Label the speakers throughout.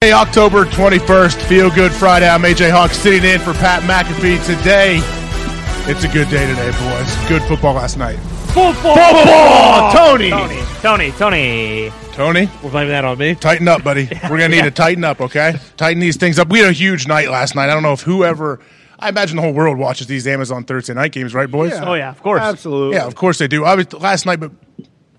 Speaker 1: Friday, October 21st, Feel Good Friday. I'm AJ Hawk sitting in for Pat McAfee today. It's a good day today, boys. Good football last night.
Speaker 2: Football!
Speaker 1: Football! Tony!
Speaker 2: Tony, Tony, Tony.
Speaker 1: Tony,
Speaker 2: We're blaming that on me.
Speaker 1: tighten up, buddy. We're going to need to tighten up, okay? Tighten these things up. We had a huge night last night. I don't know if whoever, I imagine the whole world watches these Amazon Thursday night games, right, boys?
Speaker 2: Oh, yeah, of course.
Speaker 3: Absolutely.
Speaker 1: Yeah, of course they do. I was last night, but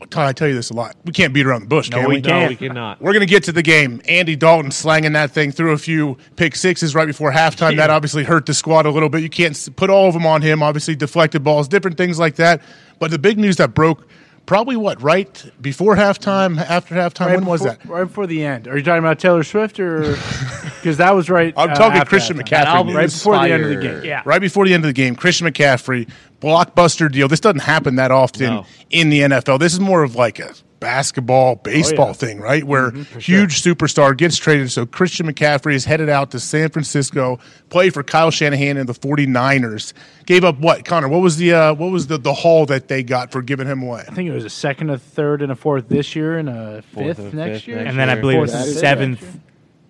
Speaker 1: Todd, I tell you this a lot. We can't beat around the bush, can
Speaker 2: we
Speaker 1: we?
Speaker 2: can't.
Speaker 4: No, we cannot.
Speaker 1: We're going to get to the game. Andy Dalton slanging that thing through a few pick sixes right before halftime. That obviously hurt the squad a little bit. You can't s- put all of them on him. Obviously, deflected balls, different things like that. But the big news that broke probably what right before halftime, after halftime. when was
Speaker 3: before,
Speaker 1: that?
Speaker 3: Right before the end. Are you talking about Taylor Swift or because that was right?
Speaker 1: I'm
Speaker 3: uh,
Speaker 1: talking
Speaker 3: after
Speaker 1: Christian
Speaker 3: halftime.
Speaker 1: McCaffrey.
Speaker 4: album
Speaker 1: news.
Speaker 3: Right before the end of the
Speaker 4: Fire.
Speaker 3: game.
Speaker 2: Yeah.
Speaker 1: Right before the end of the game, Christian McCaffrey, blockbuster deal. This doesn't happen that often
Speaker 4: No.
Speaker 1: in the NFL. This is more of like a basketball,
Speaker 3: Oh,
Speaker 1: baseball thing, right? Where
Speaker 3: Mm-hmm,
Speaker 1: huge superstar gets traded. So Christian McCaffrey is headed out to San Francisco, play for Kyle Shanahan and the 49ers. Gave up what, Connor? What was the uh, what was the, the haul that they got for giving him away?
Speaker 3: I think it was a second, a third, and a fourth this year, and a fifth
Speaker 4: and a
Speaker 3: next
Speaker 4: fifth
Speaker 3: year.
Speaker 4: next
Speaker 2: And then I
Speaker 4: Sure.
Speaker 2: believe it was
Speaker 3: Fourth
Speaker 2: the
Speaker 3: is
Speaker 2: seventh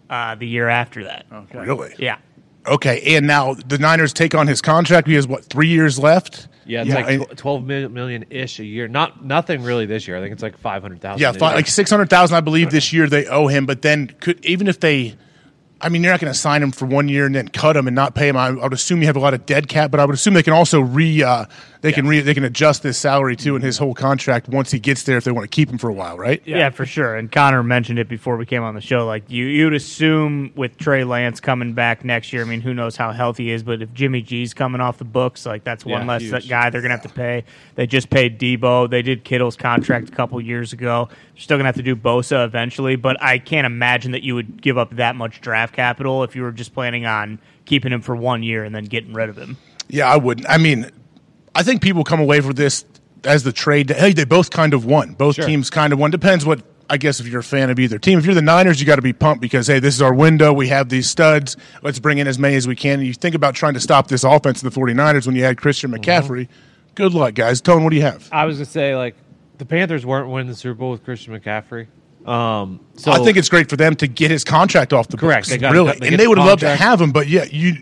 Speaker 2: uh, the year after that.
Speaker 3: Okay.
Speaker 1: Really?
Speaker 2: Yeah.
Speaker 1: Okay. And now the Niners take on his contract. He has what, three years left?
Speaker 4: Yeah, it's
Speaker 1: I-
Speaker 4: like tw- twelve mil- million ish a year. Not nothing really this year. I think it's like five hundred thousand.
Speaker 1: Yeah, fi- like six hundred thousand, I believe, this year they owe him. But then, could even if they, I mean, you're not going to sign him for one year and then cut him and not pay him. I, I would assume you have a lot of dead cap, but I would assume they can also re, uh, they can re, they can adjust his salary too and his whole contract once he gets there if they want to keep him for a while, right?
Speaker 2: yeah, for sure. And Connor mentioned it before we came on the show. Like you, you'd assume with Trey Lance coming back next year. I mean, who knows how healthy he is? But if Jimmy G's coming off the books, like that's one
Speaker 4: Yeah,
Speaker 2: less
Speaker 4: huge.
Speaker 2: guy they're gonna have to pay. They just paid Debo. They did Kittle's contract a couple years ago. They're still gonna have to do Bosa eventually. But I can't imagine that you would give up that much draft capital if you were just planning on keeping him for one year and then getting rid of him.
Speaker 1: Yeah, I wouldn't. I mean, I think people come away from this as the trade. Hey, they both kind of won. Both
Speaker 4: Sure.
Speaker 1: teams kind of won. Depends what I guess if you're a fan of either team. If you're the Niners, you got to be pumped because hey, this is our window. We have these studs. Let's bring in as many as we can. And you think about trying to stop this offense of the 49ers when you had Christian
Speaker 4: Mm-hmm.
Speaker 1: McCaffrey. Good luck, guys. Tone, what do you have?
Speaker 4: I was gonna say like the Panthers weren't winning the Super Bowl with Christian McCaffrey. Um, so
Speaker 1: I think it's great for them to get his contract off the
Speaker 4: Correct.
Speaker 1: books.
Speaker 4: They got-
Speaker 1: really,
Speaker 4: they
Speaker 1: and
Speaker 4: get
Speaker 1: they
Speaker 4: the
Speaker 1: would love to
Speaker 4: contract.
Speaker 1: have him. But yeah, you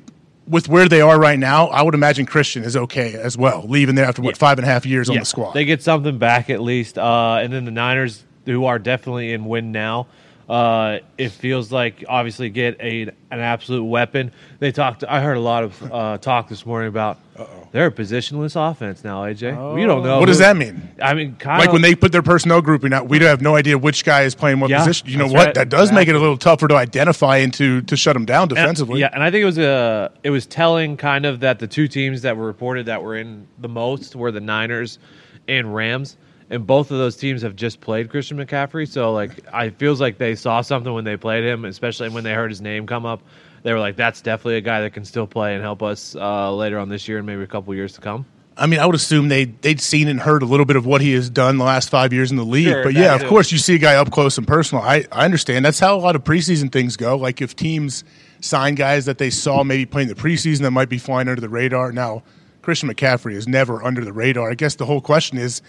Speaker 1: with where they are right now, I would imagine Christian is okay as well, leaving there after what five and a half years on
Speaker 4: yeah,
Speaker 1: the squad.
Speaker 4: They get something back at least. Uh, and then the Niners, who are definitely in win now, uh, it feels like obviously get a an absolute weapon. They talked. I heard a lot of uh, talk this morning about they're a positionless offense now. AJ, we don't know
Speaker 1: What does
Speaker 4: who-
Speaker 1: that mean?
Speaker 4: I mean, Kyle,
Speaker 1: like when they put their personnel grouping out, we have no idea which guy is playing what
Speaker 4: Yeah,
Speaker 1: position. You know
Speaker 4: that's
Speaker 1: what?
Speaker 4: right.
Speaker 1: That does make it a little tougher to identify and to to shut them down defensively.
Speaker 4: Yeah, and I think it was a it was telling kind of that the two teams that were reported that were in the most were the Niners and Rams, and both of those teams have just played Christian McCaffrey. So like, I feels like they saw something when they played him, especially when they heard his name come up. They were like, "That's definitely a guy that can still play and help us uh, later on this year and maybe a couple years to come."
Speaker 1: I mean, I would assume they they'd seen and heard a little bit of what he has done the last five years in the league.
Speaker 4: Sure,
Speaker 1: but
Speaker 4: that
Speaker 1: yeah, of
Speaker 4: too.
Speaker 1: course, you see a guy up close and personal. I I understand that's how a lot of preseason things go. Like if teams sign guys that they saw maybe playing the preseason that might be flying under the radar. Now, Christian McCaffrey is never under the radar. I guess the whole question is,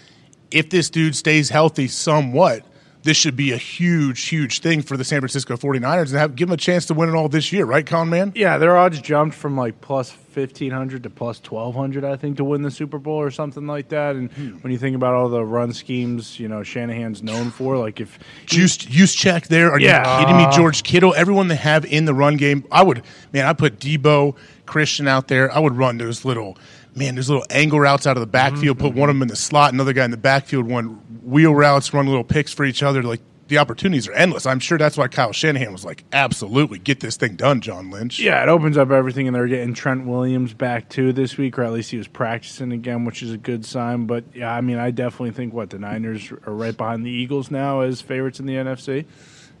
Speaker 1: if this dude stays healthy somewhat. This should be a huge, huge thing for the San Francisco 49ers and have, give them a chance to win it all this year, right, Con Man?
Speaker 3: Yeah, their odds jumped from like plus fifteen hundred to plus twelve hundred, I think, to win the Super Bowl or something like that. And when you think about all the run schemes, you know Shanahan's known for, like if
Speaker 1: Juice, use check there. Are
Speaker 3: Yeah.
Speaker 1: you kidding me? George Kittle, everyone they have in the run game. I would, man, I put Debo, Christian out there. I would run those little, man, those little angle routes out of the backfield, put one of them in the slot, another guy in the backfield, one wheel routes, run little picks for each other. Like the opportunities are endless. I'm sure that's why Kyle Shanahan was like, absolutely, get this thing done, John Lynch.
Speaker 3: Yeah, it opens up everything, and they're getting Trent Williams back too this week, or at least he was practicing again, which is a good sign. But yeah, I mean, I definitely think what the Niners are right behind the Eagles now as favorites in the NFC.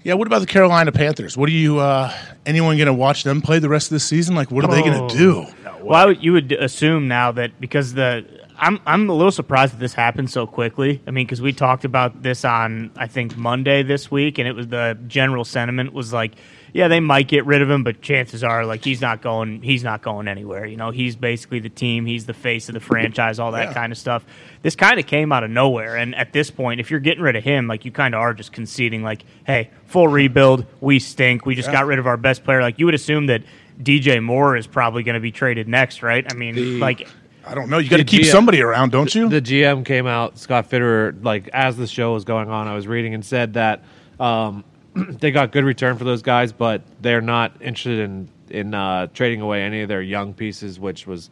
Speaker 1: Yeah. What about the Carolina Panthers? What do you, uh, anyone going to watch them play the rest of the season? Like, what are they going
Speaker 2: Oh.
Speaker 1: to do?
Speaker 2: Well, I would, you would assume now that because the I'm I'm a little surprised that this happened so quickly. I mean, because we talked about this on I think Monday this week, and it was the general sentiment was like, yeah, they might get rid of him, but chances are like he's not going he's not going anywhere. You know, he's basically the team, he's the face of the franchise, all that
Speaker 1: Yeah.
Speaker 2: kind of stuff. This kind of came out of nowhere, and at this point, if you're getting rid of him, like you kind of are just conceding like, hey, full rebuild, we stink, we just
Speaker 1: Yeah.
Speaker 2: got rid of our best player. Like you would assume that. DJ Moore is probably going to be traded next, right? I mean, like
Speaker 1: I don't know. You got to
Speaker 4: The
Speaker 1: keep
Speaker 4: GM
Speaker 1: somebody around, don't you?
Speaker 4: The GM came out, Scott Fitterer, like as the show was going on, I was reading and said that um, they got good return for those guys, but they're not interested in in uh, trading away any of their young pieces, which was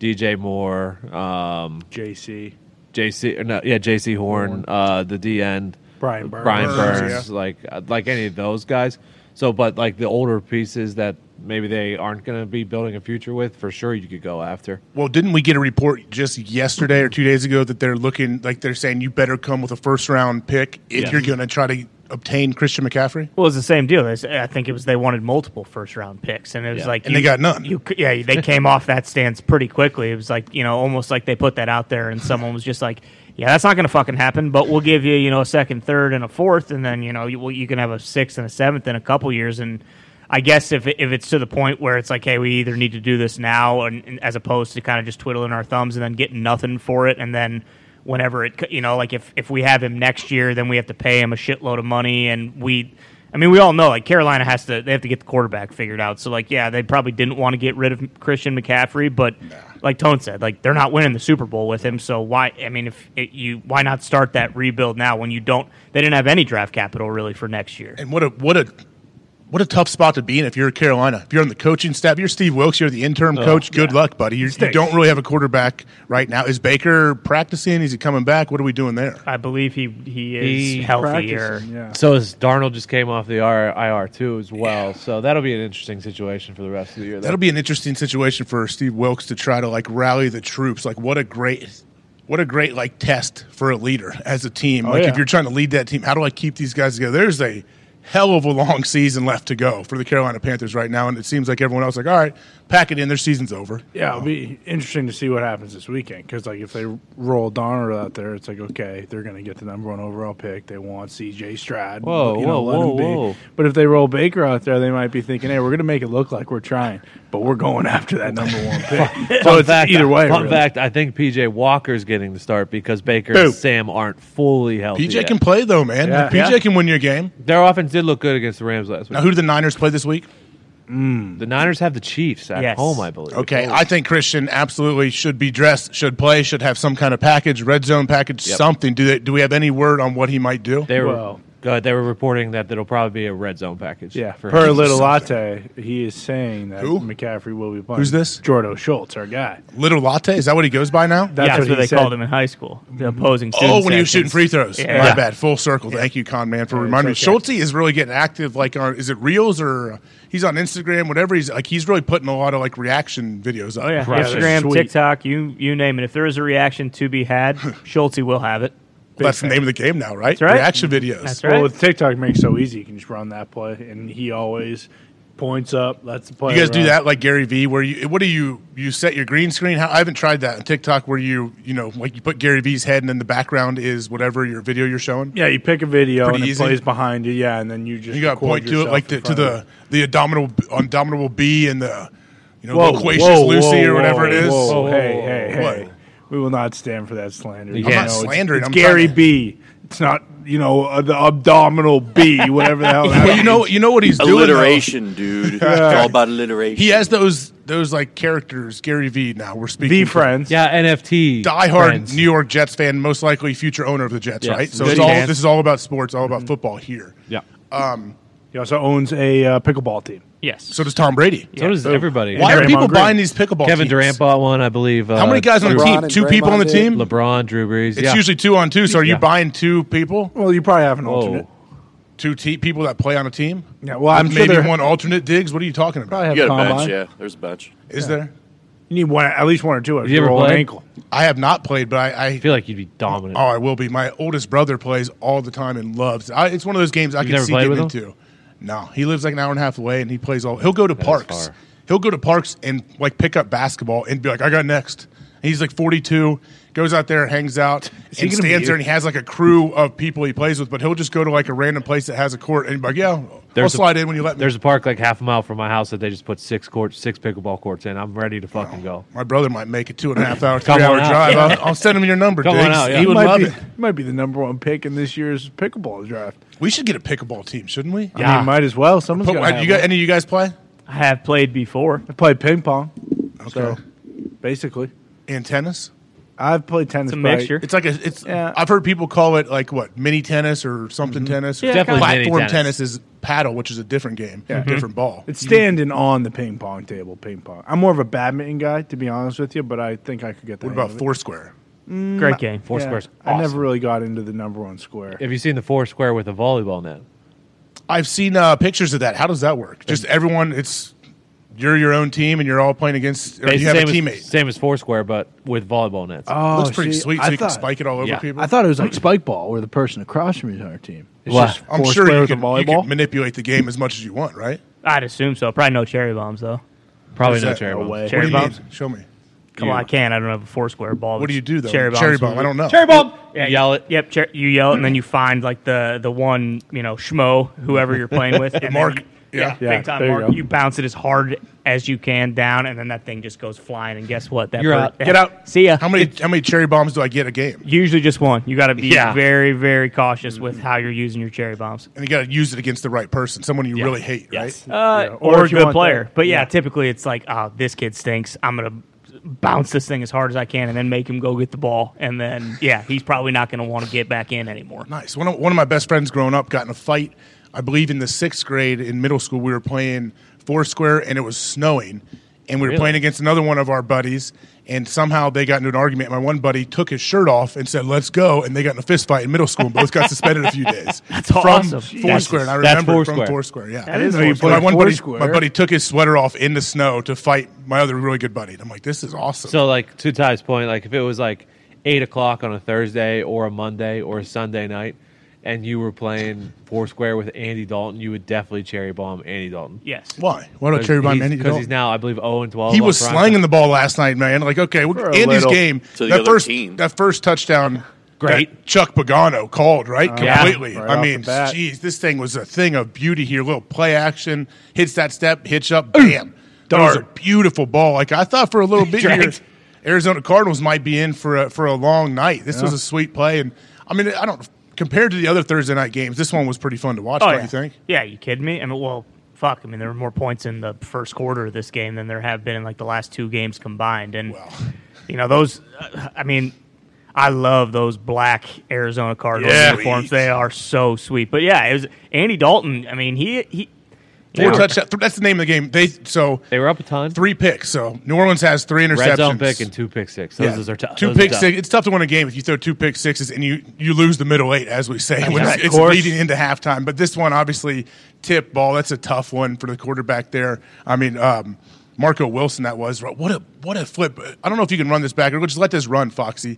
Speaker 4: DJ Moore, um,
Speaker 3: JC.
Speaker 4: JC, or no, yeah, JC Horn, uh, the D end,
Speaker 3: Brian Burns.
Speaker 4: Brian Burns,
Speaker 1: Burns,
Speaker 4: like uh, like any of those guys. So, but like the older pieces that maybe they aren't going to be building a future with, for sure you could go after.
Speaker 1: Well, didn't we get a report just yesterday or two days ago that they're looking like they're saying you better come with a first round pick if
Speaker 4: Yeah.
Speaker 1: you're going to try to obtain Christian McCaffrey?
Speaker 2: Well, it's the same deal. It's- I think it was they wanted multiple first round picks, and it was
Speaker 4: Yeah.
Speaker 2: like
Speaker 1: And they got none.
Speaker 2: You, c- yeah, they came off that stance pretty quickly. It was like you know, almost like they put that out there, and someone was just like, "Yeah, that's not going to fucking happen." But we'll give you, you know, a second, third, and a fourth, and then you know, you, well, you can have a sixth and a seventh in a couple years. And I guess if it- if it's to the point where it's like, hey, we either need to do this now, and, and as opposed to kind of just twiddling our thumbs and then getting nothing for it, and then whenever it c- you know like if if we have him next year then we have to pay him a shitload of money and we I mean we all know like Carolina has to they have to get the quarterback figured out so like yeah they probably didn't want to get rid of Christian McCaffrey but like Tone said like they're not winning the Super Bowl with him so why I mean if it, you why not start that rebuild now when you don't they didn't have any draft capital really for next year
Speaker 1: And what a what a what a tough spot to be in if you're Carolina. If you're on the coaching staff, you're Steve Wilkes, you're the interim coach. Good luck, buddy. You're, you
Speaker 3: Stinks.
Speaker 1: don't really have a quarterback right now. Is Baker practicing? Is he coming back? What are we doing there?
Speaker 2: I believe he he uh, is
Speaker 4: He
Speaker 2: healthy or
Speaker 3: Practicing, yeah.
Speaker 4: So is Darnold just came off the IR, IR too as well. So that'll be an interesting situation for the rest of the year.
Speaker 1: That'll be an interesting situation for Steve Wilkes to try to like rally the troops. Like what a great what a great like test for a leader as a team. like
Speaker 3: Oh, yeah.
Speaker 1: if you're trying to lead that team, how do I keep these guys together? There's a hell of a long season left to go for the Carolina Panthers right now and it seems like everyone else like, "All right, pack it in, their season's over."
Speaker 3: Yeah, it'll be interesting to see what happens this weekend because, like, if they roll Donald out there, it's like okay, they're going to get the number one overall pick. They want C.J. Stroud.
Speaker 4: Whoa, whoa,
Speaker 3: let
Speaker 4: whoa,
Speaker 3: him be.
Speaker 4: whoa.
Speaker 3: But if they roll Baker out there, they might be thinking, hey, we're going to make it look like we're trying, but we're going after that number one pick. so
Speaker 4: Fun
Speaker 3: it's either way.
Speaker 4: Fun
Speaker 3: really.
Speaker 4: fact: I think PJ Walker's getting the start because Baker
Speaker 1: Who?
Speaker 4: and Sam aren't fully healthy.
Speaker 1: PJ
Speaker 4: yet.
Speaker 1: can play though, man.
Speaker 3: Yeah.
Speaker 1: Like, PJ
Speaker 3: Yeah.
Speaker 1: can win your game.
Speaker 4: Their offense did look good against the Rams last week.
Speaker 1: Now who do the Niners play this week?
Speaker 4: The Niners have the Chiefs at
Speaker 2: Yes.
Speaker 4: home, I believe.
Speaker 1: Okay, I think Christian absolutely should be dressed, should play, should have some kind of package, red zone package,
Speaker 4: Yep.
Speaker 1: something. Do they, do we have any word on what he might do?
Speaker 4: they were
Speaker 3: Well-
Speaker 4: good. They were reporting that it'll probably be a red zone package.
Speaker 3: Yeah,
Speaker 4: for
Speaker 3: per
Speaker 4: him.
Speaker 3: little
Speaker 1: something.
Speaker 3: latte, he is saying that
Speaker 1: Who?
Speaker 3: McCaffrey will be playing.
Speaker 1: Who's this?
Speaker 3: Jordo Schultz, our guy.
Speaker 1: Little Latte, is that what he goes by now?
Speaker 3: That's
Speaker 2: yeah,
Speaker 3: what
Speaker 2: that's what
Speaker 3: he
Speaker 2: they
Speaker 3: said.
Speaker 2: called him in high school. The opposing
Speaker 1: Oh,
Speaker 2: student
Speaker 1: when he was shooting
Speaker 2: sections.
Speaker 1: free throws.
Speaker 2: Yeah.
Speaker 1: My
Speaker 2: Yeah.
Speaker 1: bad. Full circle. Thank you, Con Man, for reminding me.
Speaker 3: it's
Speaker 1: Schulte is really getting active. Like, on is it reels or uh, he's on Instagram? Whatever he's like, he's really putting a lot of like reaction videos. Up.
Speaker 2: Oh yeah,
Speaker 3: Crush it.
Speaker 2: Instagram,
Speaker 3: Sweet.
Speaker 2: TikTok, you you name it. If there is a reaction to be had, Schultze will have it.
Speaker 1: Well, that's the name of the game now, right?
Speaker 2: right.
Speaker 1: Reaction videos.
Speaker 2: That's
Speaker 3: Well,
Speaker 2: right.
Speaker 3: with TikTok makes it so easy, you can just run that play, and he always points up, lets the play.
Speaker 1: You guys do
Speaker 3: run.
Speaker 1: that like Gary Vee, where you what do you you set your green screen? How, I haven't tried that on TikTok, where you you know like you put Gary Vee's head and then the background is whatever your video you're showing.
Speaker 3: Yeah, you pick a video
Speaker 1: Pretty
Speaker 3: and it
Speaker 1: easy.
Speaker 3: plays behind you. Yeah, and then you just
Speaker 1: You got to
Speaker 3: record
Speaker 1: point to it
Speaker 3: yourself
Speaker 1: like
Speaker 3: in
Speaker 1: the, to
Speaker 3: front of
Speaker 1: the the abdominal abdominable bee and the you know
Speaker 3: Whoa,
Speaker 1: loquacious
Speaker 3: whoa,
Speaker 1: Lucy
Speaker 3: whoa,
Speaker 1: or whatever it is.
Speaker 3: whoa, whoa,
Speaker 4: Whoa,
Speaker 3: hey,
Speaker 4: whoa,
Speaker 3: hey,
Speaker 1: whoa.
Speaker 3: hey! We will not stand for that slander. You
Speaker 1: not
Speaker 4: I'm
Speaker 3: know, it's-
Speaker 1: slandering,
Speaker 3: It's,
Speaker 1: I'm
Speaker 3: Gary
Speaker 1: trying to-
Speaker 3: B. It's not you know uh, the abdominal B, whatever the hell. that
Speaker 1: Well, you know you know what he's doing. though?
Speaker 5: alliteration, dude. It's all about alliteration.
Speaker 1: He has those those like characters. Gary Vee. Now we're speaking.
Speaker 3: B
Speaker 1: to
Speaker 3: friends.
Speaker 4: yeah, NFT
Speaker 1: Diehard
Speaker 4: friends.
Speaker 1: New York Jets fan, most likely future owner of the Jets,
Speaker 4: Yes.
Speaker 1: right? So
Speaker 4: Good
Speaker 1: it's
Speaker 4: Mm-hmm.
Speaker 1: all,
Speaker 4: chance.
Speaker 1: this is all about sports, all about football here.
Speaker 4: Yeah,
Speaker 3: He also owns a uh, pickleball team.
Speaker 2: yes.
Speaker 1: So does Tom Brady.
Speaker 4: so does everybody.
Speaker 1: Why are
Speaker 3: Draymond
Speaker 1: people
Speaker 3: Green.
Speaker 1: buying these pickleball?
Speaker 4: Kevin
Speaker 1: teams?
Speaker 4: Durant bought one, I believe. uh,
Speaker 1: How many guys on the
Speaker 5: LeBron
Speaker 1: team?
Speaker 5: and
Speaker 1: Two people on the
Speaker 5: Draymond
Speaker 1: team.
Speaker 4: LeBron, Drew Brees.
Speaker 1: It's
Speaker 4: yeah.
Speaker 1: usually two on two. So are you
Speaker 4: Yeah.
Speaker 1: buying two people,
Speaker 3: Well, you probably have an alternate.
Speaker 4: Whoa.
Speaker 1: two te- people that play on a team?
Speaker 3: Yeah, well, I'm
Speaker 1: With
Speaker 3: sure
Speaker 1: maybe
Speaker 3: there-
Speaker 1: one alternate digs. What are you talking about?
Speaker 3: Probably have
Speaker 5: You got a
Speaker 3: combine.
Speaker 5: bench, yeah. There's a bench.
Speaker 1: Is there?
Speaker 3: You need one, at least one or two. If
Speaker 4: You
Speaker 3: you
Speaker 4: ever
Speaker 3: roll an
Speaker 4: played?
Speaker 3: ankle.
Speaker 1: I have not played, but I, I
Speaker 4: I feel like you'd be dominant.
Speaker 1: Oh, I will be. My oldest brother plays all the time and loves. I, it's one of those games I can
Speaker 4: never
Speaker 1: see
Speaker 4: played
Speaker 1: getting
Speaker 4: with
Speaker 1: into. No, he lives like an hour and a half away, and he plays all. He'll go to
Speaker 4: is
Speaker 1: parks.
Speaker 4: far.
Speaker 1: He'll go to parks and like pick up basketball and be like, "I got next," He's like 42, goes out there, hangs out,
Speaker 3: he
Speaker 1: and
Speaker 3: gonna be-
Speaker 1: stands there, and he has like a crew of people he plays with. But he'll just go to like a random place that has a court, and be like, yeah,
Speaker 4: There's a-
Speaker 1: I'll slide in when you let me.
Speaker 4: There's a park like half a mile from my house that they just put six courts, six pickleball courts in. I'm ready to fucking go.
Speaker 1: My brother might make a two and a half hour, three
Speaker 4: Come
Speaker 1: hour
Speaker 4: on out.
Speaker 1: drive. I'll, I'll send him your number,
Speaker 4: Come on
Speaker 1: Diggs.
Speaker 4: out, yeah.
Speaker 1: He would
Speaker 3: might
Speaker 1: love
Speaker 3: be,
Speaker 1: it.
Speaker 3: might be the number one pick in this year's pickleball draft.
Speaker 1: We should get a pickleball team, shouldn't we?
Speaker 3: I mean, might as well. Someone's
Speaker 1: Put-
Speaker 3: got
Speaker 1: you got any of you guys play?
Speaker 2: I have played before.
Speaker 3: I played ping pong.
Speaker 1: Okay.
Speaker 3: So basically,
Speaker 1: and tennis.
Speaker 3: I've played tennis.
Speaker 2: It's a
Speaker 3: but I-
Speaker 2: mixture.
Speaker 1: It's like a. It's.
Speaker 3: Yeah. Mm-hmm.
Speaker 1: I've heard people call it like what mini tennis or something tennis.
Speaker 2: Yeah, Definitely
Speaker 4: kinda. mini
Speaker 1: platform
Speaker 4: tennis.
Speaker 1: tennis
Speaker 4: Mm-hmm.
Speaker 1: is paddle, which is a different game,
Speaker 3: Yeah.
Speaker 1: Mm-hmm. different ball.
Speaker 3: It's standing on the ping pong table, ping pong. I'm more of a badminton guy, to be honest with you, but I think I could get that.
Speaker 1: what about foursquare?
Speaker 2: Great game.
Speaker 4: Four squares.
Speaker 3: Mm, I never
Speaker 4: awesome.
Speaker 3: really got into the number one square.
Speaker 4: Have you seen the four square with a volleyball net?
Speaker 1: I've seen uh, pictures of that. How does that work? Just everyone. It's you're your own team, and you're all playing against. Or you have a
Speaker 4: same
Speaker 1: teammate.
Speaker 4: As, same as four square, but with volleyball nets.
Speaker 3: oh,
Speaker 1: Looks pretty
Speaker 3: see,
Speaker 1: sweet. So
Speaker 3: I
Speaker 1: you can
Speaker 3: thought-
Speaker 1: spike it all over
Speaker 4: Yeah.
Speaker 1: people.
Speaker 6: I thought it was like spike ball, where the person across from you is on our team. It's
Speaker 4: Wow.
Speaker 6: just
Speaker 1: I'm
Speaker 6: four
Speaker 1: sure
Speaker 6: square
Speaker 1: you
Speaker 6: with a
Speaker 1: can, you can
Speaker 6: volleyball.
Speaker 1: manipulate the game as much as you want, right?
Speaker 2: I'd assume so. Probably no cherry bombs though.
Speaker 4: Probably
Speaker 1: Is
Speaker 4: no
Speaker 1: that-
Speaker 4: cherry
Speaker 1: no
Speaker 4: bombs.
Speaker 3: way.
Speaker 1: What
Speaker 2: Cherry
Speaker 1: do you
Speaker 2: bombs.
Speaker 1: mean? Show me.
Speaker 2: Come on, I can't. I don't have a four square ball.
Speaker 1: What do you do though?
Speaker 2: Cherry bombs.
Speaker 1: bomb. I don't know.
Speaker 4: Cherry bomb.
Speaker 2: Yeah, you-
Speaker 4: Yell it.
Speaker 2: Yep, cher- you yell and then you find like the the one you know schmo whoever you're playing with. and then
Speaker 1: Mark.
Speaker 2: you-
Speaker 1: Yeah.
Speaker 3: Yeah,
Speaker 2: big time
Speaker 3: there you
Speaker 2: mark.
Speaker 3: go.
Speaker 2: You, bounce it as hard as you can down, and then that thing just goes flying. And guess what? That
Speaker 4: You're
Speaker 2: bird-
Speaker 4: out.
Speaker 1: Get out.
Speaker 2: See ya.
Speaker 1: How many how many cherry bombs do I get a game?
Speaker 2: Usually just one. You got to be
Speaker 4: Yeah.
Speaker 2: very very cautious with how you're using your cherry bombs.
Speaker 1: And you got to use it against the right person, someone you really hate,
Speaker 4: Yes.
Speaker 1: right?
Speaker 2: Uh,
Speaker 3: Yeah, or
Speaker 2: or, a
Speaker 3: if you
Speaker 2: good
Speaker 3: want
Speaker 2: player.
Speaker 3: that.
Speaker 2: But yeah, typically it's like, oh, this kid stinks. I'm gonna bounce this thing as hard as I can, and then make him go get the ball, and then yeah, he's probably not gonna want to get back in anymore.
Speaker 1: Nice. One of, one of my best friends growing up got in a fight. I believe in the sixth grade in middle school, we were playing foursquare and it was snowing, and we were
Speaker 4: Really?
Speaker 1: playing against another one of our buddies. And somehow they got into an argument. My one buddy took his shirt off and said, "Let's go," and they got in a fist fight in middle school. and Both got suspended a few days. That's from
Speaker 2: awesome.
Speaker 1: Foursquare, and I
Speaker 4: That's
Speaker 1: remember from
Speaker 4: Foursquare.
Speaker 1: Foursquare. Yeah,
Speaker 2: is
Speaker 3: know you
Speaker 1: So my
Speaker 3: played
Speaker 1: one buddy,
Speaker 3: Foursquare.
Speaker 1: my buddy took his sweater off in the snow to fight my other really good buddy. And I'm like, this is awesome.
Speaker 4: So like two times point, like if it was like eight o'clock on a Thursday or a Monday or a Sunday night, and you were playing Foursquare with Andy Dalton, you would definitely cherry bomb Andy Dalton.
Speaker 2: Yes.
Speaker 1: Why? Why don't Cherry Bomb Andy?
Speaker 4: Because
Speaker 1: Dalton?
Speaker 4: he's now, I believe, zero and twelve.
Speaker 1: he
Speaker 4: on
Speaker 1: was
Speaker 4: prime
Speaker 1: slanging
Speaker 4: time.
Speaker 1: the ball last night, man. Like, okay, we-
Speaker 3: For a
Speaker 1: Andy's
Speaker 3: little.
Speaker 1: game.
Speaker 5: To the
Speaker 1: that
Speaker 5: other
Speaker 1: first,
Speaker 5: team.
Speaker 1: that first touchdown,
Speaker 4: Great.
Speaker 1: that Chuck Pagano called right
Speaker 4: Yeah.
Speaker 1: completely.
Speaker 3: Right
Speaker 1: I
Speaker 3: off
Speaker 1: mean,
Speaker 3: the bat.
Speaker 1: geez, this thing was a thing of beauty here. Little play action, hits that step, hitch up, bam. That was a beautiful ball. Like I thought for a little bit here,
Speaker 4: Right.
Speaker 1: Arizona Cardinals might be in for a, for a long night. This was a sweet play, and I mean, I don't compared to the other Thursday night games. This one was pretty fun to watch.
Speaker 2: Oh,
Speaker 1: don't
Speaker 2: yeah.
Speaker 1: you think?
Speaker 2: Yeah, you kidding me? I mean, well, fuck. I mean, there were more points in the first quarter of this game than there have been in like the last two games combined. And
Speaker 1: Wow.
Speaker 2: you know those. uh, I mean, I love those black Arizona Cardinals
Speaker 1: Yeah.
Speaker 2: uniforms.
Speaker 1: Sweet.
Speaker 2: They are so sweet. But yeah, it was Andy Dalton. I mean, he he. you
Speaker 1: Four
Speaker 2: know,
Speaker 1: touchdown. That's the name of the game. They so
Speaker 4: They were up a ton.
Speaker 1: three picks. So New Orleans has three interceptions.
Speaker 4: red zone pick and two pick six. Those,
Speaker 1: Yeah.
Speaker 4: those are tough.
Speaker 1: Two
Speaker 4: Those are
Speaker 1: pick
Speaker 4: tough.
Speaker 1: six. It's tough to win a game if you throw two pick sixes and you, you lose the middle eight, as we say, when
Speaker 3: Yeah,
Speaker 1: it's,
Speaker 3: of
Speaker 1: it's
Speaker 3: course.
Speaker 1: leading into halftime. But this one, obviously, tip ball. That's a tough one for the quarterback there. I mean, um, Marco Wilson, that was what a what a flip. I don't know if you can run this back or just let this run, Foxy.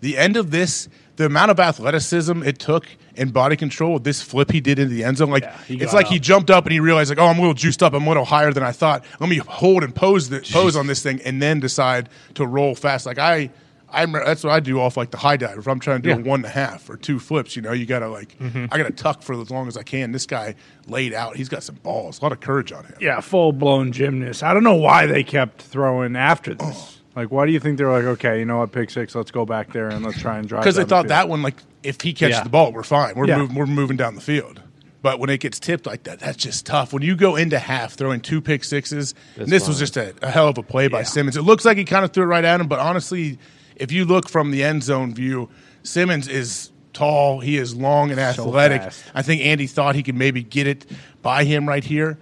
Speaker 1: The end of this, the amount of athleticism it took and body control with this flip he did into the end zone, like
Speaker 3: he
Speaker 1: it's
Speaker 3: got
Speaker 1: like
Speaker 3: up.
Speaker 1: he jumped up and he realized like, oh, I'm a little juiced up, I'm a little higher than I thought. Let me hold and pose the, pose on this thing, and then decide to roll fast. Like I, I remember- that's what I do off like the high dive. If I'm trying to do a one and a half or two flips, you know, you gotta like,
Speaker 3: Mm-hmm.
Speaker 1: I gotta tuck for as long as I can. This guy laid out. He's got some balls, a lot of courage on him.
Speaker 3: yeah, full blown gymnast. I don't know why they kept throwing after this. Oh. Like, why do you think they're like, okay, you know what, pick six, let's go back there and let's try and drive.
Speaker 1: because they
Speaker 3: down the
Speaker 1: thought
Speaker 3: field."
Speaker 1: that one like if he catches
Speaker 4: Yeah.
Speaker 1: the ball we're fine we're,
Speaker 3: Yeah.
Speaker 1: mov- we're moving down the field but when it gets tipped like that that's just tough when you go into half throwing two pick sixes and this was
Speaker 4: wild.
Speaker 1: just a, a hell of a play by simmons it looks like he kind of threw it right at him but honestly if you look from the end zone view simmons is tall he is long and athletic
Speaker 3: fast.
Speaker 1: I think Andy thought he could maybe get it by him right here.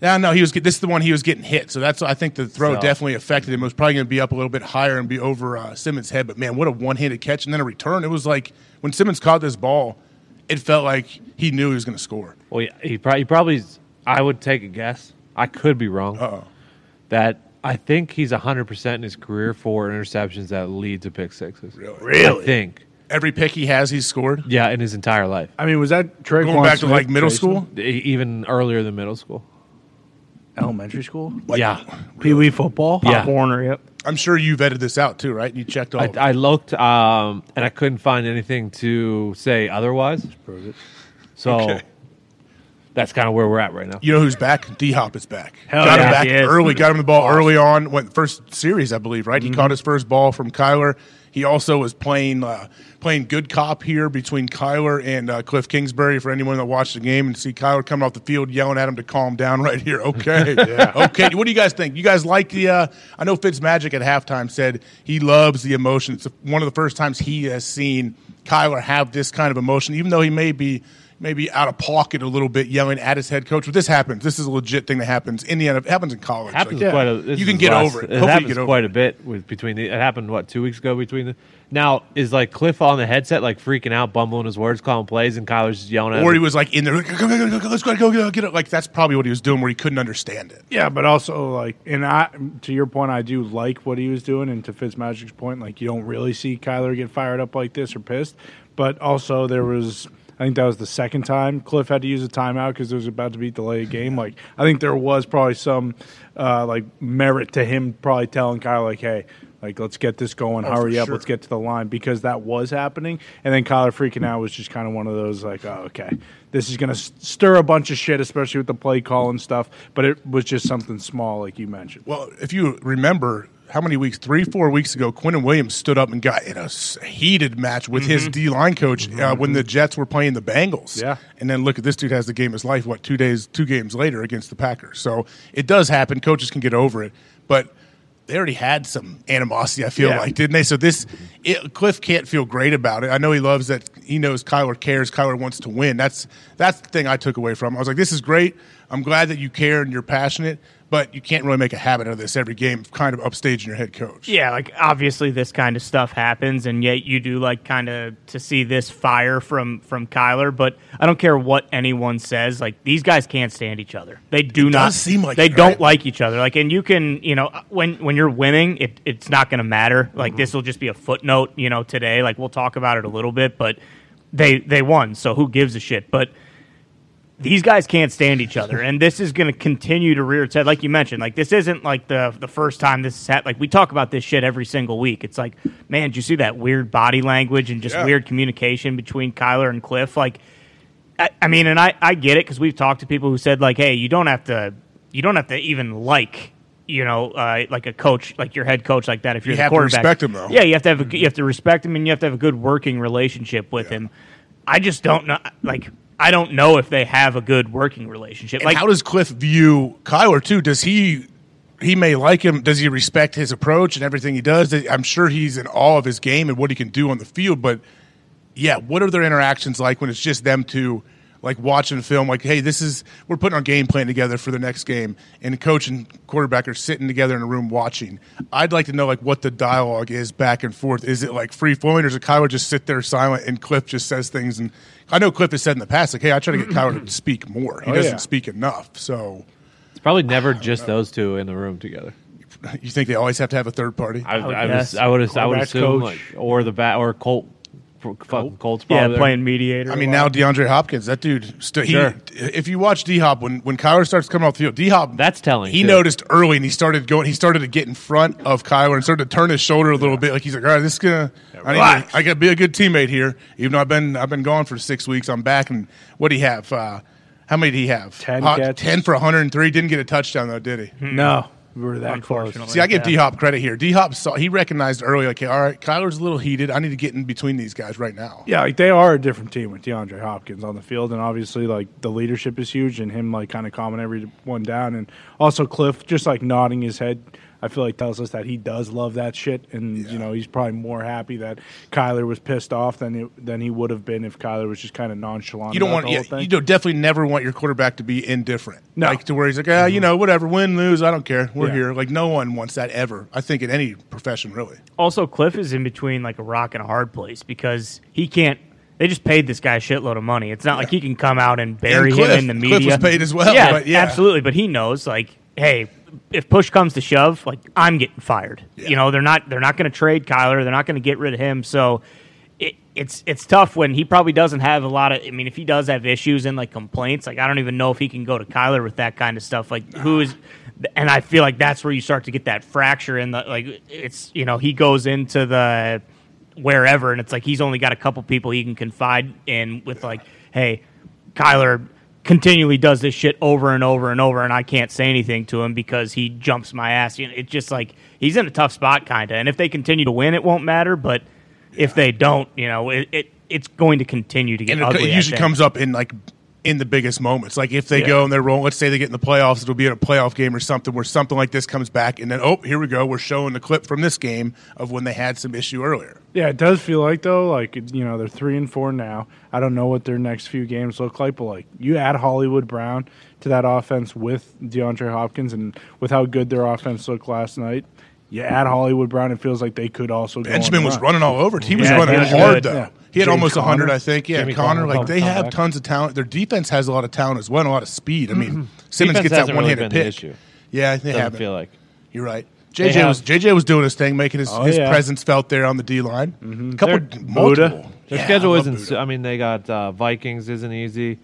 Speaker 1: No, no, he was. get- This is the one he was getting hit. So that's. I think the throw
Speaker 4: So-
Speaker 1: definitely affected him. It was probably going to be up a little bit higher and be over uh, Simmons' head. But man, what a one-handed catch and then a return. It was like when Simmons caught this ball, it felt like he knew he was going to score.
Speaker 4: Well, yeah, he probably, he probably. I would take a guess. I could be wrong.
Speaker 1: Uh-oh.
Speaker 4: That I think he's hundred percent in his career for interceptions that lead to pick sixes. I think.
Speaker 1: Every pick he has, he's scored.
Speaker 4: Yeah, in his entire life,
Speaker 3: I mean, was that Traquan
Speaker 1: Going back to
Speaker 3: Smith,
Speaker 1: like middle
Speaker 3: Jason?
Speaker 1: school.
Speaker 4: E- even earlier than middle school.
Speaker 6: elementary school?
Speaker 1: Like,
Speaker 4: yeah,
Speaker 6: Pee wee football?
Speaker 4: Yeah.
Speaker 2: Warner, yep.
Speaker 1: I'm sure you vetted this out too, right? You checked all.
Speaker 4: I,
Speaker 1: of it.
Speaker 4: I looked um, and I couldn't find anything to say otherwise.
Speaker 6: Prove it.
Speaker 4: So
Speaker 1: Okay.
Speaker 4: that's kind of where we're at right now.
Speaker 1: you know who's back? D Hop is back.
Speaker 2: Hell
Speaker 1: got
Speaker 2: yeah,
Speaker 1: him back
Speaker 2: he is.
Speaker 1: early. Got him the ball early on. Went first series, I believe. Right, he
Speaker 2: Mm-hmm.
Speaker 1: caught his first ball from Kyler. He also was playing uh, playing good cop here between Kyler and uh, Cliff Kingsbury. For anyone that watched the game and see Kyler coming off the field yelling at him to calm down right here. Okay, okay. What do you guys think? You guys like the? Uh, I know Fitz Magic at halftime said he loves the emotion. It's one of the first times he has seen Kyler have this kind of emotion, even though he may be maybe out of pocket a little bit, yelling at his head coach. But this happens. This is a legit thing that happens in the NFL. It happens in college.
Speaker 4: happens
Speaker 1: Like,
Speaker 4: quite a. this
Speaker 1: you can
Speaker 4: is
Speaker 1: get
Speaker 4: last-
Speaker 1: over it.
Speaker 4: It
Speaker 1: Hopefully, you
Speaker 4: happens
Speaker 1: get over
Speaker 4: quite a bit with between the. It happened what two weeks ago between the. Now is like Cliff on the headset, like freaking out, bumbling his words, calling plays, and Kyler's just yelling at
Speaker 1: Or he
Speaker 4: him.
Speaker 1: was like in there, like, go, go, go, go, go, let's go, go, go, get it. Like that's probably what he was doing, where he couldn't understand it.
Speaker 3: Yeah, but also like, and I to your point, I do like what he was doing, and to Fitzmagic's point, like you don't really see Kyler get fired up like this or pissed. But also there was, I think that was the second time Cliff had to use a timeout because there was about to be delay a game. Like I think there was probably some uh, like merit to him probably telling Kyler like, hey. Like, let's get this going.
Speaker 1: Oh,
Speaker 3: Hurry
Speaker 1: for
Speaker 3: up.
Speaker 1: sure.
Speaker 3: Let's get to the line because that was happening. And then Kyler freaking out was just kind of one of those, like, oh, okay, this is going to stir a bunch of shit, especially with the play call and stuff. But it was just something small, like you mentioned.
Speaker 1: Well, if you remember how many weeks, three, four weeks ago, Quinton Williams stood up and got in a s- heated match with his D line coach uh, when the Jets were playing the Bengals.
Speaker 3: Mm-hmm. Yeah.
Speaker 1: And then look at this dude has the game of his life, what, two days, two games later against the Packers. So it does happen. Coaches can get over it. But they already had some animosity, I feel
Speaker 3: Yeah.
Speaker 1: like, didn't they? So this, it, Cliff can't feel great about it. I know he loves that. He knows Kyler cares. Kyler wants to win. That's that's the thing I took away from. it. I was like, this is great. I'm glad that you care and you're passionate, but you can't really make a habit of this every game. Kind of upstaging your head coach.
Speaker 2: Yeah, like obviously this kind of stuff happens, and yet you do like kind of to see this fire from from Kyler. But I don't care what anyone says. Like these guys can't stand each other. They do
Speaker 1: It does
Speaker 2: not
Speaker 1: seem like
Speaker 2: they
Speaker 1: it,
Speaker 2: don't
Speaker 1: right?
Speaker 2: like each other. Like, and you can you know when when you're winning, it, it's not going to matter. Like
Speaker 1: Mm-hmm.
Speaker 2: this will just be a footnote. You know today, like we'll talk about it a little bit, but they they won, so who gives a shit? But these guys can't stand each other, and this is going to continue to rear its head. Like you mentioned, like this isn't like the the first time this has happened. Like we talk about this shit every single week. It's like, man, did you see that weird body language and just
Speaker 1: Yeah.
Speaker 2: weird communication between Kyler and Cliff? Like, I, I mean, and I I get it because we've talked to people who said like, hey, you don't have to, you don't have to even like. You know, uh, like a coach, like your head coach, like that. If you're
Speaker 1: You
Speaker 2: the
Speaker 1: have to
Speaker 2: quarterback,
Speaker 1: respect him, though.
Speaker 2: Yeah, you have to have a, you have to respect him, and you have to have a good working relationship with him. I just don't know. Like, I don't know if they have a good working relationship.
Speaker 1: And
Speaker 2: like,
Speaker 1: how does Cliff view Kyler too? Does he he may like him? Does he respect his approach and everything he does? I'm sure he's in awe of his game and what he can do on the field. But yeah, what are their interactions like when it's just them two, like watching film? Like, hey, this is we're putting our game plan together for the next game, and coach and quarterback are sitting together in a room watching. I'd like to know like what the dialogue is back and forth. Is it like free flowing, or does Kyler just sit there silent and Cliff just says things? And I know Cliff has said in the past, like, hey, I try to get Kyler to speak more. He
Speaker 3: Oh,
Speaker 1: doesn't
Speaker 3: yeah.
Speaker 1: speak enough, so.
Speaker 4: It's probably never just those two in the room together.
Speaker 1: You think they always have to have a third party?
Speaker 4: I,
Speaker 2: would
Speaker 4: I,
Speaker 2: guess.
Speaker 4: was, I would, I would
Speaker 3: Quarterback's
Speaker 4: assume,
Speaker 3: coach.
Speaker 4: like, or the bat, or Colt, Colt? Colt's probably
Speaker 2: yeah,
Speaker 4: there.
Speaker 2: playing mediator.
Speaker 1: I mean, now DeAndre Hopkins, that dude, st- he,
Speaker 4: Sure.
Speaker 1: if you watch D Hop, when, when Kyler starts coming off the field, D Hop,
Speaker 4: That's telling,
Speaker 1: He
Speaker 4: too.
Speaker 1: noticed early and he started going, he started to get in front of Kyler and started to turn his shoulder a little bit. Like he's like, all right, this is going to, I, need to- I got to be a good teammate here. Even though I've been, I've been gone for six weeks, I'm back. And what do he have? Uh, how many did he have?
Speaker 3: 10
Speaker 1: Hot-
Speaker 3: catches.
Speaker 1: 10 for 103. Didn't get a touchdown, though, did he?
Speaker 7: Hmm.
Speaker 3: No, we were that close.
Speaker 2: Hmm. unfortunately,
Speaker 1: See, I give
Speaker 2: yeah.
Speaker 1: D Hop credit here. D Hop saw, he recognized early, like, all right, Kyler's a little heated. I need to get in between these guys right now.
Speaker 3: Yeah, like they are a different team with DeAndre Hopkins on the field, and obviously, like the leadership is huge, and him like kind of calming everyone down, and also Cliff just like nodding his head. I feel like tells us that he does love that shit, and you know he's probably more happy that Kyler was pissed off than it, than he would have been if Kyler was just kind of nonchalant.
Speaker 1: you don't
Speaker 3: about
Speaker 1: want
Speaker 3: the whole
Speaker 1: yeah,
Speaker 3: thing.
Speaker 1: you don't definitely never want your quarterback to be indifferent.
Speaker 3: No.
Speaker 1: Like to where he's like, ah, you know, whatever, win, lose, I don't care. We're
Speaker 3: Yeah.
Speaker 1: here. Like no one wants that ever. I think in any profession really.
Speaker 2: also Cliff is in between like a rock and a hard place because he can't. They just paid this guy a shitload of money. It's not like he can come out and bury
Speaker 1: And
Speaker 2: him
Speaker 1: Cliff-
Speaker 2: in the
Speaker 1: Cliff was
Speaker 2: media.
Speaker 1: paid as well,
Speaker 2: Yeah,
Speaker 1: but yeah.
Speaker 2: absolutely. But he knows, like, hey, if push comes to shove, like I'm getting fired.
Speaker 1: Yeah.
Speaker 2: You know, they're not they're not going to trade Kyler. They're not going to get rid of him. So it, it's it's tough when he probably doesn't have a lot of. I mean, if he does have issues and like complaints, like I don't even know if he can go to Kyler with that kind of stuff. Like who is, and I feel like that's where you start to get that fracture in the like. It's you know he goes into the wherever, and it's like he's only got a couple people he can confide in with like, hey, Kyler continually does this shit over and over and over, and I can't say anything to him because he jumps my ass. You know, it's just like he's in a tough spot, kind of. And if they continue to win, it won't matter. But if they don't, you know, it, it it's going to continue to get
Speaker 1: and it,
Speaker 2: ugly.
Speaker 1: it
Speaker 2: I
Speaker 1: usually
Speaker 2: think.
Speaker 1: comes up in like in the biggest moments. Like if they go and they're rolling, let's say they get in the playoffs, it'll be at a playoff game or something where something like this comes back, and then oh, here we go, we're showing the clip from this game of when they had some issue earlier.
Speaker 3: Yeah, it does feel like though, like you know, they're three and four now. I don't know what their next few games look like, but like you add Hollywood Brown to that offense with DeAndre Hopkins and with how good their offense looked last night, you add Hollywood Brown, it feels like they could also. go on
Speaker 1: Benjamin
Speaker 3: a
Speaker 1: was
Speaker 3: run.
Speaker 1: running all over. it. He was
Speaker 2: Yeah,
Speaker 1: running
Speaker 2: he was
Speaker 1: hard
Speaker 2: good.
Speaker 1: though.
Speaker 3: Yeah.
Speaker 1: He had
Speaker 3: James
Speaker 1: almost almost hundred,
Speaker 3: Connor.
Speaker 1: I think. Yeah,
Speaker 4: Jimmy
Speaker 1: Connor.
Speaker 4: Connor
Speaker 1: Like they
Speaker 4: come
Speaker 1: have
Speaker 4: back.
Speaker 1: tons of talent. Their defense has a lot of talent as well, and a lot of speed. I mean, Simmons
Speaker 4: Defense
Speaker 1: gets that
Speaker 4: hasn't really
Speaker 1: one-handed
Speaker 4: been the
Speaker 1: pick.
Speaker 4: issue.
Speaker 1: Yeah, they
Speaker 4: Doesn't
Speaker 1: haven't.
Speaker 4: feel like
Speaker 1: You're right.
Speaker 4: They
Speaker 1: JJ
Speaker 4: have-
Speaker 1: was JJ was doing his thing, making his,
Speaker 3: Oh,
Speaker 1: his
Speaker 3: yeah.
Speaker 1: presence felt there on the D line. A couple
Speaker 4: Mm-hmm. They're-
Speaker 1: multiple.
Speaker 4: their
Speaker 1: Yeah,
Speaker 4: schedule
Speaker 1: I love
Speaker 4: isn't.
Speaker 1: Buddha.
Speaker 4: s- I mean, they got uh, Vikings isn't easy.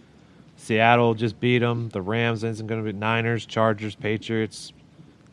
Speaker 4: Seattle just beat them. The Rams isn't going to be Niners, Chargers, Patriots,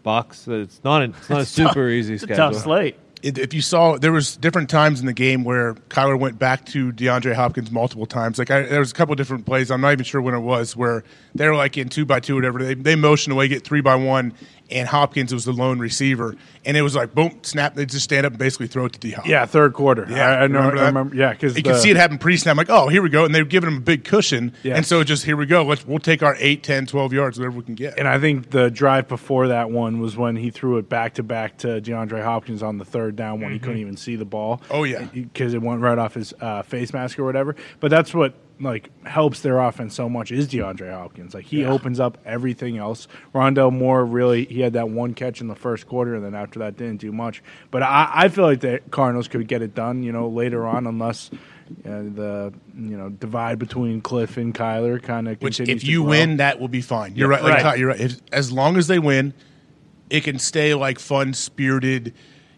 Speaker 4: Bucks. It's not. A, it's not a super easy
Speaker 2: It's a
Speaker 4: schedule.
Speaker 2: tough slate.
Speaker 1: it- if you saw there was different times in the game where Kyler went back to DeAndre Hopkins multiple times. Like I, there was a couple different plays. I'm not even sure when it was where they were like in two by two, or whatever. They they motioned away, get three by one, and Hopkins was the lone receiver, and it was like boom, snap. They just stand up and basically throw it to D Hop.
Speaker 3: Yeah, third quarter.
Speaker 1: Yeah,
Speaker 3: I, I know.
Speaker 1: remember
Speaker 3: I
Speaker 1: that?
Speaker 3: remember, yeah, because
Speaker 1: You can see it happen pre-snap. Like, oh, here we go, and they've given him a big cushion,
Speaker 3: Yeah.
Speaker 1: and so just here we go. Let's we'll take our 8, 10, 12 yards, whatever we can get.
Speaker 3: And I think the drive before that one was when he threw it back to back to DeAndre Hopkins on the third down when he couldn't even see the ball.
Speaker 1: Mm-hmm. Oh, yeah.
Speaker 3: because it went right off his uh, face mask or whatever. But that's what like helps their offense so much is DeAndre Hopkins. Like he opens up everything else. Rondell Moore really he had that one catch in the first quarter, and then after that didn't do much. But I, I feel like the Cardinals could get it done, you know, later on unless. Uh, the you know divide between Cliff and Kyler kind of
Speaker 1: Which
Speaker 3: continues
Speaker 1: if
Speaker 3: to
Speaker 1: you
Speaker 3: grow.
Speaker 1: win, that will be fine. You're right. Like,
Speaker 2: Right.
Speaker 1: Kyle, You're right. If, as long as they win, it can stay like fun, spirited,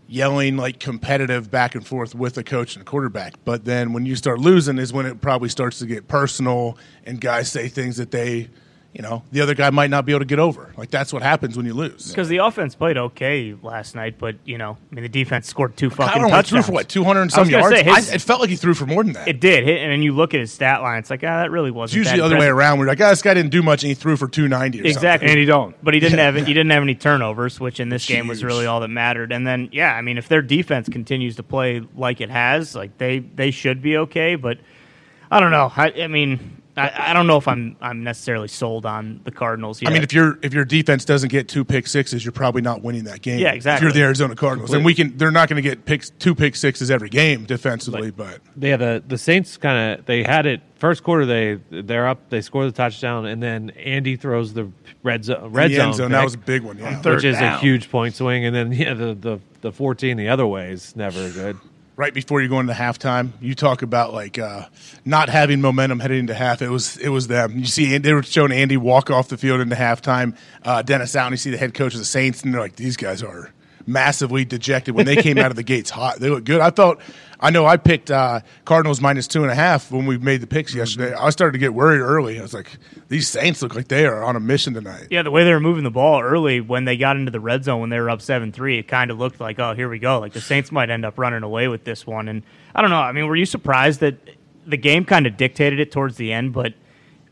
Speaker 1: yelling, like competitive back and forth with the coach and quarterback. But then when you start losing, is when it probably starts to get personal and guys say things that they, you know, the other guy might not be able to get over. Like that's what happens when you lose.
Speaker 2: Because the offense played okay last night, but you know, I mean, the defense scored two fucking
Speaker 1: Kyler only threw
Speaker 2: touchdowns.
Speaker 1: for what two hundred and
Speaker 2: I was
Speaker 1: some
Speaker 2: gonna
Speaker 1: yards.
Speaker 2: say, his-
Speaker 1: I, it felt like he threw for more than that.
Speaker 2: It did, hit, and then you look at his stat line. It's like, ah, that really
Speaker 1: it's
Speaker 2: wasn't.
Speaker 1: usually
Speaker 2: that
Speaker 1: the other way
Speaker 2: impressive.
Speaker 1: around. We're like, ah, this guy didn't do much, and he threw for two ninety. or something.
Speaker 2: Exactly,
Speaker 3: And he don't.
Speaker 2: But he didn't have he didn't have any turnovers, which in this game was
Speaker 1: Huge.
Speaker 2: really all that mattered. And then, yeah, I mean, if their defense continues to play like it has, like they they should be okay. But I don't know. I, I mean, I, I don't know if I'm I'm necessarily sold on the Cardinals. Yet.
Speaker 1: I mean, if your if your defense doesn't get two pick sixes, you're probably not winning that game.
Speaker 2: Yeah,
Speaker 1: If
Speaker 2: exactly.
Speaker 1: you're the Arizona Cardinals, and we can, they're not going to get picks two pick sixes every game defensively. but
Speaker 4: Yeah, the the Saints kind of they had it first quarter. They they're up. They score the touchdown, and then Andy throws the red zone. Red
Speaker 1: the
Speaker 4: zone.
Speaker 1: end zone that
Speaker 4: pick,
Speaker 1: was a big one. Yeah,
Speaker 4: which is a huge point swing, and then yeah, the the the fourteen the other way is never good.
Speaker 1: right before you go into halftime, you talk about like uh, not having momentum heading into half. It was it was them. You see, they were showing Andy walk off the field into halftime. Uh, Dennis out, and you see the head coach of the Saints, and they're like, these guys are massively dejected when they came out of the gates hot. They look good. I felt. I know I picked uh, Cardinals minus two and a half when we made the picks yesterday. I started to get worried early. I was like, these Saints look like they are on a mission tonight.
Speaker 2: Yeah, the way they were moving the ball early when they got into the red zone when they were up seven three, it kind of looked like, oh, here we go. Like the Saints might end up running away with this one. And I don't know. I mean, were you surprised that the game kind of dictated it towards the end? But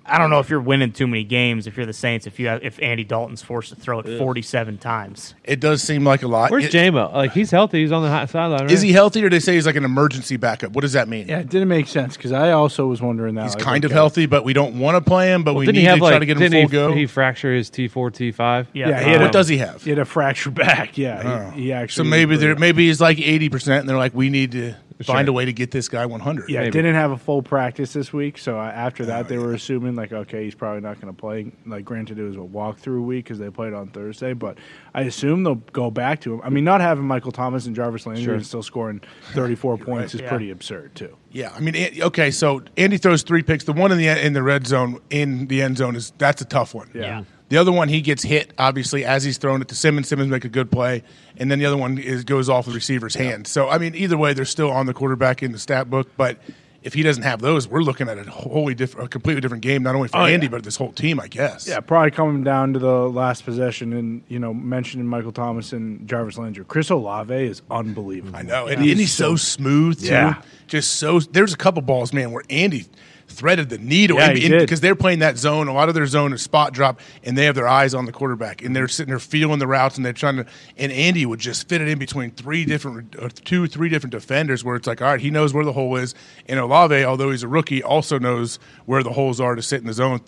Speaker 2: I don't know if you're winning too many games if you're the Saints. If you have, if Andy Dalton's forced to throw it forty seven times,
Speaker 1: It does seem like a lot.
Speaker 4: Where's
Speaker 1: It-
Speaker 4: Jamo? Like he's healthy. He's on the hot sideline. Right?
Speaker 1: Is he healthy, or they say he's like an emergency backup? What does that mean?
Speaker 3: Yeah, it didn't make sense because I also was wondering that.
Speaker 1: He's kind of healthy, but we don't want to play him, but we
Speaker 4: Didn't
Speaker 1: need
Speaker 4: he have
Speaker 1: to
Speaker 4: like?
Speaker 1: try to get him
Speaker 4: didn't
Speaker 1: full
Speaker 4: he,
Speaker 1: go.
Speaker 4: he fracture his T four T five?
Speaker 2: yeah,
Speaker 3: Yeah, he had
Speaker 2: um,
Speaker 3: a-
Speaker 1: what does he have? Oh.
Speaker 3: He had a fracture back. Yeah, he, he
Speaker 1: so
Speaker 3: actually.
Speaker 1: maybe they're, maybe he's like eighty percent, and they're like, we need to find
Speaker 4: Sure.
Speaker 1: a way to get this guy one hundred.
Speaker 3: Yeah,
Speaker 4: maybe.
Speaker 3: didn't have a full practice this week, so I, after
Speaker 1: Oh,
Speaker 3: that they were assuming like, okay, he's probably not going to play. Like, granted, it was a walkthrough week because they played on Thursday, but I assume they'll go back to him. I mean, not having Michael Thomas and Jarvis Landry
Speaker 4: Sure.
Speaker 3: and still scoring thirty-four points is
Speaker 2: Yeah.
Speaker 3: pretty absurd too.
Speaker 1: yeah. I mean, it- okay. So Andy throws three picks. The one in the in the red zone in the end zone is that's a tough one.
Speaker 3: Yeah.
Speaker 1: The other one, he gets hit obviously as he's throwing it to Simmons. Simmons make a good play, and then the other one is goes off the receiver's hand. So I mean, either way, they're still on the quarterback in the stat book. But if he doesn't have those, we're looking at a wholly different, a completely different game, not only for Andy but this whole team, I guess.
Speaker 3: Yeah, probably coming down to the last possession and, you know, mentioning Michael Thomas and Jarvis Landry. Chris Olave is unbelievable.
Speaker 1: I know, and, and he's so smooth too.
Speaker 3: Mm-hmm. Yeah.
Speaker 1: Just so there's a couple balls, man, where Andy threaded the needle
Speaker 3: Yeah, he did.
Speaker 1: because they're playing that zone. A lot of their zone is spot drop, and they have their eyes on the quarterback, and they're sitting there feeling the routes, and they're trying to. And Andy would just fit it in between three different, or two, three different defenders, where it's like, all right, he knows where the hole is, and Olave, although he's a rookie, also knows where the holes are to sit in the zone.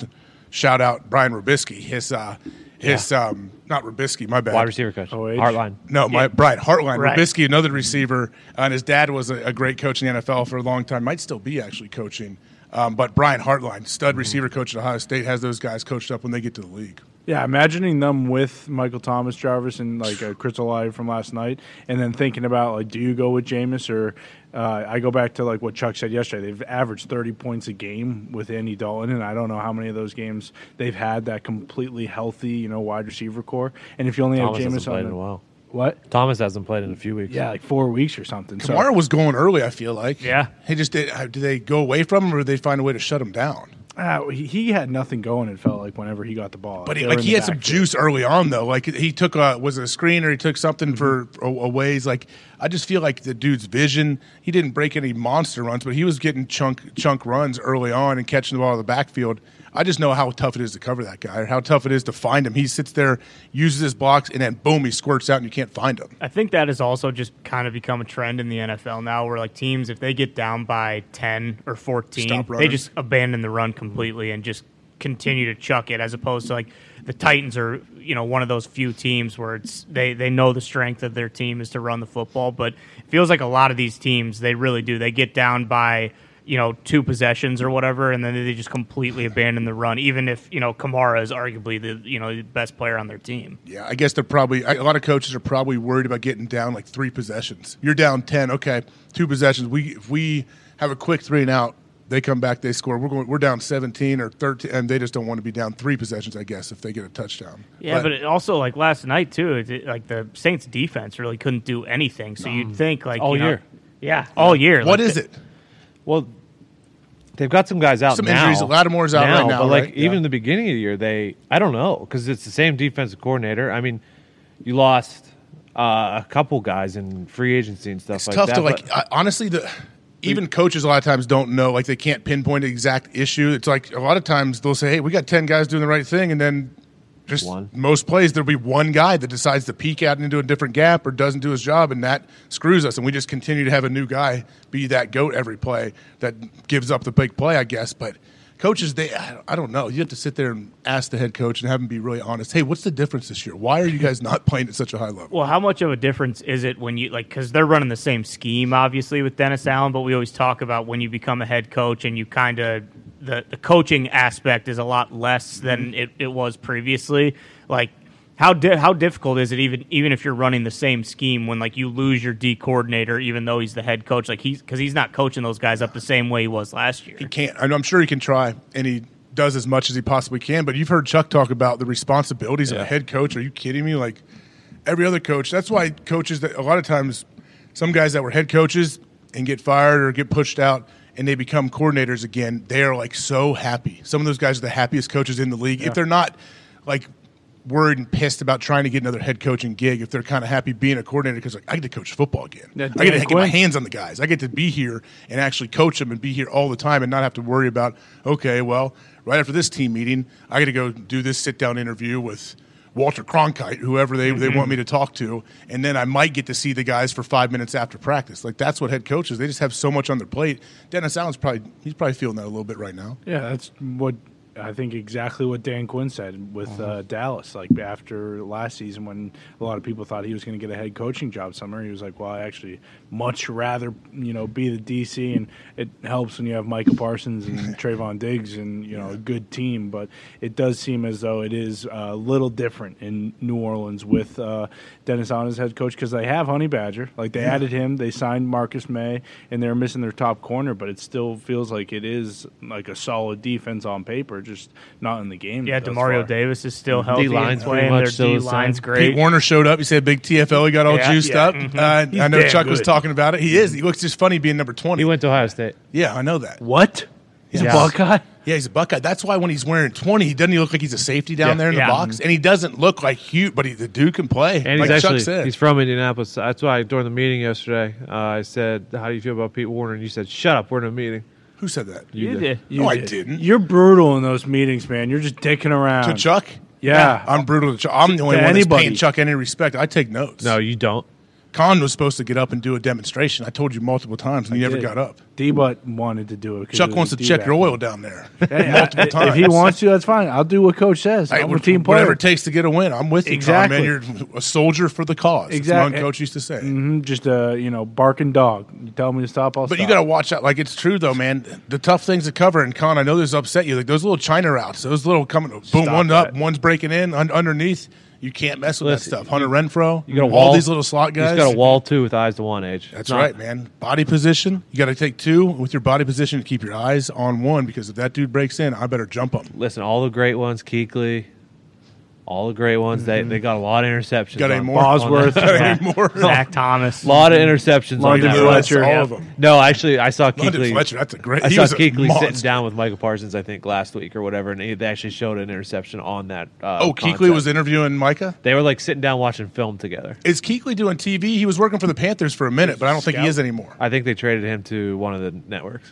Speaker 1: Shout out Brian Rubisky, his uh, his um, not Rubisky, my bad,
Speaker 4: Wide receiver coach.
Speaker 3: OH.
Speaker 4: Heartline.
Speaker 1: no, my Brian Hartline,
Speaker 2: Right.
Speaker 1: Rubisky, another receiver, Uh, and his dad was a, a great coach in the NFL for a long time. Might still be actually coaching, um, but Brian Hartline, stud receiver coach at Ohio State, has those guys coached up when they get to the league.
Speaker 3: Yeah, imagining them with Michael Thomas, Jarvis, and like a Chris Olave from last night, and then thinking about like, do you go with Jameis or uh, I go back to like what Chuck said yesterday. They've averaged thirty points a game with Andy Dalton, and I don't know how many of those games they've had that completely healthy, you know, wide receiver core. And if you only
Speaker 4: Thomas
Speaker 3: have
Speaker 4: hasn't
Speaker 3: Jameis on
Speaker 4: played in a
Speaker 3: the-
Speaker 4: while.
Speaker 3: what?
Speaker 4: Thomas hasn't played in a few weeks.
Speaker 3: Yeah, like four weeks or something. So-
Speaker 1: Kamara was going early. I feel like
Speaker 2: Yeah.
Speaker 1: He just did. uh, Did they go away from him, or did they find a way to shut him down?
Speaker 3: Uh, he- he had nothing going. It felt like whenever he got the ball,
Speaker 1: But he,
Speaker 3: They
Speaker 1: like
Speaker 3: were in
Speaker 1: he
Speaker 3: the
Speaker 1: had some
Speaker 3: backfield.
Speaker 1: juice early on though. Like he took a was it a screen or he took
Speaker 3: Mm-hmm.
Speaker 1: something for a, a ways. Like I just feel like the dude's vision. He didn't break any monster runs, but he was getting chunk chunk runs early on and catching the ball in the backfield. I just know how tough it is to cover that guy or how tough it is to find him. He sits there, uses his blocks, and then boom, he squirts out and you can't find him.
Speaker 2: I think that has also just kind of become a trend in the NFL now, where like teams, if they get down by ten or fourteen,
Speaker 1: Stop
Speaker 2: they
Speaker 1: running.
Speaker 2: just abandon the run completely and just continue to chuck it, as opposed to like the Titans are, you know, one of those few teams where it's they they know the strength of their team is to run the football, but it feels like a lot of these teams they really do. They get down by you know two possessions or whatever, and then they just completely abandon the run, even if you know Kamara is arguably the you know the best player on their team.
Speaker 1: Yeah, I guess they're probably a lot of coaches are probably worried about getting down like three possessions. You're down ten, okay, two possessions. We if we have a quick three and out, they come back, they score. We're going, we're down seventeen or thirteen, and they just don't want to be down three possessions. I guess if they get a touchdown.
Speaker 2: Yeah, but, it also like last night too, it, it- like the Saints defense really couldn't do anything. So you'd think like
Speaker 4: All
Speaker 2: you know-
Speaker 4: year.
Speaker 2: yeah, all year.
Speaker 1: what
Speaker 2: like,
Speaker 1: is it?
Speaker 4: Well, they've got some guys out
Speaker 1: Some
Speaker 4: now.
Speaker 1: injuries. Lattimore's out right now,
Speaker 4: But like
Speaker 1: right?
Speaker 4: even
Speaker 1: Yeah.
Speaker 4: in the beginning of the year, they I don't know because it's the same defensive coordinator. I mean, you lost uh, a couple guys in free agency and stuff
Speaker 1: It's
Speaker 4: like
Speaker 1: tough
Speaker 4: that.
Speaker 1: to
Speaker 4: but-
Speaker 1: like. I, honestly, the even coaches a lot of times don't know. Like they can't pinpoint the exact issue. It's like a lot of times they'll say, "Hey, we got ten guys doing the right thing," and then just
Speaker 4: One.
Speaker 1: most plays there'll be one guy that decides to peek out into a different gap or doesn't do his job, and that screws us. And we just continue to have a new guy be that goat every play that gives up the big play, I guess. But coaches, they I don't- I don't know. You have to sit there and ask the head coach and have him be really honest. Hey, what's the difference this year? Why are you guys not playing at such a high level?
Speaker 2: Well, how much of a difference is it when you like because they're running the same scheme, obviously, with Dennis Allen. But we always talk about when you become a head coach and you kind of the the coaching aspect is a lot less than it, it was previously. Like how di- how difficult is it even even if you're running the same scheme when like you lose your D coordinator, even though he's the head coach, like he's because he's not coaching those guys up the same way he was last year.
Speaker 1: he can't. I know- I'm sure he can try, and he does as much as he possibly can. But you've heard Chuck talk about the responsibilities of a
Speaker 4: Yeah.
Speaker 1: head coach. Are you kidding me? Like every other coach. That's why coaches that a lot of times, some guys that were head coaches and get fired or get pushed out. And they become coordinators again. They are like so happy. Some of those guys are the happiest coaches in the league. If they're not like worried and pissed about trying to get another head coaching gig, if they're kind of happy being a coordinator because like I get to coach football again,
Speaker 3: Yeah,
Speaker 1: I get to
Speaker 3: Dan
Speaker 1: get my
Speaker 3: Quinn.
Speaker 1: hands hands on the guys. I get to be here and actually coach them and be here all the time and not have to worry about, okay, well, right after this team meeting, I got to go do this sit down interview with Walter Cronkite, whoever they, they
Speaker 3: Mm-hmm.
Speaker 1: want me to talk to. And then I might get to see the guys for five minutes after practice. Like, that's what head coaches, they just have so much on their plate. Dennis Allen's probably, he's probably feeling that a little bit right now.
Speaker 3: Yeah, that's what I think exactly what Dan Quinn said with uh, Dallas. Like after last season, when a lot of people thought he was going to get a head coaching job somewhere, he was like, "Well, I actually much rather you know be the DC." And it helps when you have Michael Parsons and Trayvon Diggs and you know a good team. But it does seem as though it is uh, a little different in New Orleans with uh, Dennis on as head coach because they have Honey Badger. Like they added him, they signed Marcus May, and they're missing their top corner. But it still feels like it is like a solid defense on paper. just not in the game.
Speaker 2: Yeah,
Speaker 3: thus
Speaker 2: Demario
Speaker 3: far.
Speaker 2: Davis is still healthy. and
Speaker 4: line's pretty
Speaker 2: playing.
Speaker 4: much
Speaker 2: Their
Speaker 4: still
Speaker 2: D
Speaker 4: the same.
Speaker 2: line's
Speaker 1: Pete
Speaker 2: great.
Speaker 1: Warner showed up. He said big TFL. He E got all
Speaker 2: Yeah,
Speaker 1: juiced
Speaker 2: yeah,
Speaker 1: up. Uh, I know
Speaker 3: damn
Speaker 1: Chuck was
Speaker 3: good.
Speaker 1: talking about it. He is. He looks just funny being number
Speaker 4: He
Speaker 1: twenty.
Speaker 4: went to Ohio State.
Speaker 1: yeah, I know that.
Speaker 3: What?
Speaker 1: He's
Speaker 4: Yeah.
Speaker 1: a Buckeye.
Speaker 3: Buckeye?
Speaker 1: Yeah, he's a Buckeye. That's why when he's wearing twenty, he doesn't he look like he's a safety down
Speaker 4: Yeah.
Speaker 1: there in
Speaker 2: Yeah.
Speaker 1: the box, and he doesn't look like huge. But he, the dude can play.
Speaker 4: And
Speaker 1: like
Speaker 4: he's
Speaker 1: Chuck
Speaker 4: actually
Speaker 1: said,
Speaker 4: he's from Indianapolis. That's why during the meeting yesterday, uh, I said, "How do you feel about Pete Warner?" And you said, "Shut up, we're in a meeting."
Speaker 1: who said that?
Speaker 2: You
Speaker 4: You
Speaker 2: did.
Speaker 4: did.
Speaker 1: no, I didn't.
Speaker 3: You're brutal in those meetings, man. You're just dicking around.
Speaker 1: to Chuck,
Speaker 3: Yeah.
Speaker 1: I'm brutal to Chuck. I'm the only
Speaker 3: to
Speaker 1: one that's
Speaker 3: anybody.
Speaker 1: paying Chuck any respect. I take notes.
Speaker 4: No, you don't.
Speaker 1: Con was supposed to get up and do a demonstration. I told you multiple times, and he never
Speaker 3: did.
Speaker 1: got up.
Speaker 3: D Butt wanted to do it. 'cause
Speaker 1: Chuck
Speaker 3: he was
Speaker 1: wants
Speaker 3: a
Speaker 1: to check
Speaker 3: D-back.
Speaker 1: your oil down there.
Speaker 3: Hey, I-
Speaker 1: multiple
Speaker 3: if- If he
Speaker 1: times.
Speaker 3: wants to, that's fine. I'll do what coach says.
Speaker 1: Hey,
Speaker 3: I'm a
Speaker 1: what-
Speaker 3: team player.
Speaker 1: whatever it takes to get a win, I'm with you,
Speaker 3: Exactly.
Speaker 1: Tom, man. You're a soldier for the cause. That's what
Speaker 3: Exactly.
Speaker 1: my coach used to say.
Speaker 3: hmm just a you know barking dog. You tell me to stop, I'll
Speaker 1: But
Speaker 3: stop.
Speaker 1: you got to watch out. Like it's true though, man. The tough things to cover. And Con, I know this upset you. Like those little China routes, those little coming, boom, one
Speaker 3: that.
Speaker 1: up, one's breaking in un- underneath. You can't mess with
Speaker 4: Listen,
Speaker 1: that stuff. Hunter Renfro,
Speaker 4: You got a
Speaker 1: all
Speaker 4: wall.
Speaker 1: these little slot guys.
Speaker 4: He's got a wall too with eyes to one age.
Speaker 1: That's right, man. Body position. You got to take two with your body position to keep your eyes on one because if that dude breaks in, I better jump him.
Speaker 4: Listen, all the great ones, Keekly, all the great ones. They they got a lot of interceptions.
Speaker 1: Mhm. Got any
Speaker 4: on-
Speaker 1: more?
Speaker 3: Bosworth.
Speaker 1: Got
Speaker 2: Yeah.
Speaker 1: any more?
Speaker 2: Zach Thomas.
Speaker 4: A lot of interceptions.
Speaker 3: London
Speaker 4: on that
Speaker 1: That's
Speaker 3: Fletcher.
Speaker 1: all of them.
Speaker 4: one. No, actually, I saw
Speaker 1: London
Speaker 4: Keekly.
Speaker 1: Fletcher, that's a great.
Speaker 4: I
Speaker 1: he
Speaker 4: saw
Speaker 1: was a
Speaker 4: Keekly sitting
Speaker 1: monster.
Speaker 4: down with Michael Parsons, I think, last week or whatever, and he, they actually showed an interception on that. Uh,
Speaker 1: Oh, Keekly was interviewing Micah.
Speaker 4: They were like sitting down watching film together.
Speaker 1: Is Keekly doing TV? He was working for the Panthers for a minute, but I don't think he is anymore.
Speaker 4: I think they traded him to one of the networks.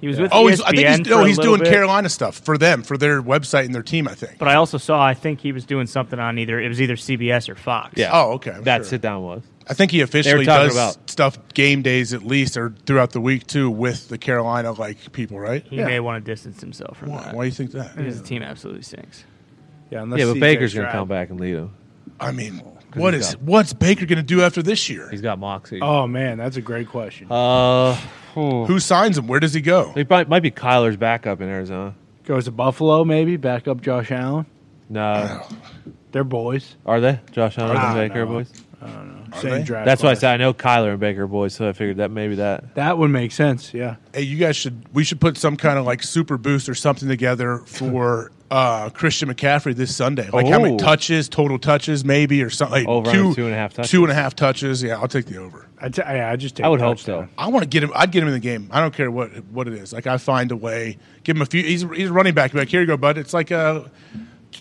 Speaker 2: He was with E
Speaker 1: Oh,
Speaker 2: ESPN
Speaker 1: he's, I think he's,
Speaker 2: for
Speaker 1: no,
Speaker 2: a
Speaker 1: he's
Speaker 2: little
Speaker 1: doing
Speaker 2: bit,
Speaker 1: Carolina stuff for them for their website and their team. I think.
Speaker 2: But I also saw. I think he was doing something on either. It was either CBS or Fox.
Speaker 4: Yeah.
Speaker 1: Oh, okay. I'm
Speaker 4: that
Speaker 1: sure.
Speaker 4: sit down was.
Speaker 1: I think he officially
Speaker 4: talking
Speaker 1: does
Speaker 4: about-
Speaker 1: stuff game days at least or throughout the week too with the Carolina like people, right?
Speaker 2: He may want to distance himself from
Speaker 1: Why,
Speaker 2: that.
Speaker 1: why do you think that?
Speaker 2: Because the team absolutely stinks.
Speaker 3: yeah,
Speaker 4: yeah, but Baker's going to come back and lead him.
Speaker 1: I mean, what
Speaker 4: he's
Speaker 1: is
Speaker 4: got-
Speaker 1: what's Baker going to do after this year?
Speaker 4: He's got moxie.
Speaker 3: Oh man, that's a great question.
Speaker 4: Uh, hmm.
Speaker 1: Who signs him? Where does he go?
Speaker 4: They might, might be Kyler's backup in Arizona.
Speaker 3: Goes to Buffalo, maybe back up Josh Allen.
Speaker 4: No,
Speaker 3: They're boys.
Speaker 4: are they Josh Allen
Speaker 3: I
Speaker 4: and
Speaker 3: don't
Speaker 4: Baker
Speaker 3: know.
Speaker 4: boys?
Speaker 3: Same
Speaker 1: they?
Speaker 3: draft.
Speaker 4: That's why I
Speaker 3: class.
Speaker 4: said I know Kyler and Baker boys, so I figured that maybe that.
Speaker 3: That would make sense. Yeah.
Speaker 1: Hey, you guys should we should put some kind of like super boost or something together for uh, Christian McCaffrey this Sunday. Like how many
Speaker 4: Oh.
Speaker 1: touches, total touches, maybe or something. Like
Speaker 4: Over
Speaker 1: two,
Speaker 4: under two and a half touches.
Speaker 1: Two and a half touches. Yeah, I'll take the over.
Speaker 3: I, t- I, I just. Take
Speaker 4: I would
Speaker 3: a
Speaker 4: hope
Speaker 3: touchdown.
Speaker 4: so.
Speaker 1: I want to get him. I'd get him in the game. I don't care what what it is. Like I find a way. Give him a few. He's he's a running back. Like here you go, bud. It's like a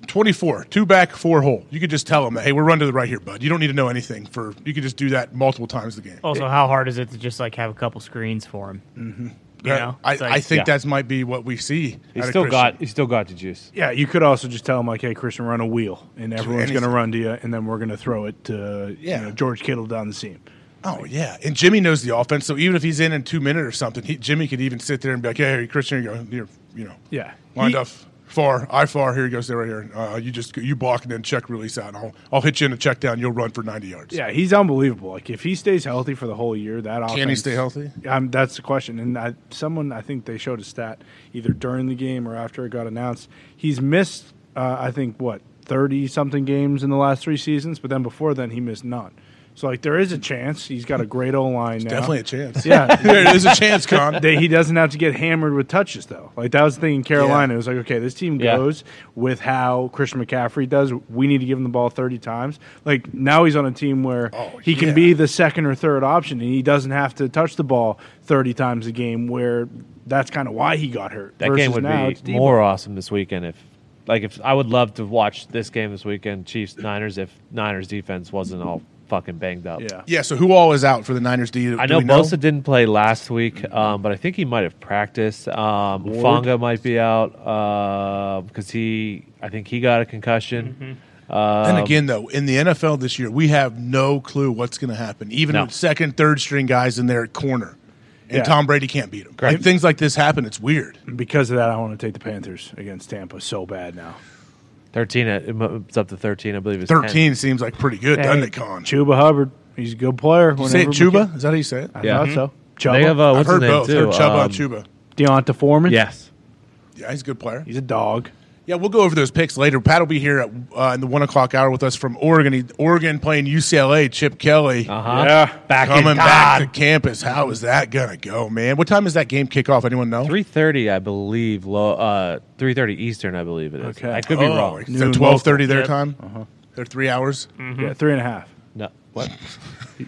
Speaker 1: twenty four, two back, four hole. You could just tell him, that, hey, we're running to the right here, bud. You don't need to know anything. For you could just do that multiple times the game.
Speaker 2: Also, how hard is it to just like have a couple screens for him? You know,
Speaker 1: Mm-hmm. I,
Speaker 2: It's like-
Speaker 1: I think
Speaker 4: Yeah.
Speaker 1: that's might be what we see.
Speaker 4: He
Speaker 1: out of
Speaker 4: still
Speaker 1: Christian.
Speaker 4: got he Uh, still got the juice.
Speaker 3: Yeah, you could also just tell him like, "Hey, Christian, run a wheel, and everyone's going to
Speaker 1: anything.
Speaker 3: run to you, and then we're going to throw it to
Speaker 1: Yeah.
Speaker 3: you know, George Kittle down the seam."
Speaker 1: Oh yeah, and Jimmy knows the offense. So even if he's in in two minutes or something, he, Jimmy could even sit there and be like, "Hey, Christian, you go, you're, you know,
Speaker 3: Yeah.
Speaker 1: lined
Speaker 3: He-
Speaker 1: up far, I far. Here he goes, there, right here. Uh, you just you block and then check release out. And I'll I'll hit you in a check down. You'll run for ninety yards.
Speaker 3: Yeah, he's unbelievable. Like if he stays healthy for the whole year, that offense
Speaker 1: Can he stay healthy?
Speaker 3: Um, that's the question. And I, someone I think they showed a stat either during the game or after it got announced. He's missed, uh, I think, what thirty something games in the last three seasons. But then before then, he missed none. So like there is a chance. He's got a great O line now.
Speaker 1: Definitely a chance.
Speaker 3: Yeah.
Speaker 1: there is a chance, Con.
Speaker 3: That he doesn't have to get hammered with touches though. Like that was the thing in Carolina. It was like, okay, this team
Speaker 4: Yeah.
Speaker 3: goes with how Christian McCaffrey does. We need to give him the ball thirty times. Like now he's on a team where
Speaker 1: Oh,
Speaker 3: he
Speaker 1: yeah.
Speaker 3: can be the second or third option, and he doesn't have to touch the ball thirty times a game. Where that's kind of why he got hurt.
Speaker 4: That
Speaker 3: Versus
Speaker 4: game would
Speaker 3: now, it's
Speaker 4: be
Speaker 3: Debo.
Speaker 4: more awesome this weekend if like if I would love to watch this game this weekend, Chiefs Niners if Niners defense wasn't all fucking banged up.
Speaker 3: Yeah.
Speaker 1: Yeah. So who all is out for the Niners? Do you?
Speaker 4: I
Speaker 1: do
Speaker 4: know
Speaker 1: we
Speaker 4: Bosa didn't play last week, um, but I think he might have practiced. Um, Fonga might be out because he, I think he got a concussion.
Speaker 1: And Mm-hmm.
Speaker 4: um,
Speaker 1: again, though, in the NFL this year, we have no clue what's going to happen. Even
Speaker 4: No.
Speaker 1: with second, third string guys in there at corner, and
Speaker 3: Yeah.
Speaker 1: Tom Brady can't beat them.
Speaker 4: Correct.
Speaker 1: If things like this happen, it's weird.
Speaker 3: because of that. I want to take the Panthers against Tampa so bad now.
Speaker 4: Thirteen, uh, it- it's up to thirteen, I believe. It's 10.
Speaker 1: Thirteen seems like pretty good, doesn't
Speaker 3: Hey,
Speaker 1: it, Con?
Speaker 3: Chuba Hubbard, he's a good player.
Speaker 1: You say it
Speaker 3: whenever
Speaker 1: Chuba? Is that how you say it?
Speaker 3: McCa- I
Speaker 4: Yeah.
Speaker 3: thought
Speaker 4: Mhm.
Speaker 3: so.
Speaker 4: They have
Speaker 3: Chuba,
Speaker 4: uh,
Speaker 1: I've
Speaker 4: what's
Speaker 1: heard
Speaker 4: his name
Speaker 1: both.
Speaker 4: too?
Speaker 1: Heard Chuba,
Speaker 4: Um,
Speaker 1: Chuba.
Speaker 3: Deonta Foreman.
Speaker 4: Yes,
Speaker 1: Yeah, he's a good player.
Speaker 3: he's a dog.
Speaker 1: Yeah, we'll go over those picks later. Pat will be here at, uh, in the one o'clock hour with us from Oregon. He, Oregon playing UCLA. Chip Kelly
Speaker 4: Uh-huh.
Speaker 3: Yeah.
Speaker 2: Back in
Speaker 1: coming back
Speaker 2: God.
Speaker 1: to campus. How is that gonna go, man? What time is that game kickoff? Anyone know?
Speaker 4: Three thirty, I believe. Low, uh, three thirty Eastern, I believe it is.
Speaker 3: Okay.
Speaker 4: I could be
Speaker 1: Oh,
Speaker 4: wrong.
Speaker 1: Is it twelve thirty their time? They're three hours.
Speaker 3: Uh-huh. Yeah, three and a half.
Speaker 4: No.
Speaker 1: What?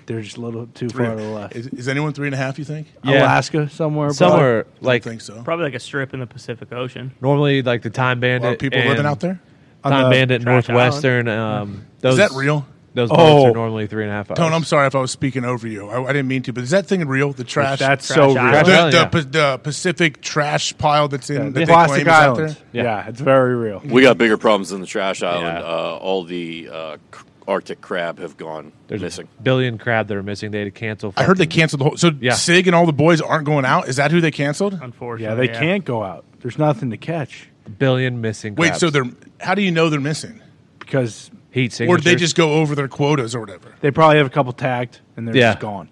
Speaker 3: They're just a little too far to the left.
Speaker 1: Is, is anyone three and a half? You think?
Speaker 4: Yeah.
Speaker 3: Alaska somewhere. probably.
Speaker 4: Somewhere like
Speaker 1: I think so.
Speaker 2: Probably like a strip in the Pacific Ocean.
Speaker 4: normally, like the Time
Speaker 1: A lot
Speaker 4: Bandit.
Speaker 1: of people living
Speaker 4: and-
Speaker 1: out there.
Speaker 3: On
Speaker 4: Time
Speaker 3: the
Speaker 4: Bandit,
Speaker 2: Trash
Speaker 4: Northwestern. Um,
Speaker 1: Is
Speaker 4: those,
Speaker 1: that real?
Speaker 4: Those
Speaker 3: Oh.
Speaker 4: boats are normally three and a half hours.
Speaker 1: Tone, I'm sorry if I was speaking over you. I, I didn't mean to, but is that thing real? The trash.
Speaker 3: That's
Speaker 2: Trash
Speaker 3: so real.
Speaker 2: island.
Speaker 1: the,
Speaker 4: Island,
Speaker 1: the,
Speaker 4: yeah.
Speaker 1: pa- the Pacific trash pile that's in that
Speaker 3: The
Speaker 1: they
Speaker 3: plastic
Speaker 1: claim is out
Speaker 3: islands.
Speaker 1: there?
Speaker 4: Yeah.
Speaker 3: Yeah. it's very real.
Speaker 5: We got bigger problems than the trash island.
Speaker 4: Yeah.
Speaker 5: Uh, all the uh, c- Arctic crab have gone
Speaker 4: There's
Speaker 5: missing.
Speaker 4: a billion crab that are missing. They had to cancel.
Speaker 1: I heard they canceled the whole. So
Speaker 4: Yeah.
Speaker 1: Sig and all the boys aren't going out. Is that who they canceled?
Speaker 2: Unfortunately,
Speaker 3: Yeah, they can't go out. There's nothing to catch
Speaker 4: a billion missing.
Speaker 1: Wait,
Speaker 4: crabs.
Speaker 1: so they're how do you know they're missing?
Speaker 3: because
Speaker 4: heat
Speaker 1: Or
Speaker 4: signatures.
Speaker 1: did they just go over their quotas or whatever?
Speaker 3: they probably have a couple tagged and they're
Speaker 4: Yeah.
Speaker 3: just gone.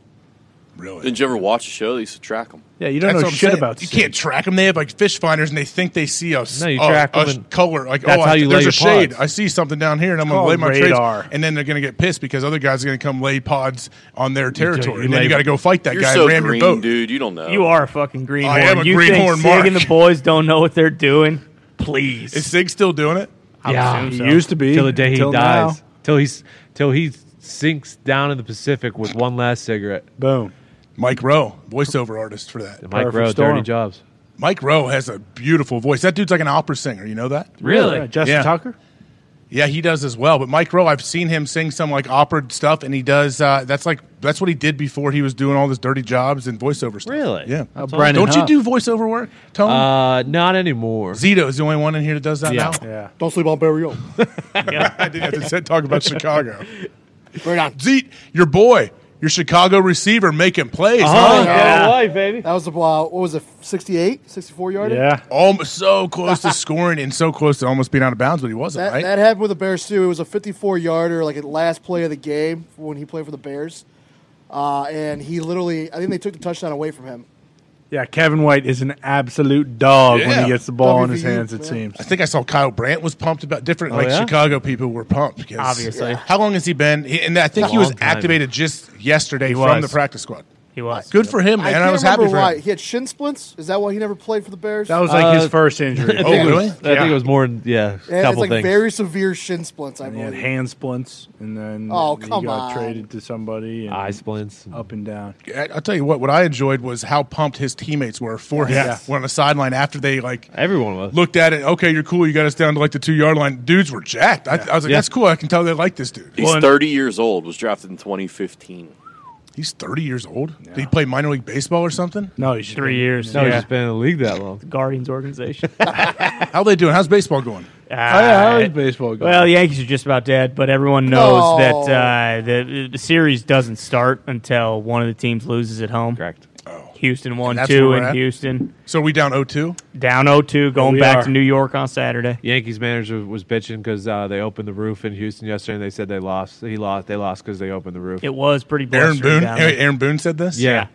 Speaker 1: Really?
Speaker 5: Didn't you ever watch a show? They used to track them.
Speaker 3: Yeah, you don't
Speaker 1: That's
Speaker 3: know
Speaker 1: what I'm
Speaker 3: shit
Speaker 1: saying.
Speaker 3: about.
Speaker 1: You
Speaker 3: sea.
Speaker 1: can't track them. They have like fish finders, and they think they see a, s-
Speaker 4: No, you
Speaker 1: a-
Speaker 4: track
Speaker 1: a
Speaker 4: 'em
Speaker 1: s-
Speaker 4: and-
Speaker 1: color. Like,
Speaker 4: That's
Speaker 1: oh,
Speaker 4: how
Speaker 1: I-
Speaker 4: you
Speaker 1: there's
Speaker 4: lay
Speaker 1: a
Speaker 4: your
Speaker 1: shade.
Speaker 4: pods.
Speaker 1: I see something down here, and I'm going to
Speaker 3: called
Speaker 1: lay my
Speaker 3: radar.
Speaker 1: trades. And then they're going to get pissed because other guys are going to come lay pods on their territory.
Speaker 3: you
Speaker 1: and then
Speaker 3: lay-
Speaker 1: you got to go fight that
Speaker 5: You're
Speaker 1: guy
Speaker 5: so
Speaker 1: and ram
Speaker 5: green,
Speaker 1: your boat.
Speaker 5: dude. You don't know.
Speaker 2: You are a fucking greenhorn.
Speaker 1: I am a
Speaker 2: you
Speaker 1: greenhorn,
Speaker 2: think Sig and
Speaker 1: Mark.
Speaker 2: the boys don't know what they're doing? Please.
Speaker 1: Is Sig still doing it?
Speaker 2: I would
Speaker 4: Yeah.
Speaker 2: assume
Speaker 3: It
Speaker 2: so.
Speaker 3: used to be
Speaker 4: till the day he
Speaker 3: till now.
Speaker 4: dies? Till he's till he sinks down in the Pacific with one last cigarette.
Speaker 3: Boom.
Speaker 1: Mike Rowe, voiceover artist for that.
Speaker 4: Mike
Speaker 3: Perfect
Speaker 4: Rowe, Dirty
Speaker 3: storm.
Speaker 4: Jobs.
Speaker 1: Mike Rowe has a beautiful voice. That dude's like an opera singer. You know that?
Speaker 4: Really?
Speaker 3: Yeah, Justin
Speaker 1: Yeah.
Speaker 3: Tucker.
Speaker 1: Yeah, he does as well. But Mike Rowe, I've seen him sing some like opera stuff, and he does. Uh, that's like that's what he did before he was doing all this dirty jobs and voiceover stuff.
Speaker 4: Really?
Speaker 1: Yeah.
Speaker 3: Uh, Brendan
Speaker 1: Don't you do voiceover work, Tony?
Speaker 4: Uh, not anymore.
Speaker 1: Zito is the only one in here that does that
Speaker 4: Yeah.
Speaker 1: now.
Speaker 3: Yeah.
Speaker 8: Don't sleep on Barry O.
Speaker 1: I didn't have to say- talk about Chicago.
Speaker 8: Right on.
Speaker 1: Zeke, your boy, your Chicago receiver making plays.
Speaker 4: Oh,
Speaker 1: huh?
Speaker 4: yeah. away, baby.
Speaker 8: That was the uh, what was it? 68, 64 yarder.
Speaker 3: Yeah.
Speaker 1: Almost so Oh, close to scoring and so close to almost being out of bounds, but he wasn't,
Speaker 8: That,
Speaker 1: right?
Speaker 8: that happened with the Bears too. It was a 54 yarder, like at last play of the game when he played for the Bears, uh, and he literally, I think they took the touchdown away from him.
Speaker 3: Yeah. Kevin White is an absolute dog when
Speaker 1: Yeah.
Speaker 3: he gets the ball in his
Speaker 8: WVU,
Speaker 3: hands. It
Speaker 8: man.
Speaker 3: seems.
Speaker 1: I think I saw Kyle Brandt was pumped about different like
Speaker 4: Oh, yeah?
Speaker 1: Chicago people were pumped because
Speaker 2: Obviously.
Speaker 1: How long has he been? He- And I think he was
Speaker 4: long time.
Speaker 1: activated just yesterday from
Speaker 2: was.
Speaker 1: the practice squad.
Speaker 2: He was.
Speaker 1: Good for him,
Speaker 8: I
Speaker 1: man.
Speaker 8: can't
Speaker 1: I, was
Speaker 8: remember
Speaker 1: happy for
Speaker 8: why
Speaker 1: him.
Speaker 8: he had shin splints. Is that why he never played for the Bears?
Speaker 3: That was like
Speaker 4: Uh,
Speaker 3: his first injury.
Speaker 1: Oh, really?
Speaker 4: I think it was more. than- Yeah,
Speaker 8: And it's
Speaker 4: couple
Speaker 8: like
Speaker 4: things.
Speaker 8: very severe shin splints. I
Speaker 3: And he had
Speaker 8: believe.
Speaker 3: hand splints, and then
Speaker 8: Oh,
Speaker 3: he
Speaker 8: come
Speaker 3: got
Speaker 8: on.
Speaker 3: traded to somebody. And
Speaker 4: Eye splints. and-
Speaker 3: up and down.
Speaker 1: I- I'll tell you what. What I enjoyed was how pumped his teammates were for him.
Speaker 3: Yes.
Speaker 1: When on the sideline after they like
Speaker 4: Everyone was.
Speaker 1: looked at it. Okay, you're cool. You got us down to like the two yard line. Dudes were jacked. I, I was like,
Speaker 4: Yeah.
Speaker 1: that's cool. I can tell they like this dude.
Speaker 5: He's
Speaker 3: Well, and-
Speaker 5: 30 years old. Was drafted in 2015.
Speaker 1: He's 30 years old. Did he play minor league baseball or something?
Speaker 3: No, he's just
Speaker 2: Three years.
Speaker 4: no,
Speaker 2: yeah.
Speaker 4: he's just been in the league that long.
Speaker 2: Guardians organization.
Speaker 1: How they doing? How's baseball going?
Speaker 3: Oh, yeah, how is baseball going?
Speaker 2: Uh, Well, the Yankees are just about dead, but everyone knows
Speaker 8: Oh.
Speaker 2: that uh, the, the series doesn't start until one of the teams loses at home.
Speaker 4: Correct.
Speaker 2: Houston won
Speaker 1: Oh. And that's where
Speaker 2: two
Speaker 1: we're
Speaker 2: in
Speaker 1: at?
Speaker 2: Houston,
Speaker 1: So are we down 0-2?
Speaker 2: down 0-2, going
Speaker 3: we
Speaker 2: back
Speaker 3: are.
Speaker 2: to New York on Saturday.
Speaker 4: Yankees manager was bitching because uh, they opened the roof in Houston yesterday, and they said they lost. He lost. They lost because they opened the roof.
Speaker 2: It was pretty
Speaker 1: Aaron
Speaker 2: blustery
Speaker 1: Boone.
Speaker 2: down there.
Speaker 1: Aaron Boone said this.
Speaker 4: yeah.
Speaker 2: yeah.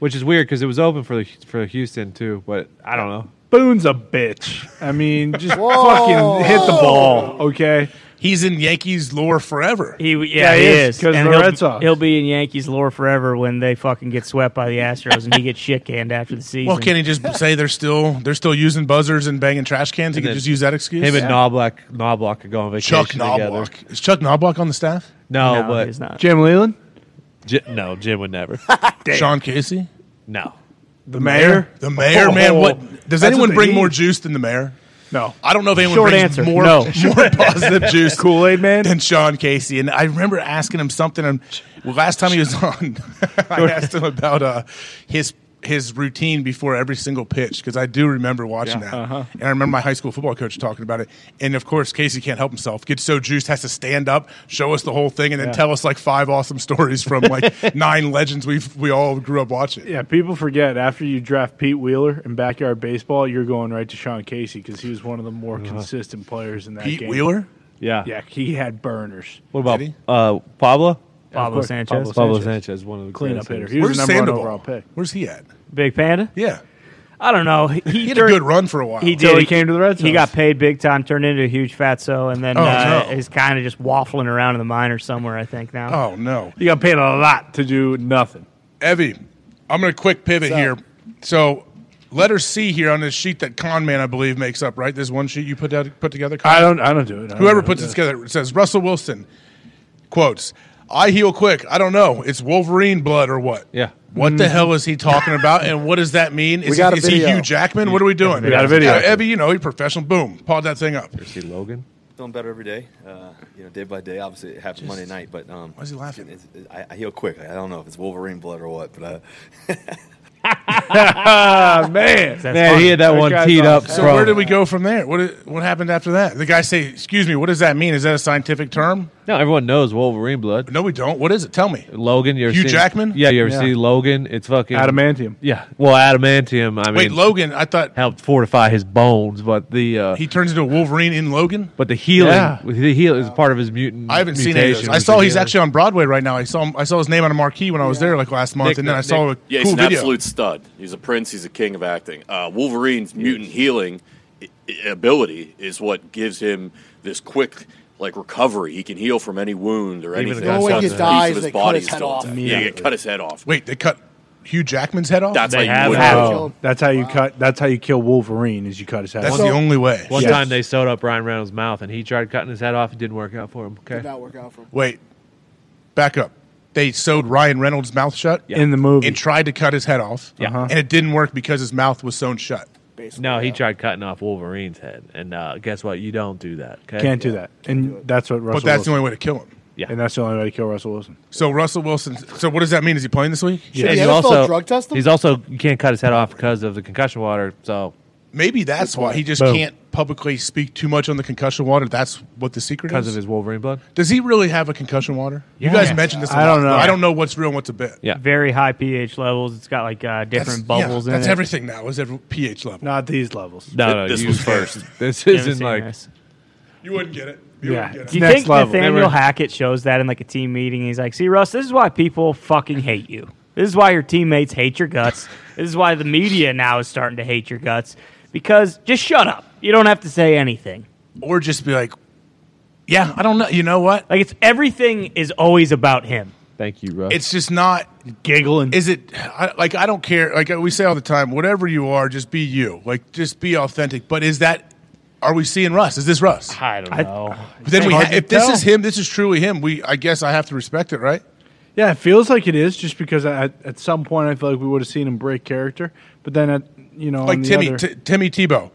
Speaker 4: which is weird because it was open for the, for Houston too. But I don't know.
Speaker 3: Boone's a bitch. I mean, just
Speaker 8: Whoa.
Speaker 3: fucking hit the ball, okay?
Speaker 1: He's in Yankees lore forever.
Speaker 2: He, yeah,
Speaker 3: Yeah,
Speaker 2: he,
Speaker 3: he
Speaker 2: is.
Speaker 3: is, 'cause
Speaker 2: And
Speaker 3: the
Speaker 2: he'll,
Speaker 3: Red Sox.
Speaker 2: he'll be in Yankees lore forever when they fucking get swept by the Astros and he gets shit canned after the season.
Speaker 1: Well, can he just say they're still they're still using buzzers and banging trash cans? He
Speaker 4: then
Speaker 1: could just use that excuse.
Speaker 4: Him and Knobloch, Knobloch could go on vacation
Speaker 1: Chuck
Speaker 4: together.
Speaker 1: Knobloch. Is Chuck Knobloch on the staff?
Speaker 4: No,
Speaker 2: no,
Speaker 4: but
Speaker 2: he's not.
Speaker 3: Jim Leland?
Speaker 4: Ji- no, Jim would never.
Speaker 1: Sean Casey,
Speaker 4: no,
Speaker 3: The mayor?
Speaker 1: the mayor,
Speaker 3: Oh,
Speaker 1: man. What does
Speaker 3: that's
Speaker 1: anyone
Speaker 3: what
Speaker 1: bring
Speaker 3: they
Speaker 1: more
Speaker 3: need.
Speaker 1: juice than the mayor?
Speaker 3: No.
Speaker 1: I don't know if anyone
Speaker 2: Short
Speaker 1: brings
Speaker 2: answer,
Speaker 1: more
Speaker 2: no.
Speaker 1: more positive juice
Speaker 3: Kool Aid Man?
Speaker 1: than Sean Casey. And I remember asking him something. And well, last time he was on, I asked him about uh, his his routine before every single pitch because I do remember watching that.
Speaker 3: uh-huh.
Speaker 1: And I remember my high school football coach talking about it. And of course, Casey can't help himself. Gets so juiced, has to stand up, show us the whole thing, and then tell us like five awesome stories from like nine legends we have we all grew up watching.
Speaker 3: Yeah, people forget after you draft Pete Wheeler in backyard baseball, you're going right to Sean Casey because he was one of the more consistent players in that
Speaker 1: Pete
Speaker 3: game.
Speaker 1: Wheeler.
Speaker 4: Uh-huh. yeah,
Speaker 3: Yeah, he had burners.
Speaker 4: What about
Speaker 1: Did he?
Speaker 4: uh, Pablo?
Speaker 2: Pablo
Speaker 3: course,
Speaker 2: Sanchez.
Speaker 3: Pablo
Speaker 4: Pablo
Speaker 3: Sanchez.
Speaker 4: Sanchez, one of the
Speaker 3: Cleanup
Speaker 4: greatest
Speaker 3: hitter.
Speaker 4: hitters.
Speaker 3: He was the number one
Speaker 1: Sandoval?
Speaker 3: overall pick.
Speaker 1: Where's he at?
Speaker 2: Big Panda?
Speaker 1: Yeah.
Speaker 2: I don't know. He,
Speaker 1: He had a good run for a while.
Speaker 2: He did.
Speaker 3: Till he came to the Red Sox.
Speaker 2: He got paid big time, turned into a huge fatso, and then
Speaker 1: Oh,
Speaker 2: uh,
Speaker 1: no.
Speaker 2: is kind of just waffling around in the minors somewhere. I think now.
Speaker 1: Oh no,
Speaker 3: You got paid a lot to do nothing.
Speaker 1: Evie, I'm going to quick pivot here. So, letter C here on this sheet that Con Man I believe makes up. Right, this one sheet you put out, put together. Con?
Speaker 3: I don't. I don't do it. I don't
Speaker 1: Whoever
Speaker 3: do
Speaker 1: puts it
Speaker 3: it.
Speaker 1: together it says Russell Wilson quotes. I heal quick. I don't know. It's Wolverine blood or what?
Speaker 4: Yeah.
Speaker 1: What
Speaker 3: Mm.
Speaker 1: the hell is he talking about? And what does that mean? Is,
Speaker 8: got a
Speaker 1: he, is he
Speaker 8: video.
Speaker 1: Hugh Jackman? What are we doing?
Speaker 3: We got a video.
Speaker 1: Uh, Evie, you know, he professional. Boom, pawed that thing up. Why
Speaker 4: See Logan.
Speaker 9: feeling better every day. Uh, you know, day by day. Obviously, it happened Monday night, but um,
Speaker 1: is he laughing?
Speaker 9: it's, I, I heal quick. I don't know if it's Wolverine blood or what, but uh,
Speaker 3: Ah man,
Speaker 2: That's
Speaker 4: Man,
Speaker 2: funny.
Speaker 4: he had that
Speaker 3: That
Speaker 4: one
Speaker 3: guy's
Speaker 4: teed up.
Speaker 3: awesome.
Speaker 1: So
Speaker 4: from-
Speaker 1: where did we go from there? What i- what happened after that? The guy say, "Excuse me, what does that mean? Is that a scientific term?"
Speaker 4: No, everyone knows Wolverine blood.
Speaker 1: No, we don't. What is it? Tell me.
Speaker 4: Logan, you ever
Speaker 1: Hugh
Speaker 4: seen-
Speaker 1: Jackman?
Speaker 4: Yeah, you ever
Speaker 3: Yeah.
Speaker 4: see Logan? It's fucking
Speaker 3: adamantium.
Speaker 4: Yeah, well, adamantium. I mean,
Speaker 1: Wait, Logan. I thought
Speaker 4: helped fortify his bones, but the uh,
Speaker 1: he turns into a Wolverine in Logan.
Speaker 4: but the healing,
Speaker 3: Yeah.
Speaker 4: the heal is part of his mutant.
Speaker 1: I haven't seen any of
Speaker 4: mutation
Speaker 1: those. I
Speaker 4: was
Speaker 1: saw
Speaker 4: the
Speaker 1: he's
Speaker 4: healing.
Speaker 1: actually on Broadway right now. I saw him, I saw his name on a marquee when I was there like last month,
Speaker 4: Nick-
Speaker 1: and then I saw a
Speaker 5: Yeah, he's
Speaker 1: cool
Speaker 5: an
Speaker 1: video.
Speaker 5: absolute stud. He's a prince. He's a king of acting. Uh, Wolverine's mutant healing i- i- ability is what gives him this quick like recovery. He can heal from any wound or
Speaker 4: Even if
Speaker 5: anything.
Speaker 4: the
Speaker 5: It's
Speaker 4: guy
Speaker 5: not
Speaker 4: dies,
Speaker 8: they
Speaker 5: just a piece
Speaker 8: cut
Speaker 5: of
Speaker 8: his
Speaker 5: body
Speaker 8: head
Speaker 5: still
Speaker 8: off.
Speaker 5: intact. Yeah, you cut his head off.
Speaker 1: Wait, they cut Hugh Jackman's head off.
Speaker 5: That's
Speaker 2: They
Speaker 5: how
Speaker 2: have
Speaker 5: you would.
Speaker 2: had
Speaker 8: Oh.
Speaker 5: do it.
Speaker 8: Kill him.
Speaker 3: That's how you cut. That's how you kill Wolverine. Is you cut his head.
Speaker 1: That's
Speaker 3: off.
Speaker 1: the only way.
Speaker 4: One
Speaker 3: Yes.
Speaker 4: time they sewed up Ryan Reynolds' mouth, and he tried cutting his head off. It didn't work out for him. Okay,
Speaker 8: Did not work out for him.
Speaker 1: Wait, back up. They sewed Ryan Reynolds' mouth shut
Speaker 3: in the movie.
Speaker 1: and tried to cut his head off,
Speaker 4: Yeah.
Speaker 1: and it didn't work because his mouth was sewn shut.
Speaker 8: Basically,
Speaker 4: no, he
Speaker 8: yeah.
Speaker 4: tried cutting off Wolverine's head, and uh, guess what? You don't do that. Okay,
Speaker 3: Can't do that. And that's what Russell.
Speaker 1: but that's the
Speaker 3: Wilson.
Speaker 1: only way to kill him.
Speaker 4: Yeah,
Speaker 3: And that's the only way to kill Russell Wilson.
Speaker 1: So Russell Wilson. So what does that mean? Is he playing this week?
Speaker 8: Should the NFL drug test him?
Speaker 4: he's also you can't cut his head off because of the concussion water. So
Speaker 1: Maybe that's why he just
Speaker 3: Boom.
Speaker 1: can't publicly speak too much on the concussion water. That's what the secret
Speaker 4: because
Speaker 1: is.
Speaker 4: of his Wolverine blood.
Speaker 1: Does he really have a concussion water? You
Speaker 4: Yeah.
Speaker 1: guys
Speaker 4: Yeah.
Speaker 1: mentioned this. I
Speaker 3: I don't know.
Speaker 1: I don't know what's real and what's a bit.
Speaker 4: Yeah.
Speaker 2: Very high pH levels. It's got like uh,
Speaker 1: That's-
Speaker 2: different
Speaker 1: yeah,
Speaker 2: bubbles in
Speaker 1: that's
Speaker 2: it.
Speaker 1: everything now. Is every pH level?
Speaker 3: Not these levels.
Speaker 4: No,
Speaker 5: Th-
Speaker 4: no,
Speaker 5: this
Speaker 4: you
Speaker 5: was
Speaker 4: can't.
Speaker 5: first.
Speaker 4: This
Speaker 2: You haven't
Speaker 4: isn't
Speaker 2: seen
Speaker 4: like
Speaker 2: this.
Speaker 1: You wouldn't get it. You
Speaker 3: Yeah.
Speaker 1: wouldn't
Speaker 2: Do
Speaker 1: get
Speaker 2: you
Speaker 1: it.
Speaker 3: Next
Speaker 2: think
Speaker 3: level.
Speaker 2: Nathaniel
Speaker 3: They were-
Speaker 2: Hackett shows that in like a team meeting? He's like, "See, Russ, this is why people fucking hate you. This is why your teammates hate your guts. this is why the media now is starting to hate your guts because just shut up. You don't have to say anything.
Speaker 1: Or just be like, yeah, I don't know. You know what?
Speaker 2: Like it's everything is always about him.
Speaker 4: thank you, Russ.
Speaker 1: It's just not.
Speaker 3: Giggling.
Speaker 1: Is it I, like I don't care? Like we say all the time, whatever you are, just be you. Like just be authentic. But is that? Are we seeing Russ? Is this Russ?
Speaker 4: I don't know.
Speaker 1: But then we,
Speaker 3: hard
Speaker 1: ha-
Speaker 3: to
Speaker 1: if this
Speaker 3: tell.
Speaker 1: is him, this is truly him. We, I guess, I have to respect it, right?
Speaker 3: Yeah, it feels like it is, just because I, at- at some point I feel like we would have seen him break character, but then at you know, on
Speaker 1: like
Speaker 3: the
Speaker 1: Timmy,
Speaker 3: other-
Speaker 1: T- Timmy Tebow.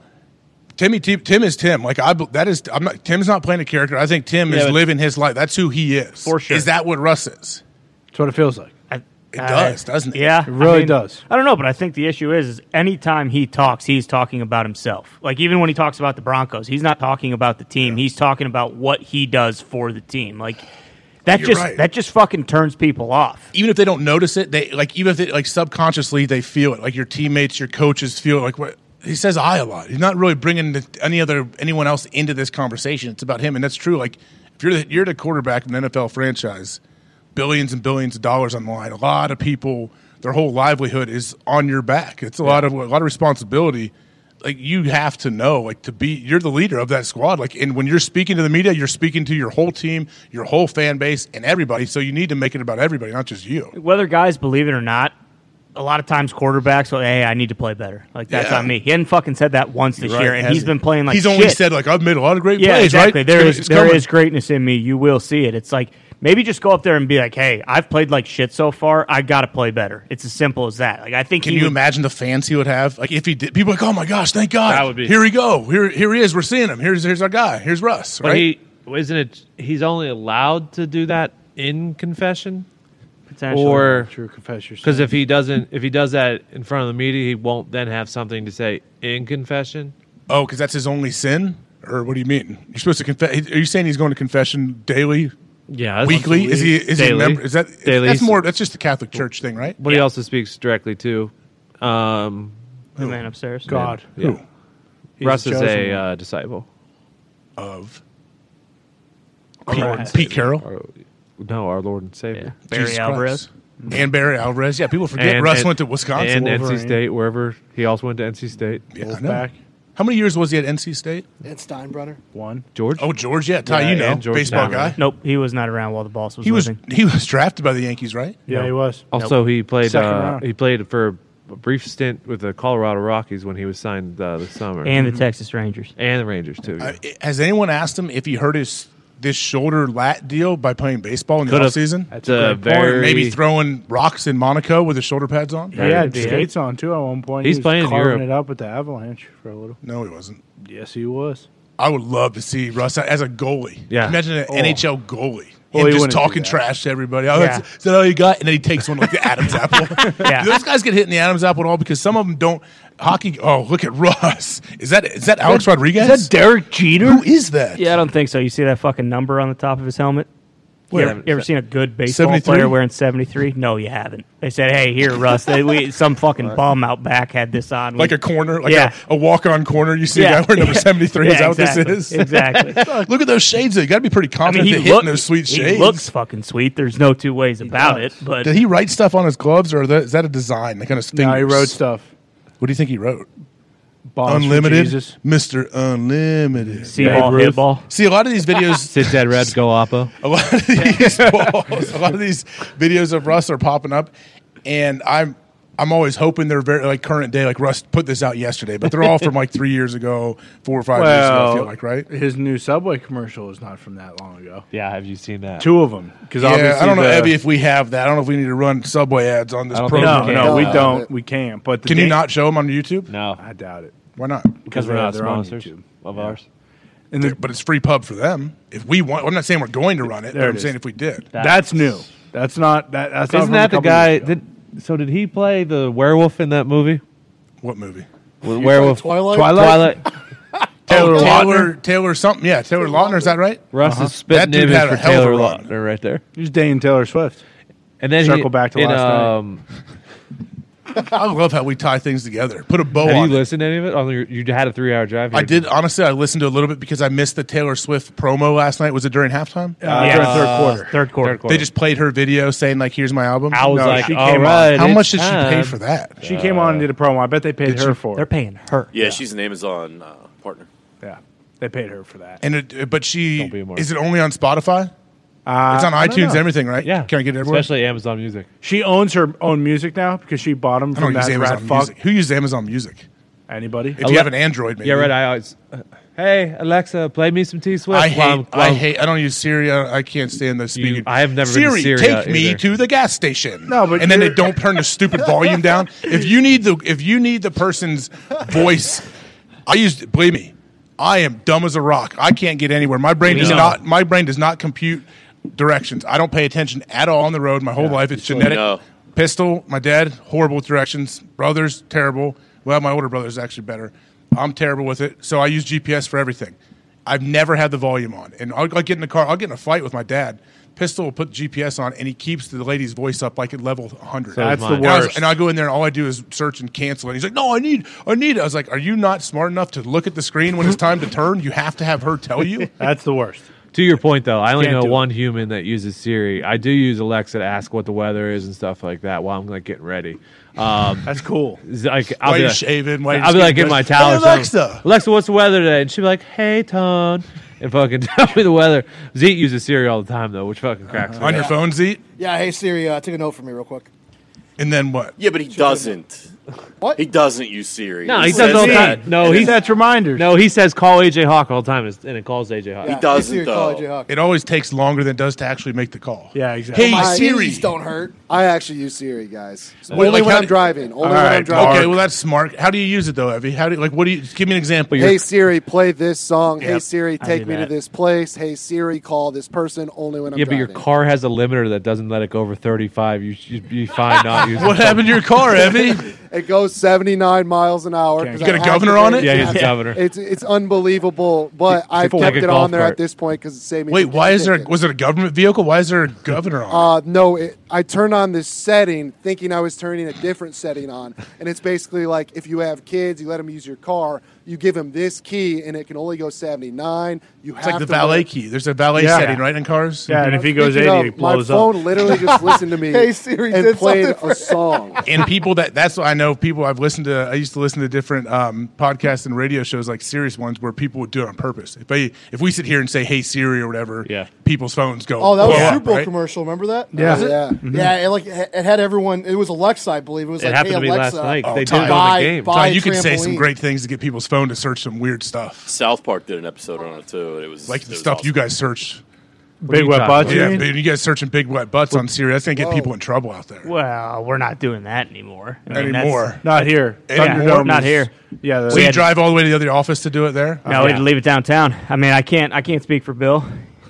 Speaker 1: Timmy T- Tim is Tim. Like I, bel- that is. I'm not. Tim's not playing a character. I think Tim is
Speaker 4: but-
Speaker 1: living his life. That's who he is.
Speaker 2: For sure.
Speaker 1: Is that what Russ is?
Speaker 3: that's what it feels like.
Speaker 2: I-
Speaker 1: It
Speaker 2: I-
Speaker 1: does, doesn't it?
Speaker 2: Yeah,
Speaker 3: It really does.
Speaker 2: I don't know, but I think the issue is, is anytime he talks, he's talking about himself. Like even when he talks about the Broncos, he's not talking about the team. He's talking about what he does for the team. Like that
Speaker 1: You're
Speaker 2: just
Speaker 1: right.
Speaker 2: that just fucking turns people off.
Speaker 1: Even if they don't notice it, they like even if they like subconsciously they feel it. Like your teammates, your coaches feel it. Like what he says, I a lot. He's not really bringing the, any other anyone else into this conversation. It's about him, and that's true. Like if you're the, you're the quarterback of an NFL franchise, billions and billions of dollars on the line. A lot of people, their whole livelihood is on your back. It's a lot of a lot of responsibility. Like you have to know, like to be, you're the leader of that squad. Like, and when you're speaking to the media, you're speaking to your whole team, your whole fan base, and everybody. So you need to make it about everybody, not just you.
Speaker 2: Whether guys believe it or not, a lot of times quarterbacks will, hey, I need to play better. Like that's
Speaker 1: Yeah.
Speaker 2: on me. He hadn't fucking said that once this
Speaker 1: Right,
Speaker 2: year, and
Speaker 1: has
Speaker 2: he's
Speaker 1: he?
Speaker 2: been playing like
Speaker 1: he's only
Speaker 2: shit.
Speaker 1: said like I've made a lot of great
Speaker 2: Yeah,
Speaker 1: plays.
Speaker 2: exactly.
Speaker 1: Right?
Speaker 2: There
Speaker 1: It's
Speaker 2: is there
Speaker 1: coming.
Speaker 2: is greatness in me. You will see it. It's like maybe just go up there and be like, "Hey, I've played like shit so far. I got to play better." It's as simple as that. Like I think
Speaker 1: Can
Speaker 2: he
Speaker 1: you
Speaker 2: would-
Speaker 1: imagine the fans he would have? Like if he did, people are like, oh my gosh, thank God,
Speaker 4: That would be-
Speaker 1: here we go, here here he is, we're seeing him. Here's here's our guy, here's Russ.
Speaker 4: But
Speaker 1: right?
Speaker 4: he isn't it. He's only allowed to do that in confession,
Speaker 2: potentially.
Speaker 4: or
Speaker 3: True, confess your sin.
Speaker 4: because if he doesn't, if he does that in front of the media, he won't then have something to say in confession.
Speaker 1: Oh, because that's his only sin? Or what do you mean? You're supposed to confess. Are you saying he's going to confession daily,
Speaker 4: Yeah, that's-
Speaker 1: weekly? Is he? Is he? a
Speaker 4: Daily.
Speaker 1: member? Is that?
Speaker 4: Daily.
Speaker 1: That's more. That's just the Catholic Church thing, right?
Speaker 4: But he also speaks directly to. Um,
Speaker 2: the man upstairs.
Speaker 3: God,
Speaker 4: yeah.
Speaker 3: He's
Speaker 4: Russ is
Speaker 3: chosen
Speaker 4: a
Speaker 3: one.
Speaker 4: uh, disciple.
Speaker 1: Of Pete, Pete Carroll,
Speaker 4: Our- no, our Lord and Savior.
Speaker 2: Barry
Speaker 1: Jesus
Speaker 2: Alvarez. Mm-hmm.
Speaker 1: Christ. and Barry Alvarez. Yeah, people forget Russ went to Wisconsin.
Speaker 4: and NC
Speaker 1: Wolverine.
Speaker 4: State, wherever he also went to NC State.
Speaker 1: Yeah, I know. How many years was he at NC State?
Speaker 8: Ed Steinbrenner.
Speaker 3: One.
Speaker 4: George.
Speaker 1: Oh, George. Yeah, Ty,
Speaker 4: Yeah,
Speaker 1: you know,
Speaker 4: and George
Speaker 1: baseball
Speaker 4: Steinbrenner.
Speaker 1: guy.
Speaker 2: Nope, he was not around while the boss was.
Speaker 1: He was
Speaker 2: living.
Speaker 1: he was drafted by the Yankees, right?
Speaker 3: Yeah, he was.
Speaker 4: Also, he played.
Speaker 3: Second
Speaker 4: Uh,
Speaker 3: round.
Speaker 4: he played for a brief stint with the Colorado Rockies when he was signed uh, this summer,
Speaker 2: and the Texas Rangers.
Speaker 4: And the Rangers too. yeah.
Speaker 1: Mm-hmm. Uh, has anyone asked him if he hurt his this shoulder lat deal by playing baseball in the
Speaker 4: Could've-
Speaker 1: offseason?
Speaker 4: That's
Speaker 2: Uh,
Speaker 4: a
Speaker 3: great point.
Speaker 1: Or
Speaker 4: very
Speaker 1: maybe throwing rocks in Monaco with his shoulder pads on?
Speaker 3: He had
Speaker 2: Yeah.
Speaker 3: skates on too at one point.
Speaker 4: He's
Speaker 3: he was
Speaker 4: playing in
Speaker 3: carving
Speaker 4: Europe.
Speaker 3: it up with the Avalanche for a little.
Speaker 1: No, he wasn't.
Speaker 3: Yes, he was.
Speaker 1: I would love to see Russ as a goalie.
Speaker 4: Yeah.
Speaker 1: Imagine an NHL goalie.
Speaker 3: Well,
Speaker 1: and
Speaker 3: Oh. he
Speaker 1: just
Speaker 3: wouldn't do
Speaker 1: talking
Speaker 3: that.
Speaker 1: trash to everybody. Oh,
Speaker 2: Yeah.
Speaker 1: that's, is that all you got? And then he takes one like the Adam's apple.
Speaker 2: Yeah.
Speaker 1: Those guys get hit in the Adam's apple at all because some of them don't. Hockey. Oh, look at Russ. Is that is that Alex Rodriguez?
Speaker 6: Is that Derek Jeter?
Speaker 1: Who is that?
Speaker 2: Yeah, I don't think so. You see that fucking number on the top of his helmet? You ever, you ever seen a good baseball
Speaker 1: 73?
Speaker 2: player wearing 73? No, you haven't. They said, hey, here, Russ, they, we, some fucking bum out back had this on. We-
Speaker 1: Like a corner, like
Speaker 2: Yeah.
Speaker 1: a, a walk on corner. You see a guy wearing number
Speaker 2: yeah.
Speaker 1: 73.
Speaker 2: Yeah,
Speaker 1: is that
Speaker 2: exactly.
Speaker 1: what this is?
Speaker 2: Exactly.
Speaker 1: Look at those shades. though. You got to be pretty
Speaker 2: I mean,
Speaker 1: confident
Speaker 2: he,
Speaker 1: to hit
Speaker 2: look,
Speaker 1: in those sweet
Speaker 2: he
Speaker 1: shades.
Speaker 2: looks fucking sweet. There's no two ways about it. But
Speaker 1: Did he write stuff on his gloves, or that, is that a design? That kind of thing.
Speaker 3: No, he wrote stuff.
Speaker 1: What do you think he wrote?
Speaker 3: Bombs for
Speaker 1: Unlimited,
Speaker 3: Jesus.
Speaker 1: Mister Unlimited.
Speaker 2: see
Speaker 3: Babe
Speaker 2: ball, hit
Speaker 3: Ruth.
Speaker 2: ball.
Speaker 1: See, a lot of these videos,
Speaker 4: sit dead red go oppo.
Speaker 1: a lot of these, balls, a lot of these videos of Russ are popping up, and I'm I'm always hoping they're very like current day. Like Russ put this out yesterday, but they're all from like three years ago, four or five years ago. I
Speaker 3: Well,
Speaker 1: feel like right.
Speaker 3: His new Subway commercial is not from that long ago.
Speaker 4: Yeah, have you seen that?
Speaker 3: Two of them, because
Speaker 1: Yeah,
Speaker 3: obviously
Speaker 1: I don't know,
Speaker 3: the-
Speaker 1: Abby, if we have that. I don't know if we need to run Subway ads on this
Speaker 4: I don't think
Speaker 1: program.
Speaker 3: no,
Speaker 4: we
Speaker 3: no, we
Speaker 8: Uh,
Speaker 3: don't. We can't. But the
Speaker 1: Can you
Speaker 3: Dan-
Speaker 1: not show them on YouTube?
Speaker 4: No,
Speaker 3: I doubt it.
Speaker 1: Why not?
Speaker 4: because we're not
Speaker 3: they're on
Speaker 4: sponsors
Speaker 3: YouTube.
Speaker 4: of
Speaker 3: Yeah.
Speaker 4: ours.
Speaker 3: And the,
Speaker 1: But it's free pub for them. If we want, I'm not saying we're going to run it.
Speaker 3: There
Speaker 1: but
Speaker 3: it
Speaker 1: I'm
Speaker 3: is.
Speaker 1: saying if we did,
Speaker 3: that's new. That's not that. That's not
Speaker 4: Isn't
Speaker 3: from a
Speaker 4: that the
Speaker 3: couple
Speaker 4: guy?
Speaker 3: years ago.
Speaker 4: Did, so did he play the werewolf in that movie?
Speaker 1: what movie?
Speaker 4: With werewolf
Speaker 8: Twilight?
Speaker 4: Twilight.
Speaker 1: Taylor,
Speaker 4: Taylor
Speaker 1: Oh, Taylor, Taylor something. Yeah, Taylor Lautner. Is that right?
Speaker 4: Russ is
Speaker 1: That
Speaker 4: spitting
Speaker 1: dude
Speaker 4: image
Speaker 1: had a
Speaker 4: for
Speaker 1: hell of a
Speaker 4: Taylor
Speaker 1: run.
Speaker 4: Lautner right there.
Speaker 3: Uh-huh. He's Dane Taylor Swift.
Speaker 4: And then
Speaker 3: Circle
Speaker 4: he,
Speaker 3: back to
Speaker 4: in,
Speaker 3: last night.
Speaker 4: um,
Speaker 1: I love how we tie things together. Put a bow
Speaker 4: Have
Speaker 1: on.
Speaker 4: you
Speaker 1: it.
Speaker 4: listened to any of it? On your, you had a three-hour drive.
Speaker 1: I
Speaker 4: here.
Speaker 1: did honestly. I listened to a little bit because I missed the Taylor Swift promo last night. Was it during halftime?
Speaker 3: Uh,
Speaker 2: Yeah.
Speaker 3: during third quarter.
Speaker 2: Third quarter.
Speaker 4: Third quarter.
Speaker 1: They just played her video saying like, "Here's my album."
Speaker 4: I was
Speaker 3: No,
Speaker 4: like,
Speaker 3: she
Speaker 4: all
Speaker 3: came on.
Speaker 4: right.
Speaker 1: how
Speaker 4: it's
Speaker 1: much did she pay
Speaker 4: time."
Speaker 1: for that?
Speaker 3: She came on and did a promo. I bet they paid her for
Speaker 2: They're
Speaker 3: it.
Speaker 2: paying her.
Speaker 5: Yeah, she's an Amazon uh, partner.
Speaker 3: Yeah, they paid her for that.
Speaker 1: And it, but she
Speaker 4: Don't be a mark.
Speaker 1: is it only on Spotify?
Speaker 3: Uh,
Speaker 1: It's on
Speaker 3: I don't
Speaker 1: iTunes,
Speaker 3: know.
Speaker 1: everything, right?
Speaker 4: Yeah,
Speaker 1: can I get it everywhere?
Speaker 4: Especially Amazon Music.
Speaker 3: She owns her own music now because she bought them
Speaker 1: I
Speaker 3: from
Speaker 1: don't use
Speaker 3: that rat
Speaker 1: Amazon
Speaker 3: fuck.
Speaker 1: Music. Who uses Amazon Music?
Speaker 3: Anybody?
Speaker 1: If you have an Android, maybe.
Speaker 4: Yeah, right. I always. uh, Hey Alexa, play me some T Swift.
Speaker 1: I hate. I hate. I don't use Siri. I I can't stand those speaking.
Speaker 4: I have never been to
Speaker 1: Siri,
Speaker 4: Siri
Speaker 1: take
Speaker 4: either.
Speaker 1: me to the gas station.
Speaker 3: No, but
Speaker 1: and then they
Speaker 3: you're-
Speaker 1: don't turn the stupid volume down. If you need the if you need the person's voice, I use. Believe me, I am dumb as a rock. I can't get anywhere. My brain does
Speaker 4: know.
Speaker 1: not. My brain does not compute directions. I don't pay attention at all on the road. My whole life it's genetic.
Speaker 5: know.
Speaker 1: Pistol, my dad, horrible with directions. Brothers, terrible. Well, my older brother's actually better. I'm terrible with it. So I use GPS for everything. I've never had the volume on. And I'll, I'll get in the car, I'll get in a fight with my dad. Pistol will put GPS on and he keeps the lady's voice up like at level 100.
Speaker 4: So That's is the mine.
Speaker 1: And I was-
Speaker 4: worst.
Speaker 1: And I go in there and all I do is search and cancel. And he's like, no, I need, I need. it." I was like, are you not smart enough to look at the screen when it's time to turn? You have to have her tell you?
Speaker 3: That's the worst.
Speaker 4: To your point, though, I only
Speaker 3: Can't
Speaker 4: know
Speaker 3: do it.
Speaker 4: one human that uses Siri. I do use Alexa to ask what the weather is and stuff like that while I'm like getting ready. Um,
Speaker 3: That's cool.
Speaker 4: z- like I'll
Speaker 1: Why
Speaker 4: be
Speaker 1: you
Speaker 4: like,
Speaker 1: shaving? Why you
Speaker 4: I'll be like in my
Speaker 1: getting
Speaker 4: towel.
Speaker 1: dressed?
Speaker 4: or something.
Speaker 1: Hey, Alexa.
Speaker 4: Alexa, what's the weather today? And she'd be like, Hey, Tone, and fucking tell me the weather. Zeke uses Siri all the time though, which fucking cracks me
Speaker 1: On your
Speaker 4: up.
Speaker 1: phone, Zeke?
Speaker 8: Yeah, hey Siri, uh, take a note for me real quick.
Speaker 1: And then what?
Speaker 5: Yeah, but he doesn't.
Speaker 8: What?
Speaker 5: He doesn't use Siri.
Speaker 4: No, he does
Speaker 5: says
Speaker 4: all the
Speaker 5: he-
Speaker 4: time. No,
Speaker 5: and
Speaker 4: he
Speaker 5: then
Speaker 3: That's reminders.
Speaker 4: no, he says call AJ Hawk all the time, and it calls AJ Hawk.
Speaker 8: Yeah, hey,
Speaker 5: doesn't,
Speaker 8: Siri, call
Speaker 5: though.
Speaker 8: AJ Hawk.
Speaker 1: It always takes longer than it does to actually make the call.
Speaker 3: Yeah, exactly.
Speaker 1: Hey,
Speaker 8: My
Speaker 1: Siri.
Speaker 8: knees don't hurt.
Speaker 10: I actually use Siri, guys.
Speaker 1: Well,
Speaker 10: only
Speaker 1: like,
Speaker 10: when
Speaker 1: how
Speaker 10: I'm
Speaker 1: do-
Speaker 10: driving. Only when I'm
Speaker 3: right,
Speaker 10: driving.
Speaker 1: Okay, well that's smart. How do you use it though, Evie? How do you, like what do you give me an example?
Speaker 10: Hey Siri, play this song. hey
Speaker 1: Yep,
Speaker 10: Siri,
Speaker 2: I
Speaker 10: take
Speaker 2: do
Speaker 10: me to
Speaker 2: that.
Speaker 10: this place. Hey Siri, call this person. Only when I'm
Speaker 4: Yeah, but
Speaker 10: driving.
Speaker 4: your car has a limiter that doesn't let it go over 35. You should be fine not using
Speaker 1: what
Speaker 4: it.
Speaker 1: happened to your car, Evie?
Speaker 10: It goes 79 miles an hour.
Speaker 3: Can't-
Speaker 10: 'cause
Speaker 3: You
Speaker 1: got
Speaker 10: I
Speaker 1: a
Speaker 10: have
Speaker 1: governor
Speaker 10: to
Speaker 1: on
Speaker 10: get
Speaker 1: it?
Speaker 4: Yeah, he's the governor.
Speaker 10: It's it's unbelievable, but I've
Speaker 3: like
Speaker 10: kept
Speaker 4: a
Speaker 10: it
Speaker 4: golf
Speaker 10: on there
Speaker 4: cart.
Speaker 10: at this point because Sammy.
Speaker 1: Wait,
Speaker 10: could
Speaker 1: why
Speaker 10: just
Speaker 1: is there?
Speaker 10: take it.
Speaker 1: Was it a government vehicle? Why is there a governor on? it?
Speaker 10: Uh, no, it, I turned on this setting thinking I was turning a different setting on, and it's basically like if you have kids, you let them use your car, you give them this key, and it can only go 79. You
Speaker 1: It's
Speaker 10: have
Speaker 1: like the
Speaker 10: to
Speaker 1: valet
Speaker 10: let-
Speaker 1: key. There's a valet
Speaker 3: Yeah.
Speaker 1: setting, right, in cars?
Speaker 3: Yeah, and if he goes
Speaker 10: Speaking
Speaker 3: 80, he
Speaker 10: of, my
Speaker 3: blows
Speaker 10: phone
Speaker 3: up.
Speaker 10: literally just listened to me
Speaker 8: Hey, Siri
Speaker 10: and
Speaker 8: did
Speaker 10: played
Speaker 8: something for-
Speaker 10: a song.
Speaker 1: And people that that's what I know people I've listened to I used to listen to different um, podcasts and radio shows like serious ones where people would do it on purpose. If they if we sit here and say hey Siri or whatever,
Speaker 4: Yeah.
Speaker 1: people's phones go.
Speaker 8: Oh, that was
Speaker 1: blow
Speaker 8: a
Speaker 1: up,
Speaker 8: Super Bowl
Speaker 1: right?
Speaker 8: commercial. Remember that?
Speaker 3: Yeah. Mm-hmm.
Speaker 8: Was it?
Speaker 10: Yeah.
Speaker 8: Yeah, It like it had everyone. It was Alexa, I believe. It was
Speaker 4: It
Speaker 8: like,
Speaker 4: happened
Speaker 8: hey,
Speaker 4: to me
Speaker 8: Alexa,
Speaker 4: last night.
Speaker 1: Oh,
Speaker 4: they did
Speaker 1: Ty.
Speaker 4: it on
Speaker 8: Buy-
Speaker 4: the game.
Speaker 8: buy-
Speaker 1: Ty,
Speaker 8: a
Speaker 1: you could say some
Speaker 8: trampoline.
Speaker 1: great things to get people's phone to search some weird stuff,
Speaker 5: South Park did an episode on it too. and It was
Speaker 1: like
Speaker 5: it
Speaker 1: the
Speaker 5: was
Speaker 1: stuff
Speaker 5: awesome.
Speaker 1: you guys search.
Speaker 3: Big
Speaker 4: you
Speaker 3: wet
Speaker 4: talking
Speaker 3: butts.
Speaker 4: about?
Speaker 3: you
Speaker 1: Yeah,
Speaker 3: mean?
Speaker 1: but you guys searching big wet butts on Siri. That's gonna get people in trouble out there.
Speaker 2: Well, we're not doing that anymore. I mean, that's-
Speaker 1: Anymore,
Speaker 3: Not here.
Speaker 1: Yeah,
Speaker 3: Thunderdome
Speaker 2: not
Speaker 3: is-
Speaker 2: here.
Speaker 3: Uh, Yeah, Uh, the,
Speaker 1: so you drive all the way to the other office to do it there.
Speaker 2: No,
Speaker 3: Okay.
Speaker 2: we'd leave it downtown. I mean, I can't. I can't speak for Bill.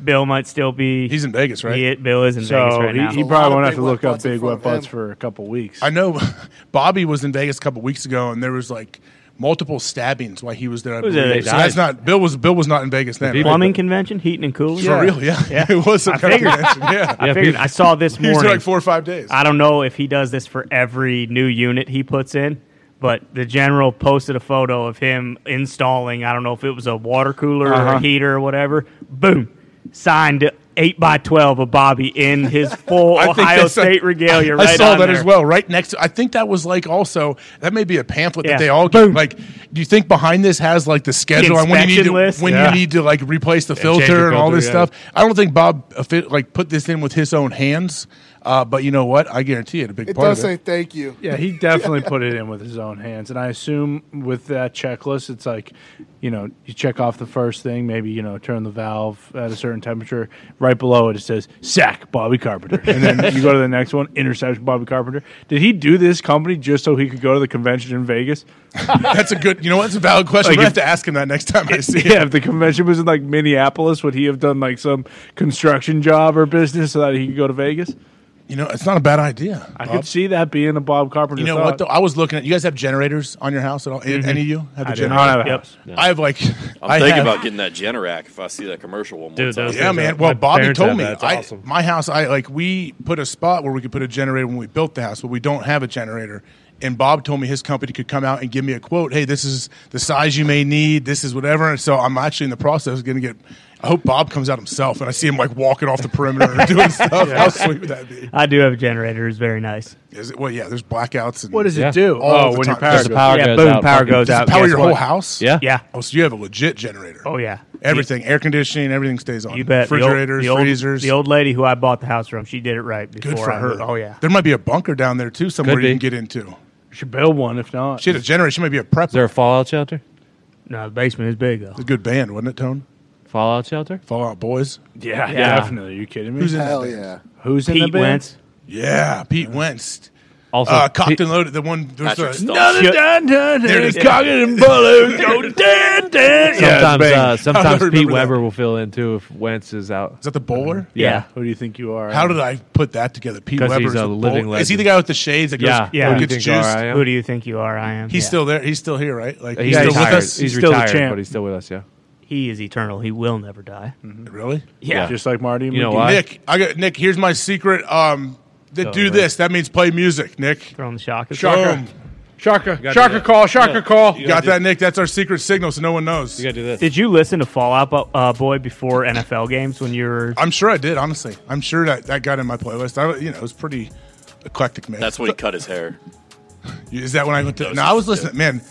Speaker 2: Bill might still be.
Speaker 1: He's in Vegas, right?
Speaker 2: He, Bill is in Vegas
Speaker 3: so
Speaker 2: right now.
Speaker 3: he, he
Speaker 8: A lot of
Speaker 3: probably won't have
Speaker 8: big
Speaker 3: to
Speaker 8: wet
Speaker 3: look up
Speaker 8: butts in
Speaker 3: big
Speaker 8: front
Speaker 3: wet
Speaker 8: of
Speaker 3: butts
Speaker 8: him.
Speaker 3: for a couple weeks.
Speaker 1: I know Bobby was in Vegas a couple weeks ago, and there was like multiple stabbings while he was there. I
Speaker 2: was
Speaker 1: believe.
Speaker 2: it? They
Speaker 1: so that's not Bill was Bill was not in Vegas then. right?
Speaker 2: Plumbing convention, heating and cooling.
Speaker 1: For real, yeah, it was. some kind of
Speaker 2: figured.
Speaker 1: convention, yeah,
Speaker 2: I figured. I saw this
Speaker 1: he was
Speaker 2: morning.
Speaker 1: there like four or five days.
Speaker 2: I don't know if he does this for every new unit he puts in, but the general posted a photo of him installing. I don't know if it was a water cooler or
Speaker 3: Uh-huh.
Speaker 2: a heater or whatever. Boom, signed eight by twelve of Bobby in his full
Speaker 1: I think
Speaker 2: Ohio
Speaker 1: that's-
Speaker 2: State regalia. Right
Speaker 1: I saw
Speaker 2: on
Speaker 1: that
Speaker 2: there.
Speaker 1: as well. Right next, to, I think that was like also that may be a pamphlet
Speaker 2: Yeah.
Speaker 1: that they all get. Like, do you think behind this has like the schedule and when you need to
Speaker 2: inspection list?
Speaker 1: when
Speaker 3: Yeah.
Speaker 1: you need to like replace the
Speaker 4: change
Speaker 1: filter,
Speaker 4: the
Speaker 1: and all
Speaker 4: filter,
Speaker 1: this
Speaker 4: yeah.
Speaker 1: stuff? I don't think Bob uh, fit- like put this in with his own hands. Uh, but you know what? I guarantee it. A big
Speaker 8: It
Speaker 1: part
Speaker 8: does
Speaker 1: of it.
Speaker 8: say thank you.
Speaker 3: Yeah, he definitely put it in with his own hands. And I assume with that checklist, it's like, you know, you check off the first thing, maybe, you know, turn the valve at a certain temperature. Right below it, it says, sack Bobby Carpenter. And then you go to the next one, interception Bobby Carpenter. Did he do this company just so he could go to the convention in Vegas?
Speaker 1: That's a good. You know what? It's a valid Uh, question.
Speaker 3: Like
Speaker 1: I
Speaker 3: if-
Speaker 1: have to ask him that next time I see him.
Speaker 3: Yeah, if the convention was in like Minneapolis, would he have done like some construction job or business so that he could go to Vegas?
Speaker 1: You know, it's not a bad idea.
Speaker 3: I
Speaker 1: Bob.
Speaker 3: could see that being a Bob Carpenter.
Speaker 1: You know
Speaker 3: thought.
Speaker 1: what though? I was looking at. You guys have generators on your house at all? Any- Any of you have
Speaker 3: Mm-hmm.
Speaker 1: a
Speaker 3: I don't
Speaker 1: generator?
Speaker 3: have a
Speaker 2: Yep.
Speaker 3: house.
Speaker 1: I have like.
Speaker 5: Mm-hmm. I'm thinking
Speaker 1: have-
Speaker 5: about getting that Generac if I see that commercial one more
Speaker 4: Dude,
Speaker 5: time.
Speaker 4: those
Speaker 1: Yeah,
Speaker 4: things are-
Speaker 1: man. Well,
Speaker 4: my
Speaker 1: Bobby
Speaker 4: parents
Speaker 1: told
Speaker 4: have
Speaker 1: me
Speaker 4: that. It's
Speaker 1: I,
Speaker 4: awesome.
Speaker 1: my house. I like we put a spot where we could put a generator when we built the house, but we don't have a generator. And Bob told me his company could come out and give me a quote. Hey, this is the size you may need. This is whatever. And so I'm actually in the process of going to get. I hope Bob comes out himself and I see him like walking off the perimeter and doing stuff. How sweet would that be?
Speaker 2: I do have a generator. It's very nice.
Speaker 1: Is it, well, yeah. There's blackouts. And
Speaker 3: What does
Speaker 4: Yeah.
Speaker 3: it do?
Speaker 1: All
Speaker 3: oh,
Speaker 1: the
Speaker 3: when your
Speaker 1: time.
Speaker 3: power
Speaker 1: There's
Speaker 3: goes
Speaker 1: a
Speaker 4: power
Speaker 2: yeah,
Speaker 4: goes
Speaker 2: boom.
Speaker 4: out.
Speaker 2: Power
Speaker 4: fucking-
Speaker 2: goes out.
Speaker 1: power
Speaker 2: Guess
Speaker 1: your
Speaker 2: what?
Speaker 1: whole house?
Speaker 4: Yeah.
Speaker 2: Yeah.
Speaker 1: Oh, so you have a legit generator.
Speaker 2: Oh yeah.
Speaker 1: Everything, air conditioning, everything stays on.
Speaker 2: You bet. The old-
Speaker 1: Refrigerators,
Speaker 2: the old,
Speaker 1: freezers.
Speaker 2: The old lady who I bought the house from, she did it right before
Speaker 1: Good for
Speaker 2: I heard.
Speaker 1: her.
Speaker 2: Oh yeah.
Speaker 1: There might be a bunker down there too, somewhere
Speaker 4: Could
Speaker 1: you can
Speaker 4: be.
Speaker 1: get into.
Speaker 3: Should build one if not.
Speaker 1: She had a generator. She might be a prep.
Speaker 4: Is there a Fallout shelter?
Speaker 2: No, the basement is big though.
Speaker 1: a good band, wasn't it, Tone?
Speaker 4: Fallout shelter?
Speaker 1: Fallout Boys.
Speaker 3: Yeah,
Speaker 4: Yeah.
Speaker 3: definitely. Are you kidding me?
Speaker 1: Who's in
Speaker 10: Hell
Speaker 1: that band?
Speaker 10: yeah.
Speaker 3: Who's in the
Speaker 2: Pete
Speaker 3: band?
Speaker 2: Wentz.
Speaker 1: Yeah, Pete Wentz.
Speaker 4: Also,
Speaker 1: Uh, cocked
Speaker 4: Pete-
Speaker 1: and loaded. The one. There's
Speaker 5: Patrick
Speaker 1: a,
Speaker 5: Stump.
Speaker 2: Shut-
Speaker 1: There it is.
Speaker 4: sometimes uh, sometimes
Speaker 1: remember
Speaker 4: Pete
Speaker 1: that.
Speaker 4: Weber will fill in too if Wentz is out.
Speaker 1: Is that the bowler?
Speaker 2: Yeah.
Speaker 3: Who do you think you are?
Speaker 1: How did I put that together? Pete
Speaker 4: 'Cause
Speaker 1: Weber
Speaker 4: he's
Speaker 1: is
Speaker 4: a
Speaker 1: the
Speaker 4: living
Speaker 1: bowler. Is he the
Speaker 4: legend.
Speaker 1: guy with the shades that goes?
Speaker 4: Yeah, Who
Speaker 2: Yeah.
Speaker 4: do
Speaker 1: gets
Speaker 4: you think
Speaker 1: juiced?
Speaker 4: I am?
Speaker 2: Who do you think you are? I am.
Speaker 1: He's
Speaker 2: Yeah.
Speaker 1: still there. He's still here, right? Like he's
Speaker 4: He's,
Speaker 1: still
Speaker 4: retired.
Speaker 1: with us.
Speaker 4: He's
Speaker 3: Still the
Speaker 4: retired,
Speaker 3: champ.
Speaker 4: but he's still with us. Yeah.
Speaker 2: He is eternal. He will never die.
Speaker 1: Really?
Speaker 2: Yeah.
Speaker 3: Just like Marty.
Speaker 4: You know
Speaker 3: McGee.
Speaker 4: why?
Speaker 1: Nick, I got Nick. Here's my secret. Um, th- do this. That means play music, Nick.
Speaker 2: Throwing the shock.
Speaker 1: Boom.
Speaker 3: Shaka,
Speaker 4: gotta do
Speaker 3: Shaka
Speaker 4: that.
Speaker 3: call, Shaka call.
Speaker 1: You got that, Nick? That's our secret signal, so no one knows.
Speaker 4: You gotta do this.
Speaker 2: Did you listen to Fallout Bo- uh, Boy before NFL games when you were?
Speaker 1: I'm sure I did. Honestly, I'm sure that that got in my playlist. I, you know, it was pretty eclectic, man.
Speaker 5: That's when he cut his hair.
Speaker 1: Is that when I went to?
Speaker 5: That was
Speaker 1: No, I was
Speaker 5: just-
Speaker 1: listening. Man,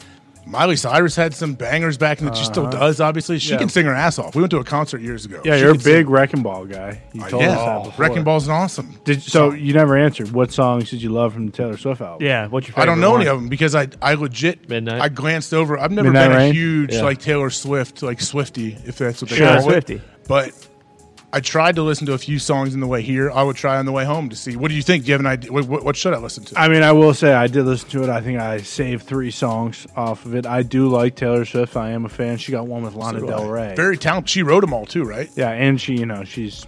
Speaker 1: Miley Cyrus had some bangers back, and she still does. Obviously, she
Speaker 3: Uh-huh. Yeah.
Speaker 1: can sing her ass off. We went to a concert years ago.
Speaker 3: Yeah,
Speaker 1: She
Speaker 3: you're a
Speaker 1: can sing-
Speaker 3: big wrecking ball guy. You
Speaker 1: Uh,
Speaker 3: told us that
Speaker 1: yeah,
Speaker 3: before.
Speaker 1: Wrecking Ball's an awesome.
Speaker 3: Did, so you never answered. What songs did you love from the Taylor Swift album?
Speaker 2: Yeah. What's your?
Speaker 1: I don't
Speaker 2: favorite
Speaker 1: know
Speaker 2: one?
Speaker 1: any of them because I I legit
Speaker 4: Midnight?
Speaker 1: I glanced over. I've never
Speaker 3: Midnight
Speaker 1: been a
Speaker 3: Rain?
Speaker 1: huge
Speaker 4: Yeah.
Speaker 1: like Taylor Swift like Swifty if that's what they
Speaker 2: Sure.
Speaker 1: call it.
Speaker 2: Swiftie.
Speaker 1: But I tried to listen to a few songs in the way here. I would try on the way home to see. What do you think? Do you have an idea? What, what, what should I listen to?
Speaker 3: I mean, I will say I did listen to it. I think I saved three songs off of it. I do like Taylor Swift. I am a fan. She got one with Lana Del Rey.
Speaker 1: Very talented. She wrote them all too, right?
Speaker 3: yeah, and she, you know, she's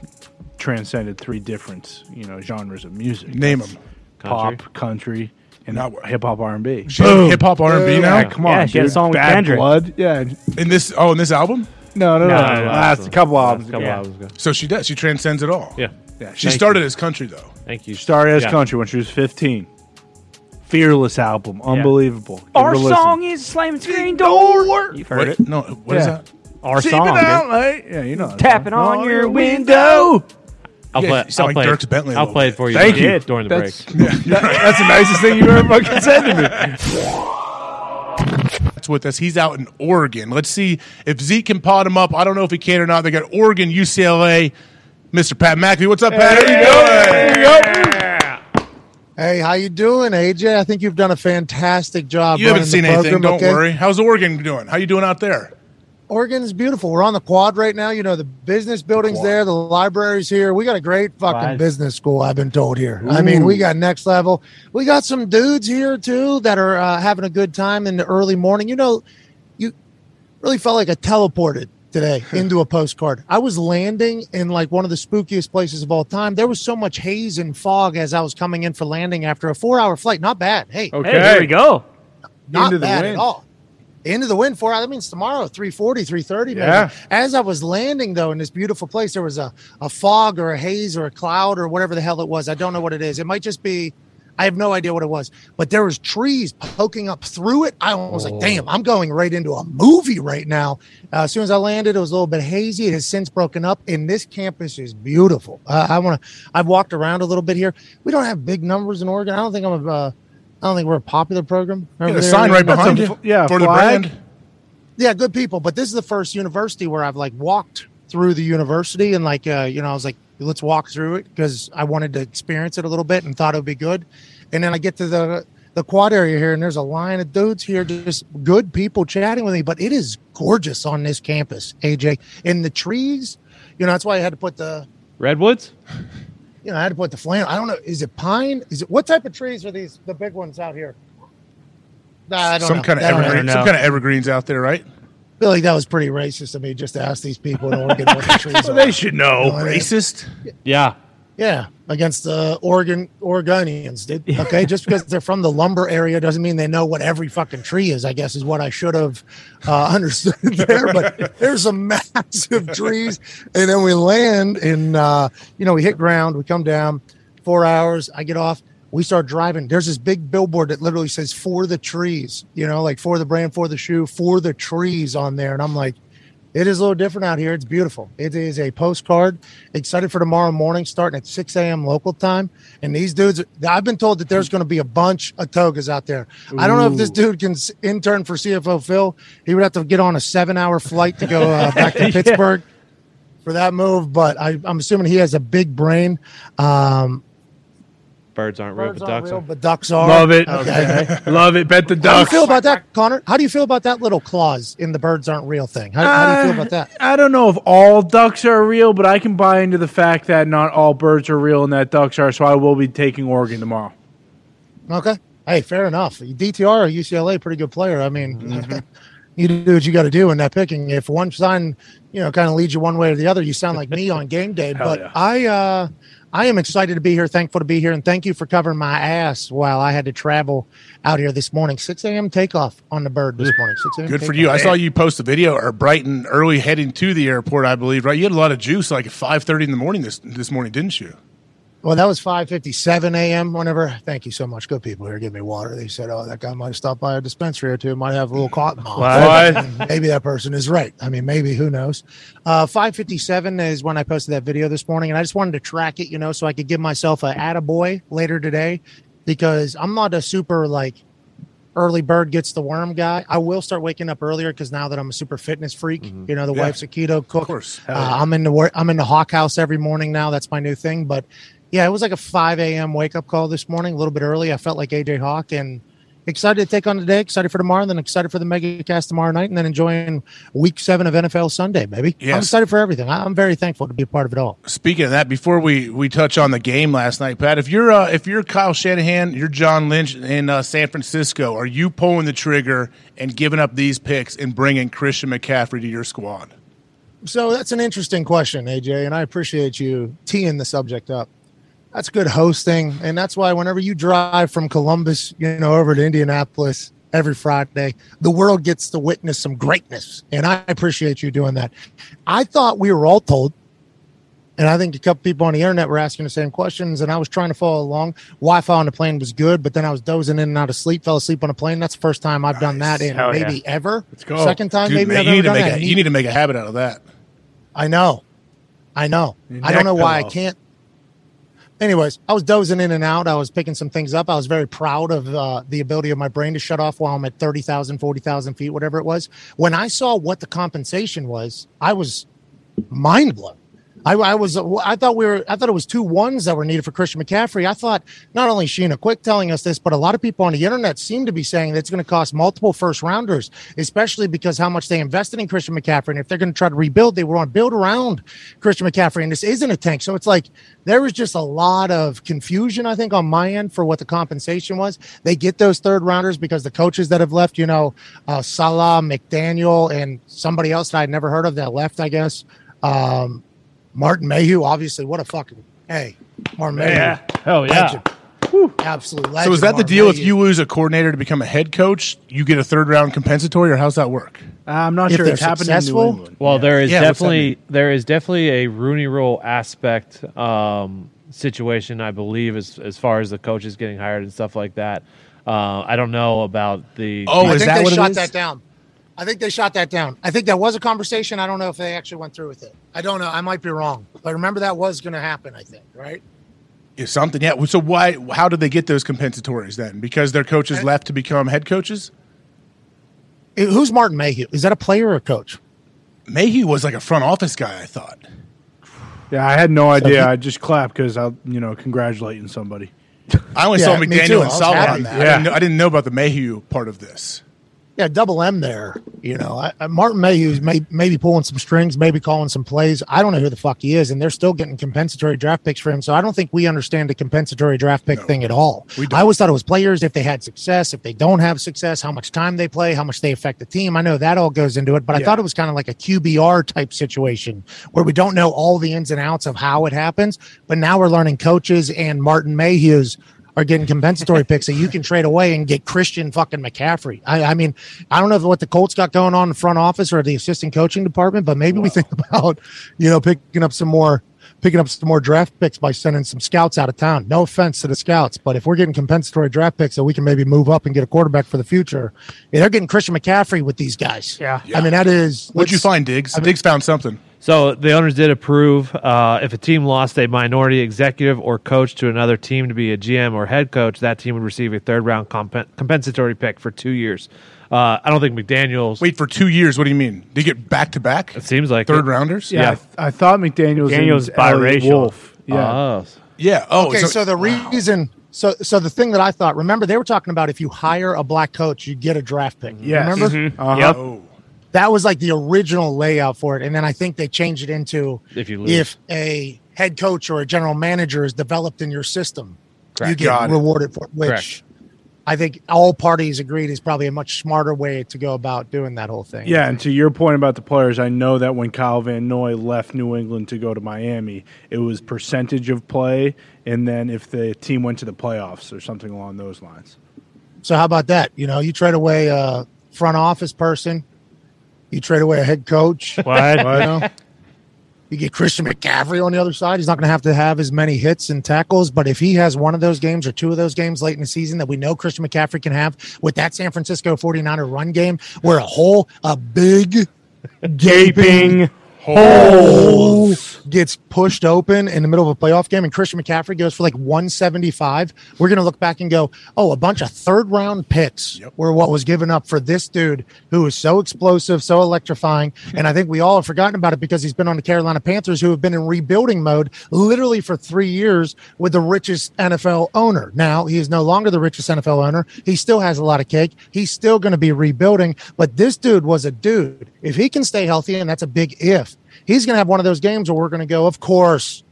Speaker 3: transcended three different, you know, genres of music.
Speaker 1: Name
Speaker 3: That's
Speaker 1: them.
Speaker 3: pop, country, and not hip hop R and B.
Speaker 1: She has hip hop R&B now?
Speaker 3: Come on,
Speaker 2: Yeah, she had a
Speaker 3: dude.
Speaker 2: song with
Speaker 3: Bad
Speaker 2: Kendrick.
Speaker 3: Blood. Yeah,
Speaker 1: In this, oh, in this album,
Speaker 3: no, no, no.
Speaker 2: No,
Speaker 3: no,
Speaker 2: no, no.
Speaker 3: Last a couple albums.
Speaker 4: couple
Speaker 2: Yeah.
Speaker 4: albums ago.
Speaker 1: so she does. She transcends it all.
Speaker 4: Yeah.
Speaker 3: Yeah,
Speaker 1: She
Speaker 3: thank
Speaker 1: started as country though.
Speaker 4: Thank you.
Speaker 3: you. started as
Speaker 4: Yeah.
Speaker 3: country when she was fifteen. Fearless album, unbelievable. Give
Speaker 2: Our
Speaker 3: it a listen.
Speaker 2: song is slamming screen door. You've heard
Speaker 1: What?
Speaker 2: it.
Speaker 1: No, what is
Speaker 3: Yeah.
Speaker 1: that?
Speaker 2: Our
Speaker 3: Keep it
Speaker 2: song. dude.
Speaker 3: out, like- Yeah, you know. that
Speaker 2: Tapping
Speaker 3: song.
Speaker 2: on your window.
Speaker 4: I'll
Speaker 1: Yeah,
Speaker 4: play.
Speaker 1: you
Speaker 4: I'll
Speaker 1: sound like
Speaker 4: play.
Speaker 1: Dierks Bentley a
Speaker 4: I'll
Speaker 1: little
Speaker 4: play
Speaker 1: bit.
Speaker 4: it for you.
Speaker 3: Thank
Speaker 4: during-
Speaker 3: you.
Speaker 4: during the
Speaker 3: That's-
Speaker 4: break.
Speaker 3: That's the nicest thing you ever fucking said to me.
Speaker 1: That's with us. He's out in Oregon. Let's see if Zeke can pot him up. I don't know if he can or not. They got Oregon, UCLA. Mr. Pat McAfee, what's up, Pat? How you doing?
Speaker 11: Hey, how you doing, AJ? I think you've done a fantastic job.
Speaker 1: You haven't
Speaker 11: running the
Speaker 1: seen anything.
Speaker 11: program,
Speaker 1: Don't
Speaker 11: okay?
Speaker 1: worry. How's Oregon doing? How you doing out there?
Speaker 11: Oregon's beautiful. We're on the quad right now. You know the business building's
Speaker 1: Quad.
Speaker 11: there, the library's here. We got a great fucking
Speaker 2: Quad.
Speaker 11: business school. I've been told here. I mean, we got next level. We got some dudes here too that are uh, having a good time in the early morning. You know, you really felt like I teleported today into a postcard. I was landing in like one of the spookiest places of all time. There was so much haze and fog as I was coming in for landing after a four-hour flight. Not bad. Hey,
Speaker 3: Okay,
Speaker 2: Hey, there we go.
Speaker 11: not
Speaker 3: Into the
Speaker 11: bad
Speaker 3: wind.
Speaker 11: at all. Into the wind for that means tomorrow 340, 330.
Speaker 3: Yeah.
Speaker 11: Maybe. As I was landing though in this beautiful place, there was a, a fog or a haze or a cloud or whatever the hell it was. I don't know what it is. It might just be I have no idea what it was, but there was trees poking up through it. I was like, "Damn, I'm going right into a movie right now." Uh, as soon as I landed, it was a little bit hazy. It has since broken up, and this campus is beautiful. Uh, I want to. I've walked around a little bit here. We don't have big numbers in Oregon. I don't think I'm a. Uh, I don't think we're a popular program.
Speaker 1: Got
Speaker 11: over
Speaker 1: a
Speaker 11: there.
Speaker 1: sign right
Speaker 3: That's
Speaker 1: behind
Speaker 3: a
Speaker 1: you.
Speaker 3: f- yeah,
Speaker 1: for the
Speaker 3: flag.
Speaker 1: brand.
Speaker 11: yeah, good people. But this is the first university where I've like walked through the university and like uh, you know I was like let's walk through it because I wanted to experience it a little bit and thought it would be good. And then I get to the the quad area here and there's a line of dudes here, just good people chatting with me. But it is gorgeous on this campus, AJ. And the trees, you know, that's why I had to put the
Speaker 4: Redwoods.
Speaker 11: you know I had to put the flannel. I don't know, is it pine? Is it what type of trees are these the big ones out here? I don't
Speaker 1: Some
Speaker 11: know.
Speaker 1: kind of
Speaker 11: I don't know.
Speaker 1: evergreen.
Speaker 2: know.
Speaker 1: Some kind of evergreens out there, right?
Speaker 11: I feel like that was pretty racist of me just to ask these people in Oregon what the trees are.
Speaker 3: They should
Speaker 11: You know
Speaker 3: know.
Speaker 11: what I mean?
Speaker 1: Racist.
Speaker 4: Yeah.
Speaker 11: Yeah, against the Oregon Oregonians. Dude. Okay, just because they're from the lumber area doesn't mean they know what every fucking tree is. I guess is what I should have uh, understood there. But there's some massive trees, and then we land, and uh, you know we hit ground. We come down, four hours. I get off. We start driving. There's this big billboard that literally says "For the trees," you know, like for the brand, for the shoe, for the trees on there, and I'm like. It is a little different out here. It's beautiful. It is a postcard. Excited for tomorrow morning, starting at 6 a.m. local time. And these dudes, I've been told that there's going to be a bunch of togas out there. I don't know if this dude can s- intern for CFO Phil. He would have to get on a seven hour flight to go uh, back to Pittsburgh for that move. But I, I'm assuming he has a big brain. Um,
Speaker 4: Birds aren't real,
Speaker 11: birds
Speaker 4: but
Speaker 11: aren't
Speaker 4: ducks
Speaker 11: real,
Speaker 4: are.
Speaker 11: but ducks are.
Speaker 3: Love it.
Speaker 11: Okay.
Speaker 3: Love it. Bet the
Speaker 11: How do you
Speaker 3: ducks.
Speaker 11: feel about that, Connor? How do you feel about that little clause in the birds aren't real thing? How, how do you feel about
Speaker 1: Uh,
Speaker 11: that?
Speaker 3: Uh, I don't know if all ducks are real, but I can buy into the fact that not all birds are real and that ducks are. So I will be taking Oregon tomorrow.
Speaker 11: Okay. Hey, fair enough. DTR or UCLA, pretty good player. I mean,
Speaker 1: Mm-hmm.
Speaker 11: you do what you got to do in that picking. If one sign, you know, kind of leads you one way or the other, you sound like me on game day. But
Speaker 3: yeah.
Speaker 11: I, uh, I am excited to be here. Thankful to be here, and thank you for covering my ass while I had to travel out here this morning. Six a.m. takeoff on the bird this morning. Six a.m.
Speaker 1: Good for
Speaker 11: takeoff.
Speaker 1: you. I saw you post a video or Brighton early heading to the airport, I believe, right? You had a lot of juice like at 5:30 in the morning this this morning, didn't you?
Speaker 11: Well, that was five fifty-seven a.m. Whenever, thank you so much. Good people here, give me water. They said, "Oh, that guy might have stopped by a dispensary or two. Might have a little cotton on." And maybe that person is right. I mean, maybe who knows? Uh, five fifty-seven is when I posted that video this morning, and I just wanted to track it, you know, so I could give myself a attaboy later today, because I'm not a super like early bird gets the worm guy. I will start waking up earlier because now that I'm a super fitness freak, you know, the
Speaker 1: Mm-hmm. Yeah.
Speaker 11: wife's a keto cook.
Speaker 1: Of course.
Speaker 11: Uh, I'm in the wor- I'm in the Hawk House every morning now. That's my new thing. But yeah, it was like a 5 a.m. wake up call this morning, a little bit early. I felt like AJ Hawk and excited to take on today, excited for tomorrow, and then excited for the mega cast tomorrow night, and then enjoying week seven of NFL Sunday, baby.
Speaker 1: Yes.
Speaker 11: I'm excited for everything. I- I'm very thankful to be a part of it all.
Speaker 1: Speaking of that, before we, we touch on the game last night, Pat, if you're uh, if you're Kyle Shanahan, you're John Lynch in uh, San Francisco, are you pulling the trigger and giving up these picks and bringing Christian McCaffrey to your squad?
Speaker 11: So that's an interesting question, AJ, and I appreciate you teeing the subject up. that's good hosting, and that's why whenever you drive from Columbus, you know, over to Indianapolis every Friday, the world gets to witness some greatness, and I appreciate you doing that. I thought we were all told, and I think a couple people on the internet were asking the same questions, and I was trying to follow along. Wi-Fi on the plane was good, but then I was dozing in and out of sleep, fell asleep on a plane. That's the first time I've done that in
Speaker 1: Hell yeah.
Speaker 11: maybe ever.
Speaker 1: Let's go.
Speaker 11: Second time, maybe
Speaker 1: Dude, man,
Speaker 11: I've
Speaker 1: you
Speaker 11: ever
Speaker 1: need to
Speaker 11: done
Speaker 1: make
Speaker 11: that.
Speaker 1: a, you need to make a habit out of that.
Speaker 11: I know. I know.
Speaker 1: Your
Speaker 11: I don't
Speaker 1: neck
Speaker 11: know why I
Speaker 1: pillow.
Speaker 11: can't. Anyways, I was dozing in and out. I was picking some things up. I was very proud of uh, the ability of my brain to shut off while I'm at 30,000, 40,000 feet, whatever it was. When I saw what the compensation was, I was mind blown. I, I was I thought we were I thought it was two ones that were needed for Christian McCaffrey. I thought not only is Sheena Quick telling us this, but a lot of people on the internet seem to be saying that it's going to cost multiple first rounders, especially because how much they invested in Christian McCaffrey. And if they're going to try to rebuild, they want to build around Christian McCaffrey. And this isn't a tank. So it's like there was just a lot of confusion, I think, on my end for what the compensation was. They get those third rounders because the coaches that have left, you know, uh, Salah, McDaniel, and somebody else that I'd never heard of that left, I guess. Um, Martin Mayhew, obviously, what a fucking hey, Martin Mayhew.
Speaker 1: Yeah. Hell yeah.
Speaker 11: Legend. Absolute legend.
Speaker 1: so is that the
Speaker 11: Martin
Speaker 1: deal? If
Speaker 11: Mayhew.
Speaker 1: you lose a coordinator to become a head coach, you get a third round compensatory, or how's that work?
Speaker 3: I'm not
Speaker 11: If
Speaker 3: sure
Speaker 11: they're
Speaker 3: it's happening
Speaker 11: successful-
Speaker 3: in New England.
Speaker 4: Well, there is
Speaker 1: Yeah, what's that
Speaker 4: definitely there is definitely a Rooney Rule aspect um, situation, I believe, as as far as the coaches getting hired and stuff like that. Uh, I don't know about the.
Speaker 1: Oh,
Speaker 11: I
Speaker 1: is
Speaker 11: think
Speaker 1: that
Speaker 11: they
Speaker 1: what it
Speaker 11: shot
Speaker 1: is?
Speaker 11: that down. I think they shot that down. I think that was a conversation. I don't know if they actually went through with it. I don't know. I might be wrong, but remember that was going to happen. I think, right?
Speaker 1: Is something? Yeah. So why? How did they get those compensatories then? Because their coaches
Speaker 11: I-
Speaker 1: left to become head coaches.
Speaker 11: Eh, who's Martin Mayhew? Is that a player or a coach?
Speaker 1: Mayhew was like a front office guy. I thought.
Speaker 3: Yeah, I had no idea.
Speaker 11: he-
Speaker 3: I just clapped because I, you know, congratulating somebody.
Speaker 1: I only
Speaker 11: Yeah,
Speaker 1: saw
Speaker 11: me
Speaker 1: McDaniel
Speaker 11: too. I
Speaker 1: and
Speaker 11: was
Speaker 1: Salah on
Speaker 11: happy.
Speaker 1: that. I,
Speaker 3: Yeah.
Speaker 1: didn't know, I didn't know about the Mayhew part of this.
Speaker 11: Yeah, double M there. You know, I, I- Martin Mayhew's may, maybe pulling some strings, maybe calling some plays. I don't know who the fuck he is, and they're still getting compensatory draft picks for him. So I don't think we understand the compensatory draft pick thing at all. I always thought it was players if they had success, if they don't have success, how much time they play, how much they affect the team. I know that all goes into it, but I
Speaker 3: Yeah.
Speaker 11: thought it was kind of like a QBR type situation where we don't know all the ins and outs of how it happens. But now we're learning coaches and Martin Mayhew's are getting compensatory picks that you can trade away and get Christian fucking McCaffrey. I, I mean, I don't know what the Colts got going on in the front office or the assistant coaching department, but maybe we think about, you know, picking up some more picking up some more draft picks by sending some scouts out of town. No offense to the scouts, but if we're getting compensatory draft picks that we can maybe move up and get a quarterback for the future, yeah, they're getting Christian McCaffrey with these guys.
Speaker 2: Yeah.
Speaker 11: I mean, that is
Speaker 1: What'd you
Speaker 11: let's-
Speaker 1: find, Diggs? Diggs found something.
Speaker 4: So the owners did approve uh, if a team lost a minority executive or coach to another team to be a GM or head coach, that team would receive a third round compen- compensatory pick for two years. Uh, I don't think McDaniel's.
Speaker 1: Wait for two years. What do you mean? Did you get back to back?
Speaker 4: It seems like
Speaker 1: Third
Speaker 4: it.
Speaker 1: rounders.
Speaker 3: Yeah, I,
Speaker 4: Yeah.
Speaker 3: th- I thought McDaniel's
Speaker 2: McDaniel's
Speaker 3: and Elliot
Speaker 2: biracial.
Speaker 3: Wolf.
Speaker 11: Ah.
Speaker 3: Yeah,
Speaker 4: Oh.
Speaker 1: Yeah. Oh,
Speaker 11: Okay, so, the reason, so so the thing that I thought, remember they were talking about if you hire a black coach, you get a draft pick.
Speaker 3: Yes.
Speaker 11: Remember
Speaker 2: Mhm.
Speaker 4: Mm-hmm.
Speaker 3: Uh-huh.
Speaker 2: Yep.
Speaker 1: oh.
Speaker 11: that was like the original layout for it, and then I think they changed it into
Speaker 4: If you lose.
Speaker 11: if a head coach or a general manager is developed in your system, you
Speaker 4: Correct.
Speaker 11: get
Speaker 1: Got it.
Speaker 11: rewarded for it. Which
Speaker 4: Correct.
Speaker 11: I think all parties agreed is probably a much smarter way to go about doing that whole thing.
Speaker 3: Yeah, and to your point about the players, I know that when Kyle Van Noy left New England to go to Miami, it was percentage of play, and then if the team went to the playoffs or something along those lines.
Speaker 11: So how about that? You know, you trade away a front office person, you trade away a head coach.
Speaker 2: What?
Speaker 11: You know? You get Christian McCaffrey on the other side. He's not going to have to have as many hits and tackles, but if he has one of those games or two of those games late in the season that we know Christian McCaffrey can have with that San Francisco 49er run game, where a hole, a big
Speaker 3: Gaping.
Speaker 11: hole gets pushed open in the middle of a playoff game and Christian McCaffrey goes for like 175, we're going to look back and go, oh, a bunch of third round picks were what was given up for this dude who is so explosive, so electrifying. and I think we all have forgotten about it because he's been on the Carolina Panthers who have been in rebuilding mode literally for three years with the richest NFL owner. Now he is no longer the richest NFL owner. He still has a lot of cake. He's still going to be rebuilding, but this dude was a dude. If he can stay healthy, and that's a big if, he's going to have one of those games where we're going to go, of course,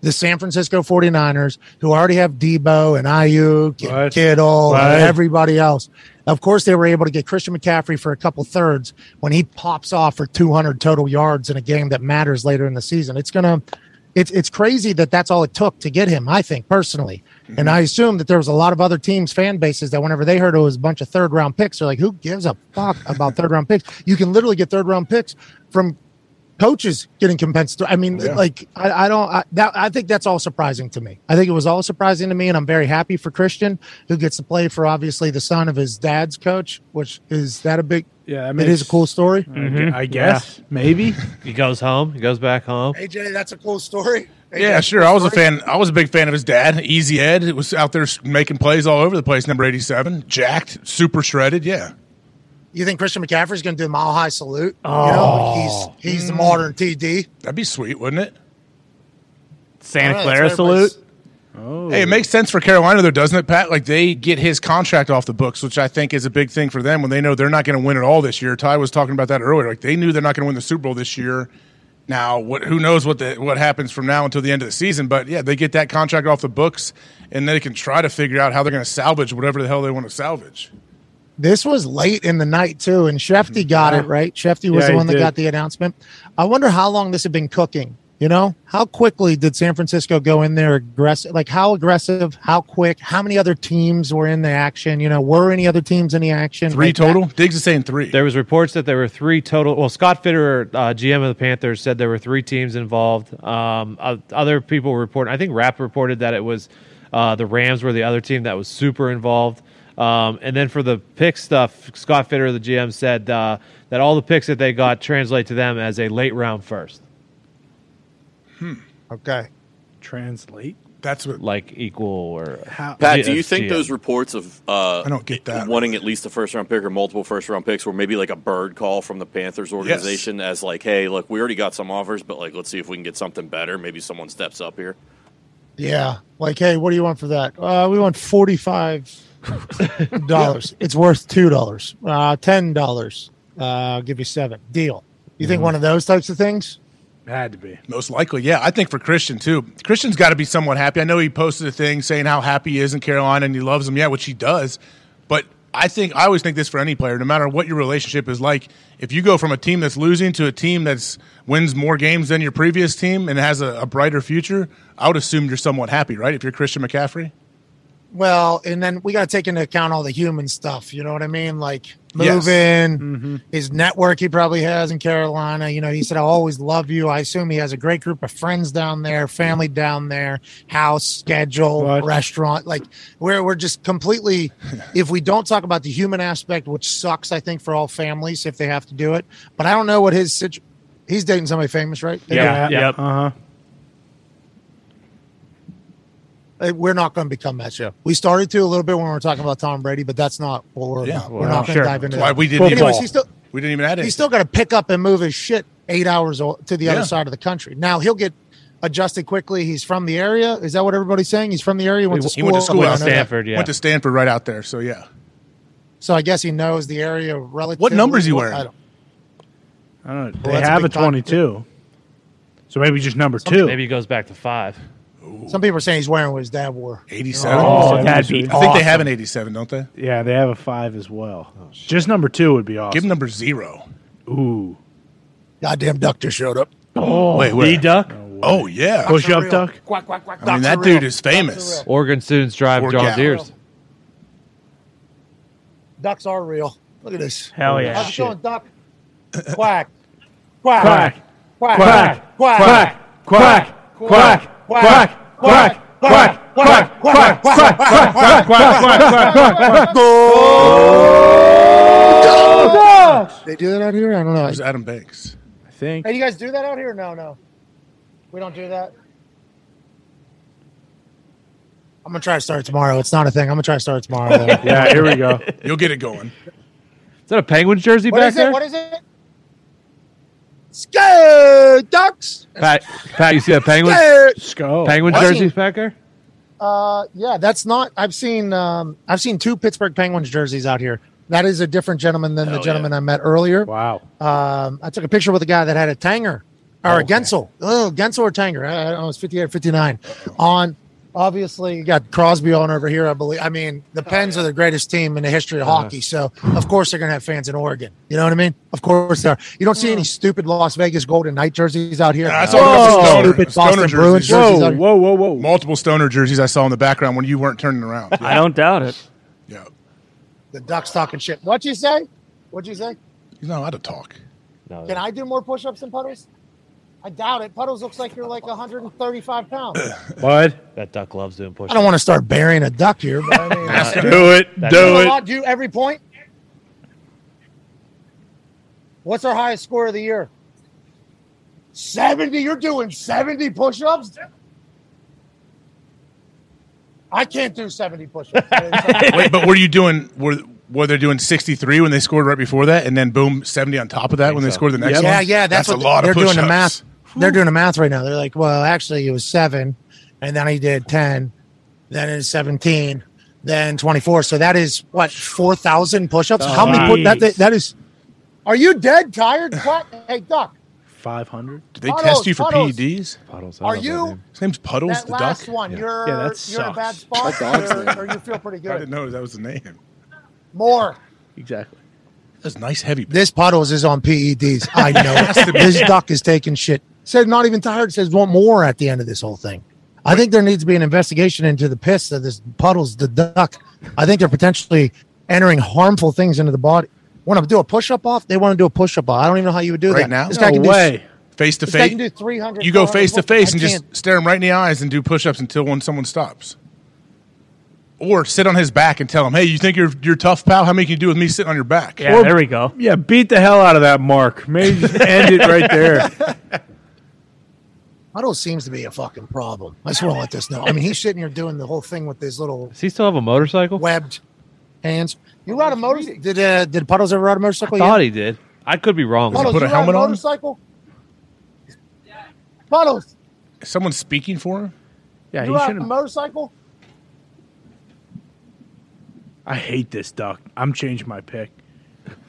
Speaker 11: the San Francisco 49ers, who already have Debo and Ayuk and
Speaker 3: Right.
Speaker 11: Kittle
Speaker 3: Right.
Speaker 11: and everybody else. Of course, they were able to get Christian McCaffrey for a couple thirds when he pops off for 200 total yards in a game that matters later in the season. It's going to. it's it's crazy that that's all it took to get him. I think personally, and I assume that there was a lot of other teams' fan bases that whenever they heard it was a bunch of third round picks, they're like, "Who gives a fuck about third round picks? You can literally get third round picks from coaches getting compensated. I mean,
Speaker 12: Yeah.
Speaker 11: like I, I don't. I, that, I think that's all surprising to me. I think it was all surprising to me, and I'm very happy for Christian, who gets to play for obviously the son of his dad's coach, which is that a big.
Speaker 3: Yeah, that
Speaker 11: it is a
Speaker 3: makes-
Speaker 11: cool story.
Speaker 4: Mm-hmm.
Speaker 3: gu- I guess maybe
Speaker 4: he goes home. He goes back home.
Speaker 11: AJ, that's a cool story.
Speaker 1: Yeah, sure. I was a fan. I was a big fan of his dad, Easy Ed. It was out there s- making plays all over the place. Number eighty-seven, jacked, super shredded. Yeah,
Speaker 11: You think Christian McCaffrey's going to do a mile high salute? you know, he's he's the modern TD.
Speaker 1: Oh. That'd be sweet, wouldn't it?
Speaker 2: Santa
Speaker 11: All right,
Speaker 2: Clara
Speaker 11: that's everybody's-
Speaker 2: salute.
Speaker 3: Oh.
Speaker 1: Hey, it makes sense for Carolina though, doesn't it, Pat? Like they get his contract off the books, which I think is a big thing for them when they know they're not going to win at all this year. Ty was talking about that earlier. Like they knew they're not going to win the Super Bowl this year. Now, what? Who knows what the, what happens from now until the end of the season? But yeah, they get that contract off the books, and they can try to figure out how they're going to salvage whatever the hell they want to salvage.
Speaker 11: This was late in the night too, and Shefty got it right. Shefty was
Speaker 1: Mm-hmm. Yeah,
Speaker 11: the
Speaker 1: he
Speaker 11: one that
Speaker 1: did.
Speaker 11: got the announcement. I wonder how long this had been cooking. You know, how quickly did San Francisco go in there aggressive? Like how aggressive? How quick? How many other teams were in the action? You know, were any other teams in the action?
Speaker 1: Three
Speaker 11: Like,
Speaker 1: total. Diggs is saying three.
Speaker 4: There was reports that there were three total. Well, Scott Fitterer, uh, GM of the Panthers, said there were three teams involved. Um, o- other people report. I think Rap reported that it was uh, the Rams were the other team that was super involved. Um, and then for the pick stuff, Scott Fitterer, the GM, said uh, that all the picks that they got translate to them as a late round first,
Speaker 11: Okay.
Speaker 3: Translate.
Speaker 1: That's what
Speaker 4: like equal or
Speaker 5: Pat, do you
Speaker 4: G-
Speaker 5: think
Speaker 4: GM.
Speaker 5: those reports of uh,
Speaker 1: I don't get that.
Speaker 5: wanting at least a first round pick or multiple first round picks were maybe like a bird call from the Panthers organization as like, hey, look, we already got some offers, but like, let's see if we can get something better. Maybe someone steps up here.
Speaker 11: Yeah. Like, hey, what do you want for that? Uh, we want forty five dollars. It's worth two dollars. Uh, Ten dollars. Uh, I'll give you seven. Deal. You think one of those types of things?
Speaker 3: Had to be.
Speaker 1: Most likely, yeah. I think for Christian too. Christian's got to be somewhat happy. I know he posted a thing saying how happy he is in Carolina and he loves them. Yeah, which he does. But I think I always think this for any player, no matter what your relationship is like. If you go from a team that's losing to a team that's wins more games than your previous team and has a, a brighter future, I would assume you're somewhat happy, right? If you're Christian McCaffrey,
Speaker 11: Well, and then we got to take into account all the human stuff. You know what I mean? Like moving,
Speaker 1: Yes.
Speaker 11: his network he probably has in Carolina. You know, he said, I always love you. I assume he has a great group of friends down there, family down there, house, schedule, restaurant. Like, we're, we're just completely, if we don't talk about the human aspect, which sucks, I think, for all families if they have to do it. But I don't know what his situation He's dating somebody famous, right?
Speaker 3: Yep. Uh huh.
Speaker 11: Uh, We're not going to become that show. We started to a little bit when we were talking about Tom Brady, but that's not what we're about. We're not going to
Speaker 1: Sure.
Speaker 11: dive into
Speaker 1: That's why
Speaker 11: that.
Speaker 1: we didn't even-
Speaker 11: Anyways, he's still,
Speaker 1: we didn't even add it.
Speaker 11: he's still got to pick up and move his shit eight hours o- to the
Speaker 1: Yeah.
Speaker 11: other side of the country. Now he'll get adjusted quickly. He's from the area. Is that what everybody's saying? He's from the area. Went to
Speaker 1: he
Speaker 11: school.
Speaker 1: went to school
Speaker 11: I
Speaker 1: out
Speaker 11: know
Speaker 1: there.
Speaker 11: that.
Speaker 1: Went to Stanford right out there. So yeah,
Speaker 11: So I guess he knows the area relatively.
Speaker 1: What numbers he
Speaker 11: well.
Speaker 1: wearing?
Speaker 11: I don't-
Speaker 3: I don't know.
Speaker 11: Well,
Speaker 3: they
Speaker 11: that's a
Speaker 3: have a
Speaker 11: big time.
Speaker 3: twenty-two. So maybe just number two.
Speaker 4: Maybe he goes back to five.
Speaker 11: Some people are saying he's wearing what his dad wore.
Speaker 1: 87.
Speaker 3: Oh, that'd be
Speaker 1: I think they have
Speaker 3: awesome.
Speaker 1: an 87, don't they?
Speaker 3: Yeah, they have a five as well.
Speaker 11: Oh,
Speaker 3: Just number two would be awesome.
Speaker 1: Give him number zero.
Speaker 3: Ooh.
Speaker 11: Goddamn duck just showed up.
Speaker 3: Oh,
Speaker 1: Wait, where?
Speaker 4: duck.
Speaker 1: Oh yeah,
Speaker 3: Push up duck.
Speaker 11: Quack quack quack.
Speaker 1: I mean, that dude is famous.
Speaker 4: Oregon students drive
Speaker 1: Or
Speaker 4: John
Speaker 1: gal.
Speaker 4: Deere's.
Speaker 11: Ducks are real. Look at this.
Speaker 4: Hell yeah.
Speaker 11: How's it
Speaker 4: Shit.
Speaker 11: going, duck? Quack. Quack.
Speaker 3: Quack.
Speaker 11: Quack.
Speaker 3: Quack. Quack. Quack. Quack. Quack. Quack. Quack. Quack. Quack. Quack. Quack. Quack. Quack. Quack. Quack. Quack. Quack.
Speaker 11: They do that out here? I don't know.
Speaker 1: There's Adam Banks.
Speaker 3: I think.
Speaker 11: Hey, you guys do that out here? No, no. We don't do that. I'm gonna try to start it tomorrow. It's not a thing. I'm gonna try to start it tomorrow. though.
Speaker 3: Yeah, here we go.
Speaker 1: You'll get it going.
Speaker 4: Is that a Penguins jersey
Speaker 11: What
Speaker 4: back
Speaker 11: is
Speaker 4: there?
Speaker 11: it? What is it? Scared ducks.
Speaker 4: Pat, Pat, you see that Penguins
Speaker 11: Scared.
Speaker 3: Skull.
Speaker 4: Penguins
Speaker 11: What?
Speaker 4: jersey back there?
Speaker 11: Uh, yeah, that's not. I've seen. Um, I've seen two Pittsburgh Penguins jerseys out here. That is a different gentleman than the gentleman I met earlier.
Speaker 3: Wow.
Speaker 11: Um, I took a picture with a guy that had a Tanger or a Gensel. Oh, Gensel or Tanger. I I don't know. It's 58 or 59 on obviously you got Crosby on over here. I believe. I mean, the
Speaker 3: Oh,
Speaker 11: Pens are the greatest team in the history of
Speaker 3: Uh-huh.
Speaker 12: Yeah.
Speaker 11: hockey, so of course they're going to have fans in Oregon. You know what I mean? Of course they are. You don't see any
Speaker 10: Oh,
Speaker 11: stupid Las Vegas Golden Knight jerseys out here.
Speaker 1: I saw a bunch of stoner,
Speaker 11: Oh, stupid
Speaker 1: stoner
Speaker 11: Boston Bruins jerseys out here.
Speaker 3: whoa, whoa!
Speaker 1: Multiple stoner jerseys I saw in the background when you weren't turning around.
Speaker 2: I don't doubt it.
Speaker 11: The Ducks talking shit. What you say? What'd you say?
Speaker 1: He's not allowed to talk.
Speaker 11: Can I do more push-ups than puddles? I doubt it. Puddles looks like you're like 135 pounds.
Speaker 3: Bud,
Speaker 4: that duck loves doing push.
Speaker 11: I don't want to start burying a duck here, but I mean, uh,
Speaker 4: That's- do it,
Speaker 11: That's-
Speaker 4: do
Speaker 11: a
Speaker 4: it.
Speaker 11: lot, Do every point. What's our highest score of the year? 70. You're doing 70 push ups? I can't do 70 push ups.
Speaker 1: Wait, but were you doing? Were were they doing sixty three when they scored right before that, and then boom, seventy on top of that when they scored the next one?
Speaker 11: Yeah, yeah, that's, what
Speaker 1: a lot
Speaker 11: they're
Speaker 1: of
Speaker 11: doing the math.
Speaker 1: push-ups.
Speaker 11: They're doing the math right now. They're like, well, actually, it was seven, and then I did ten, then it's seventeen, then twenty four. So that is what four thousand push-ups. How many? Put, that, that that is. Are you dead tired? What? Hey, Duck.
Speaker 3: Five hundred.
Speaker 1: Did they
Speaker 11: Puddles,
Speaker 1: test you for
Speaker 11: Puddles.
Speaker 1: PEDs?
Speaker 4: Puddles.
Speaker 11: I Are love that you- name.
Speaker 1: His name's Puddles
Speaker 11: that
Speaker 1: the
Speaker 11: last
Speaker 1: duck.
Speaker 11: one, you're you're in a bad spot, or, or you feel pretty
Speaker 1: I
Speaker 11: good.
Speaker 1: didn't know that was the name.
Speaker 11: More.
Speaker 1: Exactly. That's nice heavy.
Speaker 11: This puddles is on PEDs. I know.
Speaker 1: Has to
Speaker 11: it.
Speaker 1: be.
Speaker 11: this duck is taking shit. Said not even tired. Says want more at the end of this whole thing. I think there needs to be an investigation into the piss that this puddles the duck. I think they're potentially entering harmful things into the body. Want to do a push up off? They want to do a push up off. I don't even know how you would do
Speaker 1: right
Speaker 11: that.
Speaker 1: now.
Speaker 11: This guy can do s-
Speaker 1: Face to
Speaker 11: this guy can do
Speaker 1: face.
Speaker 11: 300.
Speaker 1: You go
Speaker 11: 400
Speaker 1: face to
Speaker 11: push-ups.
Speaker 1: face
Speaker 11: I
Speaker 1: and just
Speaker 11: can't.
Speaker 1: stare him right in the eyes and do push ups until when someone stops. Or sit on his back and tell him, "Hey, you think you're you're tough, pal? How many can you do with me sitting on your back?"
Speaker 3: Or-
Speaker 2: go.
Speaker 3: Yeah, beat the hell out of that mark. Maybe just end it right there.
Speaker 11: Puddles seems to be a fucking problem. I just want to let this know. I mean, he's sitting here doing the whole thing with his little
Speaker 4: Does he still have a motorcycle?
Speaker 11: webbed hands. You ride a motorcycle? Did uh, did Puddles ever ride a motorcycle?
Speaker 4: Thought
Speaker 11: yet?
Speaker 4: he did. I could be wrong.
Speaker 11: Puddles, you ride a motorcycle? Puddles,
Speaker 1: Is someone speaking for him?
Speaker 3: Yeah,
Speaker 11: you
Speaker 3: he
Speaker 11: ride a
Speaker 3: should. have
Speaker 11: motorcycle?
Speaker 3: I hate this duck. I'm changing my pick.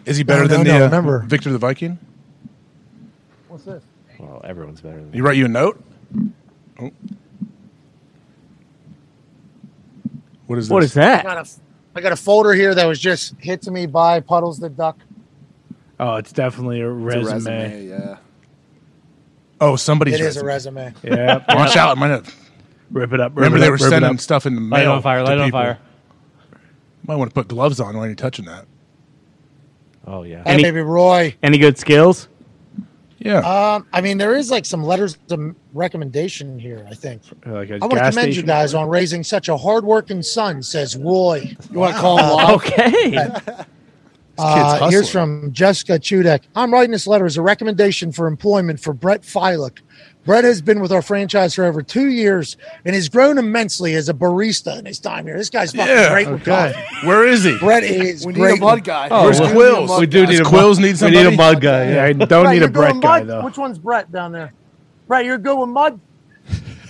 Speaker 1: Is he better
Speaker 3: No,
Speaker 1: than
Speaker 3: no,
Speaker 1: the
Speaker 3: no,
Speaker 1: uh,
Speaker 3: remember.
Speaker 1: Victor the Viking?
Speaker 11: What's this?
Speaker 4: Well, Oh, everyone's better than
Speaker 1: He write you a note. Oh. What is this?
Speaker 11: I got, a, I got a folder here that was just hit to me by Puddles the Duck.
Speaker 3: Oh, it's definitely a
Speaker 11: a
Speaker 3: resume.
Speaker 11: resume,
Speaker 10: yeah.
Speaker 1: Oh, somebody's.
Speaker 11: It is a resume.
Speaker 3: Yeah.
Speaker 1: Watch out! I might have.
Speaker 3: Rip it up. rip
Speaker 1: Remember,
Speaker 3: it
Speaker 1: they
Speaker 3: up,
Speaker 1: were
Speaker 3: rip it
Speaker 1: sending
Speaker 3: up.
Speaker 1: stuff in the
Speaker 3: Light it
Speaker 1: mail.
Speaker 3: on fire,
Speaker 1: to
Speaker 3: light it on
Speaker 1: people.
Speaker 3: fire.
Speaker 1: Might want to put gloves on when you're touching that.
Speaker 4: Oh yeah.
Speaker 11: Hey, baby Roy.
Speaker 2: Any good skills?
Speaker 1: Yeah.
Speaker 11: Um, I mean, there is like some letters of recommendation here, I think.
Speaker 3: Like a
Speaker 11: I want to
Speaker 3: gas
Speaker 11: commend you
Speaker 3: station.
Speaker 11: guys on raising such a hardworking son, says Roy. You want to
Speaker 8: call him Lyle?
Speaker 11: Okay. Uh, here's from Jessica Chudek. I'm writing this letter as a recommendation for employment for Brett Filick. Brett has been with our franchise for over two years and has grown immensely as a barista in his time here. This guy's fucking
Speaker 1: Yeah.
Speaker 11: great with
Speaker 1: Okay.
Speaker 11: coffee.
Speaker 3: Oh.
Speaker 1: Where is he?
Speaker 11: Brett is We need a great. mud guy. Oh,
Speaker 1: Where's
Speaker 11: we do need a
Speaker 1: Quills?
Speaker 11: mud We do guy. need a mud-
Speaker 1: Quills needs
Speaker 11: we
Speaker 1: somebody.
Speaker 11: need a mud guy,
Speaker 3: Yeah, I don't
Speaker 11: Brett,
Speaker 3: need
Speaker 11: you're
Speaker 3: a
Speaker 11: good
Speaker 3: Brett
Speaker 11: with
Speaker 3: guy
Speaker 11: mud?
Speaker 3: though.
Speaker 11: Which one's Brett down there? Brett, you're good with mud.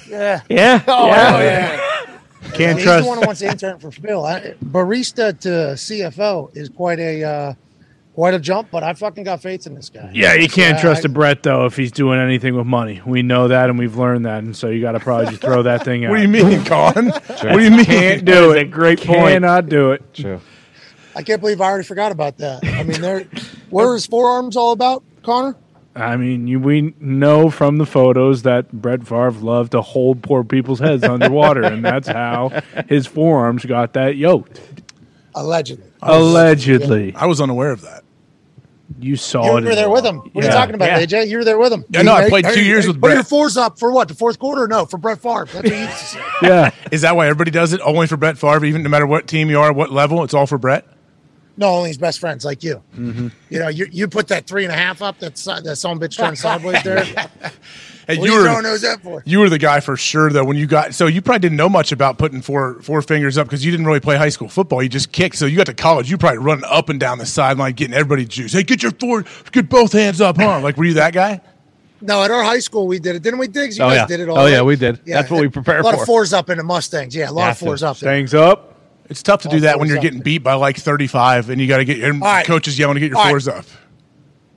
Speaker 11: Yeah.
Speaker 2: Yeah.
Speaker 11: Oh,
Speaker 3: Yeah.
Speaker 11: hell yeah.
Speaker 3: Can't
Speaker 11: He's
Speaker 3: trust.
Speaker 11: the one who wants to intern for Phil. I, barista to CFO is quite a uh, quite a jump, but I fucking got faith in this guy.
Speaker 3: Yeah, you can't
Speaker 11: I-
Speaker 3: trust
Speaker 11: I-
Speaker 3: a Brett though if he's doing anything with money. We know that, and we've learned that, and so you got to probably just throw that thing out.
Speaker 1: What do you mean, Con?
Speaker 3: Sure.
Speaker 1: What do you mean?
Speaker 3: Can't do
Speaker 2: That is
Speaker 3: it.
Speaker 2: a great
Speaker 3: Cannot
Speaker 2: point.
Speaker 3: do it.
Speaker 4: True.
Speaker 11: I can't believe I already forgot about that. I mean, there, where is forearms all about, Connor?
Speaker 3: I mean, you, we know from the photos that Brett Favre loved to hold poor people's heads underwater, and that's how his forearms got that yoked.
Speaker 11: Allegedly.
Speaker 3: Allegedly,
Speaker 1: I was unaware of that.
Speaker 3: You saw
Speaker 11: You
Speaker 3: it.
Speaker 11: were
Speaker 3: in
Speaker 11: there
Speaker 3: the
Speaker 11: with
Speaker 3: water.
Speaker 11: him. What are
Speaker 3: Yeah.
Speaker 11: you talking about,
Speaker 3: Yeah.
Speaker 11: AJ? You were there with him.
Speaker 1: Yeah, no, I played two years with
Speaker 11: Put your
Speaker 1: Brett.
Speaker 11: fours up for what? The fourth quarter? No, for Brett Favre. That's what he used to say.
Speaker 3: Yeah.
Speaker 1: Is that why everybody does it? Only for Brett Favre, even no matter what team you are, what level, it's all for Brett.
Speaker 11: No, only his best friends like you.
Speaker 1: Mm-hmm.
Speaker 11: You know, you, you put that three and a half up. That's that some bitch turned sideways there.
Speaker 1: Hey,
Speaker 11: What are you throwing those up for?
Speaker 1: You were the guy for sure, though. When you got so, you probably didn't know much about putting four four fingers up because you didn't really play high school football. You just kicked. So you got to college, you probably running up and down the sideline, getting everybody juice. Hey, get your four, get both hands up, huh? Like, were you that guy?
Speaker 11: No, at our high school we did it, didn't we, Diggs? You
Speaker 1: Oh,
Speaker 11: guys
Speaker 1: yeah.
Speaker 11: did it all.
Speaker 1: Oh, yeah,
Speaker 11: right?
Speaker 1: we did. That's what we prepare
Speaker 11: A lot
Speaker 1: for.
Speaker 11: of fours up into Mustangs. Yeah, a lot of fours up. There.
Speaker 3: Things up.
Speaker 1: It's tough to do that when
Speaker 11: fours
Speaker 1: you're
Speaker 11: up.
Speaker 1: getting beat by like 35, and you got to get your
Speaker 11: All right.
Speaker 1: coaches yelling to get your
Speaker 11: All right.
Speaker 1: fours up.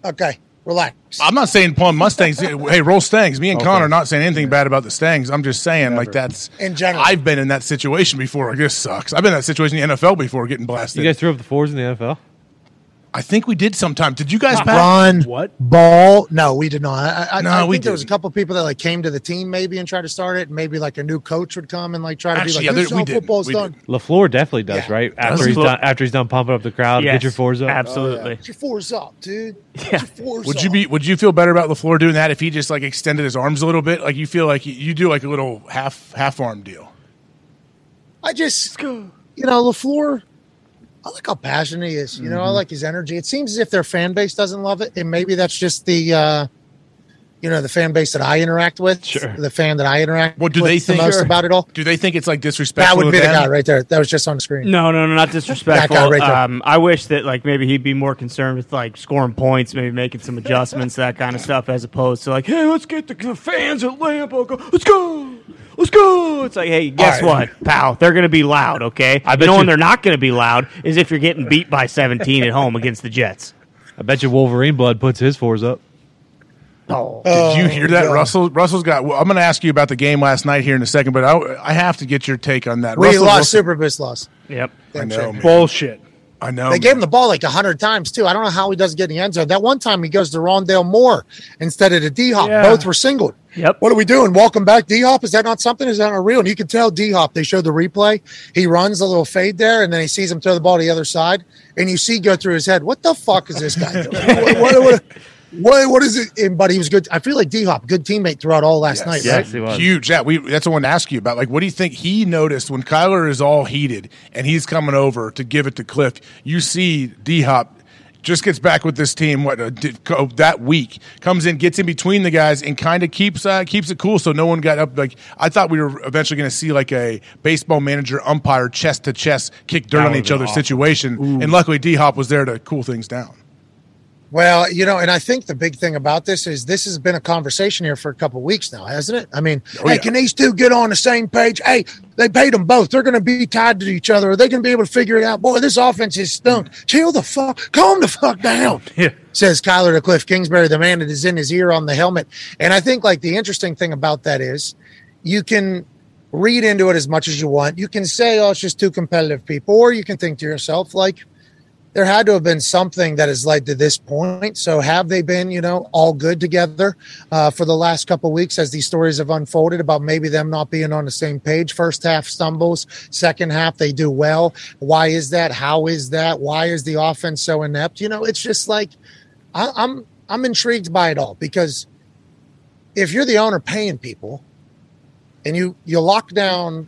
Speaker 11: Okay, Relax.
Speaker 1: I'm not saying pawn Mustangs. hey, roll Stangs. Me and
Speaker 11: Okay.
Speaker 1: Con are not saying anything bad about the Stangs. I'm just saying, like, that's.
Speaker 11: In general.
Speaker 1: I've been in that situation before. Like, this sucks. I've been in that situation in the NFL before getting blasted.
Speaker 4: You guys threw up the fours in the NFL?
Speaker 1: I think we did sometime. Did you guys pass?
Speaker 11: Run what ball? No, we did not. I, I,
Speaker 1: No,
Speaker 11: I think
Speaker 1: we
Speaker 11: there was a
Speaker 1: didn't.
Speaker 11: couple people that like came to the team maybe and tried to start it. and Maybe like a new coach would come and like try to
Speaker 4: Actually,
Speaker 11: be
Speaker 4: yeah,
Speaker 11: like,
Speaker 4: there-
Speaker 11: "Here's
Speaker 4: we
Speaker 11: how
Speaker 4: didn't.
Speaker 11: football's
Speaker 4: We
Speaker 11: done."
Speaker 4: LaFleur definitely does, right? After
Speaker 11: Does
Speaker 4: he's
Speaker 11: LaFleur-
Speaker 4: done after he's done pumping up the crowd,
Speaker 1: Yes,
Speaker 4: get your fours up.
Speaker 2: Absolutely.
Speaker 11: Get your fours up, dude. Get your fours
Speaker 1: Would
Speaker 11: up.
Speaker 1: you be? Would you feel better about Lafleur doing that if he just like extended his arms a little bit? Like you feel like you- you do like a little half half arm deal.
Speaker 11: I just, you know, Lafleur. I like how passionate he is. You know, I
Speaker 1: Mhm.
Speaker 11: like his energy. It seems as if their fan base doesn't love it, and maybe that's just the, uh, you know, the fan base that I interact with, the fan that I interact.
Speaker 1: What do
Speaker 11: with
Speaker 1: they
Speaker 11: the
Speaker 1: think
Speaker 11: most about it all?
Speaker 1: Do they think it's like
Speaker 11: That
Speaker 1: disrespectful?
Speaker 11: would
Speaker 1: to
Speaker 11: be the
Speaker 1: them?
Speaker 11: guy right there. That was just on the screen.
Speaker 2: No, no, no, not disrespectful.
Speaker 11: That guy right there.
Speaker 2: um, I wish that like maybe he'd be more concerned with like scoring points, maybe making some adjustments, that kind of stuff, as opposed to like, hey, let's get the fans at Lambeau. Go, let's go, let's go. It's like, hey, guess
Speaker 6: All right.
Speaker 2: what, pal? They're gonna be loud, okay? I
Speaker 4: bet
Speaker 2: know when
Speaker 4: you-
Speaker 2: they're not gonna be loud is if you're getting beat by 17 at home against the Jets.
Speaker 4: I bet you Wolverine blood puts his fours up.
Speaker 11: Oh,
Speaker 1: Did you hear that, Russell? Russell's got. Well, I'm going to ask you about the game last night here in a second, but I, I have to get your take on that.
Speaker 11: We
Speaker 1: Russell
Speaker 11: lost.
Speaker 1: Wilson-
Speaker 11: Super Boost lost.
Speaker 2: Yep.
Speaker 1: I know, man.
Speaker 3: Bullshit.
Speaker 1: I know.
Speaker 11: they
Speaker 1: man.
Speaker 11: gave him the ball like hundred times too. I don't know how he doesn't get in the end zone. That one time he goes to Rondale Moore instead of the D Hop.
Speaker 6: Yeah.
Speaker 11: Both were singled.
Speaker 2: Yep.
Speaker 11: What are we doing? Welcome back, D Hop. Is that not something? Is that not real? And you can tell D Hop. They showed the replay. He runs a little fade there, and then he sees him throw the ball to the other side, and you see go through his head. What the fuck is this guy doing? what, what, what, what- what is it? And, but he was good. I feel like D Hop, good teammate throughout all last night. right?
Speaker 1: Huge. Yeah, we, that's what I wanted to ask you about. Like, what do you think he noticed when Kyler is all heated and he's coming over to give it to Cliff? You see D Hop just gets back with this team what uh, did, co- that week comes in gets in between the guys and kind of keeps uh, keeps it cool so no one got up like i thought we were eventually going to see like a baseball manager umpire chest to chest kick dirt
Speaker 11: That
Speaker 1: on
Speaker 11: would've
Speaker 1: each
Speaker 11: been
Speaker 1: other's
Speaker 11: awesome.
Speaker 1: situation and luckily d-hop was there to cool things down
Speaker 11: Well, you know, and I think the big thing about this is this has been a conversation here for a couple weeks now, hasn't it? I mean, hey, can these two get on the same page? Hey, they paid them both. They're going to be tied to each other. Are they going to be able to figure it out? Boy, this offense is stunk. Chill the fuck. Calm the fuck down.
Speaker 3: Yeah.
Speaker 11: Says Kyler to Cliff Kingsbury, the man that is in his ear on the helmet. And I think like the interesting thing about that is you can read into it as much as you want. You can say, oh, it's just two competitive people, or you can think to yourself, like, there had to have been something that has led to this point. So have they been, you know, all good together uh, for the last couple weeks as these stories have unfolded about maybe them not being on the same page? First half stumbles, second half they do well. Why is that? How is that? Why is the offense so inept? You know, it's just like I, I'm I'm intrigued by it all because if you're the owner paying people and you you lock down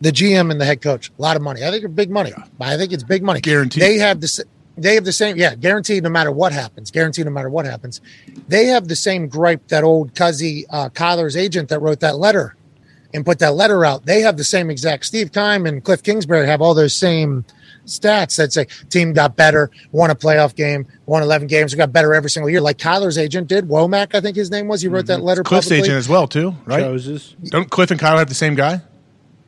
Speaker 11: the GM and the head coach, a lot of money. I think it's big money. I think it's big money. Guaranteed. They have the s- they have the same yeah, guaranteed no matter what happens. Guaranteed no matter what happens. They have the same gripe that old Cuzzy uh, Kyler's agent that wrote that letter and put that letter out. They have the same exact Steve Kime and Cliff Kingsbury have all those same stats that say team got better, won a playoff game, won 11 games, we got better every single year. Like Kyler's agent did. Womack, I think his name was. He wrote that letter.
Speaker 1: Mm-hmm. cliff's
Speaker 11: publicly.
Speaker 1: agent as well too right don't cliff and kyler have the same guy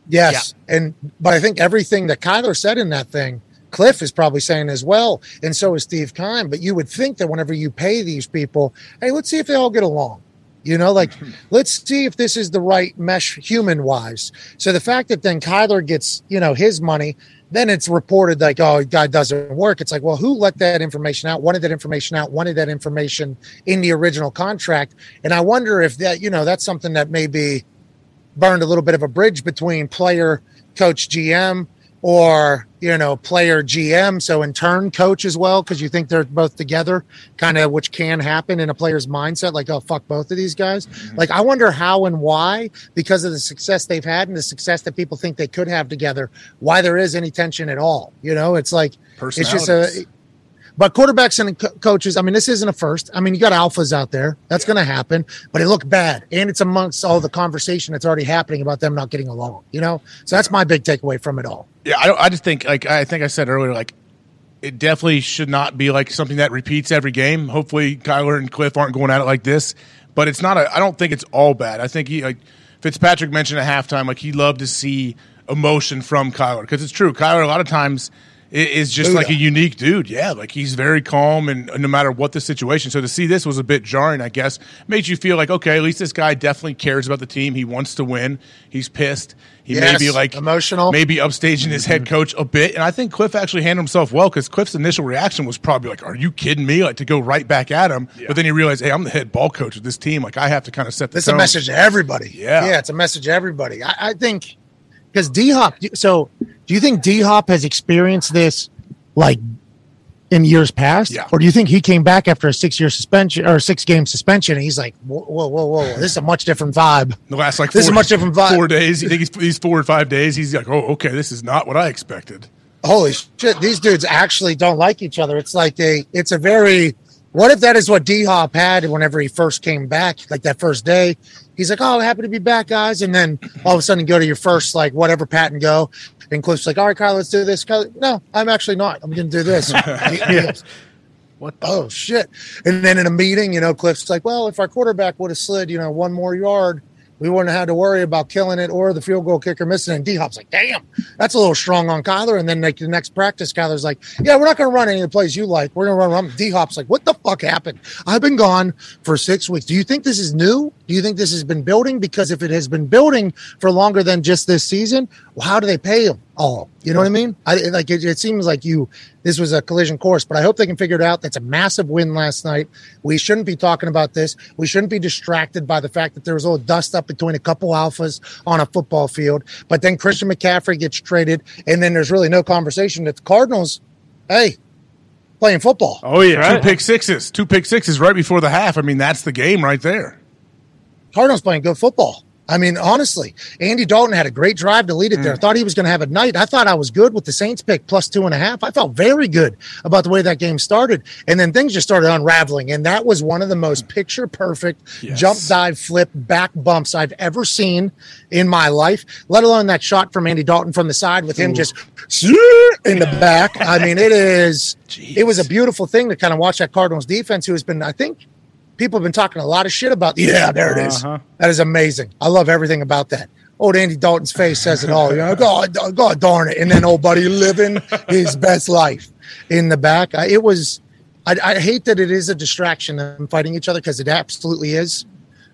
Speaker 11: Yes. And but I think everything that Kyler said in that thing, Cliff is probably saying as well, and so is Steve Kime. But you would think that whenever you pay these people, hey, let's see if they all get along. You know, like let's see if this is the right mesh human wise. So the fact that then Kyler gets, you know, his money, then it's reported like, oh, the guy doesn't work. It's like, well, who let that information out? Wanted that information out, wanted that information in the original contract. And I wonder if that, you know, that's something that maybe burned a little bit of a bridge between player coach GM or you know player GM so in turn coach as well because you think they're both together kind of which can happen in a player's mindset like oh fuck both of these guys like I wonder how and why because of the success they've had and the success that people think they could have together why there is any tension at all you know it's like it's just a
Speaker 6: Personalities.
Speaker 11: but quarterbacks and co- coaches, I mean, this isn't a first. I mean, you got alphas out there. That's going to happen, but it looked bad. And it's amongst all the conversation that's already happening about them not getting along, you know? So that's my big takeaway from it all.
Speaker 1: Yeah, I, don't, I just think like I think I said earlier, like it definitely should not be like something that repeats every game. Hopefully, Kyler and Cliff aren't going at it like this. But it's not. A, I don't think it's all bad. I think he like Fitzpatrick mentioned at halftime, like he loved to see emotion from Kyler because it's true. Kyler a lot of times i- is just
Speaker 11: Buddha.
Speaker 1: like a unique dude. Yeah, like he's very calm and no matter what the situation. So to see this was a bit jarring, I guess. Made you feel like, okay, at least this guy definitely cares about the team. He wants to win. He's pissed. He
Speaker 11: Yes,
Speaker 1: may be like emotional, maybe upstaging his head
Speaker 11: Mm-hmm.
Speaker 1: coach a bit. And I think Cliff actually handled himself well because Cliff's initial reaction was probably like, "Are you kidding me?" Like to go right back at him. But then he realized, "Hey, I'm the head ball coach of this team. Like I have to kind of set the
Speaker 11: It's a
Speaker 1: tone."
Speaker 11: message to everybody.
Speaker 1: Yeah.
Speaker 11: yeah, it's a message to everybody. I, I think because D Hop. So, do you think D Hop has experienced this like in years past,
Speaker 1: Yeah.
Speaker 11: or do you think he came back after a six-year suspension or six-game suspension and he's like, whoa, whoa, whoa, whoa, this is a much different vibe.
Speaker 1: The last like
Speaker 11: This is
Speaker 1: four-
Speaker 11: much different vibe.
Speaker 1: Four days. You think he's, these four or five days? He's like, "Oh, okay, this is not what I expected."
Speaker 11: Holy shit, these dudes actually don't like each other. It's like they. It's a very. What if that is what D Hop had whenever he first came back, like that first day? He's like, "Oh, happy to be back, guys," and then all of a sudden go to your first like whatever pat and go, and Cliff's like, "All right, Kyle, let's do this." Kyle, no, I'm actually not. I'm going to do this. What? oh shit! And then in a meeting, you know, Cliff's like, "Well, if our quarterback would have slid, you know, one more yard, we wouldn't have had to worry about killing it or the field goal kicker missing." And D Hop's like, "Damn, that's a little strong on Kyler." And then like the next practice, Kyler's like, "Yeah, we're not going to run any of the plays you like. We're going to run." D Hop's like, "What the fuck happened? I've been gone for six weeks. Do you think this is new? Do you think this has been building? Because if it has been building for longer than just this season, well, how do they pay him all? You know what I mean? I like it, it seems like you this was a collision course, but I hope they can figure it out. That's a massive win last night. We shouldn't be talking about this. We shouldn't be distracted by the fact that there was a little dust up between a couple alphas on a football field. But then Christian McCaffrey gets traded, and then there's really no conversation that the Cardinals, hey, playing football.
Speaker 1: Oh yeah,
Speaker 11: Right.
Speaker 1: two pick sixes, two pick sixes right before the half. I mean, that's the game right there.
Speaker 11: Cardinals playing good football. I mean, honestly, Andy Dalton had a great drive to lead it there. I thought he was going to have a night. I thought I was good with the Saints pick plus two and a half. I felt very good about the way that game started. And then things just started unraveling. And that was one of the most picture perfect jump dive flip back bumps I've ever seen in my life, let alone that shot from Andy Dalton from the side with him
Speaker 6: Ooh.
Speaker 11: just in the back. I mean, it is, it was a beautiful thing to kind of watch that Cardinals defense who has been, I think, people have been talking a lot of shit about. Yeah, there it is.
Speaker 3: Uh-huh.
Speaker 11: That is amazing. I love everything about that. Old Andy Dalton's face says it all. You know, God, God darn it! And then old buddy living his best life in the back. I, it was. I, I hate that it is a distraction them fighting each other because it absolutely is.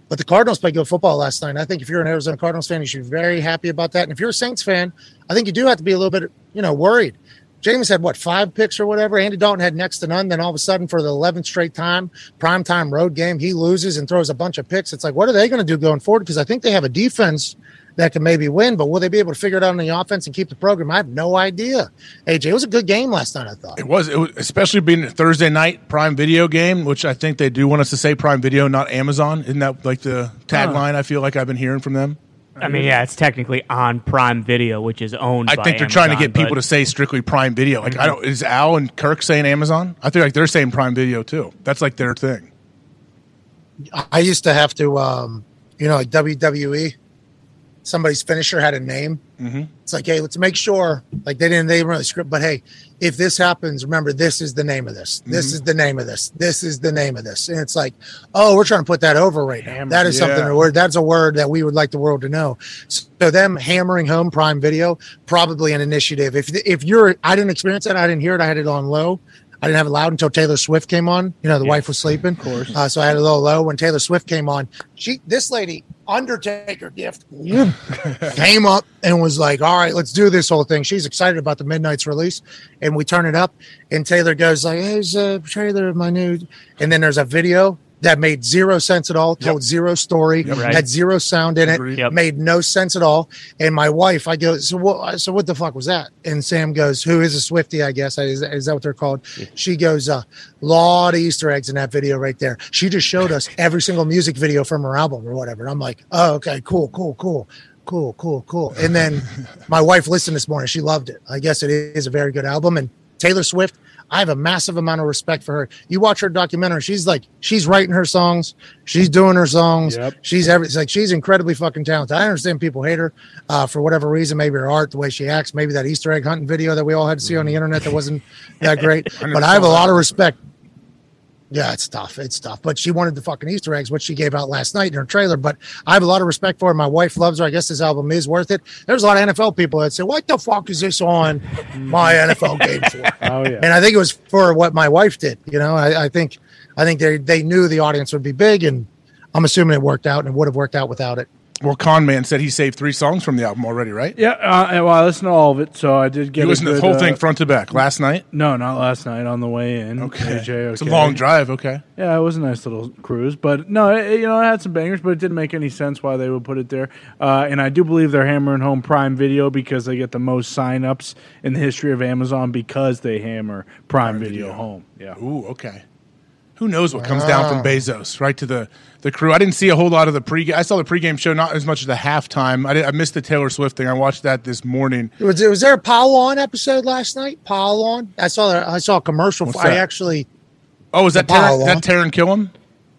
Speaker 11: But the Cardinals played good football last night. And I think if you're an Arizona Cardinals fan, you should be very happy about that. And if you're a Saints fan, I think you do have to be a little bit, you know, worried. James had what five picks or whatever. Andy Dalton had next to none. Then all of a sudden, for the eleventh straight time, primetime road game, he loses and throws a bunch of picks. It's like, what are they going to do going forward? Because I think they have a defense that can maybe win, but will they be able to figure it out on the offense and keep the program? I have no idea. AJ, it was a good game last night. I thought.
Speaker 1: It was, it was especially being a Thursday night Prime Video game, which I think they do want us to say Prime Video, not Amazon. Isn't that like the tagline? I feel like I've been hearing from them.
Speaker 2: I mean, yeah, it's technically on Prime Video, which is owned.
Speaker 1: I
Speaker 2: by
Speaker 1: think they're trying to
Speaker 2: Amazon,
Speaker 1: get people
Speaker 2: but- Mm-hmm.
Speaker 1: to say strictly Prime Video. Like, I don't. Is Al and Kirk saying Amazon? I feel like they're saying Prime Video too. That's like their thing.
Speaker 11: I used to have to, um, you know, like WWE. Somebody's finisher had a name.
Speaker 1: Mm-hmm.
Speaker 11: It's like, hey, let's make sure. Like they didn't, they didn't really script, but hey, if this happens, remember this is the name of this. This
Speaker 6: Mhm.
Speaker 11: is the name of this. This is the name of this. And it's like, oh, we're trying to put that over right now. That is something.
Speaker 6: Yeah.
Speaker 11: a Word. That's a word that we would like the world to know. So them hammering home Prime Video probably an initiative. If if you're, I didn't experience that. I didn't hear it. I had it on low. I didn't have it loud until Taylor Swift came on. You know, the wife was sleeping. Of course. Uh, so I had it a little low when Taylor Swift came on. She, this lady, Undertaker gift, came up and was like, "All right, let's do this whole thing." She's excited about the Midnight's release, and we turn it up, and Taylor goes like, "Here's a trailer of my new," and then there's a video that made zero sense at all, told zero story,
Speaker 6: Right.
Speaker 11: had zero sound in it, made no sense at all. And my wife, I go, "So what? So what the fuck was that?" And Sam goes, "Who is a Swifty? I guess is, is that what they're called?" She goes, "A uh, lot of Easter eggs in that video right there." She just showed us every single music video from her album or whatever, and I'm like, "Oh, okay, cool, cool, cool." cool, cool, cool. And then my wife listened this morning. She loved it. I guess it is a very good album. And Taylor Swift, I have a massive amount of respect for her. You watch her documentary, she's like, she's writing her songs, she's doing her songs, she's every, it's like, she's incredibly fucking talented. I understand people hate her uh, for whatever reason, maybe her art, the way she acts, maybe that Easter egg hunting video that we all had to see on the internet that wasn't that great. but I have a lot of respect Yeah, it's tough. It's tough. But she wanted the fucking Easter eggs, which she gave out last night in her trailer. But I have a lot of respect for her. My wife loves her. I guess this album is worth it. There's a lot of NFL people that say, What the fuck is this on my
Speaker 1: Mm-hmm.
Speaker 11: NFL game for?
Speaker 3: Oh yeah.
Speaker 11: And I think it was for what my wife did. You know, I, I think I think they, they knew the audience would be big and I'm assuming it worked out and it would have worked out without it.
Speaker 1: Well, Con Man said he saved three songs from the album already, right?
Speaker 3: Yeah, uh, and, well, I listened to all of it, so I did get.
Speaker 1: You
Speaker 3: a
Speaker 1: listened to the
Speaker 3: good,
Speaker 1: whole thing
Speaker 3: uh,
Speaker 1: front to back last night.
Speaker 3: No, not last night. On the way in. Okay.
Speaker 1: It's a long drive. Okay.
Speaker 3: Yeah, it was a nice little cruise, but no, it, you know, it had some bangers, but it didn't make any sense why they would put it there. Uh, and I do believe they're hammering home Prime Video because they get the most sign-ups in the history of Amazon because they hammer Prime, Video, home. Yeah.
Speaker 1: Ooh, okay. Who knows what comes down
Speaker 8: Ah.
Speaker 1: from Bezos right to the, the crew? I didn't see a whole lot of the pre. I saw the pregame show, not as much as the halftime. I, did, I missed the Taylor Swift thing. I watched that this morning.
Speaker 11: It Was, was there a Paul on episode last night? Paul on? I saw that. I saw a commercial.
Speaker 1: What's
Speaker 11: for- I
Speaker 1: that?
Speaker 11: actually.
Speaker 1: Oh, is that
Speaker 11: The Paul
Speaker 1: Taron,
Speaker 11: on?
Speaker 1: that Taron Killam?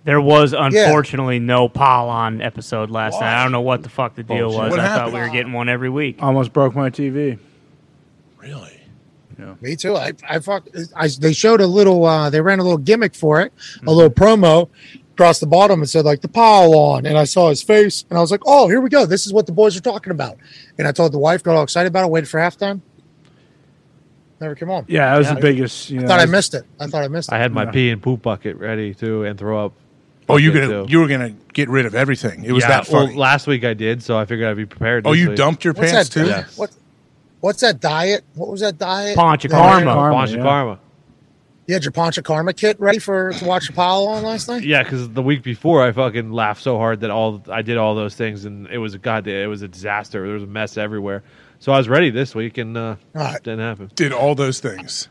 Speaker 2: There was
Speaker 11: Yeah.
Speaker 2: unfortunately no Polon episode last night. I don't know what the fuck the deal
Speaker 3: Bullshit.
Speaker 2: was.
Speaker 3: What
Speaker 2: I
Speaker 3: happened?
Speaker 2: thought we were getting one every week.
Speaker 3: Almost broke my TV.
Speaker 11: Me too. I, I, fuck, I they showed a little. Uh, they ran a little gimmick for it, a little promo across the bottom and said like the Paul on, and I saw his face, and I was like, oh, here we go. This is what the boys are talking about. And I told the wife, got all excited about it, waited for halftime. Never came on.
Speaker 3: Yeah, that was the biggest. You
Speaker 11: I
Speaker 3: know,
Speaker 11: thought I missed it. I thought I missed it.
Speaker 4: I had my
Speaker 11: Yeah.
Speaker 4: pee and poop bucket ready too, and throw up.
Speaker 1: Oh, you
Speaker 4: bucket,
Speaker 1: gonna
Speaker 4: too.
Speaker 1: you were gonna get rid of everything. It was
Speaker 4: Yeah,
Speaker 1: that
Speaker 4: well,
Speaker 1: funny.
Speaker 4: last week I did, so I figured I'd be prepared.
Speaker 1: Oh,
Speaker 4: this
Speaker 1: you
Speaker 4: week.
Speaker 1: dumped your
Speaker 11: What's
Speaker 1: pants
Speaker 11: that?
Speaker 1: too?
Speaker 4: Yeah.
Speaker 11: What? What's that diet? What was that diet?
Speaker 2: Pancha
Speaker 11: That-
Speaker 2: Karma.
Speaker 3: Karma,
Speaker 4: Pancha
Speaker 3: yeah.
Speaker 4: Karma.
Speaker 11: You had your Pancha Karma kit ready for to watch the Paul on last night.
Speaker 4: Yeah, because the week before I fucking laughed so hard that all I did all those things, and it was a goddamn, it was a disaster. There was a mess everywhere. So I was ready this week, and uh,
Speaker 11: Alright.
Speaker 4: didn't happen.
Speaker 1: Did all those things.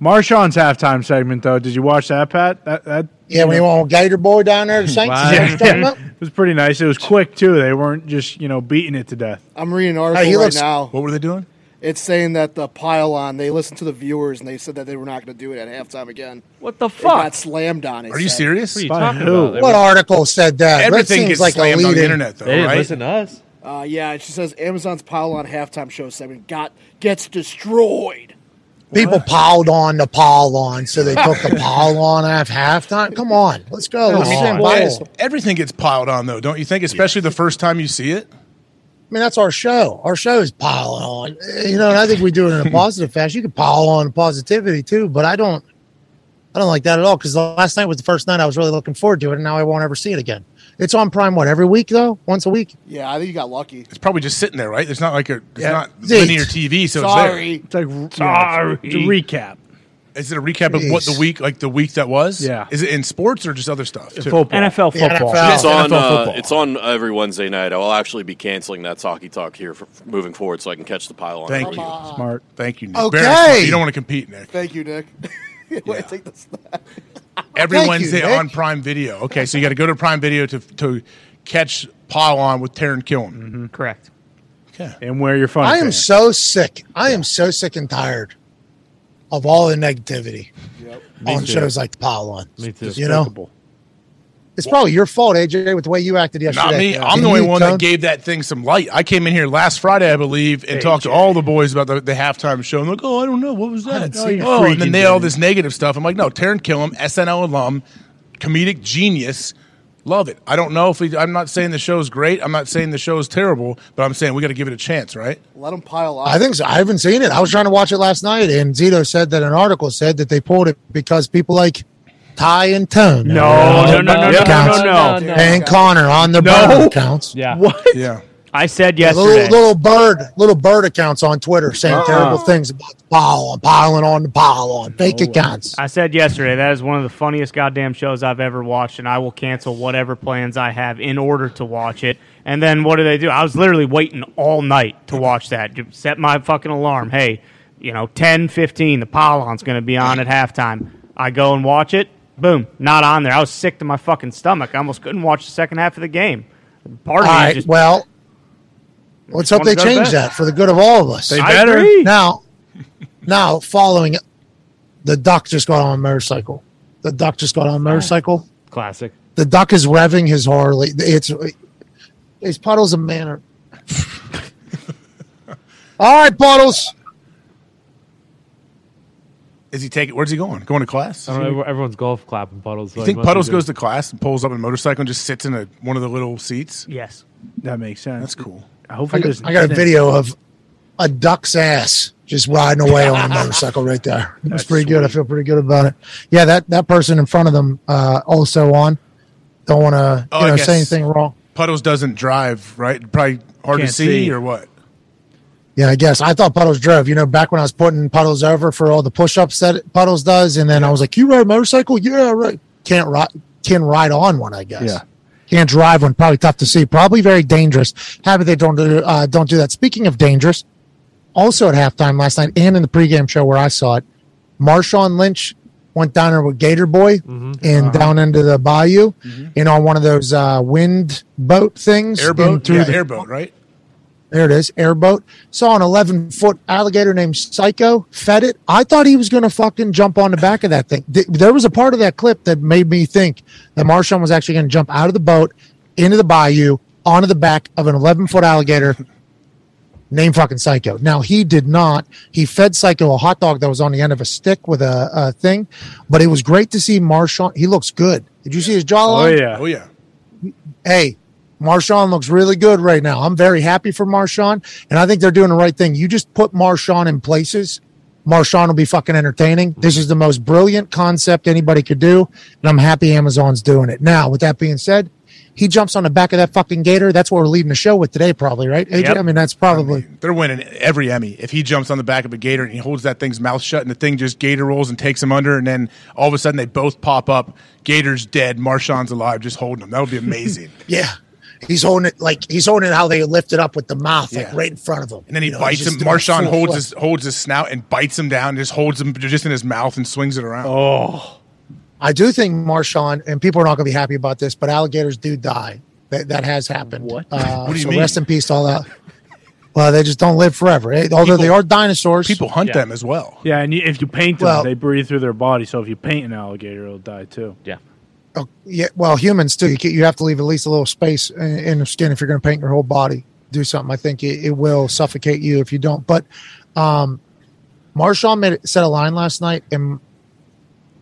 Speaker 3: Marshawn's halftime segment though. Did you watch that, Pat? That that
Speaker 11: Yeah, when you want Gator Boy down there, the Saints. is that what you're talking about?
Speaker 3: it was pretty nice. It was quick too. They weren't just you know beating it to death.
Speaker 8: I'm reading
Speaker 11: Hey,
Speaker 8: an article
Speaker 11: he
Speaker 8: right
Speaker 11: looks-
Speaker 8: now.
Speaker 1: What were they doing?
Speaker 8: It's saying that the pylon, they listened to the viewers and they said that they were not going to do it at halftime again.
Speaker 2: What the
Speaker 8: It got
Speaker 2: fuck?
Speaker 8: slammed on it.
Speaker 1: Are you
Speaker 8: said.
Speaker 1: serious?
Speaker 4: What are you
Speaker 3: By
Speaker 4: talking
Speaker 3: who?
Speaker 4: about? They
Speaker 11: What
Speaker 4: were-
Speaker 11: article said that? That
Speaker 1: Everything
Speaker 11: seems
Speaker 1: gets
Speaker 11: like a
Speaker 1: slammed on the
Speaker 11: lead-in.
Speaker 1: internet though,
Speaker 4: They didn't
Speaker 1: right?
Speaker 4: listen to us.
Speaker 8: Uh, yeah, she says Amazon's pylon halftime show segment got gets destroyed.
Speaker 11: People piled on the pile on, so they took the pile on at halftime. Come on, let's go.
Speaker 8: Oh,
Speaker 1: I
Speaker 11: Let's
Speaker 1: mean,
Speaker 11: stand by
Speaker 1: why
Speaker 11: this.
Speaker 1: is- everything gets piled on though, don't you think? Especially the first time you see it.
Speaker 11: I mean, that's our show. Our show is pile on. You know, and I think we do it in a positive fashion. You can pile on positivity too, but I don't. I don't like that at all because last night was the first night I was really looking forward to it, and now I won't ever see it again. It's on Prime what every week though, once a week.
Speaker 8: Yeah, I think you got lucky.
Speaker 1: It's probably just sitting there, right? There's not like a it's
Speaker 11: Yeah.
Speaker 1: not
Speaker 11: Zeke.
Speaker 1: linear TV, so
Speaker 8: Sorry.
Speaker 3: It's like yeah, it's a recap.
Speaker 1: it's there. Is it a recap of what the
Speaker 11: Jeez.
Speaker 1: week like the week that was?
Speaker 3: Yeah.
Speaker 1: Is it in sports or just other stuff? too?
Speaker 3: Football.
Speaker 2: NFL
Speaker 11: The
Speaker 2: football.
Speaker 11: NFL.
Speaker 5: It's on.
Speaker 1: NFL
Speaker 5: Uh,
Speaker 1: football.
Speaker 5: it's on every Wednesday night. I'll actually be canceling that hockey talk here for, for moving forward, so I can catch the pylon.
Speaker 1: Thank
Speaker 5: early.
Speaker 1: you.
Speaker 3: Smart.
Speaker 1: Thank you. Nick.
Speaker 11: Okay.
Speaker 1: Very smart. You don't want to compete, Nick.
Speaker 8: Thank you, Nick. Way to take this-
Speaker 1: Every
Speaker 11: Thank you,
Speaker 1: Wednesday
Speaker 11: Nick.
Speaker 1: on Prime Video. Okay, so you got to go to Prime Video to to catch pile on with Taron Killam.
Speaker 2: Correct.
Speaker 1: Okay.
Speaker 3: And where you're funny.
Speaker 11: I am
Speaker 3: pants.
Speaker 11: so sick. I am so sick and tired of all the negativity on shows like the pile on.
Speaker 4: Me too.
Speaker 11: You know,
Speaker 3: Despicable.
Speaker 11: It's probably your fault, AJ, with the way you acted yesterday.
Speaker 1: Not me.
Speaker 11: Yeah.
Speaker 1: I'm the
Speaker 11: You
Speaker 1: only one
Speaker 11: don't-
Speaker 1: that gave that thing some light. I came in here last Friday, I believe, and talked to all the boys about the, the halftime show. I'm like, oh, I don't know. What was that?
Speaker 3: didn't see it.
Speaker 1: Oh, and then
Speaker 3: Freaking
Speaker 1: they all
Speaker 3: thing.
Speaker 1: this negative stuff. I'm like, no, Taron Killam, SNL alum, comedic genius. Love it. I don't know if we, I'm not saying the show's great. I'm not saying the show's terrible, but I'm saying we got to give it a chance, right?
Speaker 8: Let them pile on.
Speaker 11: I think so. I haven't seen it. I was trying to watch it last night, and Zito said that an article said that they pulled it because people like Ty and Tone.
Speaker 2: No, no, no, no, no,
Speaker 11: counts.
Speaker 2: no, no, no.
Speaker 11: And Connor on the bird accounts.
Speaker 4: Yeah.
Speaker 3: What?
Speaker 1: Yeah.
Speaker 2: I said
Speaker 11: Little,
Speaker 2: yesterday. Uh-uh.
Speaker 11: little bird, little bird accounts on Twitter saying terrible things about the pile on, piling on the pile on, fake accounts.
Speaker 2: I said yesterday that is one of the funniest goddamn shows I've ever watched, and I will cancel whatever plans I have in order to watch it. And then what do they do? I was literally waiting all night to watch that. Just Set my fucking alarm. Hey, you know, ten fifteen, the pylon's going to be on at halftime. I go and watch it. Boom, not on there. I was sick to my fucking stomach. I almost couldn't watch the second half of the game. Part
Speaker 11: All
Speaker 2: of me
Speaker 11: right.
Speaker 2: just,
Speaker 11: Well, let's hope
Speaker 2: wanna
Speaker 11: they
Speaker 2: go to
Speaker 11: change
Speaker 2: bed.
Speaker 11: that for the good of all of us.
Speaker 2: I agree.
Speaker 11: now, now following it, the duck just got on a motorcycle. The duck just got on a motorcycle.
Speaker 4: Classic.
Speaker 11: The duck is revving his horror. le- It's it's puddles of manner. All right, puddles.
Speaker 1: Is he taking? Where's he going? Going to class?
Speaker 4: I don't know. Everyone's golf clapping puddles.
Speaker 1: You think Puddles goes to class and pulls up in a motorcycle and just sits in a, one of the little seats?
Speaker 2: Yes,
Speaker 3: that makes sense.
Speaker 1: That's cool.
Speaker 3: Hopefully,
Speaker 11: I got, I got a video of a duck's ass just riding away on a motorcycle right there. It was
Speaker 3: That's
Speaker 11: pretty good. I feel pretty good about it. Yeah, that, that person in front of them uh, also on. Don't want to
Speaker 1: Oh,
Speaker 11: you
Speaker 1: I
Speaker 11: know, say
Speaker 1: guess.
Speaker 11: anything wrong.
Speaker 1: Puddles doesn't drive, right? Probably hard
Speaker 11: Can't
Speaker 1: to see,
Speaker 11: see.
Speaker 1: or what?
Speaker 11: Yeah, I guess I thought Puddles drove. You know, back when I was putting Puddles over for all the push-ups that Puddles does, and then I was like, "You ride a motorcycle? Yeah, I ride. Can't ride. Can ride on one, I guess.
Speaker 3: Yeah.
Speaker 11: Can't drive one. Probably tough to see. Probably very dangerous. Happy they don't do uh, don't do that. Speaking of dangerous, also at halftime last night and in the pregame show where I saw it, Marshawn Lynch went down there with Gator Boy
Speaker 1: Mm-hmm.
Speaker 11: and
Speaker 1: Uh-huh.
Speaker 11: down into the bayou and on one of those uh, wind boat things. and
Speaker 1: Airboat,
Speaker 11: through
Speaker 1: yeah,
Speaker 11: the-
Speaker 1: airboat, right?
Speaker 11: there it is, airboat. Saw an 11 foot alligator named Psycho, fed it. I thought he was going to fucking jump on the back of that thing. Th- there was a part of that clip that made me think that Marshawn was actually going to jump out of the boat into the bayou onto the back of an 11 foot alligator named fucking Psycho. Now, he did not. He fed Psycho a hot dog that was on the end of a stick with a, a thing, but it was great to see Marshawn. He looks good. Did you see his
Speaker 3: Oh
Speaker 11: jawline?
Speaker 3: yeah.
Speaker 1: Oh yeah.
Speaker 11: hey, Marshawn looks really good right now. I'm very happy for Marshawn, and I think they're doing the right thing. You just put Marshawn in places. Marshawn will be fucking entertaining. This is the most brilliant concept anybody could do, and I'm happy Amazon's doing it. Now, with that being said, he jumps on the back of that fucking gator. That's what we're leading the show with today, probably, right? AJ?
Speaker 1: Yep.
Speaker 11: I mean, that's probably.
Speaker 1: They're winning every Emmy. If he jumps on the back of a gator and he holds that thing's mouth shut and the thing just gator rolls and takes him under, and then all of a sudden they both pop up. Gator's dead. Marshawn's alive, just holding him. That would be amazing.
Speaker 11: Yeah. He's holding it like he's holding it how they lift it up with the mouth, like
Speaker 1: Yeah.
Speaker 11: right in front of him.
Speaker 1: And then he
Speaker 11: You know,
Speaker 1: bites
Speaker 11: he's
Speaker 1: him.
Speaker 11: just doing a
Speaker 1: Marshawn
Speaker 11: full
Speaker 1: holds
Speaker 11: flip.
Speaker 1: his holds his snout and bites him down. Just holds him just in his mouth and swings it around.
Speaker 3: Oh,
Speaker 11: I do think Marshawn, and people are not going to be happy about this, but alligators do die. That, that has happened. What? Uh,
Speaker 1: What do you
Speaker 11: so
Speaker 1: mean?
Speaker 11: rest in peace to all that. Well, they just don't live forever. Eh, Although they
Speaker 1: People-
Speaker 11: are dinosaurs.
Speaker 1: people hunt
Speaker 4: Yeah.
Speaker 1: them as well.
Speaker 3: yeah. And you, if you paint them,
Speaker 11: Well-
Speaker 3: they breathe through their body. So if you paint an alligator, it'll die too.
Speaker 11: Oh, yeah, well, humans too. You, ca- you have to leave at least a little space in, in the skin if you're going to paint your whole body. Do something. I think it, it will suffocate you if you don't. But um, Marshawn made it, said a line last night, and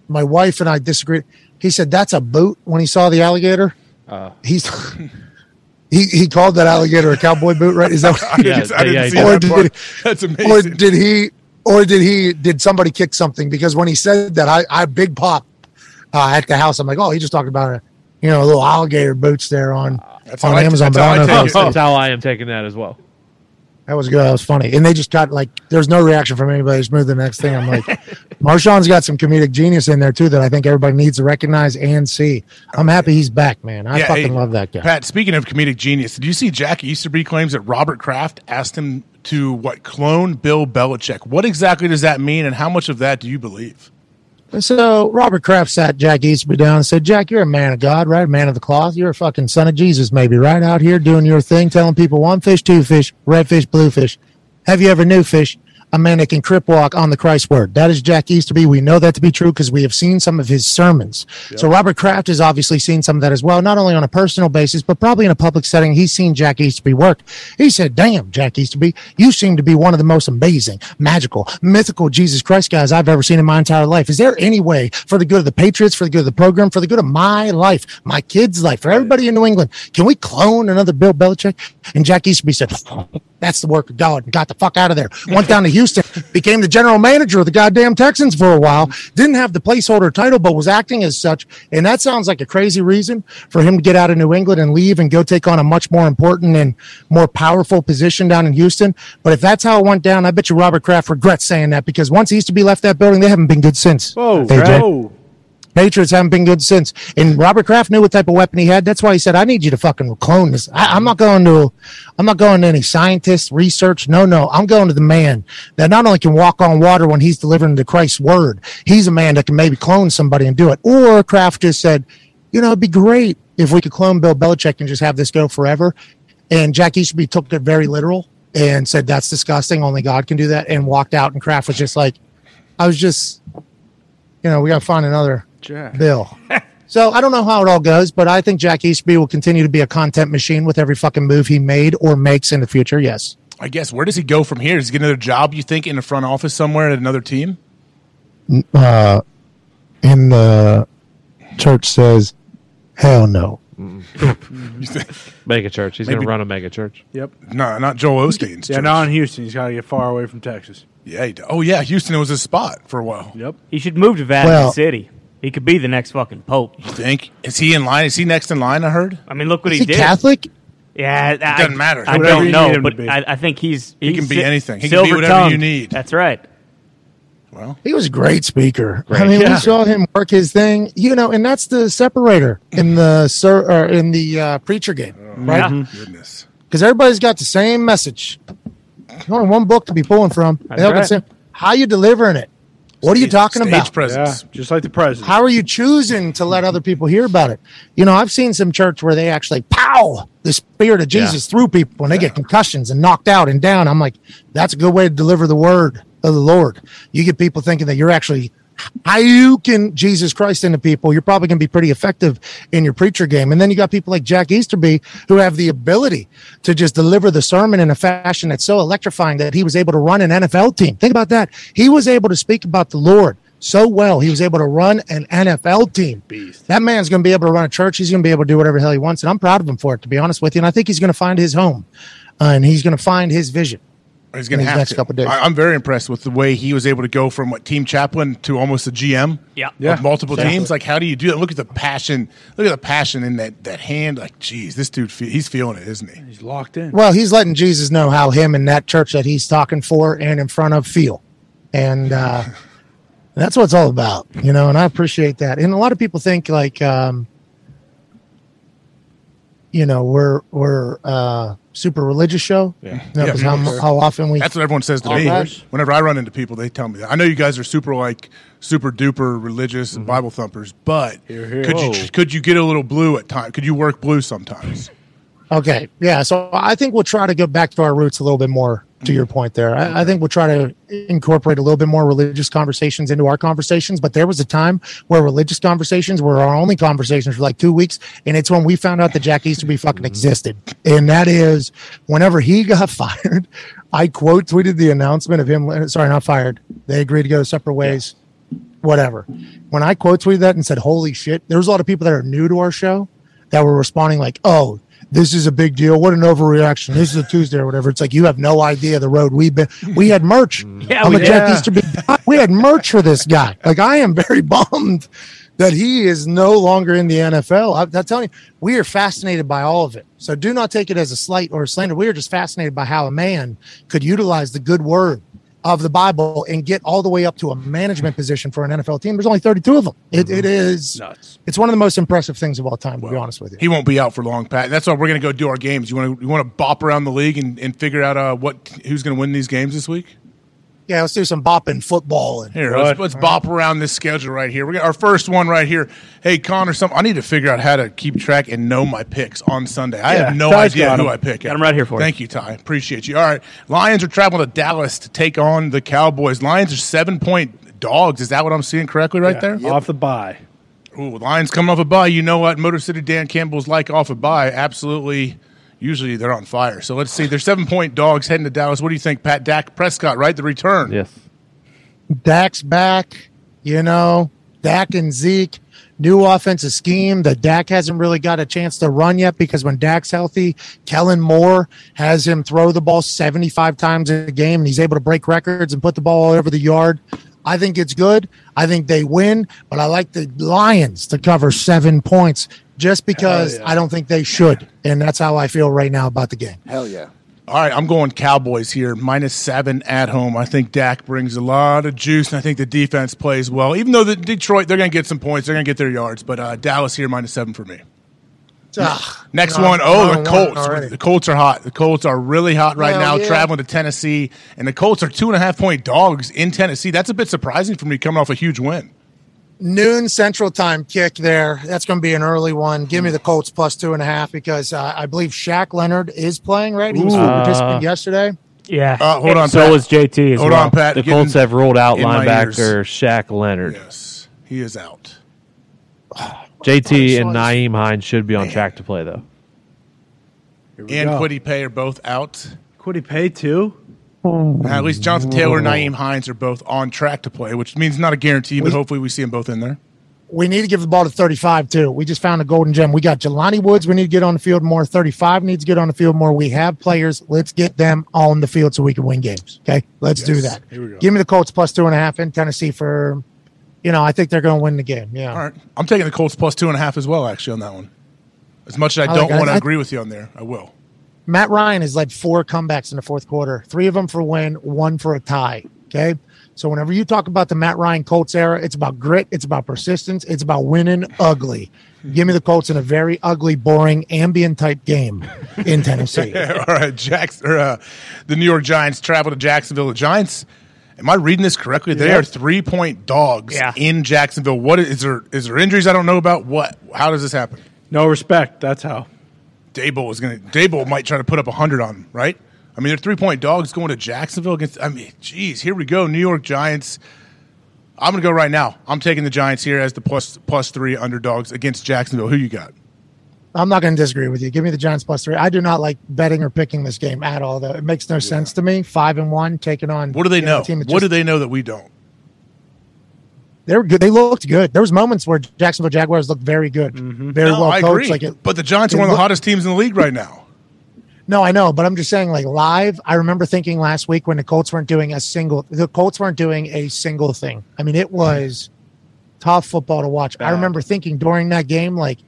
Speaker 11: my wife and I disagreed. He said that's a boot when he saw the alligator.
Speaker 4: Uh,
Speaker 11: He's he he called that alligator a cowboy boot, right? Is that?
Speaker 1: I didn't,
Speaker 4: Yeah,
Speaker 1: I didn't
Speaker 4: yeah,
Speaker 1: see
Speaker 11: yeah. Or
Speaker 1: that
Speaker 11: did
Speaker 1: part.
Speaker 11: it-
Speaker 1: That's amazing.
Speaker 11: or did he or did he did somebody kick something because when he said that i i big pop uh, at the house i'm like oh he just talking about a you know little alligator boots there on
Speaker 1: That's how
Speaker 11: on
Speaker 1: I-
Speaker 11: amazon
Speaker 1: that's
Speaker 11: but
Speaker 1: how
Speaker 11: I
Speaker 1: I
Speaker 11: don't know
Speaker 1: take
Speaker 11: if
Speaker 1: it.
Speaker 11: that was-
Speaker 4: that's how I am taking that as well.
Speaker 11: that was good that was funny and they just got like there's no reaction from anybody just move the next thing i'm like marshawn's got some comedic genius in there too that i think everybody needs to recognize and see i'm happy he's back man i
Speaker 1: Yeah,
Speaker 11: fucking
Speaker 1: hey,
Speaker 11: love that guy
Speaker 1: Pat, speaking of comedic genius, did you see Jack Easterby claims that Robert Kraft asked him to what clone Bill Belichick? What exactly does that mean, and how much of that do you believe?
Speaker 11: So Robert Kraft sat Jack Easterby down and said, Jack, you're a man of God, right? Man of the cloth. You're a fucking son of Jesus, maybe, right? Out here doing your thing, telling people one fish, two fish, red fish, blue fish. Have you ever knew fish? A man that can crip walk on the Christ word. That is Jack Easterby. We know that to be true because we have seen some of his sermons. So Robert Kraft has obviously seen some of that as well, not only on a personal basis, but probably in a public setting. He's seen Jack Easterby work. He said, Damn, Jack Easterby, you seem to be one of the most amazing, magical, mythical Jesus Christ guys I've ever seen in my entire life. Is there any way for the good of the Patriots, for the good of the program, for the good of my life, my kids' life, for everybody in New England, can we clone another Bill Belichick? And Jack Easterby said, That's the work of God and got the fuck out of there. Went down to Houston, became the general manager of the goddamn Texans for a while, didn't have the placeholder title, but was acting as such. And that sounds like a crazy reason for him to get out of New England and leave and go take on a much more important and more powerful position down in Houston. But if that's how it went down, I bet you Robert Kraft regrets saying that because once Easterby left that building, they haven't been good since.
Speaker 3: Whoa,
Speaker 11: AJ.
Speaker 3: whoa.
Speaker 11: Patriots haven't been good since. And Robert Kraft knew what type of weapon he had. That's why he said, "I need you to fucking clone this. I, I'm not going to, I'm not going to any scientist research. No, no, I'm going to the man that not only can walk on water when he's delivering the Christ's word. He's a man that can maybe clone somebody and do it." Or Kraft just said, "You know, it'd be great if we could clone Bill Belichick and just have this go forever." And Jack Easterby took it very literal and said, "That's disgusting. Only God can do that." And walked out. And Kraft was just like, "I was just." You know, we got to find another
Speaker 3: Jack.
Speaker 11: Bill. so I don't know how it all goes, but I think Jack Easterby will continue to be a content machine with every fucking move he made or makes in the future. Yes.
Speaker 1: I guess where does he go from here? Does he get another job? You think in the front office somewhere at another team?
Speaker 11: uh, in the church says, "Hell no."
Speaker 4: mega church. He's
Speaker 3: Maybe-
Speaker 4: gonna run a mega church.
Speaker 3: Yep.
Speaker 1: No, not Joel Osteen's.
Speaker 3: Yeah,
Speaker 1: church.
Speaker 3: not in Houston. He's got to get far away from Texas.
Speaker 1: Yeah. He, oh yeah, Houston was his spot for a while.
Speaker 3: Yep.
Speaker 7: He should move to Vatican
Speaker 1: Well-
Speaker 7: City. He could be the next fucking pope. You
Speaker 1: think? Is he in line? Is he next in line? I heard.
Speaker 7: I mean, look what
Speaker 1: Is
Speaker 7: he,
Speaker 1: he
Speaker 7: did.
Speaker 1: Catholic?
Speaker 7: Yeah,
Speaker 1: It
Speaker 7: I-
Speaker 1: doesn't matter.
Speaker 7: I
Speaker 1: Whatever
Speaker 7: don't
Speaker 1: you need
Speaker 7: know,
Speaker 1: him to
Speaker 7: but
Speaker 1: be.
Speaker 7: I, I think he's
Speaker 1: He can
Speaker 7: he's
Speaker 1: be
Speaker 7: si-
Speaker 1: anything. He can be whatever
Speaker 7: silver-tongued.
Speaker 1: you need.
Speaker 7: That's right.
Speaker 1: Well,
Speaker 11: He was a great speaker. I
Speaker 7: Great.
Speaker 11: mean,
Speaker 7: Yeah.
Speaker 11: we saw him work his thing, you know, and that's the separator in the sir or in the uh, preacher game, right?
Speaker 1: Yeah. Goodness.
Speaker 11: because everybody's got the same message. There's only one book to be pulling from. They
Speaker 1: That's
Speaker 11: all got the
Speaker 1: right.
Speaker 11: same- How you delivering it? What are you talking
Speaker 1: stage
Speaker 11: about?
Speaker 1: presence. Yeah,
Speaker 3: just like the president.
Speaker 11: How are you choosing to let other people hear about it? You know, I've seen some church where they actually pow the spirit of
Speaker 1: Yeah.
Speaker 11: Jesus through people and they get concussions and knocked out and down. I'm like, that's a good way to deliver the word of the Lord. You get people thinking that you're actually can Jesus Christ into people. You're probably going to be pretty effective in your preacher game. And then you got people like Jack Easterby who have the ability to just deliver the sermon in a fashion that's so electrifying that he was able to run an NFL team. Think about that. He was able to speak about the Lord so well. He was able to run an NFL team. That man's going to be able to run a church. He's going to be able to do whatever the hell he wants. And I'm proud of him for it, to be honest with you. And I think he's going to find his home uh, and he's going to find his vision.
Speaker 1: He's going
Speaker 11: in his
Speaker 1: to have
Speaker 11: next
Speaker 1: to.
Speaker 11: couple days.
Speaker 1: I, I'm very impressed with the way he was able to go from what team chaplain to almost a GM.
Speaker 7: Yeah.
Speaker 1: of
Speaker 7: Yeah.
Speaker 1: multiple
Speaker 7: Exactly.
Speaker 1: teams. Like, how do you do that? Look at the passion. Look at the passion in that that hand. Like, geez, this dude, fe- he's feeling it, isn't he?
Speaker 3: He's locked in.
Speaker 11: Well, he's letting Jesus know how him and that church that he's talking for and in front of feel. And uh, that's what it's all about, you know, and I appreciate that. And a lot of people think like, um, you know, we're, we're, uh, super religious show.
Speaker 1: Yeah.
Speaker 11: You know, 'cause how, mu- how often we,
Speaker 1: That's what everyone
Speaker 3: Oh,
Speaker 1: says to
Speaker 11: All
Speaker 1: me.
Speaker 11: right.
Speaker 1: Whenever I run into people, they tell me that. I know you guys are super like super duper religious
Speaker 11: Mm-hmm.
Speaker 1: and Bible thumpers, but
Speaker 3: here.
Speaker 1: could
Speaker 3: Whoa.
Speaker 1: you could you get a little blue at times? Could you work blue sometimes?
Speaker 11: Okay. Yeah. So I think we'll try to go back to our roots a little bit more to your point there. I, I think we'll try to incorporate a little bit more religious conversations into our conversations. But there was a time where religious conversations were our only conversations for like two weeks. And it's when we found out that Jack Easterby fucking existed. And that is whenever he got fired, I quote tweeted the announcement of him. Sorry, not fired. They agreed to go separate ways whatever. When I quote tweeted that and said, "Holy shit," there was a lot of people that are new to our show that were responding like, "Oh, this is a big deal. What an overreaction. This is a Tuesday or whatever." It's like you have no idea the road we've been. We had merch.
Speaker 7: Mm-hmm. Yeah,
Speaker 11: I'm
Speaker 7: we
Speaker 11: a Jack
Speaker 7: did.
Speaker 11: Easterby. guy. We had merch for this guy. Like I am very bummed that he is no longer in the NFL. I, I'm telling you, we are fascinated by all of it. So do not take it as a slight or a slander. We are just fascinated by how a man could utilize the good word of the Bible and get all the way up to a management position for an NFL team. There's only 32 of them. It, it is nuts. It's one of the most impressive things of all time, to be honest with you.
Speaker 1: He won't be out for long, Pat. That's why we're going to go do our games. You want to you want to bop around the league and, and figure out uh, what who's going to win these games this week?
Speaker 11: Yeah, let's do some bopping football. And
Speaker 1: Here, let's, let's bop around this schedule right here. We got our first one right here. Hey, Connor, some I need to figure out how to keep track and know my picks on Sunday. I
Speaker 7: Yeah,
Speaker 1: have no
Speaker 7: Ty's
Speaker 1: idea
Speaker 7: got
Speaker 1: who
Speaker 7: 'em.
Speaker 1: I pick.
Speaker 7: Got 'em right here for you.
Speaker 1: Thank you, Ty. Appreciate you. All right, Lions are traveling to Dallas to take on the Cowboys. Lions are seven point dogs. Is that what I'm seeing correctly right there?
Speaker 3: Off the bye.
Speaker 1: Ooh, Lions coming off a bye. You know what? Motor City Dan Campbell's like off a bye. Absolutely. Usually they're on fire. So let's see. They're seven point dogs heading to Dallas. What do you think, Pat? Dak Prescott, right? The return.
Speaker 4: Yes.
Speaker 11: Dak's back, you know, Dak and Zeke, new offensive scheme that Dak hasn't really got a chance to run yet because when Dak's healthy, Kellen Moore has him throw the ball 75 times a game and he's able to break records and put the ball all over the yard. I think it's good. I think they win, but I like the Lions to cover seven points just because I don't think they should. And that's how I feel right now about the game.
Speaker 1: Hell yeah. All right, I'm going Cowboys here, minus seven at home. I think Dak brings a lot of juice, and I think the defense plays well. Even though the Detroit, they're going to get some points, they're going to get their yards, but uh, Dallas here, minus seven for me.
Speaker 11: Ugh.
Speaker 1: Next
Speaker 11: No,
Speaker 1: one, oh,
Speaker 11: no,
Speaker 1: the
Speaker 11: no,
Speaker 1: Colts.
Speaker 11: already.
Speaker 1: The Colts are hot. The Colts are really hot right
Speaker 11: Well,
Speaker 1: now,
Speaker 11: yeah.
Speaker 1: traveling to Tennessee, and the Colts are two and a half point dogs in Tennessee. That's a bit surprising for me coming off a huge win.
Speaker 11: noon central time kick there. That's going to be an early one. Give
Speaker 1: Mm-hmm.
Speaker 11: me the Colts plus two and a half because uh, I believe Shaq Leonard is playing, right? He was a
Speaker 4: Ooh.
Speaker 11: participant
Speaker 4: Uh,
Speaker 11: yesterday.
Speaker 7: Yeah.
Speaker 1: Uh, hold on,
Speaker 4: So
Speaker 1: Pat.
Speaker 4: was JT. As
Speaker 1: Hold
Speaker 4: well.
Speaker 1: on, Pat.
Speaker 4: The
Speaker 1: Getting
Speaker 4: Colts have ruled out
Speaker 1: in my
Speaker 4: linebacker Shaq Leonard.
Speaker 1: Yes, he is out.
Speaker 4: JT and Naeem Hines should be on track to play though.
Speaker 1: And Quiddy Pay are both out.
Speaker 3: Quiddy Pay too?
Speaker 1: At least Jonathan Taylor and Naeem Hines are both on track to play, which means not a guarantee, but hopefully we see them both in there.
Speaker 11: We need to give the ball to 35 too. We just found a golden gem. We got Jelani Woods. We need to get on the field more. 35 needs to get on the field more. We have players. Let's get them on the field so we can win games. Okay, let's do
Speaker 1: Yes.
Speaker 11: that.
Speaker 1: Here we go.
Speaker 11: Give me the Colts plus two and a half in Tennessee for, you know, I think they're going to win the game. Yeah.
Speaker 1: All right. I'm taking the Colts plus two and a half as well, actually, on that one. As much as I
Speaker 11: I
Speaker 1: don't
Speaker 11: like- I-
Speaker 1: want to
Speaker 11: I-
Speaker 1: agree with you on there, I will.
Speaker 11: Matt Ryan has led four comebacks in the fourth quarter, three of them for a win, one for a tie. Okay. So whenever you talk about the Matt Ryan Colts era, it's about grit, it's about persistence, it's about winning ugly. Give me the Colts in a very ugly, boring, ambient type game in Tennessee.
Speaker 1: All right, Jacks or, uh, the New York Giants travel to Jacksonville. The Giants. Am I reading this correctly? They
Speaker 11: Yeah.
Speaker 1: are three point dogs in Jacksonville. What is, is there? Is there injuries I don't know about? What? How does this happen?
Speaker 3: No respect. That's how.
Speaker 1: Dable is going to. Dable might try to put up hundred on them, right? I mean, they're three point dogs going to Jacksonville against. I mean, geez, here we go. New York Giants. I'm going to go right now. I'm taking the Giants here as the plus plus three underdogs against Jacksonville. Who you got?
Speaker 11: I'm not going to disagree with you. Give me the Giants plus three. I do not like betting or picking this game at all. Though it makes no sense to me. Five and one taking on
Speaker 1: What do they
Speaker 11: you
Speaker 1: know?
Speaker 11: a team that
Speaker 1: What
Speaker 11: just-
Speaker 1: do they know that we don't?
Speaker 11: they were good. They looked good. There was moments where Jacksonville Jaguars looked very good, very
Speaker 1: No,
Speaker 11: well
Speaker 1: I
Speaker 11: coached.
Speaker 1: agree.
Speaker 11: Like it,
Speaker 1: but the Giants are
Speaker 11: it
Speaker 1: one of the
Speaker 11: looked-
Speaker 1: hottest teams in the league right now.
Speaker 11: No, I know, but I'm just saying, like live. I remember thinking last week when the Colts weren't doing a single, the Colts weren't doing a single thing. I mean, it was tough football to watch. I remember thinking during that game, like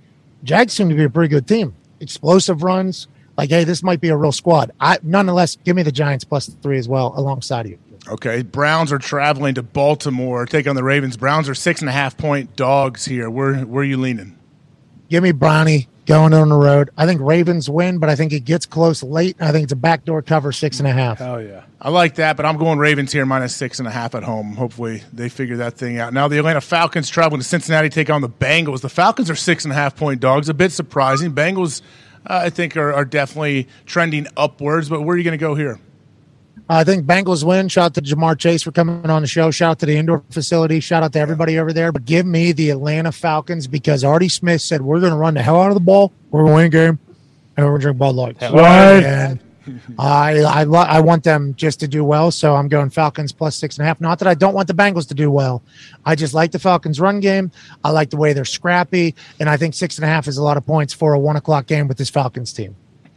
Speaker 11: Jags seemed to be a pretty good team, explosive runs. Like, hey, this might be a real squad. I nonetheless give me the Giants plus three as well alongside you.
Speaker 1: Okay, Browns are traveling to Baltimore, taking on the Ravens. Browns are six and a half point dogs here. Where where are you leaning?
Speaker 11: Give me Brownie going on the road. I think Ravens win, but I think it gets close late. I think it's a backdoor cover six and a half.
Speaker 3: Hell yeah.
Speaker 1: I like that, but I'm going Ravens here minus six and a half at home. Hopefully they figure that thing out. Now the Atlanta Falcons traveling to Cincinnati, to take on the Bengals. The Falcons are six and a half point dogs. A bit surprising. Bengals, uh, I think, are, are definitely trending upwards. But where are you going to go here?
Speaker 11: Uh, I think Bengals win. Shout out to Jamar Chase for coming on the show. Shout out to the indoor facility. Shout out to everybody over there. But give me the Atlanta Falcons because Artie Smith said we're going to run the hell out of the ball. We're going to win a game, and we're going to drink Bud Light.
Speaker 3: Hell Right.
Speaker 11: And I I lo- I want them just to do well, so I'm going Falcons plus six and a half. Not that I don't want the Bengals to do well. I just like the Falcons' run game. I like the way they're scrappy, and I think six and a half is a lot of points for a one o'clock game with this Falcons team.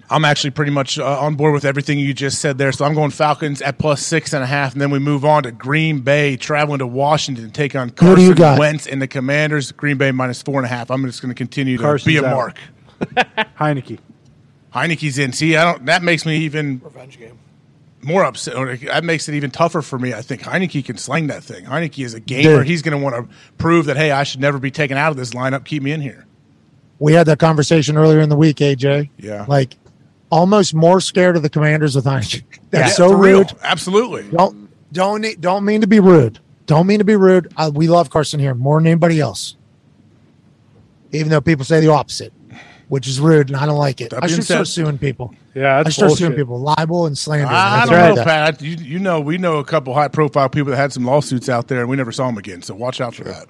Speaker 1: I'm actually pretty much uh, on board with everything you just said there. So I'm going Falcons at plus six and a half, and then we move on to Green Bay traveling to Washington to take on
Speaker 11: Who do you
Speaker 1: Carson
Speaker 11: got?
Speaker 1: Wentz and the Commanders. Green Bay minus four and a half. I'm just going to continue to
Speaker 3: Carson's
Speaker 1: be a
Speaker 3: out.
Speaker 1: mark.
Speaker 3: Heineke.
Speaker 1: Heineke's in. See, I don't. That makes me even
Speaker 13: Revenge game.
Speaker 1: more upset. or That makes it even tougher for me. I think Heineke can sling that thing. Heineke is a gamer.
Speaker 11: Dude.
Speaker 1: He's going to want to prove that hey, I should never be taken out of this lineup. Keep me in here.
Speaker 11: we had that conversation earlier in the week, AJ.
Speaker 1: Yeah.
Speaker 11: Like almost more scared of the commanders with Heineken. That's
Speaker 1: Yeah,
Speaker 11: so
Speaker 1: for real.
Speaker 11: rude.
Speaker 1: Absolutely.
Speaker 11: Don't don't need, don't mean to be rude. Don't mean to be rude. Uh, we love Carson here more than anybody else. Even though people say the opposite, which is rude, and I don't like it.
Speaker 1: That
Speaker 11: I
Speaker 1: being
Speaker 11: should start
Speaker 1: said-
Speaker 11: suing people.
Speaker 3: Yeah,
Speaker 11: I
Speaker 3: that's
Speaker 11: should start suing
Speaker 3: bullshit.
Speaker 11: people, libel and slander.
Speaker 1: I
Speaker 11: That's
Speaker 1: don't
Speaker 11: right.
Speaker 1: know, Pat. You, you know, we know a couple high profile people that had some lawsuits out there, and we never saw them again. So watch out for that.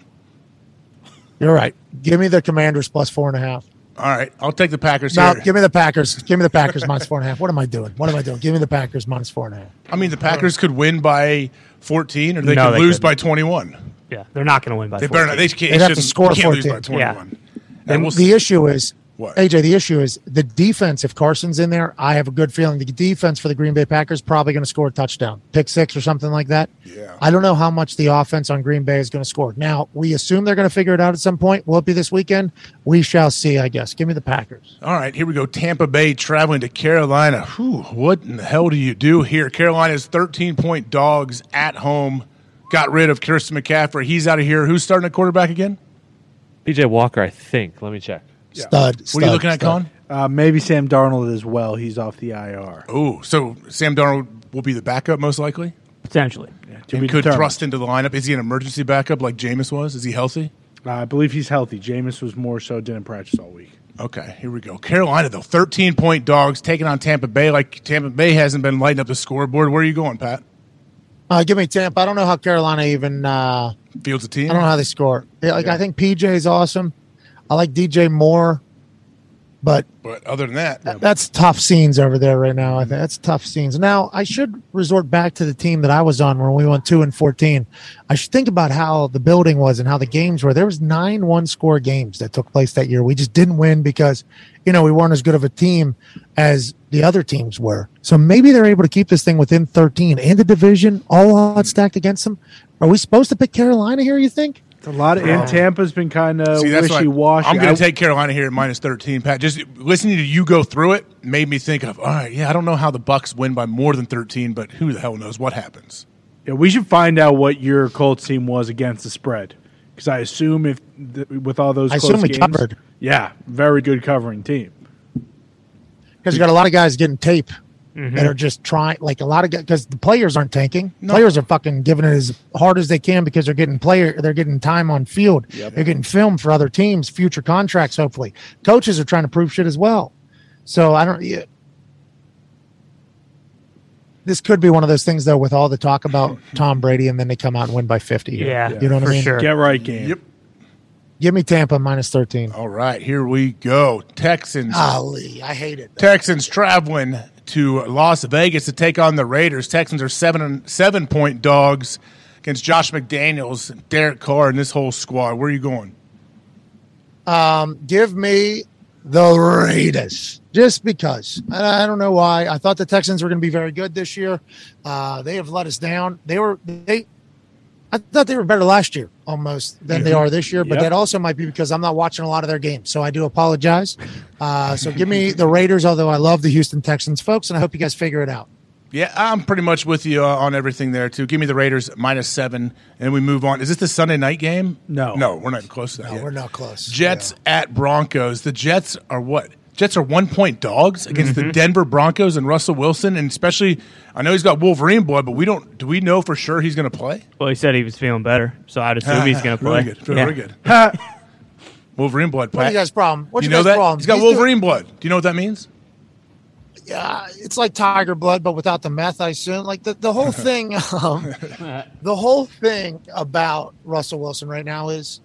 Speaker 11: You're right. Give me the commanders plus four and a half.
Speaker 1: All right, I'll take the Packers
Speaker 11: No,
Speaker 1: here.
Speaker 11: give me the Packers. Give me the Packers minus four and a half. What am I doing? What am I doing? Give me the Packers minus four and a half.
Speaker 1: I mean, the Packers could win by 14, or they
Speaker 2: No,
Speaker 1: could
Speaker 2: they
Speaker 1: lose
Speaker 2: couldn't.
Speaker 1: by 21.
Speaker 2: Yeah, they're not going to win by.
Speaker 1: They
Speaker 2: 14.
Speaker 1: better not. They can't,
Speaker 11: They'd have to
Speaker 1: shouldn't-
Speaker 11: score
Speaker 1: you can't lose by
Speaker 11: 14.
Speaker 1: 21.
Speaker 11: And
Speaker 1: we'll
Speaker 11: the issue is
Speaker 1: What?
Speaker 11: AJ. The issue is the defense. If Carson's in there, I have a good feeling the defense for the Green Bay Packers probably going to score a touchdown, pick six or something like that.
Speaker 1: Yeah.
Speaker 11: I don't know how much the offense on Green Bay is going to score. Now we assume they're going to figure it out at some point. Will it be this weekend? We shall see. I guess. Give me the Packers.
Speaker 1: All right, here we go. Tampa Bay traveling to Carolina. Whew, what in the hell do you do here? Carolina's 13 point dogs at home. Got rid of Kirsten McCaffrey. He's out of here. Who's starting at quarterback again?
Speaker 4: PJ Walker, I think. Let me check.
Speaker 11: Stud.
Speaker 1: what are you looking at, Con?
Speaker 3: Uh, maybe Sam Darnold as well. He's off the uh, IR.
Speaker 1: Oh, so Sam Darnold will be the backup most likely?
Speaker 2: Potentially.
Speaker 3: to
Speaker 1: and
Speaker 3: be
Speaker 1: could
Speaker 3: determined.
Speaker 1: thrust into the lineup. Is he an emergency backup like Jameis was? Is he healthy?
Speaker 3: Uh, I believe he's healthy. Jameis was more so didn't practice all week.
Speaker 1: Okay, here we go. Carolina, though, 13 point dogs taking on Tampa Bay. Like Tampa Bay hasn't been lighting up the scoreboard. Where are you going, Pat?
Speaker 11: Uh, give me Tampa. I don't know how Carolina even. Uh,
Speaker 1: Fields a team?
Speaker 11: I don't know how they score. Yeah, like I think PJ is awesome. I like DJ Moore. But
Speaker 1: But other than that,
Speaker 11: that- that's tough scenes over there right now. I think that's tough scenes. Now I should resort back to the team that I was on when we went two and fourteen. I should think about how the building was and how the games were. There was nine one score games that took place that year. We just didn't win because, you know, we weren't as good of a team as the other teams were. So maybe they're able to keep this thing within thirteen and the division, all odds stacked against them. Are we supposed to pick Carolina here? You think?
Speaker 3: A lot of
Speaker 1: Yeah.
Speaker 3: and Tampa's been kind of
Speaker 1: See, that's why
Speaker 3: wishy washy.
Speaker 1: I'm going to take Carolina here at minus 13. Pat, just listening to you go through it made me think of, all right, yeah, I don't know how the Bucks win by more than 13, but who the hell knows what happens?
Speaker 3: Yeah, we should find out what your Colts team was against the spread because I assume if th- with all those
Speaker 11: I
Speaker 3: close
Speaker 11: assume we
Speaker 3: games-
Speaker 11: covered.
Speaker 3: Yeah, very good covering team.
Speaker 11: Because you got a lot of guys getting tape
Speaker 3: Mhm.
Speaker 11: that are just trying, like a lot of guys, because the players aren't tanking.
Speaker 3: No.
Speaker 11: Players are fucking giving it as hard as they can because they're getting player, they're getting time on field. They're getting film for other teams, future contracts, hopefully. Coaches are trying to prove shit as well. So I don't, yeah. This could be one of those things, though, with all the talk about Tom Brady and then they come out and win by 50. here. You know what I mean?
Speaker 3: Get right game.
Speaker 1: Yep.
Speaker 11: Give me Tampa minus
Speaker 3: Oh,
Speaker 11: 13.
Speaker 1: All right, here we go. Texans.
Speaker 11: Golly, I hate it.
Speaker 1: Texans traveling to Las Vegas to take on the Raiders. Texans are seven seven point dogs against Josh McDaniels, Derek Carr, and this whole squad. Where are you going?
Speaker 11: Um, give me the Raiders just because. I I don't know why. I thought the Texans were going to be very good this year. Uh, they have let us down. They were they. I thought they were better last year almost than they
Speaker 8: Yeah.
Speaker 11: are this year, but
Speaker 8: Yep.
Speaker 11: that also might be because I'm not watching a lot of their games, so I do apologize. Uh, so give me the Raiders, although I love the Houston Texans, folks, and I hope you guys figure it out.
Speaker 1: Yeah, I'm pretty much with you uh, on everything there too. Give me the Raiders minus seven, and we move on. Is this the Sunday night game?
Speaker 3: No,
Speaker 1: no, we're not even close to that.
Speaker 11: No,
Speaker 1: yet.
Speaker 11: we're not close.
Speaker 1: Jets at Broncos. The Jets are what? Jets are one point dogs against the
Speaker 2: Mm-hmm.
Speaker 11: Mhm.
Speaker 1: Denver Broncos and Russell Wilson, and especially I know he's got Wolverine blood, but we don't. Do we know for sure he's going to play?
Speaker 2: Well, he said he was feeling better, so I'd assume he's going to play.
Speaker 1: Really good. Very
Speaker 2: Yeah.
Speaker 1: good. Wolverine blood.
Speaker 11: What do
Speaker 1: Pat.
Speaker 11: you guys' problem? What's
Speaker 1: you
Speaker 11: your
Speaker 1: know
Speaker 11: guys'
Speaker 1: that?
Speaker 11: problem?
Speaker 1: He's got
Speaker 11: He's doing-
Speaker 1: Wolverine blood. Do you know what that means?
Speaker 11: yeah, it's like tiger blood, but without the meth, I assume. Like the, the whole thing, um, the whole thing about Russell Wilson right now is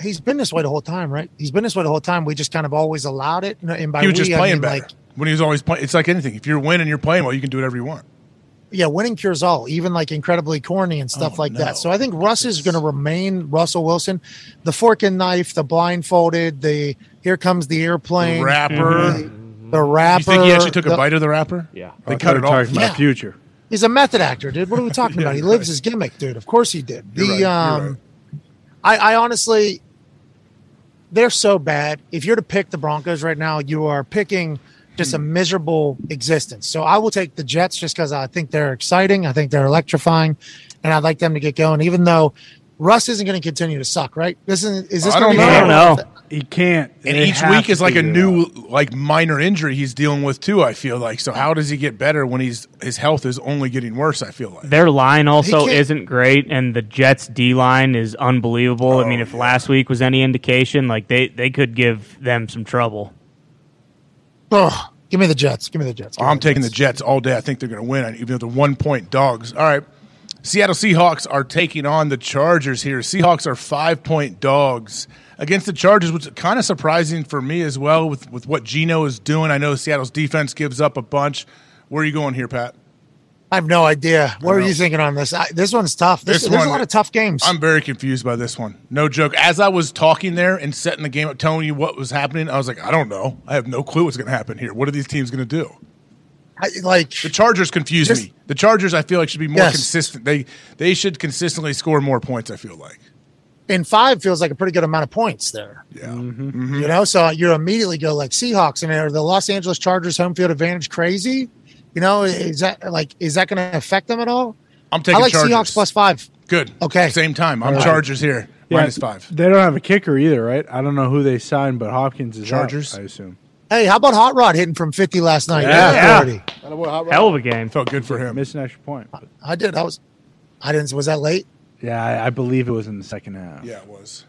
Speaker 11: he's been this way the whole time, right? He's been this way the whole time. We just kind of always allowed it. And- And by
Speaker 1: he was
Speaker 11: we,
Speaker 1: just
Speaker 11: I
Speaker 1: playing
Speaker 11: mean,
Speaker 1: better
Speaker 11: like,
Speaker 1: when he was always playing. It's like anything. If you're winning, you're playing well. You can do whatever you want.
Speaker 11: yeah, winning cures all, even like incredibly corny and
Speaker 1: Oh,
Speaker 11: stuff like that. So I think Russ is going to remain Russell Wilson, the fork and knife, the blindfolded, the here comes the airplane,
Speaker 1: The rapper.
Speaker 11: the- the rapper.
Speaker 1: You think he actually took a
Speaker 11: the-
Speaker 1: bite of the rapper?
Speaker 14: Yeah,
Speaker 1: they cut it off.
Speaker 11: Yeah.
Speaker 3: future.
Speaker 11: He's a method actor, dude. What are we talking about? He lives his gimmick, dude. Of course he did. The
Speaker 1: You're right, you're
Speaker 11: um, I, I honestly, they're so bad. If you're to pick the Broncos right now, you are picking just a
Speaker 1: Hmm.
Speaker 11: miserable existence. So I will take the Jets just because I think they're exciting. I think they're electrifying, and I'd like them to get going. Even though Russ isn't going to continue to suck, right? This is is this?
Speaker 1: I
Speaker 11: gonna
Speaker 1: don't
Speaker 11: be-
Speaker 1: know. I don't know.
Speaker 3: He can't.
Speaker 1: And
Speaker 3: They
Speaker 1: each
Speaker 3: have
Speaker 1: week
Speaker 3: to
Speaker 1: is like a
Speaker 3: figure it
Speaker 1: new, like minor injury he's dealing with too. I feel like so. How does he get better when he's his health is only getting worse? I feel like.
Speaker 2: Their line also
Speaker 1: can't-
Speaker 2: isn't great, and the Jets' D line is unbelievable. I
Speaker 1: Oh,
Speaker 2: mean, if last week was any indication, like they they could give them some trouble.
Speaker 11: Ugh. give me the Jets. Give me the Jets. Give me
Speaker 1: I'm taking the Jets all day. I think they're going to win, even though they're one point dogs. All right. Seattle Seahawks are taking on the Chargers here. Seahawks are five point dogs against the Chargers, which is kind of surprising for me as well with, with what Geno is doing. I know Seattle's defense gives up a bunch. Where are you going here, Pat?
Speaker 11: I have no idea. What
Speaker 1: I
Speaker 11: are
Speaker 1: know.
Speaker 11: you thinking on this? I, this one's tough. This, there's a lot of tough games.
Speaker 1: I'm very confused by this one. No joke. As I was talking there and setting the game up, telling you what was happening, I was like, I don't know. I have no clue what's going to happen here. What are these teams going to do?
Speaker 11: I, like
Speaker 1: the Chargers confuse
Speaker 11: Just-
Speaker 1: me. The Chargers, I feel like, should be more
Speaker 11: Yes.
Speaker 1: consistent. They they should consistently score more points. I feel like.
Speaker 11: and five feels like a pretty good amount of points there.
Speaker 1: Yeah. Mm-hmm.
Speaker 11: You know, so you immediately go like Seahawks and are the Los Angeles Chargers home field advantage crazy? You know, is that like is that going to affect them at all?
Speaker 1: I'm taking
Speaker 11: I like
Speaker 1: Chargers.
Speaker 11: Seahawks plus five.
Speaker 1: Good.
Speaker 11: Okay.
Speaker 1: Same time. I'm
Speaker 3: All right.
Speaker 1: Chargers here.
Speaker 3: Yeah,
Speaker 1: Minus five.
Speaker 3: They don't have a kicker either, right? I don't know who they signed, but Hopkins is out,
Speaker 1: Chargers?
Speaker 3: I assume.
Speaker 11: Hey, how about Hot Rod hitting from fifty last night?
Speaker 3: Yeah. Yeah.
Speaker 2: Hell of a game.
Speaker 1: Felt good for him.
Speaker 3: Missed an extra point. but-
Speaker 11: I did. I was. I didn't. Was that late?
Speaker 3: Yeah, I, I believe it was in the second half.
Speaker 1: Yeah, it was.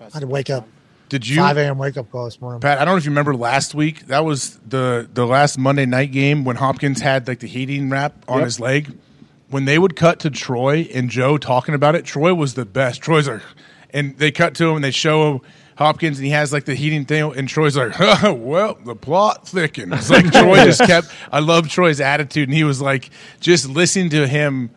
Speaker 11: I had to wake up.
Speaker 1: Did you?
Speaker 11: Five a.m. wake up call this morning.
Speaker 1: Pat, I don't know if you remember last week. That was the the last Monday night game when Hopkins had like the heating wrap on
Speaker 11: Yep.
Speaker 1: his leg. When they would cut to Troy and Joe talking about it, Troy was the best. Troy's like, and they cut to him and they show him Hopkins and he has like the heating thing, and Troy's like, oh, well, the plot thickens. It's like Troy just kept. I love Troy's attitude, and he was like, just listening to him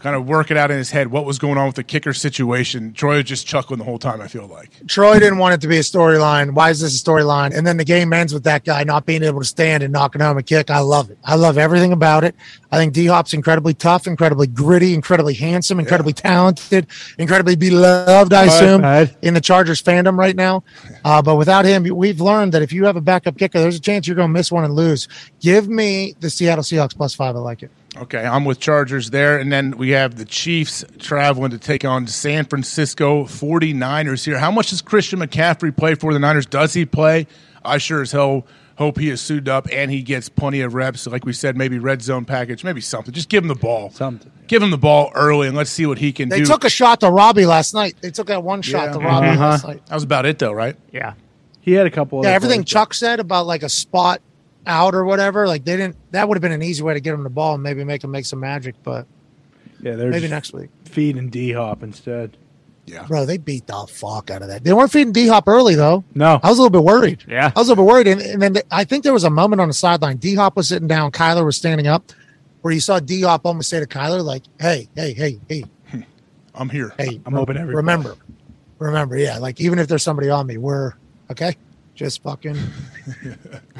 Speaker 1: kind of work it out in his head what was going on with the kicker situation. Troy was just chuckling the whole time. I feel like.
Speaker 11: Troy didn't want it to be a storyline. Why is this a storyline? And then the game ends with that guy not being able to stand and knocking home a kick. I love it. I love everything about it. I think D Hop's incredibly tough, incredibly gritty, incredibly handsome, incredibly talented, incredibly beloved, I
Speaker 3: Right,
Speaker 11: assume,
Speaker 3: right.
Speaker 11: in the Chargers fandom right now. Uh, but without him, we've learned that if you have a backup kicker, there's a chance you're going to miss one and lose. Give me the Seattle Seahawks plus five. I like it.
Speaker 1: Okay, I'm with Chargers there. And then we have the Chiefs traveling to take on San Francisco 49ers here. How much does Christian McCaffrey play for the Niners? Does he play? I sure as hell hope he is suited up and he gets plenty of reps. Like we said, maybe red zone package, maybe something. Just give him the ball. Something. Give him the ball early and let's see what he can
Speaker 11: They
Speaker 1: do.
Speaker 11: took a shot to Robbie last night. They took that one shot to Robbie
Speaker 1: Mhm.
Speaker 11: last night.
Speaker 1: That was about it, though, right?
Speaker 15: Yeah.
Speaker 3: Uh-huh. He had a couple.
Speaker 11: yeah,
Speaker 3: other
Speaker 11: everything
Speaker 3: plays.
Speaker 11: Chuck said about like a spot out or whatever, like they didn't. That would have been an easy way to get him the ball and maybe make him make some magic. But
Speaker 3: Yeah, they're
Speaker 11: maybe
Speaker 3: just
Speaker 11: next week.
Speaker 3: feeding D Hop instead.
Speaker 1: Yeah,
Speaker 11: bro, they beat the fuck out of that. They weren't feeding D Hop early though.
Speaker 3: No,
Speaker 11: I was a little bit worried.
Speaker 15: Yeah.
Speaker 11: I was a little bit worried, and, and then I think there was a moment on the sideline. D Hop was sitting down, Kyler was standing up, where you saw D Hop almost say to Kyler, like, "Hey, hey, hey, hey,
Speaker 1: I'm here.
Speaker 11: Hey,
Speaker 3: I'm open every
Speaker 11: remember, remember, yeah. Like even if there's somebody on me, we're okay. Just fucking,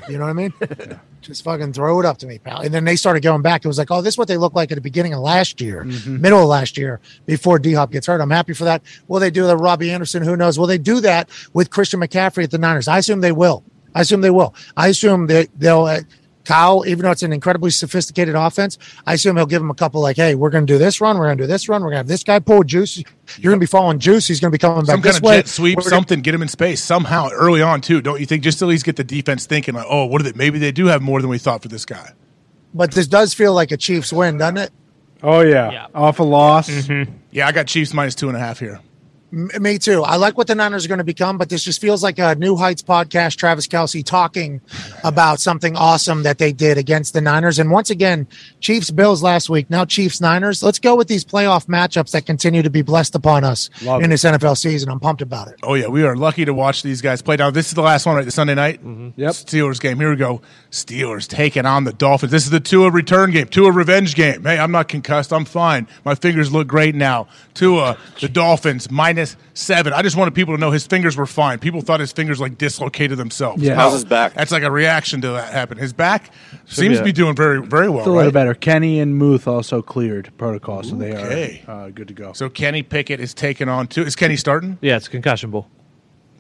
Speaker 11: you know what I mean? Just fucking throw it up to me, pal. And then they started going back. It was like, oh, this is what they looked like at the beginning of last year,
Speaker 1: Mm-hmm.
Speaker 11: middle of last year, before D Hop gets hurt. I'm happy for that. Will they do that, with Robbie Anderson? Who knows? Will they do that with Christian McCaffrey at the Niners? I assume they will. I assume they will. I assume that they'll. Uh, Kyle, even though it's an incredibly sophisticated offense, I assume he'll give him a couple like, "Hey, we're going to do this run, we're going to do this run, we're going to have this guy pull juice. You're going to be following juice. He's going to be coming back
Speaker 1: Some kind
Speaker 11: this
Speaker 1: of
Speaker 11: way.
Speaker 1: jet sweep,
Speaker 11: We're gonna-
Speaker 1: something, get him in space somehow early on, too. Don't you think? Just at least get the defense thinking, like, oh, what are they? Maybe they do have more than we thought for this guy.
Speaker 11: But this does feel like a Chiefs win, doesn't it?
Speaker 3: Oh yeah, off a loss.
Speaker 11: Mm-hmm.
Speaker 1: Yeah, I got Chiefs minus two and a half here.
Speaker 11: M- me too. I like what the Niners are going to become, but this just feels like a New Heights podcast. Travis Kelsey talking about something awesome that they did against the Niners, and once again, Chiefs Bills last week. Now Chiefs Niners. Let's go with these playoff matchups that continue to be blessed upon us
Speaker 1: Love
Speaker 11: in
Speaker 1: it.
Speaker 11: this NFL season. I'm pumped about it.
Speaker 1: Oh yeah, we are lucky to watch these guys play. Now this is the last one, right? The Sunday night
Speaker 3: Mm-hmm.
Speaker 1: yep. Steelers game. Here we go. Steelers taking on the Dolphins. This is the Tua return game, Tua revenge game. Hey, I'm not concussed. I'm fine. My fingers look great now. Tua, the Dolphins minus seven. I just wanted people to know his fingers were fine. People thought his fingers like dislocated themselves.
Speaker 3: Yeah. How's his
Speaker 1: back? That's like a reaction to that happen. His back
Speaker 3: Should
Speaker 1: seems
Speaker 3: be
Speaker 1: to be
Speaker 3: a-
Speaker 1: doing very very well.
Speaker 3: It's a little
Speaker 1: right?
Speaker 3: better. Kenny and Muth also cleared protocol, Oh, so they
Speaker 1: Okay.
Speaker 3: are uh, good to go.
Speaker 1: So Kenny Pickett is taking on two. Is Kenny starting?
Speaker 16: Yeah, it's concussion bowl.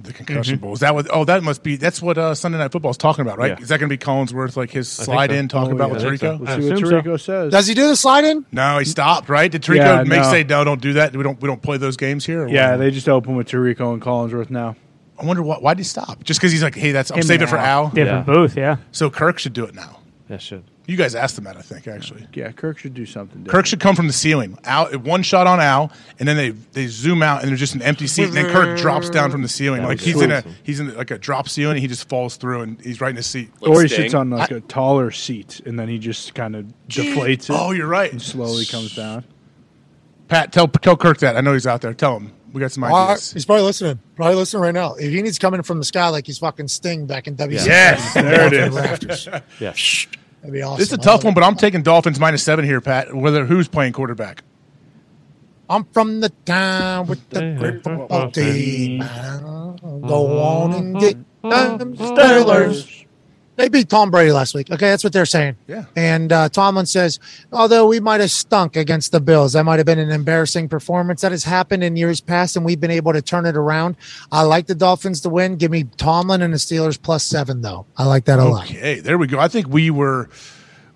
Speaker 1: The concussion
Speaker 3: Mm-hmm.
Speaker 1: bowl. Is that what? Oh, that must be. That's what uh, Sunday Night Football is talking about, right?
Speaker 16: Yeah.
Speaker 1: Is that going to be Collinsworth like his
Speaker 16: I think
Speaker 1: slide
Speaker 16: so.
Speaker 1: in talking
Speaker 16: Oh,
Speaker 1: about
Speaker 16: yeah.
Speaker 1: with
Speaker 16: I think so.
Speaker 1: Tarico?
Speaker 16: We'll I see what assume so. Tirico
Speaker 3: says.
Speaker 11: Does he do the slide in?
Speaker 1: No, he stopped. Right? Did Tarico
Speaker 3: Yeah,
Speaker 1: make
Speaker 3: no.
Speaker 1: say no? Don't do that. We don't. We don't play those games here. or
Speaker 3: Yeah,
Speaker 1: what?
Speaker 3: they just open with Tarico and Collinsworth now.
Speaker 1: I wonder why. Why did he stop? Just because he's like, hey, that's I'm
Speaker 3: Him
Speaker 1: saving it for
Speaker 3: now.
Speaker 1: Al.
Speaker 3: Different Yeah.
Speaker 15: booth. Yeah.
Speaker 1: So Kirk should do it now.
Speaker 16: Yeah, should.
Speaker 1: You guys asked him that, I think, actually.
Speaker 3: Yeah, Kirk should do something. Different.
Speaker 1: Kirk should come from the ceiling. Al, one shot on Al, and then they, they zoom out, and there's just an empty seat. And then Kirk drops down from the ceiling,
Speaker 3: That'd
Speaker 1: like
Speaker 3: be
Speaker 1: he's in a
Speaker 3: awesome.
Speaker 1: he's in like a drop ceiling, and he just falls through, and he's right in his seat.
Speaker 3: or he sits on like a taller seat and then he just kind of deflates it.
Speaker 1: Oh, you're right.
Speaker 3: And slowly comes down.
Speaker 1: Pat, tell tell Kirk that. I know he's out there. Tell him we got some
Speaker 11: All right,
Speaker 1: ideas.
Speaker 11: he's probably listening. Probably listening right now. If he needs coming from the sky like he's fucking Sting back in WC.
Speaker 1: Yes, there it is.
Speaker 16: yeah,
Speaker 11: that'd be awesome.
Speaker 1: This is a
Speaker 11: I
Speaker 1: tough
Speaker 11: love
Speaker 1: one,
Speaker 11: it.
Speaker 1: but I'm taking Dolphins minus seven here, Pat. Whether who's playing quarterback?
Speaker 11: I'm from the town with the grip of a team. Go on and
Speaker 1: Uh-huh.
Speaker 11: get them Steelers. They beat Tom Brady last week. Okay, that's what they're saying.
Speaker 1: Yeah.
Speaker 11: And uh, Tomlin says, although we might have stunk against the Bills, that might have been an embarrassing performance that has happened in years past, and we've been able to turn it around. I like the Dolphins to win. Give me Tomlin and the Steelers plus seven, though. I like that a lot.
Speaker 1: Okay, there we go. I think we were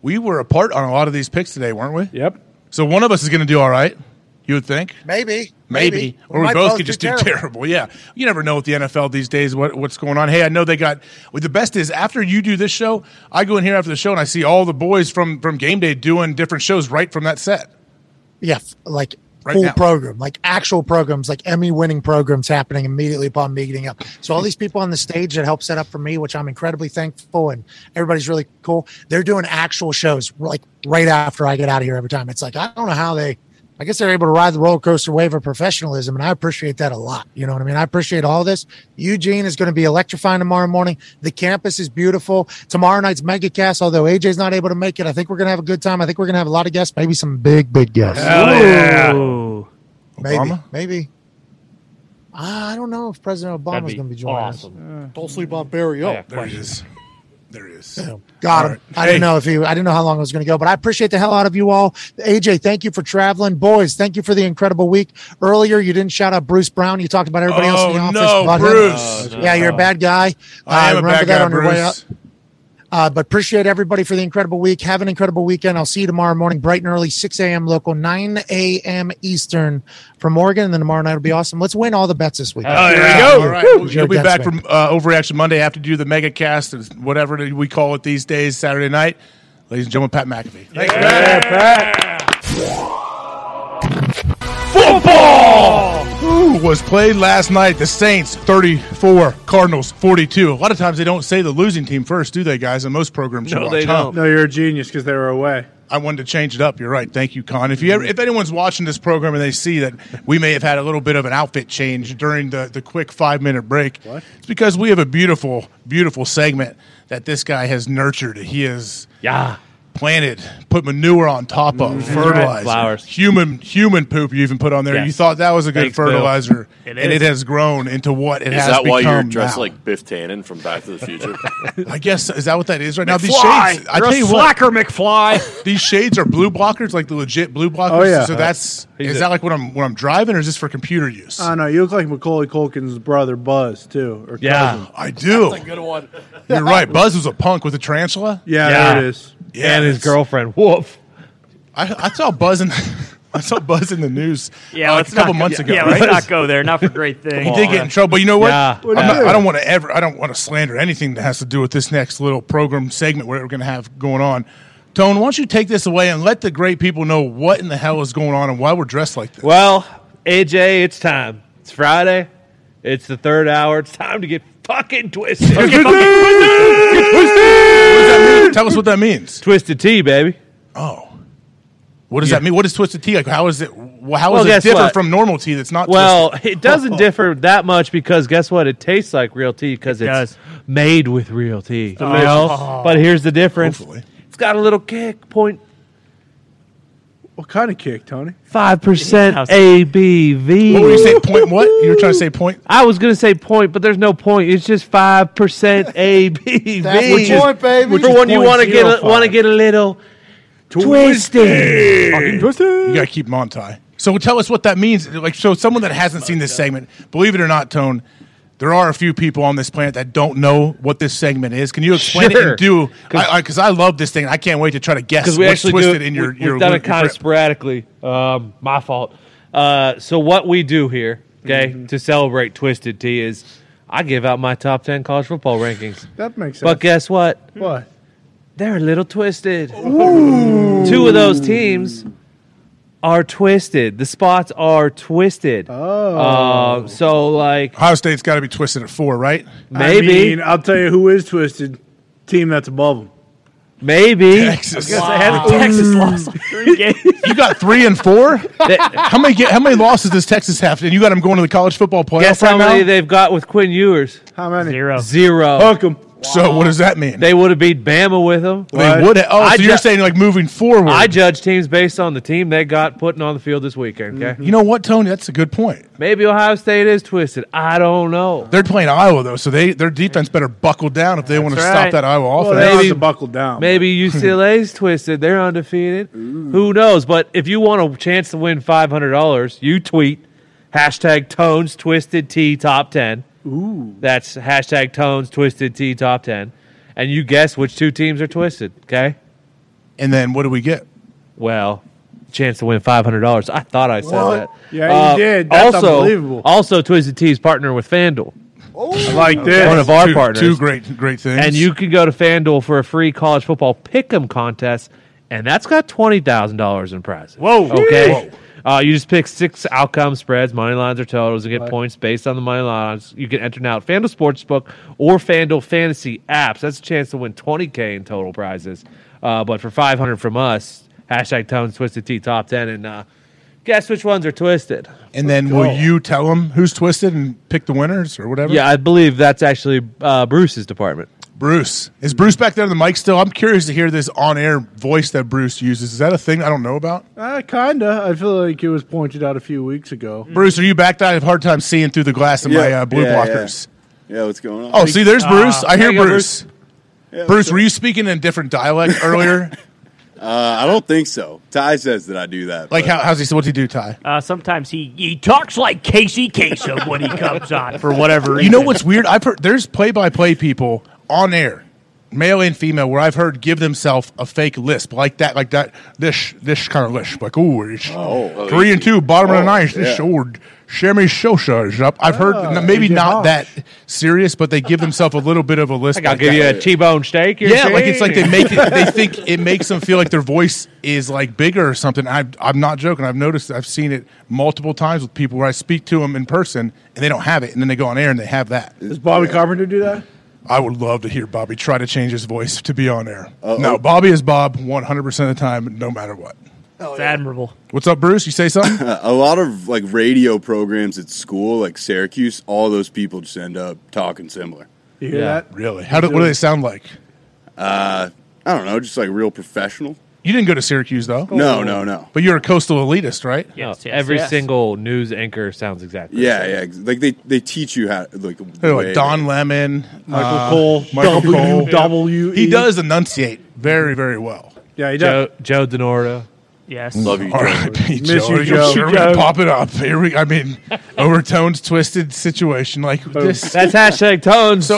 Speaker 1: we were apart on a lot of these picks today, weren't we?
Speaker 3: Yep.
Speaker 1: So one of us is going to do all right. You would think.
Speaker 11: Maybe.
Speaker 1: Maybe. Or we both could just do terrible. Yeah. You never know with the NFL these days what, what's going on. Hey, I know they got well, the best is after you do this show, I go in here after the show and I see all the boys from from game day doing different shows right from that set.
Speaker 11: yeah, f- like
Speaker 1: Right
Speaker 11: full
Speaker 1: now.
Speaker 11: program, like actual programs, like Emmy winning programs happening immediately upon meeting up. So
Speaker 1: Hmm.
Speaker 11: all these people on the stage that helped set up for me, which I'm incredibly thankful, and everybody's really cool. They're doing actual shows like right after I get out of here every time. It's like I don't know how they
Speaker 12: I guess they're able to ride the roller coaster wave of professionalism, and I appreciate that a lot. You know what I mean? I appreciate all this. Eugene is going to be electrifying tomorrow morning. The campus is beautiful. Tomorrow night's megacast, although AJ's not able to make it, I think we're going to have a good time. I think we're going to have a lot of guests, maybe some big, big guests.
Speaker 3: Hell yeah.
Speaker 12: Maybe,
Speaker 3: Obama?
Speaker 12: maybe. I don't know if President
Speaker 8: That'd
Speaker 12: Obama's
Speaker 8: be
Speaker 12: going to be joining us.
Speaker 8: Don't sleep on Barry. Oh. Yo.
Speaker 1: There it is. There it is.
Speaker 12: Got him. I
Speaker 1: Hey.
Speaker 12: didn't know if you. I didn't know how long it was going to go, but I appreciate the hell out of you all. AJ, thank you for traveling, boys. Thank you for the incredible week. Earlier, you didn't shout out Bruce Brown. You talked about everybody else in the
Speaker 1: Oh,
Speaker 12: office.
Speaker 1: no,
Speaker 12: but him.
Speaker 1: Bruce. Oh,
Speaker 12: Yeah,
Speaker 1: no.
Speaker 12: you're a bad guy.
Speaker 1: I am
Speaker 12: Uh,
Speaker 1: a
Speaker 12: remember
Speaker 1: bad
Speaker 12: that
Speaker 1: guy,
Speaker 12: on your way
Speaker 1: Bruce.
Speaker 12: out. Uh, but appreciate everybody for the incredible week. Have an incredible weekend. I'll see you tomorrow morning, bright and early, 6 a.m. local, 9 a.m. Eastern from Oregon. And then tomorrow night will be awesome. Let's win all the bets this week.
Speaker 1: Oh, there we go. All right. Well,
Speaker 12: Jared
Speaker 1: You'll be back
Speaker 12: Gensler.
Speaker 1: from uh, Overreaction Monday. I have to do the mega cast, or whatever that we call it these days, Saturday night. Ladies and gentlemen, Pat McAfee. Thanks, Football! Who was played last night? The Saints 34, Cardinals 42. A lot of times they don't say the losing team first, do they, guys? In most programs, you watch, huh?
Speaker 3: No, you're a genius because they were away.
Speaker 1: I wanted to change it up. You're right. Thank you, Con. If you ever, if anyone's watching this program and they see that we may have had a little bit of an outfit change during the, the quick five minute break,
Speaker 3: What?
Speaker 1: it's because we have a beautiful, beautiful segment that this guy has nurtured. He has
Speaker 4: yeah
Speaker 1: planted, put manure on top of,
Speaker 4: Mhm.
Speaker 1: fertilizer,
Speaker 4: Flowers.
Speaker 1: human human poop. You even put on there.
Speaker 4: Yes.
Speaker 1: You thought that was a good
Speaker 4: Thanks, Bill.
Speaker 1: fertilizer,
Speaker 4: It
Speaker 1: and it
Speaker 4: is.
Speaker 1: has grown into what it
Speaker 5: Is
Speaker 1: has
Speaker 5: that why you're
Speaker 1: become
Speaker 5: dressed
Speaker 1: now.
Speaker 5: like Biff Tannen from Back to the Future?
Speaker 1: I guess is that what that is right now? These
Speaker 5: McFly!
Speaker 1: shades, I
Speaker 5: You're a
Speaker 1: tell you
Speaker 5: slacker,
Speaker 1: what, McFly. These shades are blue blockers, like the legit blue blockers.
Speaker 3: Oh, yeah.
Speaker 1: So that's
Speaker 3: He's
Speaker 1: is
Speaker 3: a-
Speaker 1: that like when I'm when I'm driving, or is this for computer use?
Speaker 3: I know you look like Macaulay Culkin's brother Buzz too. Or cousin.
Speaker 1: I do.
Speaker 3: That's a good one.
Speaker 1: You're right. Buzz was a punk with a tarantula.
Speaker 3: Yeah, there Yeah. it is.
Speaker 1: Yeah,
Speaker 4: And his girlfriend Wolf.
Speaker 1: I, I saw Buzz in I saw Buzz in the news.
Speaker 2: Yeah,
Speaker 1: uh,
Speaker 2: let's
Speaker 1: a couple
Speaker 2: not-
Speaker 1: months
Speaker 2: yeah,
Speaker 1: ago.
Speaker 2: yeah,
Speaker 1: right?
Speaker 2: let's not go there. Oh, Not for great things.
Speaker 1: He did get in trouble. But you know what?
Speaker 2: Yeah.
Speaker 1: I'm
Speaker 2: What'd he
Speaker 1: not-
Speaker 2: do?
Speaker 1: I don't want to ever. I don't want to slander anything that has to do with this next little program segment where we're going to have going on. Tone, why don't you take this away and let the great people know what in the hell is going on and why we're dressed like this?
Speaker 4: Well, AJ, it's time. It's Friday. It's the third hour. It's time to get fucking twisted.
Speaker 1: Tell us what that means.
Speaker 4: Twisted tea, baby.
Speaker 1: Oh. What does that mean? What is twisted tea? Like, how is it? wh- How
Speaker 4: Well,
Speaker 1: is it
Speaker 4: guess
Speaker 1: different
Speaker 4: what?
Speaker 1: from normal tea? That's not.
Speaker 4: Well,
Speaker 1: twisted?
Speaker 4: it doesn't differ that much because guess what? It tastes like real tea because it's made with real tea. you
Speaker 2: delicious.
Speaker 4: know?
Speaker 2: Oh.
Speaker 4: Uh, But here's the difference. It's got a little kick, point
Speaker 3: What kind of kick, Tony?
Speaker 4: five percent ABV.
Speaker 1: What were you saying? Point what? You were trying to say point?
Speaker 4: I was gonna say point, but there's no point. It's just five percent ABV.
Speaker 8: That's the
Speaker 4: Which is-
Speaker 8: point, baby.
Speaker 4: For when you want to get a,
Speaker 8: 0.05.
Speaker 4: want to get a little twisted.
Speaker 1: Fucking You gotta keep them on tie. So tell us what that means. Like, so someone that hasn't seen this segment, believe it or not, Tone, there are a few people on this planet that don't know what this segment is. Can you explain it
Speaker 4: Sure.
Speaker 1: and do? Because I, 'cause I love this thing. I can't wait to try to guess
Speaker 4: because we
Speaker 1: what's
Speaker 4: actually do
Speaker 1: twisted
Speaker 4: it,
Speaker 1: in your
Speaker 4: we,
Speaker 1: your.
Speaker 4: have done it
Speaker 1: your
Speaker 4: kind of
Speaker 1: grip.
Speaker 4: sporadically. Um, my fault. Uh, so what we do here, okay,
Speaker 1: Mm-hmm.
Speaker 4: to celebrate Twisted Tea is I give out my top ten college football rankings.
Speaker 3: That makes sense. Hmm.
Speaker 4: But guess what?
Speaker 3: What?
Speaker 4: They're a little twisted. Two of those teams are twisted. The spots are twisted. Oh, so like
Speaker 1: Ohio State's got to be twisted at four, right?
Speaker 3: I mean, I'll tell you who is twisted. Team that's above them.
Speaker 4: Maybe
Speaker 1: Texas.
Speaker 4: Texas
Speaker 3: Mm.
Speaker 4: lost three games.
Speaker 1: you got three and four.
Speaker 4: They-
Speaker 1: how many get, how many losses does Texas have? And you got them going to the college football playoff
Speaker 4: guess
Speaker 1: right
Speaker 4: how many
Speaker 1: now?
Speaker 4: they've got with Quinn Ewers?
Speaker 3: How many?
Speaker 2: Zero.
Speaker 4: Zero.
Speaker 3: Hook 'em.
Speaker 1: So what does that mean?
Speaker 4: They would have beat Bama with them.
Speaker 1: They would. Oh,
Speaker 4: I
Speaker 1: so you're
Speaker 4: ju-
Speaker 1: saying like moving forward?
Speaker 4: I judge teams based on the team they got putting on the field this weekend. Okay,
Speaker 1: you know what, Tony? That's a good point.
Speaker 4: maybe Ohio State is twisted. I don't know.
Speaker 1: They're playing Iowa though, so they their defense better buckle down if they want to
Speaker 4: right.
Speaker 1: stop that Iowa
Speaker 4: Well,
Speaker 1: offense.
Speaker 4: they don't have to
Speaker 3: buckle down.
Speaker 4: Maybe UCLA's twisted. They're undefeated. Who knows? But if you want a chance to win five hundred dollars, you tweet hashtag Tones Twisted T Top Ten.
Speaker 3: Ooh.
Speaker 4: That's hashtag Tones Twisted T Top Ten, and you guess which two teams are twisted. Okay.
Speaker 1: And then what do we get?
Speaker 4: Well, chance to win five hundred dollars. I thought I said
Speaker 3: What?
Speaker 4: that. Uh,
Speaker 3: Yeah, you did. That's unbelievable.
Speaker 4: Also, Twisted Tea is partner with FanDuel.
Speaker 3: I like
Speaker 4: Okay.
Speaker 3: this.
Speaker 4: One of our
Speaker 1: two,
Speaker 4: partners.
Speaker 1: Two great great things.
Speaker 4: And you can go to FanDuel for a free college football pick'em contest, and that's got twenty thousand dollars in prizes.
Speaker 2: Whoa.
Speaker 4: Okay. Uh, you just pick six outcome spreads, money lines, or totals, and get points based on the money lines. You can enter now at FanDuel Sportsbook or FanDuel Fantasy apps. That's a chance to win 20K in total prizes. Uh, but for 500 from us, hashtag Tones Twisted T Top 10. And uh, Guess which ones are twisted?
Speaker 1: And then will you tell them who's twisted and pick the winners or whatever?
Speaker 4: Yeah, I believe that's actually uh, Bruce's department.
Speaker 1: Bruce is Bruce back there on the mic still. I'm curious to hear this on-air voice that Bruce uses. Is that a thing I don't know about?
Speaker 3: Uh, kinda. I feel like it was pointed out a few weeks ago.
Speaker 4: Mm.
Speaker 1: Bruce, are you back? there? I have a hard time seeing through the glass of my uh, blue blockers.
Speaker 9: Yeah. what's going on?
Speaker 1: Oh, see, there's
Speaker 2: Uh,
Speaker 1: Bruce. I hear Bruce.
Speaker 9: Yeah,
Speaker 1: Bruce, were you speaking in a different dialect earlier?
Speaker 9: Uh, I don't think so. Ty says that I do that.
Speaker 1: like,
Speaker 9: but-
Speaker 1: how, how's he? What's he do, Ty?
Speaker 2: Uh, sometimes he, he talks like Casey Kasem when he comes on for whatever reason.
Speaker 1: You know what's weird? I've heard there's play-by-play people on air, male and female, where I've heard give themselves a fake lisp like that, like that, this, this kind of lisp, like ooh, it's
Speaker 9: Oh.
Speaker 1: three and two, bottom of the
Speaker 9: Oh,
Speaker 1: ninth, this
Speaker 9: yeah.
Speaker 1: old Shemmy Shosha is up. I've heard
Speaker 3: Oh,
Speaker 9: Ah,
Speaker 1: n- maybe
Speaker 9: yeah.
Speaker 1: not that serious, but they give themselves a little bit of a lisp.
Speaker 4: Like, I'll
Speaker 1: like
Speaker 4: give you
Speaker 1: that.
Speaker 4: a T-bone steak. you're
Speaker 1: yeah, like it's like they
Speaker 4: saying?
Speaker 1: make it, they think it makes them feel like their voice is like bigger or something. I, I'm not joking. I've noticed, I've seen it multiple times with people where I speak to them in person and they don't have it, and then they go on air and they have that. Does
Speaker 3: Bobby Carpenter do that?
Speaker 1: I would love to hear Bobby try to change his voice to be on air. no,
Speaker 3: oh.
Speaker 1: Bobby is Bob 100% of the time, no matter what. Oh,
Speaker 2: It's admirable.
Speaker 1: What's up, Bruce? You say something?
Speaker 9: a lot of like radio programs at school, like Syracuse, all those people just end up talking similar.
Speaker 3: You hear that?
Speaker 1: Really? How do, what do they sound like?
Speaker 9: Uh, I don't know, just like real professional.
Speaker 1: You didn't go to Syracuse, though.
Speaker 9: No, no, no.
Speaker 1: But you're a coastal elitist, right?
Speaker 9: Yes, yes,
Speaker 4: Oh, Every
Speaker 9: yes.
Speaker 4: single news anchor sounds exactly.
Speaker 9: Yeah, yeah. ex- Like they they teach you how like
Speaker 1: They're
Speaker 9: way-
Speaker 1: like Don Lemon,
Speaker 9: Michael
Speaker 1: uh,
Speaker 9: Cole,
Speaker 1: Michael
Speaker 9: W-
Speaker 1: Cole.
Speaker 9: W-
Speaker 1: He does enunciate very, very well.
Speaker 3: Yeah, he
Speaker 4: Joe, Joe Denorda.
Speaker 2: Yes.
Speaker 4: Love you, Joe.
Speaker 1: R.I.P.
Speaker 4: Miss
Speaker 1: Joe.
Speaker 4: you, Joe.
Speaker 1: Sure we
Speaker 4: Joe.
Speaker 1: Pop it up. Here we. I mean, overtones, twisted situation like this. uh,
Speaker 4: That's hashtag tones.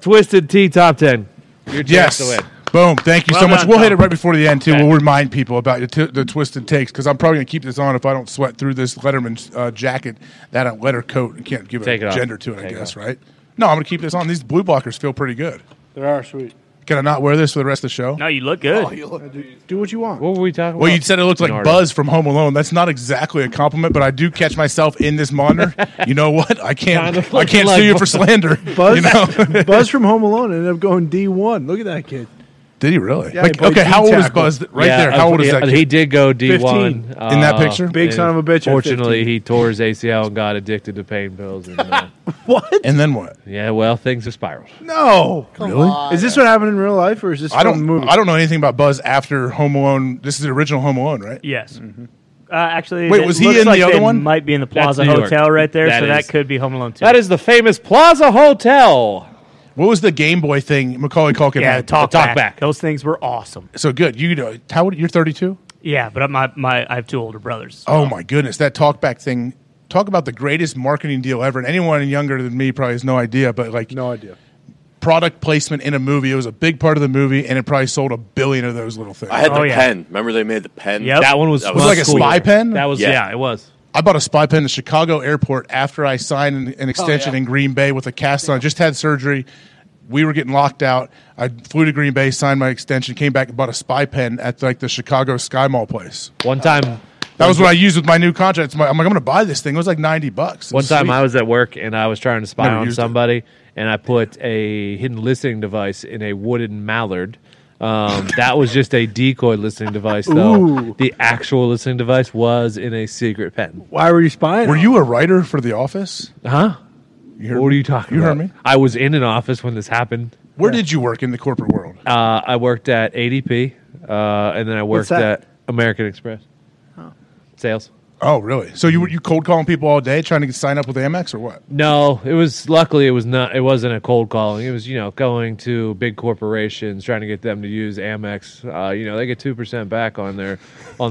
Speaker 4: twisted T top ten. Your chance
Speaker 1: yes.
Speaker 4: to win.
Speaker 1: Boom. Thank you
Speaker 4: Well
Speaker 1: so much.
Speaker 4: done,
Speaker 1: we'll hit it
Speaker 4: Tom.
Speaker 1: right before the end too. We'll remind people about the, t- the twisted takes because I'm probably gonna keep this on if I don't sweat through this Letterman uh, jacket, that uh, letter coat. I can't give
Speaker 4: Take it
Speaker 1: a
Speaker 4: off.
Speaker 1: gender to it. I
Speaker 4: Take it
Speaker 1: guess
Speaker 4: off.
Speaker 1: right. No, I'm gonna keep this on. These blue blockers feel pretty good.
Speaker 3: They are sweet.
Speaker 1: Can I not wear this for the rest of the show?
Speaker 2: No, you look good.
Speaker 3: do, do what you want.
Speaker 4: What were we talking
Speaker 1: Oh, Well, you said it looked like Buzz from Home Alone. That's not exactly a compliment, but I do catch myself in this monitor. You know what? I can't.
Speaker 3: Kinda
Speaker 1: I
Speaker 3: looking
Speaker 1: can't sue you
Speaker 3: like
Speaker 1: for slander.
Speaker 3: Buzz,
Speaker 1: You know?
Speaker 3: Buzz from Home Alone ended up going D one. Look at that kid.
Speaker 1: Did he really?
Speaker 3: Yeah, he
Speaker 1: like,
Speaker 3: played
Speaker 1: okay, how old is
Speaker 3: D-tackle.
Speaker 1: Buzz? th- Right
Speaker 4: Yeah,
Speaker 1: there. How old is
Speaker 4: yeah,
Speaker 1: that?
Speaker 4: He
Speaker 1: kid?
Speaker 4: did go D one Uh,
Speaker 1: 15. In that picture? Big son of a bitch at
Speaker 4: Fortunately, he tore his ACL and got addicted to pain pills. And, uh,
Speaker 1: And then what?
Speaker 4: yeah, well, things have spiraled.
Speaker 3: No,
Speaker 1: Really? on.
Speaker 3: Is this what happened in real life, or is this
Speaker 1: I
Speaker 3: from
Speaker 1: don't.
Speaker 3: the movie?
Speaker 1: I don't know anything about Buzz after Home Alone. This is the original Home Alone, right?
Speaker 2: Yes. Uh, actually,
Speaker 1: Mm-hmm. Wait,
Speaker 2: it
Speaker 1: was he
Speaker 2: looks
Speaker 1: in
Speaker 2: like
Speaker 1: the other
Speaker 2: they
Speaker 1: one?
Speaker 2: Might be in the
Speaker 1: That's
Speaker 2: Plaza
Speaker 1: New York.
Speaker 2: Hotel right there,
Speaker 1: That
Speaker 2: so
Speaker 1: is-
Speaker 2: that could be Home Alone too.
Speaker 4: That is the famous Plaza Hotel.
Speaker 1: What was the Game Boy thing? Macaulay Culkin.
Speaker 2: yeah,
Speaker 1: had?
Speaker 2: talk, back. Those things were awesome.
Speaker 1: So good. You know, how old- you're 32?
Speaker 2: Yeah, but my my I have two older brothers.
Speaker 1: Oh my goodness, that talkback thing. Talk about the greatest marketing deal ever, and anyone younger than me probably has no idea. But like,
Speaker 3: no idea.
Speaker 1: Product placement in a movie. It was a big part of the movie, and it probably sold a billion of those little things.
Speaker 5: I had
Speaker 4: Oh,
Speaker 5: the pen. Remember they made the pen?
Speaker 1: was it like a spy pen.
Speaker 4: it was.
Speaker 1: I bought a spy pen at Chicago Airport after I signed an,
Speaker 3: Oh,
Speaker 1: an extension in Green Bay with a cast on. Just had surgery. We were getting locked out. I flew to Green Bay, signed my extension, came back and bought a spy pen at like the Chicago Sky Mall place.
Speaker 4: One time,
Speaker 1: That was what I used with my new contract. It's my- I'm like, I'm going to buy this thing. It was like 90 bucks. It
Speaker 4: One time
Speaker 1: sweet.
Speaker 4: I was at work and I was trying to spy
Speaker 1: Never
Speaker 4: on
Speaker 1: used it.
Speaker 4: somebody, and I put a hidden listening device in a wooden mallard. Um, that was just a decoy listening device, though.
Speaker 3: Ooh.
Speaker 4: The actual listening device was in a secret pen.
Speaker 3: Why were you spying?
Speaker 1: Were you a writer for The Office?
Speaker 4: Huh? what are you talking
Speaker 1: you heard
Speaker 4: about?
Speaker 1: me.
Speaker 4: I was in an office when this happened.
Speaker 1: Where did you work in the corporate world?
Speaker 4: Uh, I worked at ADP, uh, and then I
Speaker 1: What's
Speaker 4: worked
Speaker 1: that?
Speaker 4: at American Express. Sales.
Speaker 1: Oh, really? So you were you cold calling people all day trying to get sign up with Amex or what?
Speaker 4: No, it was luckily it was not it wasn't a cold calling. It was you know going to big corporations trying to get them to use Amex. Uh, you know they get two percent back on their on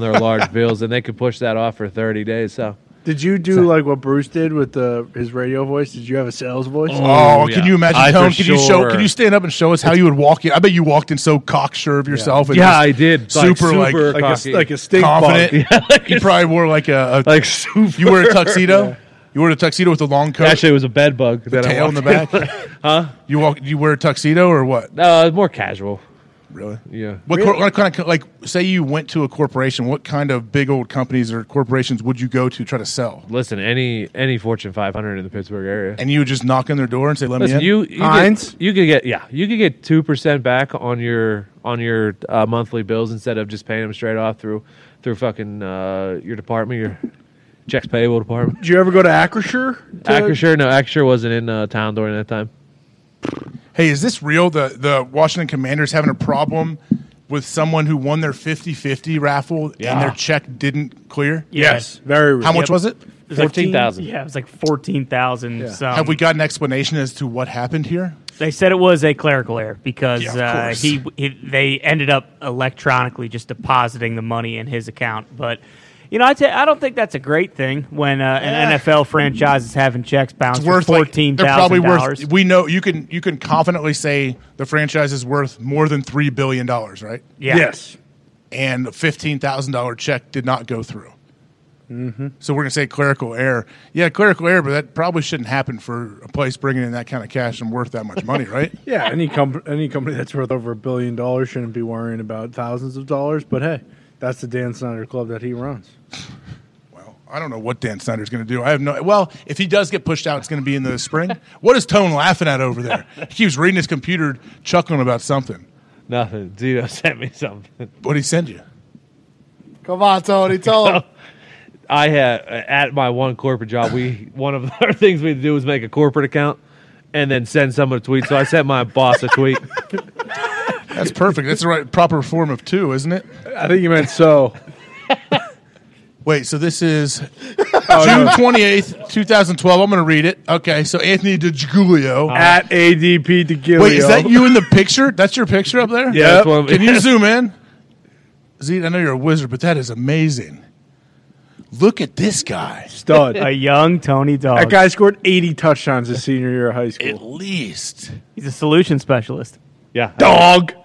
Speaker 4: their large bills, and they could push that off for thirty days. So
Speaker 3: Did you do like what Bruce did with the his radio voice? Did you have a sales voice?
Speaker 1: Oh, can you imagine, Tone? Can you show? Can you stand up and show us how you would walk in? I bet you walked in so cocksure of yourself. And
Speaker 4: Yeah,
Speaker 1: just
Speaker 4: I did. Like,
Speaker 1: Super like
Speaker 4: super Like a- cocky. like a stink bug.
Speaker 1: confident. you probably wore like a, a
Speaker 4: like super.
Speaker 1: You wear a tuxedo. You wear a tuxedo with a long coat.
Speaker 4: Actually, it was a bed bug.
Speaker 1: the
Speaker 4: that I
Speaker 1: tail in the back.
Speaker 4: walked in. huh?
Speaker 1: You walk. You wear a tuxedo or what?
Speaker 4: No, it's more casual.
Speaker 1: Really?
Speaker 4: Yeah.
Speaker 1: What, cor- what kind of like? Say you went to a corporation. What kind of big old companies or corporations would you go to try to sell?
Speaker 4: Listen, any any Fortune 500 in the Pittsburgh area,
Speaker 1: And you would just knock on their door and say, "Let
Speaker 4: Listen,
Speaker 1: me in."
Speaker 4: you you, Get, you could get yeah, you could get two percent back on your on your uh, monthly bills instead of just paying them straight off through through fucking uh, your department, your Checks payable department.
Speaker 3: Did you ever go to Acrisure? to-
Speaker 4: Acrisure, no, Acrisure wasn't in uh, town during that time.
Speaker 1: Hey, is this real? The the Washington Commanders having a problem with someone who won their 50-50 raffle and their
Speaker 2: Yeah.
Speaker 1: check didn't clear?
Speaker 2: Yes.
Speaker 3: very.
Speaker 1: How much was it?
Speaker 2: It was like Yeah, it was like fourteen thousand.
Speaker 1: Have we got an explanation as to what happened here?
Speaker 2: They said it was a clerical error because
Speaker 1: Yeah, of
Speaker 2: uh,
Speaker 1: course.
Speaker 2: he, he they ended up electronically just depositing the money in his account. But you know, I I I don't think that's a great thing when uh, an NFL franchise is having checks bounced
Speaker 1: It's worth
Speaker 2: for
Speaker 1: like,
Speaker 2: fourteen
Speaker 1: they're probably
Speaker 2: thousand
Speaker 1: worth.
Speaker 2: dollars.
Speaker 1: We know you can you can confidently say the franchise is worth more than three billion dollars, right?
Speaker 2: Yeah. Yes.
Speaker 1: And a fifteen thousand dollar check did not go through.
Speaker 3: Mm-hmm.
Speaker 1: So we're gonna say clerical error. Yeah, clerical error, but that probably shouldn't happen for a place bringing in that kind of cash and worth that much money, right?
Speaker 3: Yeah, any com- any company that's worth over a billion dollars shouldn't be worrying about thousands of dollars. But hey, that's the Dan Snyder club that he runs.
Speaker 1: I don't know what Dan Snyder's going to do. I have no. Well, if he does get pushed out, it's going to be in the spring. What is Tone laughing at over there? He keeps reading his computer, chuckling about something.
Speaker 4: Nothing. Zito sent me something.
Speaker 1: What did he send you?
Speaker 8: Come on, Tony. Tell him.
Speaker 4: I had uh, at my one corporate job, we one of our things we had to do was make a corporate account and then send someone a tweet. So I sent my boss a tweet.
Speaker 1: That's perfect. That's the right proper form of two, isn't it?
Speaker 3: I think you meant so.
Speaker 1: Wait, so this is Oh, June twenty eighth, two thousand twelve. I'm going to read it. Okay, so Anthony DeGiulio
Speaker 3: Uh, At ADP DeGilio.
Speaker 1: Wait, is that you in the picture? That's your picture up there?
Speaker 3: Yeah, that's one of-
Speaker 1: Can you zoom in? Z, I know you're a wizard, but that is amazing. Look at this guy.
Speaker 3: Stud.
Speaker 2: a young Tony Dog.
Speaker 3: That guy scored 80 touchdowns his senior year of high school. At
Speaker 1: least.
Speaker 2: He's a solution specialist.
Speaker 4: Yeah.
Speaker 1: Dog.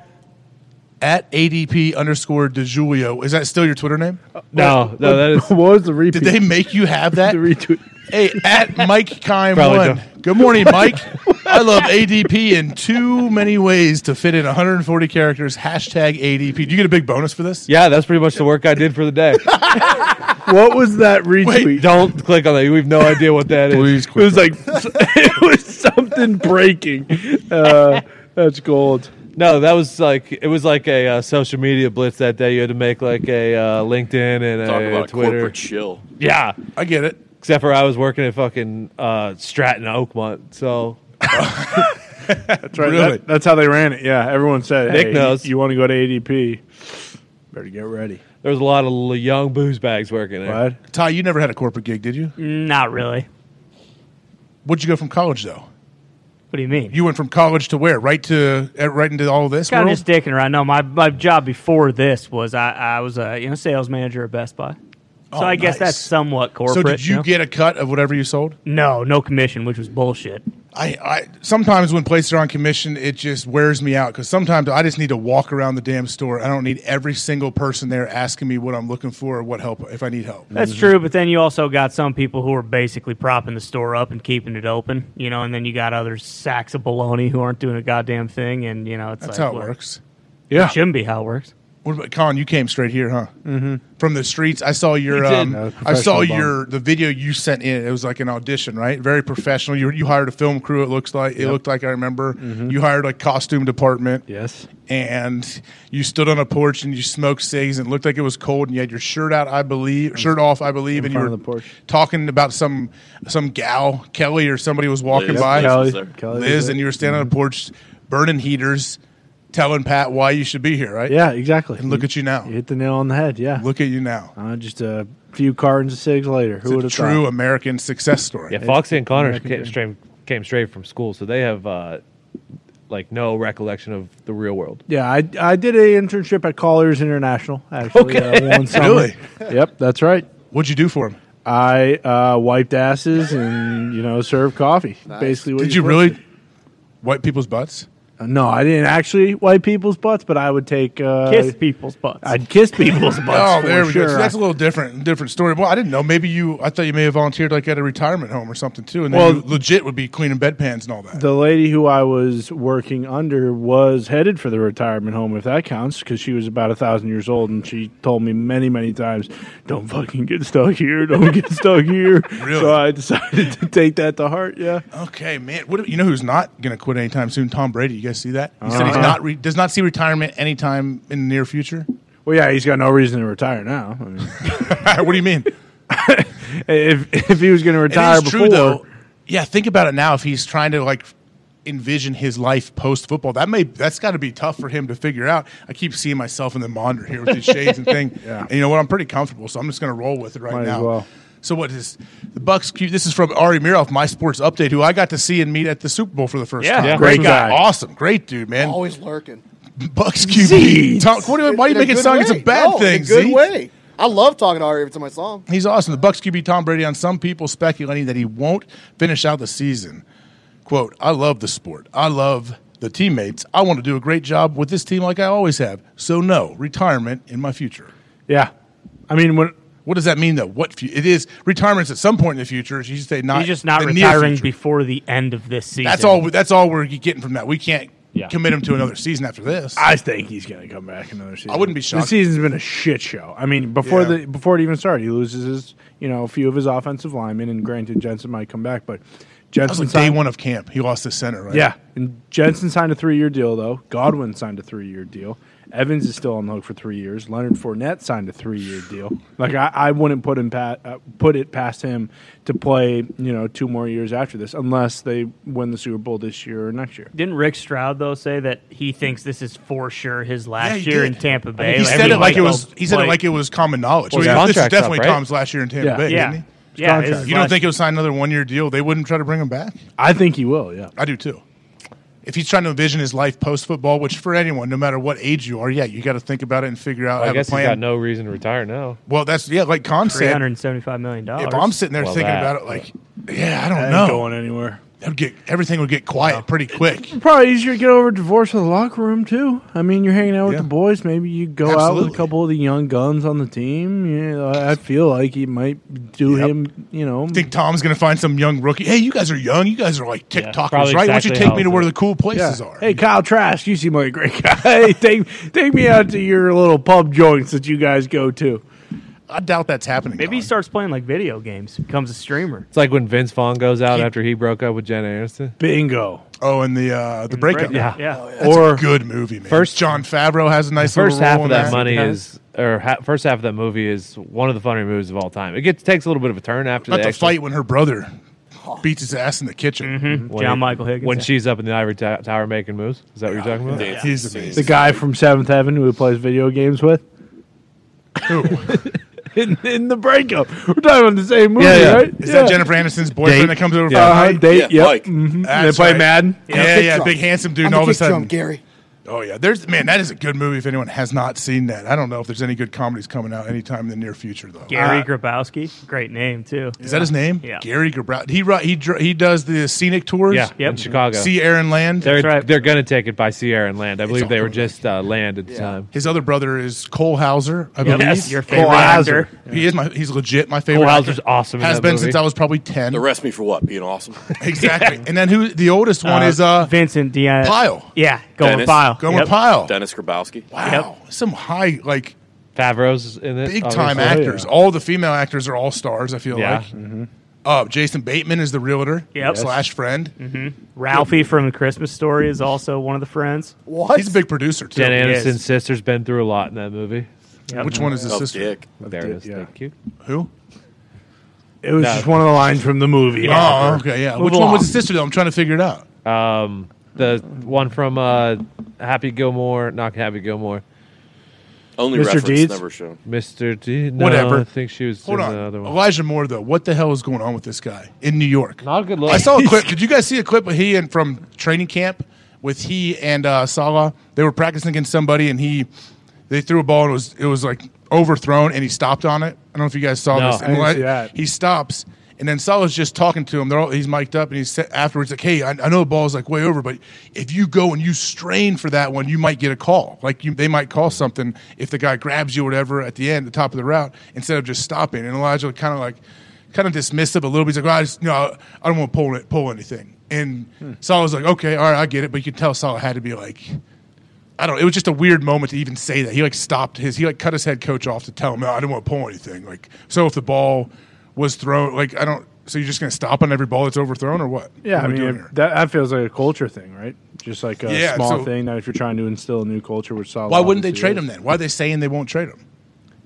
Speaker 1: At ADP underscore DeJulio. Is that still your Twitter name?
Speaker 4: No, no, that is.
Speaker 3: What was the repeat?
Speaker 1: Did they make you have that?
Speaker 3: retweet.
Speaker 1: Hey, at Mike Kime
Speaker 4: Probably
Speaker 1: one. Good morning, Mike. I love ADP in too many ways to fit in 140 characters. Hashtag ADP. Do you get a big bonus for this?
Speaker 4: Yeah, that's pretty much the work I did for the day.
Speaker 3: what was that retweet?
Speaker 4: don't click on that. We have no idea what that is.
Speaker 1: Please
Speaker 3: It was like it was something breaking. Uh, that's gold.
Speaker 4: No, that was like it was like a uh, social media blitz that day. You had to make like a uh, LinkedIn and
Speaker 5: Talk
Speaker 4: a
Speaker 5: about
Speaker 4: Twitter.
Speaker 5: corporate chill.
Speaker 4: Yeah,
Speaker 1: I get it.
Speaker 4: Except for I was working at fucking uh, Stratton Oakmont, so
Speaker 3: That's right.
Speaker 4: Really?
Speaker 3: That- that's how they ran it. Yeah, everyone said,
Speaker 4: Nick
Speaker 3: "Hey,
Speaker 4: knows.
Speaker 3: you, want to go to ADP? Better get ready."
Speaker 4: there was a lot of l- young booze bags working there.
Speaker 3: What?
Speaker 1: Ty, you never had a corporate gig, did you?
Speaker 2: Not really.
Speaker 1: Where'd you go from college though?
Speaker 2: What do you mean?
Speaker 1: You went from college to where? Right to eh, right into all this
Speaker 2: Kind
Speaker 1: world?
Speaker 2: of just dicking around. No, my, my job before this was I, I was a you know sales manager at Best Buy, so
Speaker 1: Oh,
Speaker 2: I guess
Speaker 1: nice.
Speaker 2: that's somewhat corporate.
Speaker 1: so did you
Speaker 2: know?
Speaker 1: get a cut of whatever you sold?
Speaker 2: no no commission, which was bullshit.
Speaker 1: I, I sometimes when places are on commission, it just wears me out because sometimes I just need to walk around the damn store. I don't need every single person there asking me what I'm looking for or what help if I need help.
Speaker 2: That's true, but then you also got some people who are basically propping the store up and keeping it open, you know, and then you got other sacks of baloney who aren't doing a goddamn thing, and you know it's
Speaker 1: That's
Speaker 2: like,
Speaker 1: how it
Speaker 2: well,
Speaker 1: works.
Speaker 3: Yeah.
Speaker 2: it shouldn't be how it works.
Speaker 1: What about Con? You came straight here, huh? Mm-hmm. From the streets. I saw your.
Speaker 2: He did.
Speaker 1: Um,
Speaker 2: No,
Speaker 1: I saw
Speaker 2: professional bum.
Speaker 1: your the video you sent in. It was like an audition, right? Very professional. You you hired a film crew. It looks like it looked like I remember. You hired a costume department.
Speaker 3: Mm-hmm. Yes.
Speaker 1: And you stood on a porch and you smoked cigs and it looked like it was cold and you had your shirt out, I believe, shirt off, I believe,
Speaker 3: In
Speaker 1: and you
Speaker 3: front
Speaker 1: were
Speaker 3: of the porch.
Speaker 1: talking about some some gal Kelly or somebody was walking
Speaker 3: Liz.
Speaker 1: by
Speaker 3: Kelly. Liz was there. Kelly was
Speaker 1: Liz,
Speaker 3: there.
Speaker 1: and you were standing on a porch, burning heaters, telling Pat why you should be here, right?
Speaker 3: Yeah, exactly.
Speaker 1: And look at you now.
Speaker 3: You hit the nail on the head. Yeah.
Speaker 1: Look at you now.
Speaker 3: Uh, just a few cartons of cigs later.
Speaker 1: It's
Speaker 3: Who would
Speaker 1: a
Speaker 3: have
Speaker 1: true
Speaker 3: thought?
Speaker 1: American success story.
Speaker 4: Yeah, Foxy and Connor
Speaker 3: American
Speaker 4: came straight, came straight from school, so they have uh, like no recollection of the real world.
Speaker 3: Yeah, I, I did a internship at Colliers International actually
Speaker 4: Okay.
Speaker 3: uh, one summer.
Speaker 4: Really?
Speaker 3: Yep, that's right.
Speaker 1: What'd you do for him?
Speaker 3: I uh, wiped asses and you know served coffee. Basically, what
Speaker 1: Did you
Speaker 3: supposed
Speaker 1: really
Speaker 3: to
Speaker 1: wipe people's butts?
Speaker 3: do. Uh, No, I didn't actually wipe people's butts, but I would take uh,
Speaker 1: Kiss
Speaker 2: people's butts.
Speaker 3: I'd kiss people's butts.
Speaker 1: Oh,
Speaker 3: for
Speaker 1: there we
Speaker 3: sure.
Speaker 1: go. So that's a little different, different story. Well, I didn't know. Maybe you. I thought you may have volunteered like at a retirement home or something too, and then
Speaker 3: Well-
Speaker 1: you legit would be cleaning bedpans and all that.
Speaker 3: The lady who I was working under was headed for the retirement home, if that counts, because she was about a thousand years old, and she told me many, many times, "Don't fucking get stuck here. Don't get stuck here."
Speaker 1: Really?
Speaker 3: So I decided to take that to heart. Yeah.
Speaker 1: Okay, man. What, you know who's not going to quit anytime soon? Tom Brady. You guys see that? He said he's
Speaker 3: Uh-huh.
Speaker 1: not re- does not see retirement anytime in the near future.
Speaker 3: Well, yeah, he's got no reason to retire now. I mean,
Speaker 1: what do you mean?
Speaker 3: if if he was going to retire
Speaker 1: it is
Speaker 3: before,
Speaker 1: true though. Yeah, think about it now. If he's trying to like envision his life post football, that may that's got to be tough for him to figure out. I keep seeing myself in the monitor here with these shades and thing.
Speaker 3: Yeah.
Speaker 1: And you know what? I'm pretty comfortable, so I'm just going to roll with it right
Speaker 3: Might as
Speaker 1: now.
Speaker 3: well.
Speaker 1: So what is the Bucks? Q- This is from Ari Miroff, my sports update, who I got to see and meet at the Super Bowl for the first
Speaker 8: Yeah,
Speaker 1: time.
Speaker 8: yeah.
Speaker 1: great
Speaker 8: Great
Speaker 1: guy,
Speaker 8: guy.
Speaker 1: awesome, great dude, man.
Speaker 8: Always lurking.
Speaker 1: Bucks QB. Tom, what do you- why do you
Speaker 8: In
Speaker 1: make it
Speaker 8: good
Speaker 1: sound like it's a
Speaker 8: way.
Speaker 1: bad
Speaker 8: No,
Speaker 1: thing?
Speaker 8: In a good
Speaker 1: Z?
Speaker 8: way. I love talking to Ari every time I saw him.
Speaker 1: He's awesome. The Bucks QB Tom Brady on some people speculating that he won't finish out the season. Quote, I love the sport. I love the teammates. I want to do a great job with this team like I always have. So no, retirement in my future.
Speaker 3: Yeah. I mean when
Speaker 1: what does that mean though? What fu- it is retirement's at some point in the future. You should say not
Speaker 2: He's just not
Speaker 1: the near
Speaker 2: retiring
Speaker 1: future.
Speaker 2: before the end of this season.
Speaker 1: That's all we- that's all we're getting from that. We can't
Speaker 2: Yeah.
Speaker 1: commit him to another season after this.
Speaker 3: I think he's going to come back another season.
Speaker 1: I wouldn't be shocked.
Speaker 3: The season's been a shit show. I mean, before
Speaker 1: Yeah.
Speaker 3: the before it even started, he loses his you know a few of his offensive linemen, and granted Jensen might come back, but
Speaker 1: that was
Speaker 3: Jensen
Speaker 1: like day one of camp. He lost his center, right?
Speaker 3: Yeah, and Jensen signed a three-year deal though. Godwin signed a three-year deal. Evans is still on the hook for three years. Leonard Fournette signed a three-year deal. Like I, I wouldn't put him pa- uh, put it past him to play you know two more years after this, unless they win the Super Bowl this year or next year.
Speaker 2: Didn't Rick Stroud though say that he thinks this is for sure his
Speaker 1: Yeah,
Speaker 2: last
Speaker 1: he
Speaker 2: year in
Speaker 1: did.
Speaker 2: Tampa
Speaker 1: I
Speaker 2: Bay?
Speaker 1: mean, he said
Speaker 2: we
Speaker 1: it like
Speaker 2: might
Speaker 1: it was.
Speaker 2: go
Speaker 1: He said it
Speaker 2: play-
Speaker 1: like it was common knowledge.
Speaker 2: Well,
Speaker 1: So
Speaker 2: his
Speaker 1: yeah, this is
Speaker 2: contract's up,
Speaker 1: definitely
Speaker 2: right?
Speaker 1: Tom's last year in Tampa
Speaker 2: Yeah.
Speaker 1: Bay.
Speaker 2: Yeah.
Speaker 1: Isn't he?
Speaker 2: Yeah, His contract. it is
Speaker 1: You don't
Speaker 2: last-
Speaker 1: think he'll sign another one year deal? They wouldn't try to bring him back.
Speaker 3: I think he will. Yeah,
Speaker 1: I do too. If he's trying to envision his life post football, which for anyone, no matter what age you are, yeah, you got to think about it and figure out.
Speaker 4: I
Speaker 1: have
Speaker 4: guess
Speaker 1: a
Speaker 4: he's
Speaker 1: plan.
Speaker 4: got no reason to retire now.
Speaker 1: Well, that's yeah, like Con
Speaker 2: three
Speaker 1: said.
Speaker 2: hundred and seventy-five million dollars.
Speaker 1: If I'm sitting there thinking about it, like, yeah, I don't know,
Speaker 3: anywhere.
Speaker 1: That'd get everything would get quiet pretty quick.
Speaker 3: Probably easier to get over a divorce in the locker room too. I mean, you're hanging out with the boys. Maybe you go out with
Speaker 1: Absolutely.
Speaker 3: a couple of the young guns on the team. Yeah, I- I feel like he might do
Speaker 1: Yep.
Speaker 3: him. You know,
Speaker 1: Think Tom's gonna find some young rookie. Hey, you guys are young. You guys are like TikTokers, right?
Speaker 3: probably
Speaker 1: Why don't you
Speaker 3: exactly
Speaker 1: take
Speaker 3: how
Speaker 1: me
Speaker 3: it
Speaker 1: to where
Speaker 3: is.
Speaker 1: the cool places
Speaker 3: Yeah.
Speaker 1: are?
Speaker 3: Hey, Kyle Trask, you seem like a great guy. take take me out to your little pub joints that you guys go to.
Speaker 1: Oh, I doubt that's happening.
Speaker 2: Maybe he starts playing like video games, becomes a streamer.
Speaker 4: It's like when Vince Vaughn goes out after he broke up with Jen Aniston.
Speaker 3: Bingo.
Speaker 1: Oh, and the uh, the breakup.
Speaker 4: Yeah.
Speaker 2: Yeah.
Speaker 1: That's
Speaker 4: Or-
Speaker 1: a good movie, man.
Speaker 4: first-
Speaker 1: First, John Favreau has a nice
Speaker 4: The first
Speaker 1: little
Speaker 4: half
Speaker 1: role
Speaker 4: of
Speaker 1: in
Speaker 4: that money is, or ha- first half of that movie is one of the funnier movies of all time. It gets takes a little bit of a turn after
Speaker 1: About
Speaker 4: they
Speaker 1: the
Speaker 4: actually-
Speaker 1: fight when her brother beats his ass in the kitchen.
Speaker 4: Mm-hmm. when he- when she's up in the ivory ta- tower making moves. Is that what you're talking about?
Speaker 1: Yeah. He's amazing.
Speaker 3: The guy from Seventh Heaven who he plays video games with.
Speaker 1: Who?
Speaker 3: in, in the breakup. We're talking about the same movie,
Speaker 1: Yeah, yeah.
Speaker 3: right?
Speaker 1: Is that Jennifer Aniston's boyfriend that comes over for
Speaker 3: Yeah.
Speaker 1: a
Speaker 3: Uh-huh,
Speaker 1: night?
Speaker 3: date,
Speaker 1: Yeah,
Speaker 3: yep.
Speaker 1: Mike.
Speaker 3: Mhm. They
Speaker 1: That's
Speaker 3: play
Speaker 1: right.
Speaker 3: Madden.
Speaker 1: Yeah, yeah, big handsome
Speaker 8: I'm
Speaker 1: dude. and
Speaker 8: the
Speaker 1: all of a
Speaker 8: kick drum,
Speaker 1: sudden,
Speaker 8: Gary.
Speaker 1: Oh yeah, there's man. That is a good movie. If anyone has not seen that, I don't know if there's any good comedies coming out anytime in the near future though.
Speaker 2: Gary
Speaker 1: Uh,
Speaker 2: Grabowski, great name too.
Speaker 1: is that his name?
Speaker 2: Yeah.
Speaker 1: Gary Gabrowski. He ri- he dr- he does the scenic tours.
Speaker 4: Yeah, in Chicago.
Speaker 1: See Aaron Land.
Speaker 4: They're they're gonna take it by Sierra and Land. I believe
Speaker 1: all
Speaker 4: they were just uh, Land at the time.
Speaker 1: His other brother is Cole Hauser, I
Speaker 4: Yep.
Speaker 1: believe.
Speaker 4: Yes, your favorite actor.
Speaker 1: He is my. He's legit my favorite.
Speaker 4: Cole
Speaker 1: actor.
Speaker 4: Hauser's awesome in
Speaker 1: Has
Speaker 4: that
Speaker 1: been
Speaker 4: movie.
Speaker 1: since I was probably ten.
Speaker 5: Arrest me for what? Being awesome.
Speaker 1: exactly. And then who? The oldest one
Speaker 2: Uh,
Speaker 1: is uh
Speaker 2: Vincent Dion
Speaker 1: Pyle.
Speaker 2: Yeah, Gomer
Speaker 5: Dennis-
Speaker 2: Pyle.
Speaker 1: Gomer Pyle.
Speaker 5: Dennis Grabowski.
Speaker 1: Wow, some high like
Speaker 4: Favreau's in it.
Speaker 1: big time
Speaker 4: obviously.
Speaker 1: actors. All the female actors are all stars. I feel
Speaker 4: Yeah.
Speaker 1: like. Uh, Jason Bateman is the realtor
Speaker 2: Yep.
Speaker 1: slash friend.
Speaker 2: hmm Ralphie from The Christmas Story is also one of the friends.
Speaker 8: What?
Speaker 1: He's a big producer too.
Speaker 4: Jen
Speaker 2: Yes.
Speaker 4: Aniston's sister's been through a lot in that movie.
Speaker 2: Yep.
Speaker 1: Which one is his
Speaker 5: Oh,
Speaker 1: sister?
Speaker 5: Dick.
Speaker 4: There it is. Thank you.
Speaker 1: Who?
Speaker 3: It was
Speaker 4: No.
Speaker 3: just one of the lines from the movie.
Speaker 1: Oh, okay, yeah. Which one was his sister though? I'm trying to figure it out.
Speaker 4: Um, the one from uh, Happy Gilmore, not Happy Gilmore.
Speaker 5: Only
Speaker 4: Mr.
Speaker 5: reference
Speaker 4: Deeds?
Speaker 5: never shown.
Speaker 4: Mr. D. No,
Speaker 1: Whatever.
Speaker 4: I think she was
Speaker 1: Hold
Speaker 4: in
Speaker 1: on.
Speaker 4: the other one.
Speaker 1: Elijah Moore though. What the hell is going on with this guy in New York?
Speaker 4: Not a good look.
Speaker 1: I saw a clip. Did you guys see a clip of he and from training camp with he and uh, Salah? They were practicing against somebody, and he they threw a ball and it was it was like overthrown, and he stopped on it. I don't know if you guys saw
Speaker 4: No,
Speaker 1: this.
Speaker 4: I
Speaker 1: And
Speaker 4: didn't
Speaker 1: like,
Speaker 4: see that.
Speaker 1: He stops. And then Salah's just talking to him. They're all, he's mic'd up, and he's sa- afterwards like, "Hey, I, I know the ball's like way over, but if you go and you strain for that one, you might get a call. Like you, they might call something if the guy grabs you, or whatever, at the end, the top of the route, instead of just stopping." And Elijah kind of like, kind of dismissive a little bit. He's like, well, I just, you know, I don't want to pull it, pull anything. And Salah was like, okay, all right, I get it. But you could tell Salah had to be like, I don't. It was just a weird moment to even say that. He like stopped his. He like cut his head coach off to tell him, no, I didn't want to pull anything. Like, so if the ball was thrown, like I don't. So you're just gonna stop on every ball that's overthrown, or what?
Speaker 3: Yeah,
Speaker 1: What
Speaker 3: I
Speaker 1: are we
Speaker 3: mean,
Speaker 1: doing
Speaker 3: it-
Speaker 1: here?
Speaker 3: that, that feels like a culture thing, right? Just like a
Speaker 1: Yeah,
Speaker 3: small
Speaker 1: so-
Speaker 3: thing that if you're trying to instill a new culture, which Salah
Speaker 1: why wouldn't they
Speaker 3: obviously
Speaker 1: trade
Speaker 3: is.
Speaker 1: him then? Why are they saying they won't trade him?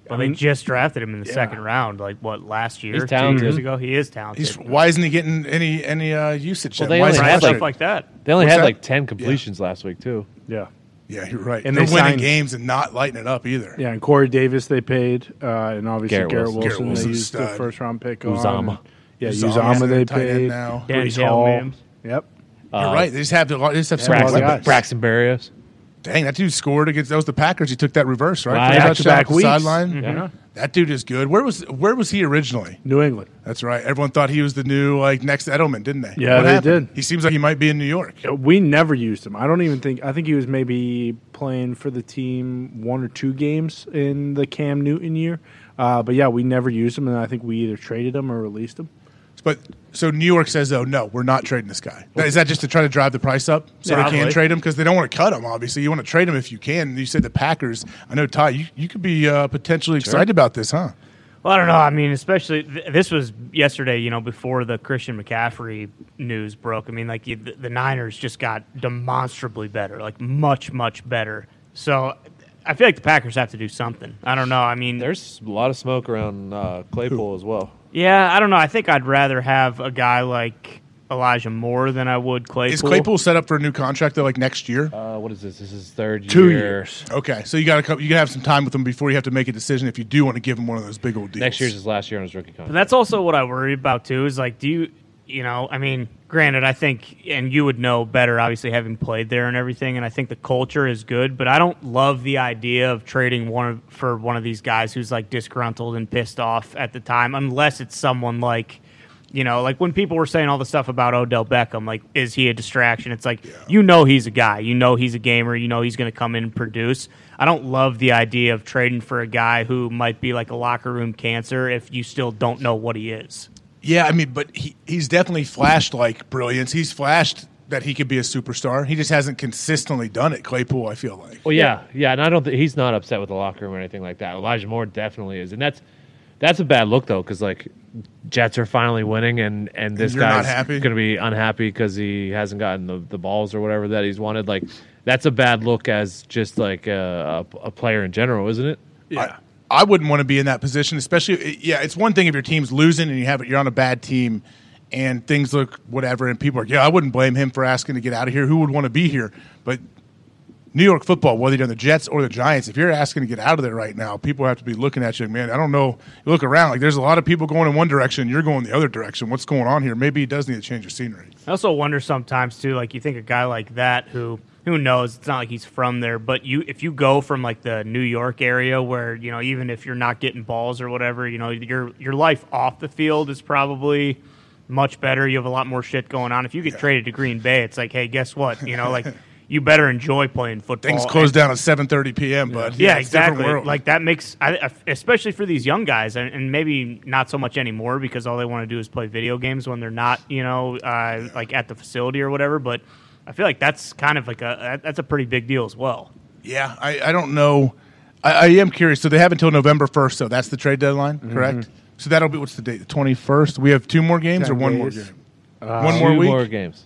Speaker 2: Well, they just drafted him in the second round, like what last year, two years ago. He is talented.
Speaker 1: He's, why isn't he getting any any uh, usage?
Speaker 2: Well,
Speaker 1: then?
Speaker 2: they
Speaker 1: why
Speaker 2: only
Speaker 1: is he
Speaker 2: had,
Speaker 1: frustrated?
Speaker 2: like- like that.
Speaker 4: They only
Speaker 1: What's
Speaker 4: had
Speaker 1: that?
Speaker 4: like ten completions last week too.
Speaker 3: Yeah.
Speaker 1: Yeah, you're right.
Speaker 3: And
Speaker 1: And they're
Speaker 3: they
Speaker 1: winning
Speaker 3: signed-
Speaker 1: games and not lighting it up either.
Speaker 3: Yeah, and Corey Davis they paid, uh, and obviously
Speaker 1: Garrett
Speaker 3: Garrett,
Speaker 1: Wilson.
Speaker 3: Wilson,
Speaker 1: Garrett
Speaker 3: they
Speaker 1: Wilson's
Speaker 3: used the
Speaker 1: stud.
Speaker 3: first round pick on.
Speaker 1: Uzama.
Speaker 3: and- Yeah,
Speaker 1: Uzama's
Speaker 3: Uzama
Speaker 1: their
Speaker 3: they
Speaker 1: tight end
Speaker 3: paid.
Speaker 1: now.
Speaker 3: Brees
Speaker 1: Denzel
Speaker 3: Hall.
Speaker 1: Mims.
Speaker 3: Yep.
Speaker 1: You're right. They just have to. They just have
Speaker 4: Yeah,
Speaker 1: so many
Speaker 4: Uh, Braxton-
Speaker 1: weapons.
Speaker 4: Braxton Berrios.
Speaker 1: Dang, that dude scored against that was the Packers. He took that reverse right,
Speaker 4: Right.
Speaker 1: For the
Speaker 4: Back to
Speaker 1: touchdown
Speaker 4: back
Speaker 1: off the
Speaker 4: weeks.
Speaker 1: sideline.
Speaker 4: Mhm. Yeah.
Speaker 1: That dude is good. Where was where was he originally?
Speaker 3: New England.
Speaker 1: That's right. Everyone thought he was the new like next Edelman, didn't they?
Speaker 3: Yeah,
Speaker 1: What
Speaker 3: they
Speaker 1: happened?
Speaker 3: did.
Speaker 1: He seems like he might be in New York.
Speaker 3: Uh, We never used him. I don't even think. I think he was maybe playing for the team one or two games in the Cam Newton year. Uh, but yeah, we never used him, and I think we either traded him or released him.
Speaker 1: But so New York says though, no, we're not trading this guy. Is that just to try to drive the price up so they can
Speaker 3: Probably.
Speaker 1: trade him because they don't want to cut him? Obviously, you want to trade him if you can. You said the Packers. I know Ty. You, you could be uh, potentially excited about this, huh?
Speaker 2: Well, I don't know. I mean, especially th- this was yesterday. You know, before the Christian McCaffrey news broke. I mean, like you, the, the Niners just got demonstrably better, like much, much better. So, I feel like the Packers have to do something. I don't know. I mean,
Speaker 4: there's a lot of smoke around uh, Claypool as well.
Speaker 2: Yeah, I don't know. I think I'd rather have a guy like Elijah Moore than I would Claypool.
Speaker 1: Is Claypool set up for a new contract though, like next year?
Speaker 4: Uh, what is this? This is third
Speaker 1: Two
Speaker 4: year.
Speaker 1: years. Okay, so you got to you got to have some time with him before you have to make a decision if you do want to give him one of those big old deals.
Speaker 4: Next year's his last year on his rookie contract.
Speaker 2: But that's also what I worry about too. Is like, do you, you know, I mean, granted, I think, and you would know better, obviously, having played there and everything, and I think the culture is good. But I don't love the idea of trading one of, for one of these guys who's like disgruntled and pissed off at the time, unless it's someone like. You know, like when people were saying all the stuff about Odell Beckham, like, is he a distraction? It's like, you know, he's a guy. You know, he's a gamer. You know, he's going to come in and produce. I don't love the idea of trading for a guy who might be like a locker room cancer if you still don't know what he is.
Speaker 1: Yeah, I mean, but he, he's definitely flashed like brilliance. He's flashed that he could be a superstar. He just hasn't consistently done it. Claypool, I feel like.
Speaker 4: Well, yeah, yeah, and I don't think he's not upset with the locker room or anything like that. Elijah Moore definitely is, and that's that's a bad look though, because like Jets are finally winning, and and this
Speaker 1: you're not
Speaker 4: guy's
Speaker 1: happy?
Speaker 4: going to be unhappy because he hasn't gotten the, the balls or whatever that he's wanted. Like that's a bad look as just like a, a, a player in general, isn't it?
Speaker 1: Yeah. I, I wouldn't want to be in that position, especially. eh, Yeah, it's one thing if your team's losing and you have you're on a bad team, and things look whatever, and people are yeah. I wouldn't blame him for asking to get out of here. Who would want to be here? But New York football, whether you're on the Jets or the Giants, if you're asking to get out of there right now, people have to be looking at you. Man, I don't know. You look around, like there's a lot of people going in one direction. You're going the other direction. What's going on here? Maybe he does need to change your scenery.
Speaker 2: I also wonder sometimes too, like you think a guy like that who who knows, it's not like he's from there, but you if you go from like the New York area where, you know, even if you're not getting balls or whatever, you know, your your life off the field is probably much better. You have a lot more shit going on. If you get traded to Green Bay, it's like, hey, guess what? You know, like you better enjoy playing football.
Speaker 1: Things close
Speaker 2: And-
Speaker 1: down at 7:30 p.m. But
Speaker 2: yeah,
Speaker 1: it's a different
Speaker 2: exactly.
Speaker 1: world.
Speaker 2: Like that makes, I, I- especially for these young guys, and, and maybe not so much anymore because all they want to do is play video games when they're not, you know, uh, like at the facility or whatever. But I feel like that's kind of like a that- that's a pretty big deal as well.
Speaker 1: Yeah, I, I don't know. I, I am curious. So they have until November first. So that's the trade deadline,
Speaker 3: Mm-hmm.
Speaker 1: correct? So that'll be what's the date? The twenty first. We have two more games or
Speaker 3: Ten
Speaker 1: one more
Speaker 3: days.
Speaker 1: game?
Speaker 3: Uh,
Speaker 1: one more
Speaker 4: Two
Speaker 1: week.
Speaker 4: more games.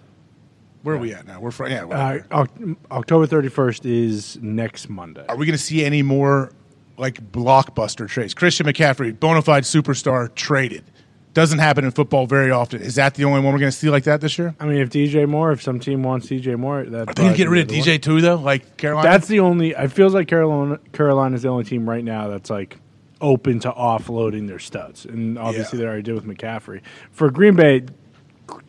Speaker 1: Where are we at now? We're fr- yeah.
Speaker 3: Uh,
Speaker 1: whatever.
Speaker 3: Oc- October thirty first is next Monday.
Speaker 1: are we going to see any more like blockbuster trades? Christian McCaffrey, bona fide superstar, traded. Doesn't happen in football very often. Is that the only one we're going to see like that this year?
Speaker 3: I mean, if DJ Moore, if some team wants DJ Moore, that
Speaker 1: Are they going to get rid of DJ too though? Like Carolina?
Speaker 3: That's the only. It feels like Carolina Carolina's the only team right now that's like open to offloading their studs, and obviously they already did with McCaffrey. For Green Bay,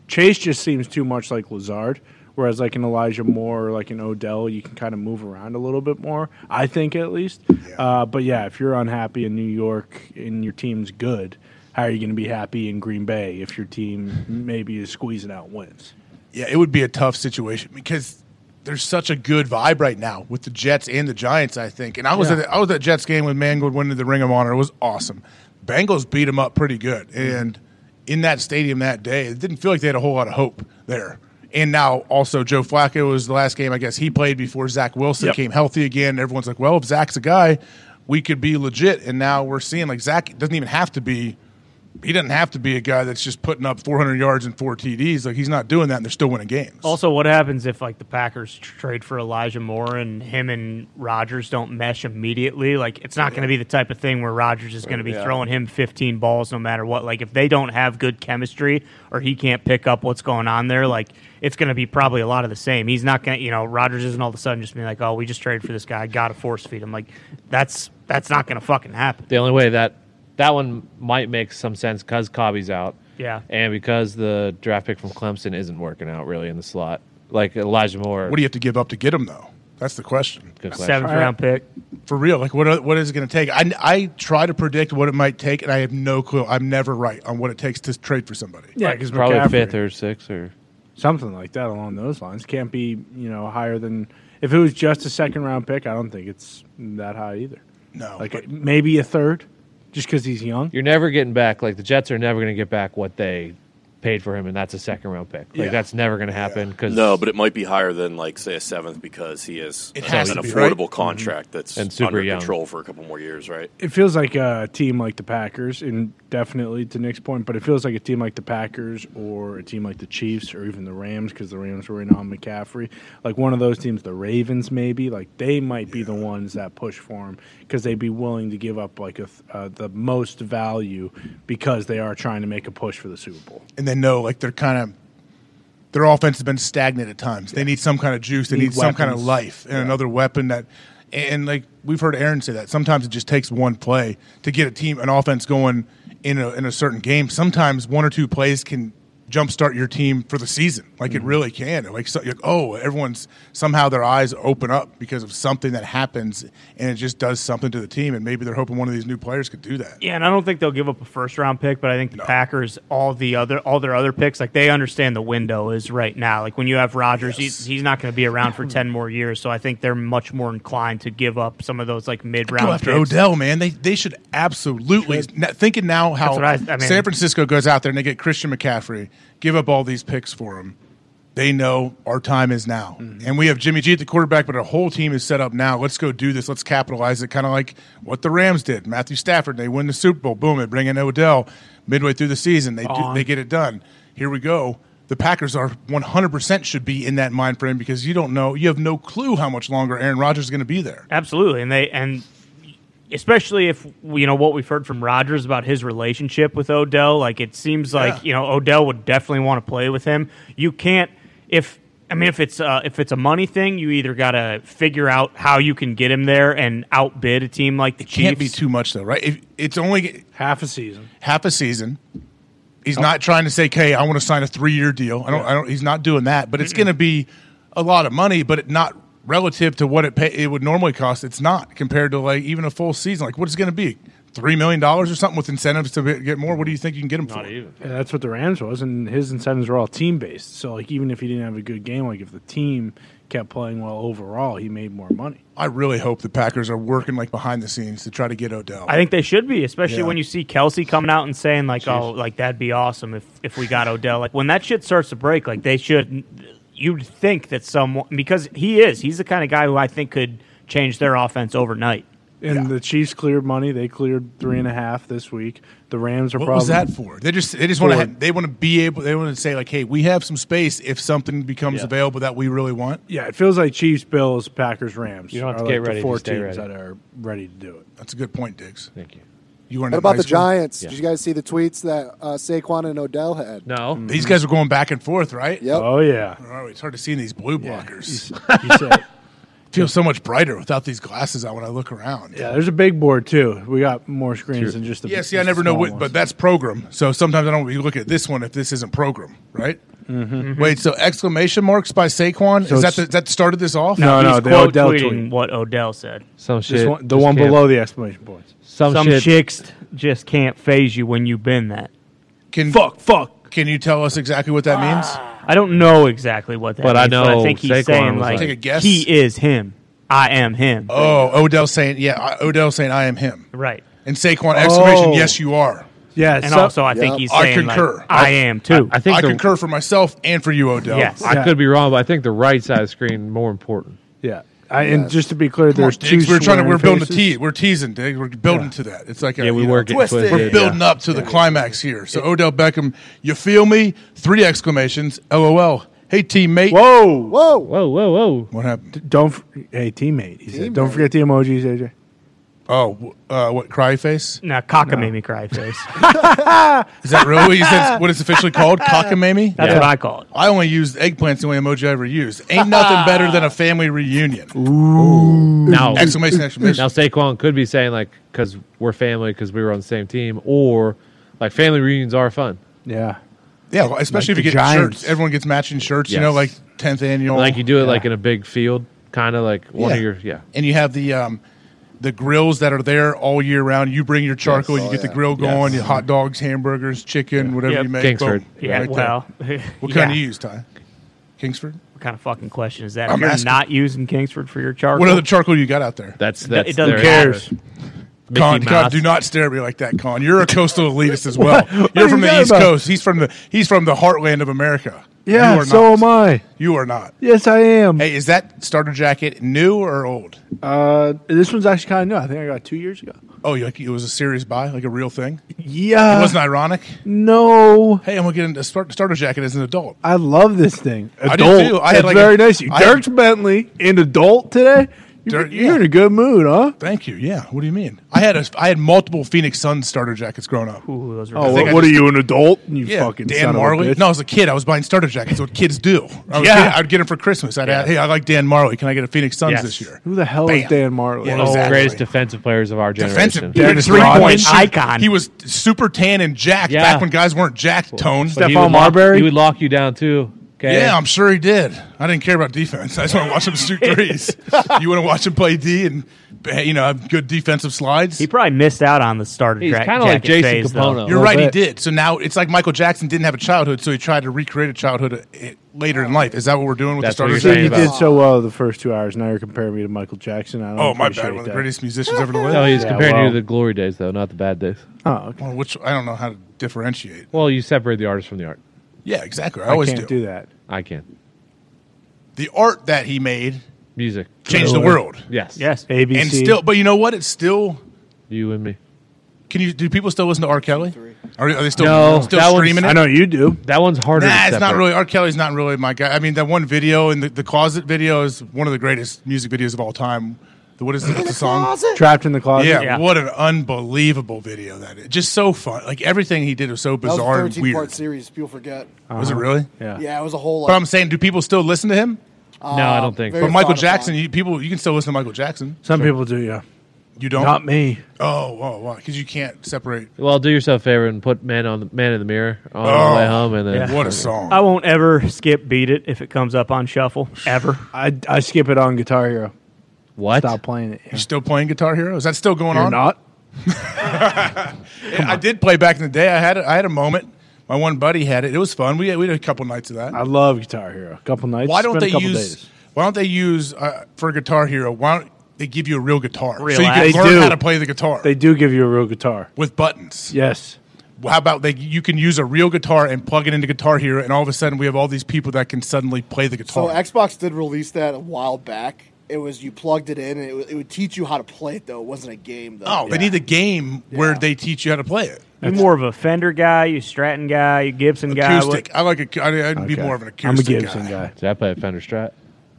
Speaker 3: Chase just seems too much like Lazard, whereas like an Elijah Moore or like an Odell, you can kind of move around a little bit more. I think at least. Uh, but yeah, if you're unhappy in New York and your team's good. How are you going to be happy in Green Bay if your team maybe is squeezing out wins?
Speaker 1: Yeah, it would be a tough situation because there's such a good vibe right now with the Jets and the Giants. I think, and I was
Speaker 3: Yeah.
Speaker 1: at I was at Jets game when Mangold went into the Ring of Honor. It was awesome. Bengals beat them up pretty good,
Speaker 3: Mm-hmm.
Speaker 1: and in that stadium that day, it didn't feel like they had a whole lot of hope there. And now also Joe Flacco was the last game I guess he played before Zach Wilson
Speaker 3: Yep.
Speaker 1: came healthy again. Everyone's like, well, if Zach's a guy, we could be legit. And now we're seeing like Zach doesn't even have to be he doesn't have to be a guy that's just putting up 400 yards and four TDs. Like he's not doing that, and they're still winning games.
Speaker 2: Also, what happens if like the Packers tr- trade for Elijah Moore and him and Rodgers don't mesh immediately? Like it's not going to be the type of thing where Rodgers is going to be
Speaker 7: Yeah.
Speaker 2: throwing him 15 balls no matter what. Like if they don't have good chemistry or he can't pick up what's going on there, like it's going to be probably a lot of the same. He's not going to, you know, Rodgers isn't all of a sudden just being like, "Oh, we just traded for this guy. Got to force feed him." Like that's that's not going to fucking happen.
Speaker 4: The only way that that one might make some sense because Cobby's out.
Speaker 2: Yeah.
Speaker 4: And because the draft pick from Clemson isn't working out really in the slot. Like Elijah Moore.
Speaker 1: What do you have to give up to get him though? That's the question.
Speaker 4: Good question. Seventh round
Speaker 2: pick
Speaker 1: for real. Like what? What is it going to take? I, I try to predict what it might take, and I have no clue. I'm never right on what it takes to trade for somebody.
Speaker 3: Yeah, because
Speaker 4: probably
Speaker 3: McCaffrey.
Speaker 4: fifth or sixth or
Speaker 3: something like that along those lines. Can't be you know higher than if it was just a second round pick. I don't think it's that high either.
Speaker 1: No,
Speaker 3: like maybe a third, just because he's young.
Speaker 4: You're never getting back. Like the Jets are never going to get back what they paid for him, and that's a second round pick. Like
Speaker 5: Yeah.
Speaker 4: that's never going to happen because
Speaker 5: No, but it might be higher than like say a seventh because he has
Speaker 4: It
Speaker 5: an
Speaker 4: has
Speaker 5: an
Speaker 4: to be,
Speaker 5: affordable
Speaker 4: right?
Speaker 5: contract
Speaker 4: Mhm.
Speaker 5: that's
Speaker 4: And super
Speaker 5: under
Speaker 4: young.
Speaker 5: control for a couple more years, right?
Speaker 3: It feels like a team like the Packers, and definitely to Nick's point, but it feels like a team like the Packers or a team like the Chiefs or even the Rams because the Rams were in on McCaffrey. Like one of those teams, the Ravens maybe, like they might be the ones that push for him because they'd be willing to give up like a th- uh, the most value because they are trying to make a push for the Super Bowl.
Speaker 1: and they know like they're kind of their offense has been stagnant at times. They need some kind of juice. They
Speaker 3: Need
Speaker 1: need, some kind of
Speaker 3: weapons.
Speaker 1: life and another weapon that. And like we've heard Aaron say that sometimes it just takes one play to get a team an offense going in a, in a certain game. Sometimes one or two plays can jumpstart your team for the season. Like
Speaker 3: Mm-hmm.
Speaker 1: it really can. Like, so, like oh, everyone's somehow their eyes open up because of something that happens and it just does something to the team. And maybe they're hoping one of these new players could do that.
Speaker 2: Yeah, and I don't think they'll give up a first round pick, but I think the Packers, all the other, all their other picks, like they understand the window is right now. Like when you have Rodgers, he's, he's not going to be around for ten more years, so I think they're much more inclined to give up some of those like mid round.
Speaker 1: Go after Odell, man. They they should absolutely na- thinking now how
Speaker 2: That's what I- I mean-
Speaker 1: San Francisco goes out there and they get Christian McCaffrey, give up all these picks for him. They know our time is now,
Speaker 2: Mm-hmm.
Speaker 1: and we have Jimmy G at the quarterback, but our whole team is set up now. Let's go do this. Let's capitalize it, kind of like what the Rams did. Matthew Stafford, they win the Super Bowl. Boom! They bring in Odell midway through the season. They do,
Speaker 3: On.
Speaker 1: they get it done. Here we go. The Packers are 100% should be in that mind frame because you don't know, you have no clue how much longer Aaron Rodgers is going to be there.
Speaker 2: Absolutely, and they and especially if you know what we've heard from Rodgers about his relationship with Odell. Like it seems like you know Odell would definitely want to play with him. You can't if. I mean, if it's uh, if it's a money thing, you either got to figure out how you can get him there and outbid a team like the Chiefs.
Speaker 1: can't be too much though, right? If it's only
Speaker 3: half a season. Oh.
Speaker 1: Half a season. He's not trying to say, "Okay, I want to sign a three-year deal." I don't. I don't. He's not doing that. But it's going to be a lot of money, but it not relative to what it pay, it would normally cost. It's not compared to like even a full season. Like what it's going to be, three million dollars or something with incentives to be- get more. What do you think you can get him for?
Speaker 3: Yeah, that's what the Rams was, and his incentives were all team based. So like even if he didn't have a good game, like if the team kept playing well overall, he made more money.
Speaker 1: I really hope the Packers are working like behind the scenes to try to get Odell.
Speaker 2: I think they should be, especially
Speaker 1: Yeah.
Speaker 2: when you see Kelsey coming out and saying like, "Oh, like that'd be awesome if if we got Odell." Like when that shit starts to break, like they should. You'd think that someone because he is he's the kind of guy who I think could change their offense overnight.
Speaker 3: And the Chiefs cleared money. They cleared three and a half this week. The Rams are
Speaker 1: What
Speaker 3: probably
Speaker 1: was that for? They just they just want to they want to be able they want to say like, "Hey, we have some space if something becomes
Speaker 3: Yeah.
Speaker 1: available that we really want."
Speaker 3: Yeah, it feels like Chiefs, Bills, Packers, Rams.
Speaker 1: You don't have
Speaker 3: are
Speaker 1: to get
Speaker 3: like
Speaker 1: ready,
Speaker 3: The four
Speaker 1: just stay
Speaker 3: teams
Speaker 1: ready.
Speaker 3: that are ready to do it.
Speaker 1: That's a good point, Diggs.
Speaker 4: Thank you.
Speaker 1: You weren't
Speaker 10: What
Speaker 1: in
Speaker 10: about
Speaker 1: high
Speaker 10: the
Speaker 1: school?
Speaker 10: Giants? Did you guys see the tweets that uh, Saquon and Odell had?
Speaker 4: No.
Speaker 1: Mm-hmm. These guys are going back and forth, right?
Speaker 10: Yep.
Speaker 3: Oh, yeah.
Speaker 1: Oh, it's hard to see in these blue blockers.
Speaker 3: You said-
Speaker 1: feel so much brighter without these glasses on when I look around.
Speaker 3: Yeah, there's a big board too. We got more screens than just the.
Speaker 1: yeah, see, I never know what, but that's program. So sometimes I don't really look at this one if this isn't program, right?
Speaker 3: Mhm.
Speaker 1: Wait, so exclamation marks by Saquon?
Speaker 3: So
Speaker 1: is that
Speaker 3: it's-
Speaker 1: the, that started this off?
Speaker 3: No, no, the Odell tweet.
Speaker 2: What Odell said.
Speaker 4: Some
Speaker 3: This shit one- the just one can't- below the exclamation points.
Speaker 2: Some,
Speaker 3: Some shit-
Speaker 2: chicks just can't phase you when you've been that.
Speaker 1: Can
Speaker 2: fuck fuck.
Speaker 1: Can you tell us exactly what that means?
Speaker 2: Ah, I don't know exactly what that
Speaker 1: But I
Speaker 2: means, but I
Speaker 1: know
Speaker 2: think he's
Speaker 1: Saquon
Speaker 2: saying
Speaker 1: was
Speaker 2: like,
Speaker 1: like- Take a guess.
Speaker 2: he is him. I am him.
Speaker 1: Oh, Odell saying, yeah, I- Odell saying, I am him.
Speaker 2: Right.
Speaker 1: And Saquon, exclamation,
Speaker 2: Oh.
Speaker 1: yes, you are.
Speaker 2: Yeah, And so- also I think he's
Speaker 1: I
Speaker 2: saying, like,
Speaker 1: concur.
Speaker 2: I am, too.
Speaker 1: I,
Speaker 4: I think
Speaker 1: I
Speaker 4: the-
Speaker 1: concur for myself and for you, Odell.
Speaker 4: I could be wrong, but I think the right side of the screen more important.
Speaker 3: Yeah. I, and just to be clear,
Speaker 1: Come on,
Speaker 3: there's two.
Speaker 1: Diggs, we're trying to, we're
Speaker 3: swearing
Speaker 1: building a
Speaker 3: faces.
Speaker 1: tee. We're teasing, Diggs. We're building to that. It's like a,
Speaker 4: Yeah, we
Speaker 1: you
Speaker 4: were getting Twisted.
Speaker 1: We're
Speaker 4: twisted,
Speaker 1: building
Speaker 4: yeah.
Speaker 1: up to the climax here. So Odell Beckham, you feel me? Three exclamations. LOL. Hey teammate.
Speaker 3: Whoa.
Speaker 10: Whoa.
Speaker 4: Whoa. Whoa. Whoa.
Speaker 1: What happened?
Speaker 3: D- Don't. f- Hey, teammate. He said, "Don't forget the emojis, AJ."
Speaker 1: Oh, w- uh, what cry face?
Speaker 2: No, cockamamie cry face.
Speaker 1: Is that real? What, you said it's- what it's officially called? Cockamamie?
Speaker 2: That's what I call it.
Speaker 1: I only used eggplants the only emoji I ever used. Ain't nothing better than a family reunion.
Speaker 4: Now,
Speaker 1: Mm-hmm. Exclamation, exclamation.
Speaker 4: Now Saquon could be saying like, "Cause we're family, cause we were on the same team," or like family reunions are fun.
Speaker 3: Yeah.
Speaker 1: Yeah, well, especially if
Speaker 4: Like the
Speaker 1: you get
Speaker 4: Giants.
Speaker 1: shirts. Everyone gets matching shirts, you know, like
Speaker 4: Yes.
Speaker 1: 10th annual.
Speaker 4: Like you do it like in a big field, kind of like one of your yeah.
Speaker 1: And you have the um, the grills that are there all year round. You bring your charcoal,
Speaker 4: Yes.
Speaker 1: you
Speaker 4: Oh,
Speaker 1: get the
Speaker 4: yeah.
Speaker 1: grill going,
Speaker 4: Yes.
Speaker 1: your hot dogs, hamburgers, chicken, whatever
Speaker 2: Yep.
Speaker 1: you make.
Speaker 4: Kingsford.
Speaker 1: boom,
Speaker 2: Yeah,
Speaker 1: right there.
Speaker 2: well,
Speaker 1: What kind
Speaker 2: yeah.
Speaker 1: do you use, Ty? Kingsford?
Speaker 2: What kind of fucking question is that?
Speaker 1: I'm
Speaker 2: You're
Speaker 1: asking.
Speaker 2: not using Kingsford for your charcoal.
Speaker 1: What other charcoal you got out there?
Speaker 4: That's
Speaker 2: It do-
Speaker 4: that's
Speaker 2: it doesn't
Speaker 4: their-
Speaker 2: matter.
Speaker 4: Mickey
Speaker 1: Con, Con,
Speaker 4: Mouse.
Speaker 1: do not stare at me like that, Con. You're a coastal elitist as well.
Speaker 3: What- what
Speaker 1: You're
Speaker 3: are
Speaker 1: from
Speaker 3: you
Speaker 1: the
Speaker 3: talking
Speaker 1: East
Speaker 3: about?
Speaker 1: Coast. He's from the he's from the heartland of America.
Speaker 3: Yeah.
Speaker 1: you are
Speaker 3: so
Speaker 1: not.
Speaker 3: am I.
Speaker 1: You are not.
Speaker 3: Yes, I am.
Speaker 1: Hey, is that starter jacket new or old?
Speaker 3: Uh, this one's actually kind of new. I think I got two years ago.
Speaker 1: Oh, you- like it was a serious buy, like a real thing.
Speaker 3: Yeah.
Speaker 1: it wasn't ironic.
Speaker 3: No.
Speaker 1: Hey, I'm gonna get a start, starter jacket as an adult.
Speaker 3: I love this thing.
Speaker 1: I
Speaker 3: Adult.
Speaker 1: do too. I had
Speaker 3: That's
Speaker 1: like
Speaker 3: very
Speaker 1: a-
Speaker 3: nice. You,
Speaker 1: I had-
Speaker 3: Dirk Bentley, an adult today. You're,
Speaker 1: Dirk-
Speaker 3: you're in a good mood, huh? Oh,
Speaker 1: Thank you. Yeah. What do you mean? I had a I had multiple Phoenix Suns starter jackets growing up.
Speaker 2: Ooh, those are
Speaker 3: Oh,
Speaker 1: I think
Speaker 3: what,
Speaker 1: I
Speaker 3: what are
Speaker 1: just-
Speaker 3: you, an adult? You fucking son
Speaker 1: Dan
Speaker 3: of a
Speaker 1: Marley.
Speaker 3: bitch.
Speaker 1: No, I was a kid. I was buying starter jackets. What kids do? I was
Speaker 3: Yeah.
Speaker 1: yeah, I'd get them for Christmas. I'd add, hey, I like Dan Marley. Can I get a Phoenix Suns
Speaker 4: Yes.
Speaker 1: this year?
Speaker 3: Who the hell is
Speaker 1: Bam.
Speaker 3: Dan Marley?
Speaker 1: Yeah,
Speaker 4: one of the
Speaker 1: exactly.
Speaker 4: greatest defensive players of our generation.
Speaker 1: Defensive. He was
Speaker 3: Dennis
Speaker 1: three
Speaker 3: Rodman.
Speaker 1: point shoot.
Speaker 2: Icon.
Speaker 1: He was super tan and jacked
Speaker 4: Yeah.
Speaker 1: back when guys weren't jacked. Tone.
Speaker 4: But he
Speaker 3: Stephon
Speaker 4: would lock-
Speaker 3: Marbury?
Speaker 4: He would lock you down too. Okay.
Speaker 1: Yeah, I'm sure he did. I didn't care about defense. I just want to watch him shoot threes. you want to watch him play D and you know have good defensive slides.
Speaker 2: He probably missed out on the starter.
Speaker 4: He's
Speaker 2: dra-
Speaker 4: kinda like
Speaker 2: jacket
Speaker 4: Jason Capono.
Speaker 2: phase, though.
Speaker 4: a
Speaker 1: You're
Speaker 4: little
Speaker 1: right. He
Speaker 4: bit.
Speaker 1: did. So now it's like Michael Jackson didn't have a childhood, so he tried to recreate a childhood uh, later in life. Is that what we're doing with
Speaker 4: That's
Speaker 1: the
Speaker 4: what
Speaker 1: starters?
Speaker 4: you're
Speaker 3: You
Speaker 4: saying
Speaker 3: did
Speaker 4: about-
Speaker 3: so well the first two hours. Now you're comparing me to Michael Jackson. I don't
Speaker 1: Oh my
Speaker 3: appreciate
Speaker 1: bad! One of the
Speaker 3: that.
Speaker 1: greatest musicians ever to live.
Speaker 4: No, he's
Speaker 3: Yeah,
Speaker 4: comparing you
Speaker 3: well-
Speaker 4: to the glory days though, not the bad days.
Speaker 3: Oh, okay.
Speaker 1: Well, which I don't know how to differentiate.
Speaker 4: Well, you separate the artist from the art.
Speaker 1: Yeah, exactly. I,
Speaker 3: I
Speaker 1: always
Speaker 3: can't
Speaker 1: do.
Speaker 3: do that.
Speaker 4: I can.
Speaker 1: The art that he made
Speaker 4: Music.
Speaker 1: changed the world,
Speaker 4: Yes.
Speaker 2: Yes.
Speaker 3: ABC.
Speaker 1: and still. But you know what? It's still.
Speaker 4: You and me.
Speaker 1: Can you? Do people still listen to R. Kelly? Are, are they still
Speaker 4: No,
Speaker 1: still
Speaker 4: that one's-
Speaker 1: streaming it?
Speaker 3: I know you do.
Speaker 4: That one's harder. to
Speaker 1: Nah, it's not
Speaker 4: separate.
Speaker 1: really. R. Kelly's not really my guy. I mean, that one video and the, the closet video is one of the greatest music videos of all time. The, what is it? What's the song?
Speaker 3: Trapped in the closet.
Speaker 1: Yeah,
Speaker 2: Yeah.
Speaker 1: what an unbelievable video that is. Just so fun. Like everything he did was so
Speaker 8: That was a
Speaker 1: bizarre and
Speaker 8: 13
Speaker 1: weird.
Speaker 8: part series. People forget.
Speaker 1: Was
Speaker 12: Uh-huh.
Speaker 1: it really?
Speaker 3: Yeah.
Speaker 8: Yeah, it was a whole
Speaker 1: But I'm
Speaker 8: lot.
Speaker 1: saying, do people still listen to him?
Speaker 4: No, I don't think.
Speaker 8: Uh, very
Speaker 1: But Michael
Speaker 8: Spotify.
Speaker 1: Jackson, you, people, you can still listen to Michael Jackson.
Speaker 3: Some people do, yeah.
Speaker 1: You don't?
Speaker 3: Not me.
Speaker 1: Oh, oh, wow. Because you can't separate.
Speaker 4: so. Well, do yourself a favor and put "Man on the Man in the Mirror" on
Speaker 1: Oh.
Speaker 4: the way home, and then
Speaker 1: What a song.
Speaker 2: I won't ever skip beat it if it comes up on shuffle ever.
Speaker 3: I, I skip it on Guitar Hero.
Speaker 4: what?
Speaker 3: Stop playing it. Yeah.
Speaker 1: you still playing Guitar Hero? Is that still going
Speaker 3: You're
Speaker 1: on?
Speaker 3: not.
Speaker 1: I did play back in the day. I had it. I had a moment. My one buddy had it. It was fun. We had, we had a couple nights of that.
Speaker 3: I love Guitar Hero. A couple nights.
Speaker 1: why don't
Speaker 3: spend a
Speaker 1: they
Speaker 3: couple
Speaker 1: use?
Speaker 3: days.
Speaker 1: Why don't they use uh, for Guitar Hero? Why don't they give you a real guitar so you
Speaker 2: Real
Speaker 1: can
Speaker 3: ass. They
Speaker 1: learn
Speaker 3: do.
Speaker 1: how to play the guitar
Speaker 3: They do give you a real guitar.
Speaker 1: with buttons?
Speaker 3: Yes.
Speaker 1: Well, How about they? You can use a real guitar and plug it into Guitar Hero, and all of a sudden we have all these people that can suddenly play the
Speaker 8: So
Speaker 1: guitar.
Speaker 8: Xbox did release that a while back. It was you plugged it in, and it, would- it would teach you how to play it. Though it wasn't a game. Though.
Speaker 1: oh, they need a game where they teach you how to play it.
Speaker 2: You're more of a Fender guy, you Stratton guy, you Gibson guy. what-
Speaker 1: Acoustic. I like. A, I, I'd be
Speaker 3: Okay.
Speaker 1: more of an acoustic.
Speaker 3: I'm a Gibson guy.
Speaker 4: See, I play a Fender Strat.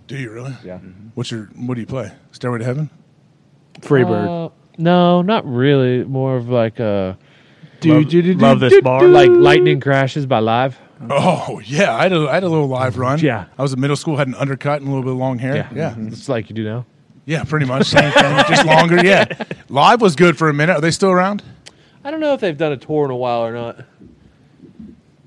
Speaker 1: Do you really? Mm-hmm.
Speaker 4: Yeah. Mm-hmm.
Speaker 1: What's your? What do you play? Stairway to Heaven.
Speaker 3: Freebird.
Speaker 4: Uh, no, not really. More of like a
Speaker 3: do, do, do, do,
Speaker 2: love this
Speaker 3: do,
Speaker 2: bar.
Speaker 3: do.
Speaker 4: like lightning crashes by live.
Speaker 1: Oh yeah, I had a, I had a little live run.
Speaker 4: Yeah.
Speaker 1: I was in middle school, had an undercut and a little bit of long hair. Yeah, yeah,
Speaker 4: Mm-hmm. It's like you do now.
Speaker 1: pretty much same thing, just longer. Yeah, live was good for a minute. Are they still around?
Speaker 4: I don't know if they've done a tour in a while or not.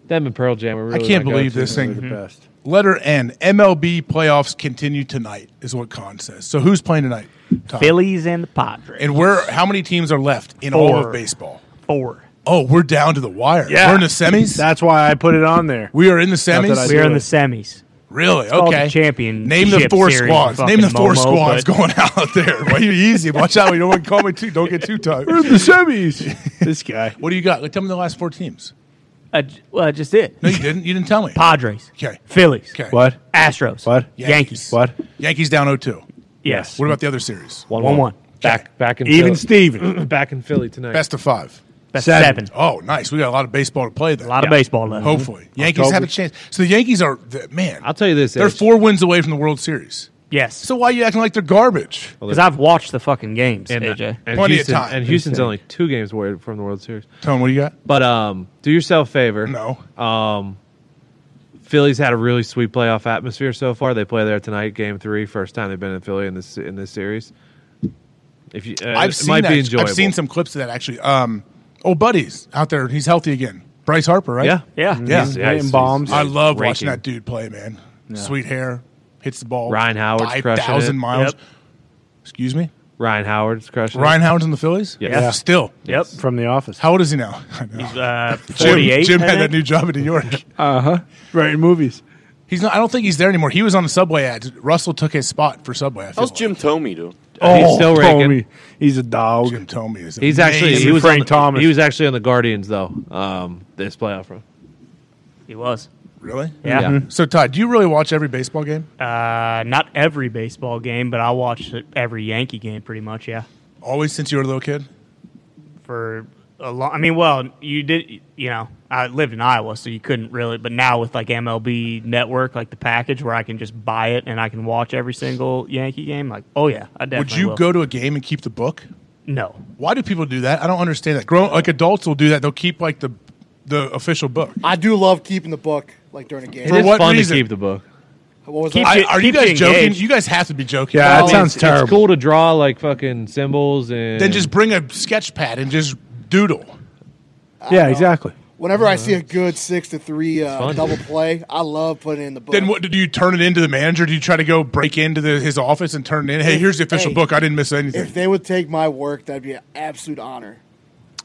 Speaker 4: Them and Pearl Jam are really.
Speaker 1: I can't
Speaker 4: my
Speaker 1: believe
Speaker 4: go-to.
Speaker 1: this thing.
Speaker 3: They're the best.
Speaker 1: Letter N. MLB playoffs continue tonight, is what Con says. So who's playing tonight? Tom?
Speaker 2: Phillies and the Padres.
Speaker 1: And where? How many teams are left in all
Speaker 2: Four.
Speaker 1: of baseball?
Speaker 2: four.
Speaker 1: Oh, we're down to the wire.
Speaker 3: Yeah.
Speaker 1: we're in the semis.
Speaker 3: That's why I put it on there.
Speaker 1: we are in the
Speaker 3: that I
Speaker 1: semis.
Speaker 2: We're in the
Speaker 3: Really?
Speaker 2: semis.
Speaker 1: Really?
Speaker 2: called
Speaker 1: okay.
Speaker 2: the championship
Speaker 1: Name the four
Speaker 2: series,
Speaker 1: squads. Name the
Speaker 2: fucking
Speaker 1: four
Speaker 2: Momo,
Speaker 1: squads
Speaker 2: but-
Speaker 1: going out there. Why you easy? Watch out! You don't want to call me too. Don't get too tight.
Speaker 3: We're in the semis. this guy.
Speaker 1: What do you got? Like, tell me the last four teams.
Speaker 2: Uh, j- well, I just did.
Speaker 1: No, you didn't. You didn't tell me.
Speaker 2: Padres.
Speaker 1: Okay.
Speaker 2: Phillies.
Speaker 1: Okay.
Speaker 3: What?
Speaker 2: Astros.
Speaker 3: What?
Speaker 2: Yankees.
Speaker 3: What?
Speaker 1: Yankees down 0-2.
Speaker 2: Yes.
Speaker 1: What about the other series?
Speaker 2: One, one. One, one.
Speaker 4: Back, back in
Speaker 1: Even
Speaker 4: Philly.
Speaker 1: Steven.
Speaker 4: back in Philly tonight.
Speaker 1: Best of five.
Speaker 2: Best seven. seven.
Speaker 1: Oh, nice. We got a lot of baseball to play there. A
Speaker 2: lot of baseball left.
Speaker 1: Hopefully.
Speaker 2: Mhm.
Speaker 1: Yankees
Speaker 2: October.
Speaker 1: have a chance. So the Yankees are, the, man.
Speaker 4: I'll tell you this.
Speaker 1: They're
Speaker 4: Ash.
Speaker 1: four wins away from the World Series.
Speaker 2: Yes.
Speaker 1: So why are you acting like they're garbage?
Speaker 2: Because I've watched the fucking games,
Speaker 4: and,
Speaker 2: AJ.
Speaker 4: and
Speaker 1: Plenty of
Speaker 4: Houston-
Speaker 1: time.
Speaker 4: And Houston's
Speaker 1: Insane.
Speaker 4: only two games away from the World Series.
Speaker 1: Tone, what do you got?
Speaker 4: But um, do yourself a favor.
Speaker 1: No.
Speaker 4: Um, Philly's had a really sweet playoff atmosphere so far. They play there tonight, Game Three, first time they've been in Philly in this in this series. If you, uh,
Speaker 1: I've
Speaker 4: it
Speaker 1: seen
Speaker 4: might
Speaker 1: that.
Speaker 4: be enjoyable.
Speaker 1: I've seen some clips of that actually. Um, old buddies out there. He's healthy again. Bryce Harper, right?
Speaker 4: Yeah.
Speaker 2: Yeah.
Speaker 1: yeah.
Speaker 4: He's- yeah, he's- he's-
Speaker 1: bombs. I
Speaker 4: he's
Speaker 1: love watching
Speaker 4: raking.
Speaker 1: that dude play, man.
Speaker 4: Yeah.
Speaker 1: Sweet hair, hits the ball.
Speaker 4: Ryan Howard's
Speaker 1: five
Speaker 4: crushing
Speaker 1: thousand
Speaker 4: it.
Speaker 1: miles.
Speaker 4: Yep.
Speaker 1: Excuse me.
Speaker 4: Ryan Howard's crushing. it.
Speaker 1: Ryan Howard's in the Phillies.
Speaker 4: Yes. Yeah.
Speaker 1: Still.
Speaker 2: Yep.
Speaker 3: From the office.
Speaker 1: How old is he now? I know.
Speaker 2: He's uh,
Speaker 1: Jim-
Speaker 2: 48.
Speaker 1: Jim,
Speaker 2: I
Speaker 1: had that
Speaker 2: think.
Speaker 1: new job in New York.
Speaker 3: Uh huh. Writing movies.
Speaker 1: He's not. I don't think he's there anymore. He was on the subway ad. Russell took his spot for subway. I feel
Speaker 5: How's
Speaker 1: like.
Speaker 5: Jim Tomey doing?
Speaker 4: He's still raking.
Speaker 3: Tommy. He's a dog.
Speaker 1: Jim Tomey is.
Speaker 4: He's actually
Speaker 1: amazing.
Speaker 4: he was
Speaker 3: Frank
Speaker 4: on the,
Speaker 3: Thomas.
Speaker 4: He was actually on the Guardians though. Um, this playoff run.
Speaker 2: He was.
Speaker 1: really.
Speaker 2: Yeah.
Speaker 4: Yeah.
Speaker 1: Mm-hmm. So Todd, do you really watch every baseball game?
Speaker 2: Uh, not every baseball game, but I'll watch every Yankee game pretty much, yeah.
Speaker 1: Always since you were a little kid.
Speaker 2: for a long. I mean, well, you did. You know, I lived in Iowa, so you couldn't really. But now with like MLB Network, like the package where I can just buy it and I can watch every single Yankee game. Like, oh yeah, I definitely
Speaker 1: Would you
Speaker 2: will.
Speaker 1: go to a game and keep the book?
Speaker 2: No,
Speaker 1: Why do people do that? I don't understand that. Grown like adults will do that. They'll keep like the the official book.
Speaker 8: I do love keeping the book like during a game.
Speaker 4: It
Speaker 1: For
Speaker 4: is
Speaker 1: what
Speaker 4: fun
Speaker 1: reason?
Speaker 4: to keep the book.
Speaker 8: What was
Speaker 2: Keep
Speaker 8: that?
Speaker 1: I-
Speaker 2: you-
Speaker 1: are you
Speaker 2: keep you
Speaker 1: guys joking?
Speaker 2: engaged.
Speaker 1: You guys have to be joking.
Speaker 3: Yeah, that
Speaker 1: Well,
Speaker 3: sounds
Speaker 4: It's-
Speaker 3: terrible.
Speaker 4: It's cool to draw like fucking symbols and
Speaker 1: Then just bring a sketch pad and just doodle.
Speaker 3: yeah, exactly.
Speaker 8: Whenever I see a good six to three uh,
Speaker 4: fun.
Speaker 8: double play, I love putting it in the book.
Speaker 1: Then what do you turn it into the manager? Do you try to go break into the, his office and turn it in? Hey, here's the official
Speaker 8: Hey.
Speaker 1: book. I didn't miss
Speaker 8: If
Speaker 1: anything.
Speaker 8: they would take my work, that'd be an absolute honor.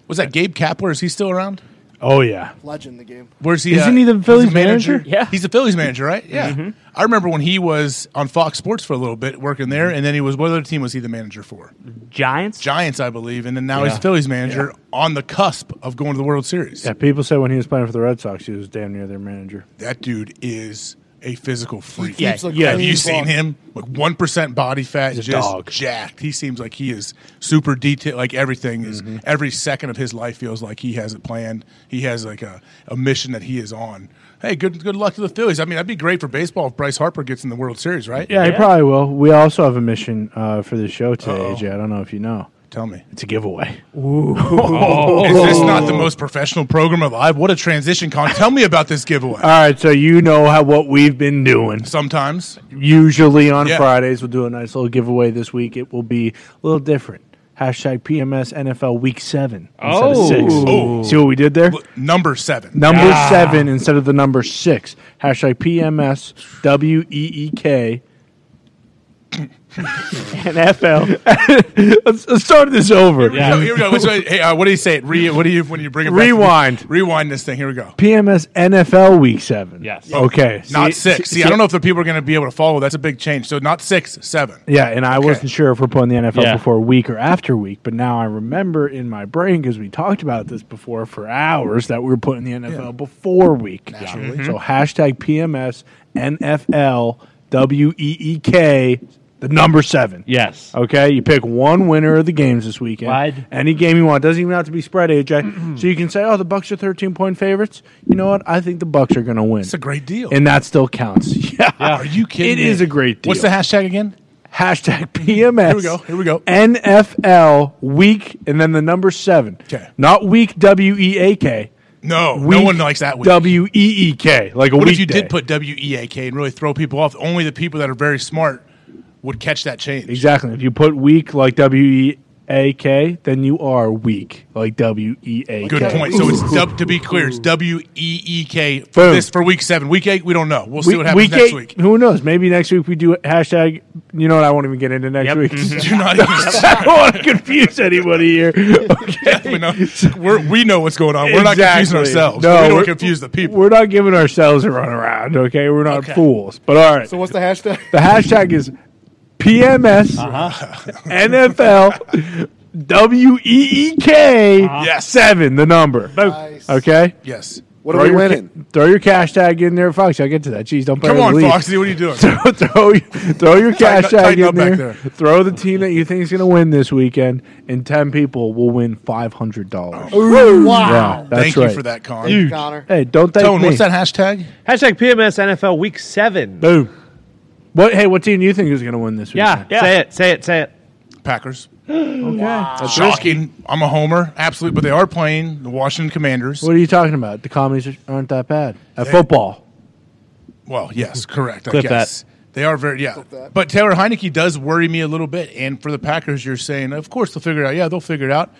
Speaker 1: Was that Gabe Kapler? Is he still around?
Speaker 3: Oh yeah.
Speaker 8: Legend in the game.
Speaker 1: Where's he?
Speaker 3: Isn't
Speaker 1: at?
Speaker 3: he the
Speaker 1: He's a
Speaker 3: Phillies manager?
Speaker 2: Yeah. Mm-hmm.
Speaker 1: he's the Phillies manager, right? Yeah. I remember when he was on Fox Sports for a little bit, working there, and then he was. What other team was he the manager for?
Speaker 2: Giants.
Speaker 1: Giants, I believe, and then now he's
Speaker 4: Yeah.
Speaker 1: Phillies manager on the cusp of going to the World Series.
Speaker 3: Yeah, people said when he was playing for the Red Sox, he was damn near their manager.
Speaker 1: That dude is a physical freak.
Speaker 2: Yeah,
Speaker 8: Keeps a
Speaker 2: yeah,
Speaker 1: Have
Speaker 8: clean
Speaker 1: you seen
Speaker 8: book.
Speaker 1: him? Like one percent body fat,
Speaker 3: He's a
Speaker 1: just
Speaker 3: dog.
Speaker 1: jacked. He seems like he is super detailed. Like everything is,
Speaker 3: Mm-hmm.
Speaker 1: every second of his life feels like he has it planned. He has like a, a mission that he is on. Hey, good good luck to the Phillies. I mean, that'd be great for baseball if Bryce Harper gets in the World Series, right?
Speaker 3: Yeah, he
Speaker 2: Yeah.
Speaker 3: probably will. We also have a mission uh, for this show today,
Speaker 1: Uh-oh.
Speaker 3: AJ. I don't know if you know.
Speaker 1: Tell me,
Speaker 3: It's a giveaway. Oh.
Speaker 1: is this not the most professional program alive? What a transition, Con. Tell me about this giveaway.
Speaker 3: All right, so you know how what we've been doing.
Speaker 1: Sometimes
Speaker 3: Usually on
Speaker 1: Yeah.
Speaker 3: Fridays, we'll do a nice little giveaway. This week, it will be a little different. Hashtag PMS NFL Week Seven instead
Speaker 4: Oh.
Speaker 3: of six.
Speaker 1: Oh.
Speaker 3: See what we did there?
Speaker 1: L- number seven.
Speaker 3: Number seven instead of the number six. Hashtag PMS W E E K.
Speaker 2: NFL.
Speaker 3: Let's, let's start this over.
Speaker 1: So here we go. Which way- hey, uh, what do you say? Re, what do you when you bring it back?
Speaker 3: Rewind.
Speaker 1: Rewind this thing. Here we go.
Speaker 3: PMS NFL Week Seven.
Speaker 4: Yes.
Speaker 3: Okay.
Speaker 1: Not
Speaker 3: See-
Speaker 1: six. See, I don't know if the people are going to be able to follow. That's a big change. So not six, seven.
Speaker 3: Yeah, and I wasn't sure if we're putting the NFL
Speaker 4: Yeah.
Speaker 3: before week or after week, but now I remember in my brain because we talked about this before for hours that we were putting the NFL before week. So
Speaker 1: Mm-hmm.
Speaker 3: hashtag PMS NFL W E E K the number seven.
Speaker 4: yes.
Speaker 3: Okay, you pick one winner of the games this weekend.
Speaker 6: Wide.
Speaker 3: Any game you want. Doesn't even have to be spread, AJ. so you can say, "Oh, the Bucks are thirteen point favorites." You know what? I think the Bucks are going to win,
Speaker 1: It's a great deal.
Speaker 3: and that still counts. Yeah,
Speaker 1: Are you kidding?
Speaker 3: It
Speaker 1: me?
Speaker 3: is a great deal.
Speaker 1: What's the hashtag again?
Speaker 3: Hashtag PMS.
Speaker 1: Here we go. Here we go.
Speaker 3: NFL week and then the number seven.
Speaker 1: 'Kay.
Speaker 3: Not week W E A K.
Speaker 1: No, no
Speaker 3: Week
Speaker 1: one likes that. Week.
Speaker 3: W E E K. Like a
Speaker 1: what
Speaker 3: weekday.
Speaker 1: if you did put W E A K and really throw people off? Only the people that are very smart would catch that change.
Speaker 3: Exactly. If you put week like W E A K, then you are weak like W E A K.
Speaker 1: Good point. So it's dub, to be clear, it's W E E K for
Speaker 3: Boom.
Speaker 1: this for week seven. Week eight, we don't know. We'll see
Speaker 3: We-
Speaker 1: what happens
Speaker 3: week
Speaker 1: next
Speaker 3: eight,
Speaker 1: week.
Speaker 3: Who knows? Maybe next week we do hashtag. You know what? I won't even get into next
Speaker 2: Yep.
Speaker 3: week.
Speaker 1: Do not even.
Speaker 3: I don't want to confuse anybody here. Okay.
Speaker 1: we know, we're, we know what's going on. We're not confusing
Speaker 3: Exactly.
Speaker 1: ourselves.
Speaker 3: No,
Speaker 1: we don't
Speaker 3: we're-
Speaker 1: confuse the people.
Speaker 3: We're not giving ourselves a runaround, okay? We're not
Speaker 1: Okay.
Speaker 3: fools. But all right.
Speaker 8: So what's the hashtag?
Speaker 3: the hashtag is PMS
Speaker 1: Uh-huh.
Speaker 3: NFL W E E K
Speaker 1: Yes.
Speaker 3: seven, the number.
Speaker 8: Nice.
Speaker 3: Okay?
Speaker 1: Yes.
Speaker 10: What are we
Speaker 3: your
Speaker 10: winning?
Speaker 3: ca- throw your cash tag in there, Foxy. I'll get to that. Jeez, don't play
Speaker 1: Come
Speaker 3: with
Speaker 1: on,
Speaker 3: the lead.
Speaker 1: Foxy, what are you doing?
Speaker 3: throw, throw, throw your cash
Speaker 1: Tighten up-
Speaker 3: tag
Speaker 1: tighten
Speaker 3: in
Speaker 1: up
Speaker 3: there,
Speaker 1: back there.
Speaker 3: Throw the team that you think is going to win this weekend, and ten people will win five hundred dollars.
Speaker 1: Ooh.
Speaker 3: Yeah, that's
Speaker 1: Oh, Thank
Speaker 3: right.
Speaker 1: you for that, Connor.
Speaker 3: Huge. Hey, don't thank
Speaker 1: Tone,
Speaker 3: me.
Speaker 1: what's that hashtag?
Speaker 4: Hashtag PMS NFL Week Seven.
Speaker 3: Boom. What? Hey, what team do you think is going to win this
Speaker 4: Yeah,
Speaker 3: weekend?
Speaker 4: say it, say it, say it.
Speaker 1: Packers.
Speaker 3: Okay. That's
Speaker 1: Shocking. I'm a homer, absolutely. But they are playing the Washington Commanders.
Speaker 3: What are you talking about? The comedies aren't that bad at
Speaker 1: They-
Speaker 3: football.
Speaker 1: Well, yes, correct.
Speaker 3: Clip
Speaker 1: I guess. They are very yeah, but Taylor Heineke does worry me a little bit. And for the Packers, you're saying, of course they'll figure it out. Yeah, they'll figure it out.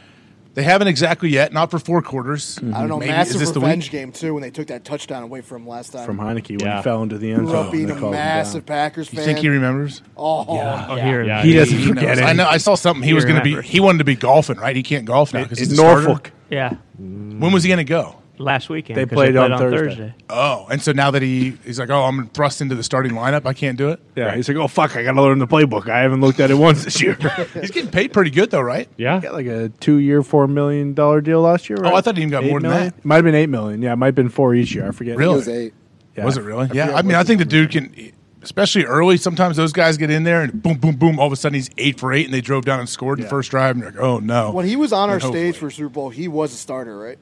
Speaker 1: They haven't exactly yet, not for four quarters.
Speaker 8: I don't know.
Speaker 1: Maybe- is
Speaker 8: massive
Speaker 1: this the week?
Speaker 8: revenge game too when they took that touchdown away from him last time
Speaker 3: From Heineke when
Speaker 1: Yeah.
Speaker 3: he fell into the end
Speaker 8: Grew
Speaker 1: Oh,
Speaker 3: zone.
Speaker 8: up being
Speaker 3: they
Speaker 8: a
Speaker 3: called him down.
Speaker 8: massive Packers fan.
Speaker 1: You think he remembers?
Speaker 8: Oh,
Speaker 1: Oh,
Speaker 8: here
Speaker 3: it He is. doesn't forget
Speaker 1: knows.
Speaker 3: it.
Speaker 1: I know. I saw something. He,
Speaker 3: He
Speaker 1: was going to be.
Speaker 3: remembers.
Speaker 1: He wanted to be golfing, right? He can't golf now because
Speaker 3: in
Speaker 1: he's a starter.
Speaker 3: Norfolk.
Speaker 2: Yeah.
Speaker 1: When was he going to go?
Speaker 2: Last weekend.
Speaker 3: They
Speaker 2: 'cause
Speaker 3: played on Thursday.
Speaker 1: Oh, and so now that he he's like, oh, I'm thrust into the starting lineup. I can't do it.
Speaker 3: Yeah, he's like, oh fuck, I got to learn the playbook. I haven't looked at it once this year.
Speaker 1: He's getting paid pretty good though, right?
Speaker 3: Yeah, got like a two-year, four million dollar deal last year. Right?
Speaker 1: Oh, I thought he even got more than
Speaker 3: million? Might have been eight million. Yeah, it might have been four each year. I forget.
Speaker 1: Really? It was eight.
Speaker 3: Yeah.
Speaker 1: Was it really? yeah.
Speaker 3: forget
Speaker 1: I mean, I think the dude can, especially early. Sometimes those guys get in there and boom, boom, boom. All of a sudden, he's eight for eight, and they drove down and scored in the first drive. And you're like, oh no.
Speaker 8: When he was on our
Speaker 1: And hopefully-
Speaker 8: stage for Super Bowl, he was a starter, right?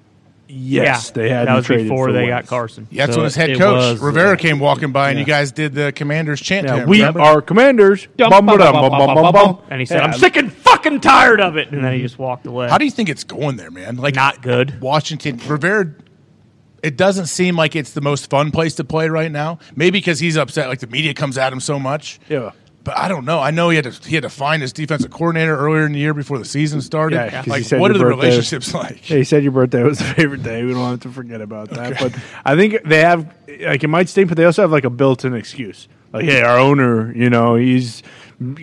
Speaker 3: Yes, they had.
Speaker 2: That was before they got Carson.
Speaker 1: Yeah, that's
Speaker 2: So
Speaker 1: when his head
Speaker 2: it
Speaker 1: coach
Speaker 2: was- uh,
Speaker 1: Rivera came walking by, and you guys did the Commanders chant. to
Speaker 3: Yeah,
Speaker 1: him,
Speaker 3: we
Speaker 1: remember?
Speaker 3: are commanders.
Speaker 2: Dum,
Speaker 3: Bum,
Speaker 2: bum,
Speaker 3: ba-dum,
Speaker 2: bum, bum, bum, bum. And he said,
Speaker 3: Yeah.
Speaker 2: I'm sick and fucking tired of it. And then he just walked away.
Speaker 1: How do you think it's going there, man? Like not
Speaker 2: good.
Speaker 1: Washington Rivera. It doesn't seem like it's the most fun place to play right now. Maybe because he's upset, like the media comes at him so much.
Speaker 3: Yeah.
Speaker 1: But I don't know. I know he had to he had to find his defensive coordinator earlier in the year before the season started.
Speaker 3: Yeah, 'cause he
Speaker 1: like
Speaker 3: said
Speaker 1: what are
Speaker 3: your
Speaker 1: the
Speaker 3: birthday-
Speaker 1: relationships like?
Speaker 3: Yeah, he said your birthday was the favorite day. We don't have to forget about that. But I think they have like it might stink, but they also have like a built-in excuse. Like, hey, our owner, you know, he's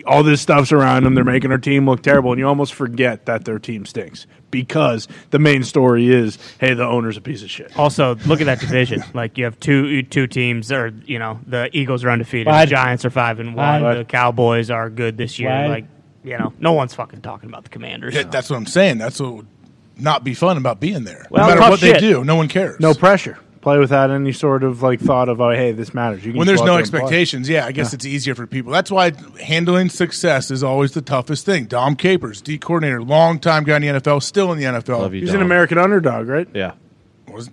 Speaker 3: all this stuff's around him. They're making our team look terrible, and you almost forget that their team stinks because the main story is, hey, the owner's a piece of shit.
Speaker 2: Also, look at that division. like you have two two teams, or you know, the Eagles are undefeated.
Speaker 3: Wide.
Speaker 2: The Giants are five and one.
Speaker 3: Wide.
Speaker 2: The Cowboys are good this year.
Speaker 1: Wide.
Speaker 2: Like you know, no one's fucking talking about the Commanders.
Speaker 1: Yeah, that's what I'm saying. That's what would not be fun about being there.
Speaker 2: Well,
Speaker 1: no matter
Speaker 2: tough
Speaker 1: what they
Speaker 2: shit.
Speaker 1: do, no one cares.
Speaker 3: No pressure. Play without any sort of like thought of, oh, hey, this matters. You can
Speaker 1: when
Speaker 3: just
Speaker 1: there's
Speaker 3: go out
Speaker 1: no
Speaker 3: there and play.
Speaker 1: expectations, yeah, I guess
Speaker 3: Yeah.
Speaker 1: it's easier for people. That's why handling success is always the toughest thing. Dom Capers, D coordinator, long time guy in the NFL, still in the NFL.
Speaker 3: He was an American underdog, right?
Speaker 4: Yeah.
Speaker 1: Was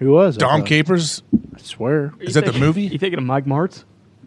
Speaker 3: Who was I
Speaker 1: Dom
Speaker 3: thought?
Speaker 1: Capers?
Speaker 3: I swear.
Speaker 1: Is that the movie?
Speaker 2: You thinking of Mike Martz?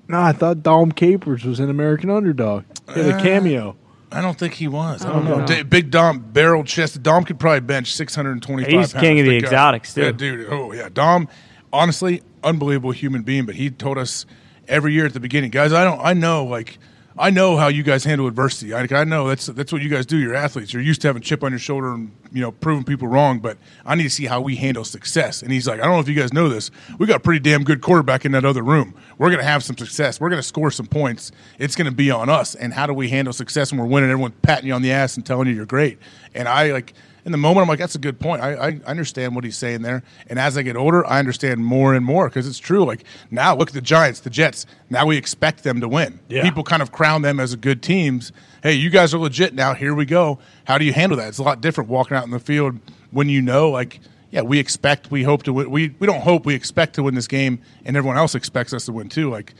Speaker 3: No, I thought Dom Capers was an American underdog. He had a
Speaker 1: Uh,
Speaker 3: cameo.
Speaker 1: I don't think he was. I
Speaker 3: I
Speaker 1: don't,
Speaker 3: don't
Speaker 1: know. D- Big Dom, barrel chested. Dom could probably bench 625
Speaker 2: He's
Speaker 1: pounds
Speaker 2: king of
Speaker 1: to
Speaker 2: the
Speaker 1: go.
Speaker 2: exotics, too.
Speaker 1: Yeah, dude. Oh, yeah. Dom, honestly, unbelievable human being, but he told us every year at the beginning, guys, I don't, I know, like, I know how you guys handle adversity. I, I know that's that's what you guys do. You're athletes. You're used to having a chip on your shoulder and you know proving people wrong. But I need to see how we handle success. And he's like, I don't know if you guys know this. We got a pretty damn good quarterback in that other room. We're gonna have some success. We're gonna score some points. It's gonna be on us. And how do we handle success when we're winning? Everyone's patting you on the ass and telling you you're great. And I like in the moment, I'm like, that's a good point. I, I understand what he's saying there. And as I get older, I understand more and more because it's true. Like now, look at the Giants, the Jets. Now we expect them to win. People kind of crown them as a good teams. Hey, you guys are legit now. Here we go. How do you handle that? It's a lot different walking out in the field when you know, like, yeah, we expect, we hope to win. We, we don't hope, we expect to win this game, and everyone else expects us to win too. Like,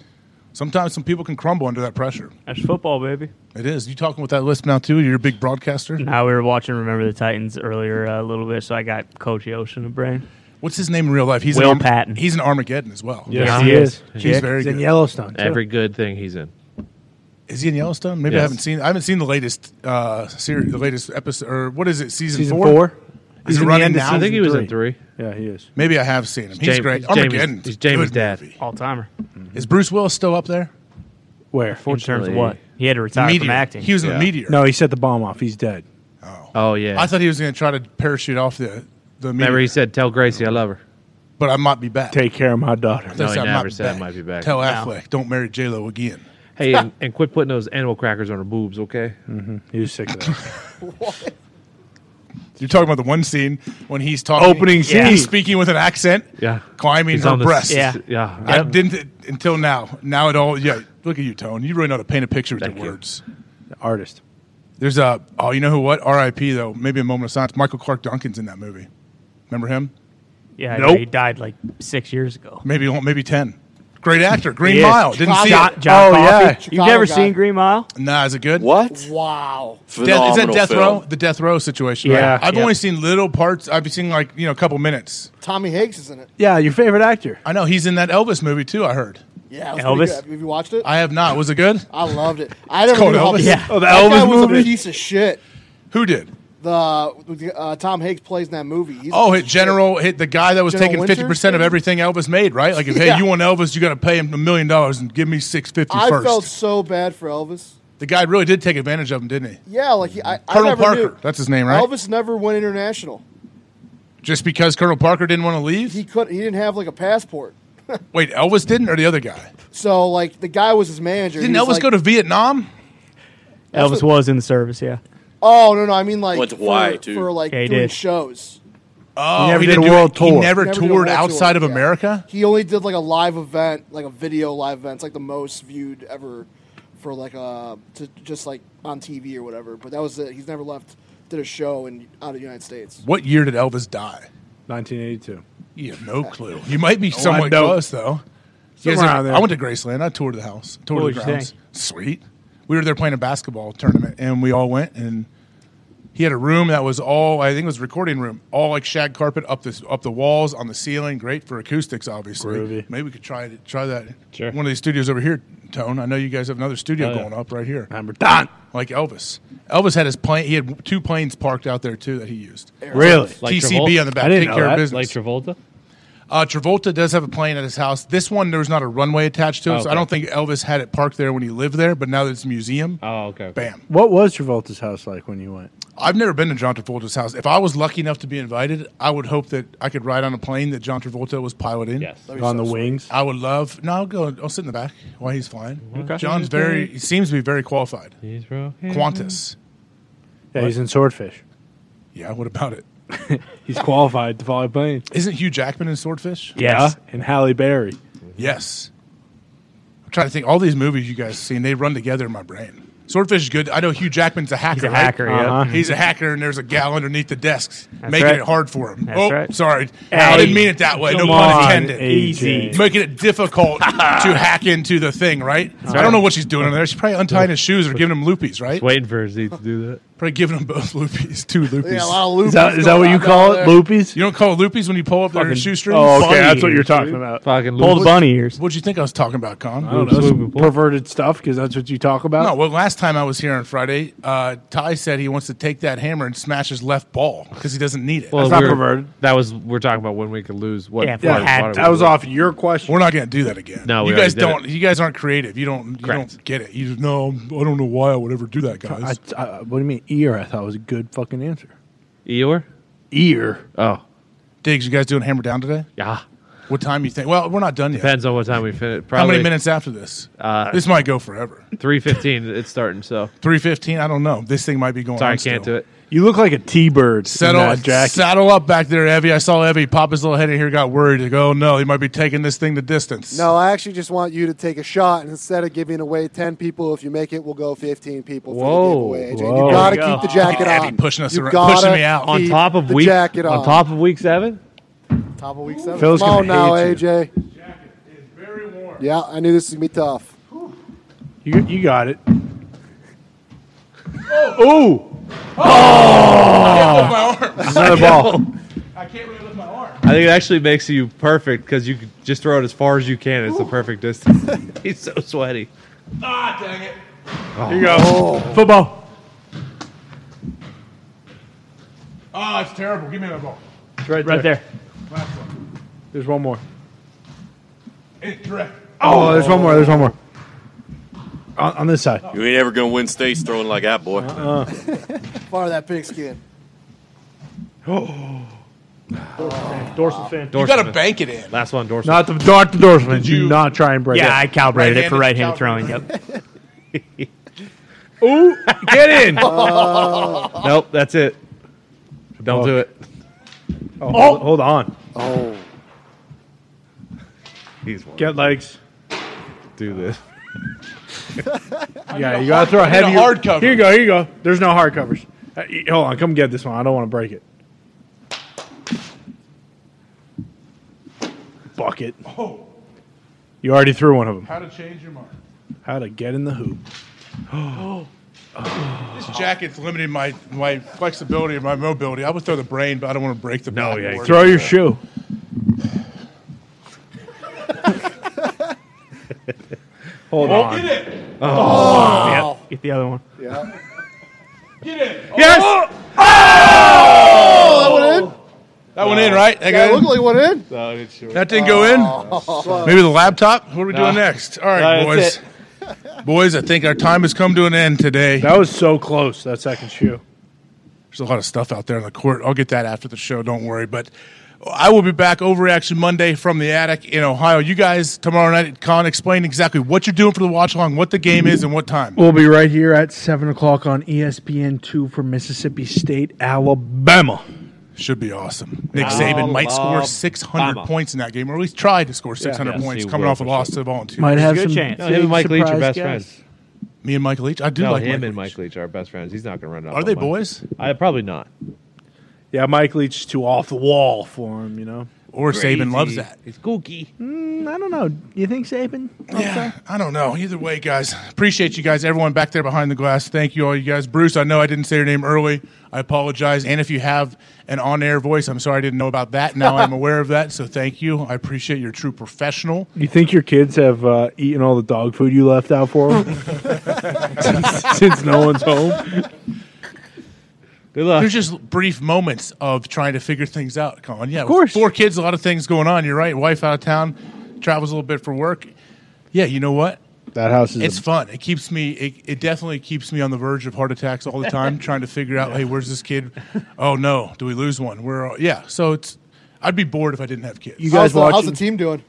Speaker 1: sometimes some people can crumble under that pressure.
Speaker 2: That's football, baby.
Speaker 1: It is. You talking with that list now too? You're a big broadcaster.
Speaker 2: Now we were watching Remember the Titans earlier uh, a little bit, so I got Coach Yosh in the brain.
Speaker 1: What's his name in real life? He's
Speaker 2: Will
Speaker 1: an Arm-
Speaker 2: Patton.
Speaker 1: He's an Armageddon as well.
Speaker 2: Yes, Yeah. he is.
Speaker 1: He's
Speaker 2: Chick.
Speaker 1: very
Speaker 2: He's
Speaker 1: good.
Speaker 2: in Yellowstone, too.
Speaker 4: Every good thing he's in.
Speaker 1: Is he in Yellowstone? Maybe I
Speaker 4: Yes.
Speaker 1: haven't seen. I haven't seen the latest uh series, the latest episode, or what is it? Season,
Speaker 3: Season
Speaker 1: four.
Speaker 3: four? He's
Speaker 1: Is it
Speaker 3: in the
Speaker 1: running
Speaker 3: end of
Speaker 1: now?
Speaker 4: I think he was in three.
Speaker 3: Yeah, he is.
Speaker 1: Maybe I have seen him. He's
Speaker 4: James-
Speaker 1: great.
Speaker 4: he's Jamie's-
Speaker 1: Armageddon.
Speaker 4: he's Jamie's dad.
Speaker 2: All timer.
Speaker 1: Is Bruce Willis still up there?
Speaker 3: Where?
Speaker 2: In terms of what? He had to retire from
Speaker 1: Meteor.
Speaker 2: acting.
Speaker 1: He was in the meteor.
Speaker 3: No, he set the bomb off. He's dead.
Speaker 4: Oh yeah.
Speaker 1: I thought he was going to try to parachute off the the meteor,
Speaker 4: Remember he said, "Tell Gracie I love her."
Speaker 1: but I might be back.
Speaker 3: Take care of my daughter.
Speaker 4: No,
Speaker 1: That's
Speaker 4: he
Speaker 1: how I
Speaker 4: never
Speaker 1: might
Speaker 4: said I might be back.
Speaker 1: Tell
Speaker 4: No.
Speaker 1: Affleck, don't marry J Lo again.
Speaker 4: Hey, and, and quit putting those animal crackers on her boobs, okay?
Speaker 3: Mm-hmm. He was sick of that.
Speaker 1: You're talking about the one scene when he's talking
Speaker 3: Opening
Speaker 1: Yeah.
Speaker 3: scene.
Speaker 1: He's speaking with an accent.
Speaker 4: Yeah.
Speaker 1: climbing
Speaker 4: He's
Speaker 1: her
Speaker 4: on the-
Speaker 1: breast.
Speaker 4: yeah. Yeah.
Speaker 1: I
Speaker 4: Yep.
Speaker 1: didn't until now. Now it all. Yeah, look at you, Tone. You really know how to paint a picture with
Speaker 3: Thank
Speaker 1: your
Speaker 3: you.
Speaker 1: words.
Speaker 3: Artist.
Speaker 1: There's a oh, you know who? What? R.I.P. Though. Maybe a moment of silence. Michael Clark Duncan's in that movie. Remember him?
Speaker 2: Yeah, I know,
Speaker 1: Nope.
Speaker 2: he died like six years ago.
Speaker 1: Maybe one- maybe ten. Great actor, Green
Speaker 2: He is.
Speaker 1: Mile. Didn't see
Speaker 2: John-
Speaker 1: it.
Speaker 2: John Oh, Coffey. yeah. You've Chicago never guy. seen Green Mile?
Speaker 1: Nah, is it good?
Speaker 5: What?
Speaker 8: Wow.
Speaker 1: Death, is that
Speaker 5: Phenomenal
Speaker 1: Death
Speaker 5: film.
Speaker 1: Row? The Death Row situation.
Speaker 3: Yeah.
Speaker 1: I've
Speaker 3: Yeah.
Speaker 1: only seen little parts. I've seen like you know a couple minutes.
Speaker 8: Tommy Hanks is in it.
Speaker 3: Yeah, your favorite actor.
Speaker 1: I know he's in that Elvis movie too. I heard.
Speaker 8: Yeah, it was pretty
Speaker 1: Elvis?
Speaker 8: good. Have you watched it?
Speaker 1: I have not. Was it good?
Speaker 8: I loved it. I never
Speaker 1: called
Speaker 8: knew how
Speaker 1: Elvis?
Speaker 8: yeah.
Speaker 1: Yeah. Oh, the
Speaker 8: that guy
Speaker 1: Elvis
Speaker 8: was a
Speaker 1: movie?
Speaker 8: piece of shit.
Speaker 1: Who did?
Speaker 8: The uh, Tom Hanks plays in that movie. He's a
Speaker 1: Oh,
Speaker 8: piece
Speaker 1: hit
Speaker 8: of
Speaker 1: General, hit the guy that was
Speaker 8: General
Speaker 1: taking
Speaker 8: Winter?
Speaker 1: fifty percent of everything Elvis made, right? Like, if
Speaker 8: Yeah.
Speaker 1: hey, you want Elvis, you got to pay him a million dollars and give me six
Speaker 8: shit.
Speaker 1: fifty
Speaker 8: I
Speaker 1: first.
Speaker 8: felt so bad for Elvis.
Speaker 1: the guy really did take advantage of him, didn't he?
Speaker 8: Yeah, like he, I, I
Speaker 1: Colonel
Speaker 8: never
Speaker 1: Parker,
Speaker 8: knew.
Speaker 1: that's his name, right?
Speaker 8: Elvis never went international.
Speaker 1: Just because Colonel Parker didn't want to leave.
Speaker 8: He could. He didn't have like a passport.
Speaker 1: Wait, Elvis didn't, or the other guy?
Speaker 8: So like the guy was his manager.
Speaker 1: Didn't
Speaker 8: He
Speaker 1: Elvis
Speaker 8: was like,
Speaker 1: go to Vietnam?
Speaker 8: That's
Speaker 2: Elvis
Speaker 8: what-
Speaker 2: was in the service, yeah.
Speaker 8: Oh no no! I mean like
Speaker 1: Went to
Speaker 8: for,
Speaker 1: Hawaii, too.
Speaker 8: for like
Speaker 2: Yeah, he
Speaker 8: doing
Speaker 2: did.
Speaker 8: shows.
Speaker 1: Oh,
Speaker 2: never did a
Speaker 1: didn't do
Speaker 2: world
Speaker 1: it- He
Speaker 2: tour.
Speaker 8: Never
Speaker 1: never,
Speaker 8: did a
Speaker 1: toured
Speaker 8: world tour,
Speaker 1: outside of
Speaker 8: yeah.
Speaker 1: America.
Speaker 8: He only did like a live event, like a video live event. It's like the most viewed ever for like uh to just like on TV or whatever. But that was it. He's never left. Did a show in out of the United States.
Speaker 1: What year did Elvis die?
Speaker 3: 1982.
Speaker 1: You have no clue. You might be
Speaker 3: Oh, I
Speaker 1: somewhat
Speaker 3: don't.
Speaker 1: close though. You
Speaker 3: Somewhere
Speaker 1: guys ever-
Speaker 3: around there.
Speaker 1: I went to Graceland. I toured the house, toured
Speaker 3: What
Speaker 1: the
Speaker 3: would you
Speaker 1: grounds.
Speaker 3: think?
Speaker 1: Sweet. We were there playing a basketball tournament, and we all went. And he had a room that was all I think it was a recording room, all like shag carpet up this up the walls on the ceiling. Great for acoustics, obviously.
Speaker 3: Groovy.
Speaker 1: Maybe we could try it, try that. Sure. One of these studios over here, Tone. I know you guys have another studio
Speaker 3: Oh, yeah.
Speaker 1: going up right here.
Speaker 3: Number done.
Speaker 1: Like Elvis. Elvis had his plane. He had two planes parked out there too that he used.
Speaker 3: Really?
Speaker 1: Like TCB on the back.
Speaker 4: I didn't
Speaker 1: Take
Speaker 4: know
Speaker 1: care of
Speaker 4: that.
Speaker 1: business.
Speaker 4: Like Travolta?
Speaker 1: Uh, Travolta does have a plane at his house. This one, there was not a runway attached
Speaker 4: Oh,
Speaker 1: to it, so I
Speaker 3: Okay.
Speaker 1: don't think Elvis had it parked there when he lived there. But now that it's a museum,
Speaker 4: oh okay,
Speaker 1: bam.
Speaker 3: What was Travolta's house like when you went?
Speaker 1: I've never been to John Travolta's house. If I was lucky enough to be invited, I would hope that I could ride on a plane that John Travolta was piloting. Yes,
Speaker 3: That'd be On so the sweet. wings?
Speaker 1: I would love. No, I'll go. I'll sit in the back while he's flying.
Speaker 3: Okay.
Speaker 1: John's very. He seems to be very qualified.
Speaker 4: He's
Speaker 1: Qantas.
Speaker 3: Yeah, he's in Swordfish.
Speaker 1: Yeah. What about it?
Speaker 3: He's qualified to fly a plane.
Speaker 1: Isn't Hugh Jackman in Swordfish?
Speaker 3: Yeah, and Halle Berry.
Speaker 1: Yes. I'm trying to think. All these movies you guys have seen, they run together in my brain. Swordfish is good. I know Hugh Jackman's a hacker.
Speaker 2: a
Speaker 1: right?
Speaker 2: hacker, yeah. Uh-huh.
Speaker 1: He's a hacker, and there's a gal underneath the desks
Speaker 2: That's
Speaker 1: making
Speaker 2: right.
Speaker 1: it hard for him.
Speaker 2: That's
Speaker 1: oh,
Speaker 2: right.
Speaker 1: sorry.
Speaker 2: Hey,
Speaker 1: I didn't mean it that way. No
Speaker 2: come
Speaker 1: pun
Speaker 2: on,
Speaker 1: intended.
Speaker 2: AJ.
Speaker 1: Making it difficult to hack into the thing, right?
Speaker 4: That's
Speaker 1: I don't
Speaker 4: right.
Speaker 1: know what she's doing in there. She's probably untying his shoes or giving him loopies, right?
Speaker 4: Waiting for Z to do that.
Speaker 1: Probably giving them both loopies, two loopies.
Speaker 8: Yeah, a lot of Is that- loopies is that what going you on
Speaker 3: call down it, there. loopies?
Speaker 1: You don't call it loopies when you pull up their shoestrings.
Speaker 3: Oh, okay, that's what you're talking about.
Speaker 1: What'd- What'd you think I was talking about, Con?
Speaker 3: I don't know, some perverted stuff because that's what you talk about.
Speaker 1: No, well, last time I was here on Friday, uh, Ty said he wants to take that hammer and smash his left ball because he doesn't need it.
Speaker 4: we were- That was we're talking about when we could lose. What?
Speaker 1: Yeah, if
Speaker 4: part
Speaker 1: we
Speaker 4: of
Speaker 1: had
Speaker 4: body
Speaker 1: to.
Speaker 4: we
Speaker 1: That was
Speaker 4: lose.
Speaker 1: off
Speaker 3: your question.
Speaker 1: We're not going to do that again.
Speaker 4: No, we
Speaker 1: you guys
Speaker 4: already did
Speaker 1: don't. You guys aren't creative. You don't. You don't get it. You just no. I don't know why I would ever do that,
Speaker 3: I,
Speaker 1: guys.
Speaker 3: I, what do you mean ear? I thought was a good fucking answer.
Speaker 4: Eeyore?
Speaker 3: Ear.
Speaker 4: Oh.
Speaker 1: Diggs, you guys doing hammer down today?
Speaker 4: Yeah.
Speaker 1: What time you think? Well, we're not done yet.
Speaker 4: Depends on what time we finish.
Speaker 1: How
Speaker 4: Probably
Speaker 1: many minutes after this?
Speaker 4: Uh,
Speaker 1: This might go forever.
Speaker 4: Three fifteen. It's starting. So
Speaker 1: Three fifteen. I don't know. This thing might be going.
Speaker 4: sorry,
Speaker 1: on
Speaker 4: can't
Speaker 1: still.
Speaker 4: do it.
Speaker 3: You look like a T-bird.
Speaker 1: Settle,
Speaker 3: in that jacket.
Speaker 1: saddle up back there, Evie. I saw Evie pop his little head in here. Got worried. Like, oh no, he might be taking this thing the distance.
Speaker 10: No, I actually just want you to take a shot, and instead of giving away ten people, if you make it, we'll go fifteen people.
Speaker 4: Whoa!
Speaker 10: for the giveaway, AJ. You gotta keep the jacket
Speaker 4: Abby
Speaker 10: on.
Speaker 1: pushing us
Speaker 10: You
Speaker 1: around-
Speaker 10: gotta
Speaker 1: pushing me out.
Speaker 4: on
Speaker 10: keep
Speaker 4: top of
Speaker 10: the
Speaker 4: week.
Speaker 10: jacket on.
Speaker 4: On top of week seven.
Speaker 8: Top of week seven.
Speaker 10: Phil's
Speaker 8: Come on
Speaker 10: Come on now,
Speaker 8: now,
Speaker 10: AJ. Yeah, I knew this was gonna be tough.
Speaker 3: You, you got it. Oh!
Speaker 1: Oh!
Speaker 4: Another ball. I think it actually makes you perfect because you could just throw it as far as you can. It's the perfect distance. He's so sweaty.
Speaker 1: Ah, dang it.
Speaker 4: Oh.
Speaker 3: Here you go. Football.
Speaker 1: Oh, it's terrible. Give me that ball.
Speaker 3: It's right,
Speaker 1: Right
Speaker 3: there.
Speaker 1: Last one.
Speaker 3: There's one more.
Speaker 1: Incorrect.
Speaker 3: Oh, there's one more. There's one more. On, on this side.
Speaker 5: You ain't ever gonna win states throwing like that, boy.
Speaker 4: Uh-uh.
Speaker 8: Far that pigskin.
Speaker 3: Oh. Dorsal fin.
Speaker 1: You got to bank it in.
Speaker 4: Last one, dorsal.
Speaker 3: Not the not the dorsman. Do not try and break
Speaker 2: yeah, I
Speaker 3: it.
Speaker 2: calibrated it for right-handed
Speaker 3: Right-handed
Speaker 2: throwing. Yep.
Speaker 3: Ooh, get in.
Speaker 1: Oh.
Speaker 4: Nope, that's it. Don't do it.
Speaker 3: Oh, Hold, hold on.
Speaker 10: Oh.
Speaker 4: He's one.
Speaker 3: Get legs.
Speaker 4: Do this.
Speaker 3: Yeah, you gotta throw a
Speaker 1: I need a
Speaker 3: heavy
Speaker 1: hard cover.
Speaker 3: Here you go. Here you go. There's no hard covers. Uh, y- hold on. Come get this one. I don't want to break it. bucket.
Speaker 1: Oh.
Speaker 3: You already threw one of them.
Speaker 1: How to change your mind.
Speaker 3: How to get in the hoop.
Speaker 1: Oh. This jacket's limiting my, my flexibility and my mobility. I would throw the brain, but I don't want to break the
Speaker 3: No,
Speaker 1: backboard.
Speaker 3: yeah. Throw your shoe. Hold
Speaker 1: Oh,
Speaker 3: on.
Speaker 1: get it.
Speaker 3: Oh.
Speaker 2: Oh. Yep, get the other one.
Speaker 10: Yeah.
Speaker 1: Get it.
Speaker 3: Yes.
Speaker 1: Oh,
Speaker 8: that went in.
Speaker 1: That went in, right? That
Speaker 8: Yeah, it
Speaker 1: got in?
Speaker 8: looked like it went in.
Speaker 1: Oh. That didn't go in?
Speaker 8: Oh.
Speaker 1: Maybe the laptop? What are we
Speaker 8: No.
Speaker 1: doing next? All right,
Speaker 3: No, that's
Speaker 1: boys. boys, I think our time has come to an end today.
Speaker 3: That was so close, that second shoe.
Speaker 1: There's a lot of stuff out there in the court. I'll get that after the show. Don't worry. But I will be back overreaction Monday from the attic in Ohio. You guys tomorrow night, Con, explain exactly what you're doing for the watch along, what the game is, and what time.
Speaker 6: We'll be right here at 7 o'clock on
Speaker 3: E
Speaker 6: ESPN2 for Mississippi State, Alabama.
Speaker 1: Should be awesome. Nick
Speaker 3: Oh,
Speaker 1: Saban might score 600
Speaker 6: Alabama.
Speaker 1: points in that game, or at least try to score 600
Speaker 6: yes,
Speaker 1: points
Speaker 6: he
Speaker 1: coming
Speaker 6: will
Speaker 1: off a
Speaker 6: for
Speaker 1: loss
Speaker 6: sure.
Speaker 1: to the Volunteers.
Speaker 6: Might have There's a good some chance.
Speaker 4: No, him and Mike Leach are best friends.
Speaker 1: Me and Mike Leach? I do
Speaker 4: no,
Speaker 1: like
Speaker 4: him
Speaker 1: Mike
Speaker 4: and Mike Leach are best friends. He's not going to run it up.
Speaker 1: Are
Speaker 4: on
Speaker 1: they
Speaker 4: Mike.
Speaker 1: boys?
Speaker 4: I probably not.
Speaker 3: Yeah, Mike Leach is too off the wall for him, you know.
Speaker 1: Or Saban loves that.
Speaker 4: It's kooky.
Speaker 3: Mm,
Speaker 6: I don't know. You think Saban?
Speaker 1: Yeah, I don't know. Either way, guys, appreciate you guys, everyone back there behind the glass. Thank you all, you guys. Bruce, I know I didn't say your name early. I apologize. And if you have an on air voice, I'm sorry I didn't know about that. Now I'm aware of that. So thank you. I appreciate your true professional.
Speaker 3: You think your kids have uh, eaten all the dog food you left out for them since, since no one's home?
Speaker 4: Good luck.
Speaker 1: There's just brief moments of trying to figure things out, Colin. Yeah, of course. Four kids, a lot of things going on. You're right. Wife out of town, travels a little bit for work. Yeah, you know what?
Speaker 3: That house is
Speaker 1: It's fun. It keeps me. It, it definitely keeps me on the verge of heart attacks all the time, trying to figure out, hey, where's this kid? Oh no, do we lose one? Where? Yeah. So it's. I'd be bored if I didn't have kids.
Speaker 8: You guys How's the- how's watching? the team doing?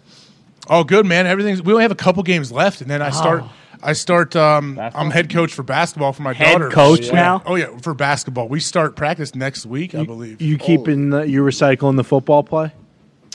Speaker 1: Oh, good man. Everything's. We only have a couple games left, and then I start.
Speaker 8: Oh.
Speaker 1: I start. Um, I'm head coach for basketball for my
Speaker 2: Head
Speaker 1: daughter.
Speaker 2: coach
Speaker 1: Yeah.
Speaker 2: now?
Speaker 1: Oh yeah, for basketball. We start practice next week, I believe.
Speaker 3: You keeping the, you recycling the football play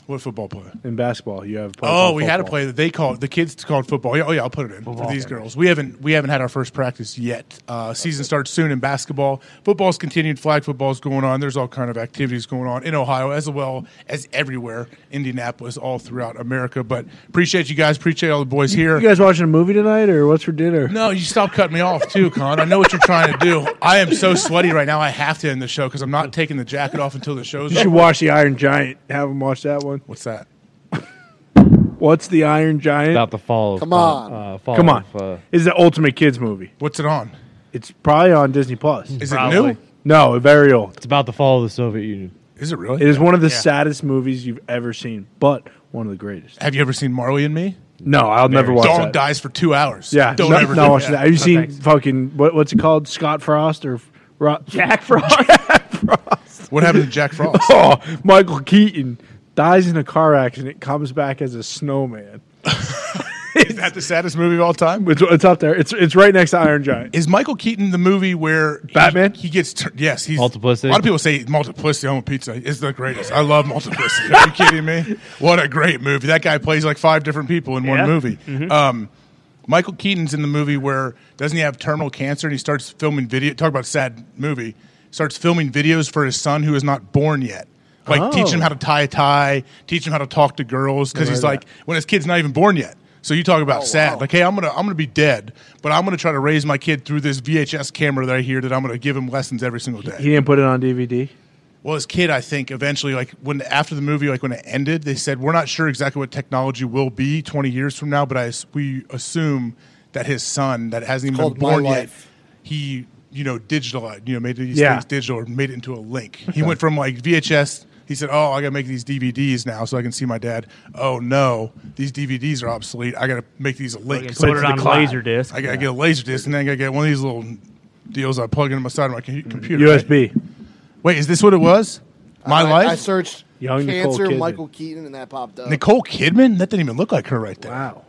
Speaker 1: What football player?
Speaker 3: in basketball? You have play
Speaker 1: Oh,
Speaker 3: called
Speaker 1: we had a
Speaker 3: football.
Speaker 1: play that they called the kids called football. Yeah, oh yeah, I'll put it in for these girls. We haven't we haven't had our first practice yet. Uh, season starts soon in basketball. Football's continued. Flag football's going on. There's all kind of activities going on in Ohio as well as everywhere, Indianapolis, all throughout America. But appreciate you guys. Appreciate all the boys here.
Speaker 3: You guys watching a movie tonight, or what's for dinner?
Speaker 1: No, you stop cutting me off too, Con. I know what you're trying to do. I am so sweaty right now. I have to end the show because I'm not taking the jacket off until the show's.
Speaker 3: You should
Speaker 1: over.
Speaker 3: watch the Iron Giant. Have him watch that one.
Speaker 1: What's that?
Speaker 3: What's the Iron Giant?
Speaker 4: About the fall. Of,
Speaker 3: Come on.
Speaker 4: Uh, fall
Speaker 3: Come on,
Speaker 4: Of, uh,
Speaker 3: is the ultimate kids movie.
Speaker 1: What's it on?
Speaker 3: It's probably on Disney Plus.
Speaker 1: Is it Probably. new?
Speaker 3: No, very old.
Speaker 4: It's about the fall of the Soviet Union.
Speaker 1: Is it really?
Speaker 3: It is one of the
Speaker 1: Yeah.
Speaker 3: saddest movies you've ever seen, but one of the greatest.
Speaker 1: Have you ever seen Marley and Me?
Speaker 3: No, I'll never watch
Speaker 1: Dog
Speaker 3: that.
Speaker 1: dies for two hours.
Speaker 3: Yeah,
Speaker 1: don't
Speaker 3: no,
Speaker 1: ever
Speaker 3: no
Speaker 1: do
Speaker 3: watch that. Have you
Speaker 1: No,
Speaker 3: seen
Speaker 1: thanks.
Speaker 3: fucking what, what's it called? Scott Frost or Ro- Jack Frost?
Speaker 1: What happened to Jack Frost?
Speaker 3: oh, Michael Keaton dies in a car accident, comes back as a snowman.
Speaker 1: Is that the saddest movie of all time?
Speaker 3: It's, it's up there. It's it's right next to Iron Giant.
Speaker 1: Is Michael Keaton the movie where Batman? He, gets tur- yes, he's
Speaker 4: Multiplicity?
Speaker 1: A lot of people say Multiplicity. I want pizza. It's the greatest. I love Multiplicity. Are you kidding me? What a great movie! That guy plays like five different people in
Speaker 3: Yeah.
Speaker 1: one movie.
Speaker 3: Mhm.
Speaker 1: Um, Michael Keaton's in the movie where doesn't he have terminal cancer and he starts filming video. Talk about a sad movie. Starts filming videos for his son who is not born yet. Like
Speaker 3: Oh.
Speaker 1: teaching him how to tie a tie, teach him how to talk to girls because he's
Speaker 3: Right.
Speaker 1: like when his kid's not even born yet. So you talk
Speaker 3: Oh,
Speaker 1: about sad. Like, hey, I'm gonna I'm gonna be dead, but I'm gonna try to raise my kid through this VHS camera that I hear that I'm gonna give him lessons every single day.
Speaker 3: He didn't put it on DVD.
Speaker 1: Well, his kid, I think, eventually, like when after the movie, like when it ended, they said we're not sure exactly what technology will be 20 years from now, but I as- we assume that his son that hasn't even
Speaker 8: called
Speaker 1: been
Speaker 8: My
Speaker 1: born yet,
Speaker 8: Life.
Speaker 1: he you know digitalized, you know, made these
Speaker 8: Yeah.
Speaker 1: things digital or made it into a link. He
Speaker 8: Okay.
Speaker 1: went from like VHS. He said, "Oh, I got to make these DVDs now so I can see my dad." Oh no, these DVDs are obsolete. I got to make these a link.
Speaker 2: Put it on Laserdisc.
Speaker 1: I got to get a laser disc, and then I got to get one of these little deals I plug into my side of my co-
Speaker 8: Mm-hmm.
Speaker 1: computer.
Speaker 3: USB.
Speaker 1: Wait, is this what it was? My
Speaker 8: I,
Speaker 1: life.
Speaker 8: I searched
Speaker 1: Young Nicole
Speaker 8: cancer
Speaker 1: Kidman.
Speaker 8: Michael Keaton and that popped up.
Speaker 1: Nicole Kidman. That didn't even look like her right there.
Speaker 3: Wow.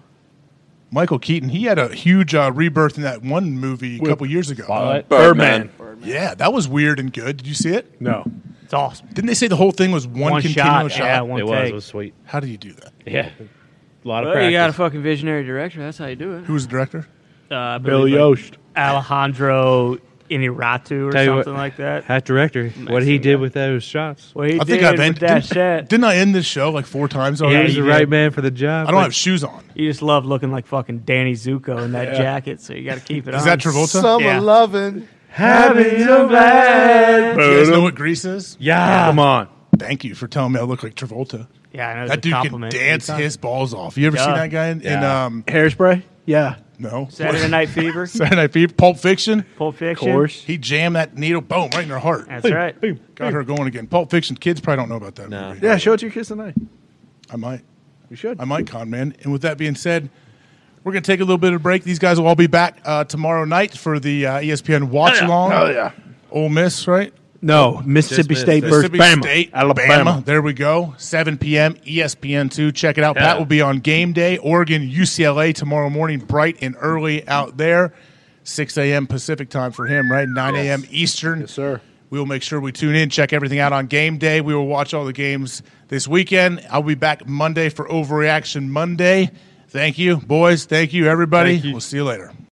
Speaker 1: Michael Keaton. He had a huge uh, rebirth in that one movie a couple years ago.
Speaker 3: Twilight? Birdman.
Speaker 1: Yeah, that was weird and good. Did you see it?
Speaker 3: No.
Speaker 1: It's awesome. Didn't they say the whole thing was one,
Speaker 2: One
Speaker 1: continuous
Speaker 2: shot,
Speaker 1: shot?
Speaker 2: yeah, one It was, it take. was
Speaker 4: sweet.
Speaker 1: How do you do that?
Speaker 4: Yeah. A lot
Speaker 2: of
Speaker 7: Well, you got a fucking visionary director. That's how you do it.
Speaker 1: Who was the director?
Speaker 2: Uh, I
Speaker 1: Bill
Speaker 2: believe, like, Alejandro Iniratu or
Speaker 4: Tell you what-
Speaker 2: something like that.
Speaker 4: Hat director, what he did with those shots.
Speaker 2: Well, he
Speaker 1: I think
Speaker 2: did
Speaker 1: I've
Speaker 2: with
Speaker 1: ended
Speaker 2: that
Speaker 1: didn't, didn't I end this show like four times
Speaker 2: Yeah,
Speaker 1: already?
Speaker 2: you He's the did. right
Speaker 4: man for the job.
Speaker 1: I don't have shoes on.
Speaker 2: You just love looking like fucking Danny Zuko in that
Speaker 1: Yeah.
Speaker 2: jacket, so you got to keep it on.
Speaker 1: Is that Travolta?
Speaker 8: Summer
Speaker 2: Yeah.
Speaker 8: loving.
Speaker 2: Having so bad.
Speaker 1: Do you guys know what Grease is?
Speaker 4: Yeah. Come
Speaker 1: on. Thank you for telling me I look like Travolta.
Speaker 2: Yeah, I know. it's
Speaker 1: That
Speaker 2: a
Speaker 1: dude can
Speaker 2: compliment.
Speaker 1: dance
Speaker 2: Anytime.
Speaker 1: his balls off. You ever
Speaker 2: Yeah.
Speaker 1: seen that guy in, in
Speaker 2: Yeah.
Speaker 1: um,
Speaker 6: Hairspray? Yeah.
Speaker 1: No.
Speaker 2: Saturday Night Fever?
Speaker 1: Saturday Night Fever. Pulp Fiction.
Speaker 2: Pulp Fiction.
Speaker 1: Of course. He jammed that needle, boom, right in her heart.
Speaker 2: That's Boom, right. boom,
Speaker 1: Got her going again. Pulp Fiction. Kids probably don't know about that. No.
Speaker 6: Yeah, show it to your kids tonight.
Speaker 1: I might.
Speaker 6: We should.
Speaker 1: I might, con man. And with that being said, we're going to take a little bit of a break. These guys will all be back uh, tomorrow night for the uh, ESPN watch along.
Speaker 6: Oh, yeah.
Speaker 1: Ole Miss, right?
Speaker 6: No, Oh, Mississippi
Speaker 1: Just
Speaker 6: State
Speaker 1: missed
Speaker 6: versus
Speaker 1: it. Mississippi
Speaker 6: Bama.
Speaker 1: State,
Speaker 6: Alabama.
Speaker 1: Bama. There we go. 7 p.m. ESPN2. Check it out.
Speaker 6: Yeah.
Speaker 1: Pat will be on game day. Oregon, UCLA tomorrow morning, bright and early out there. 6 a.m. Pacific time for him, right? 9 a.m. Eastern. Yes, sir. We will make sure we tune in, check everything out on game day. We will watch all the games this weekend. I'll be back Monday for Overreaction Monday. Thank you, boys. Thank you, everybody. We'll see you later.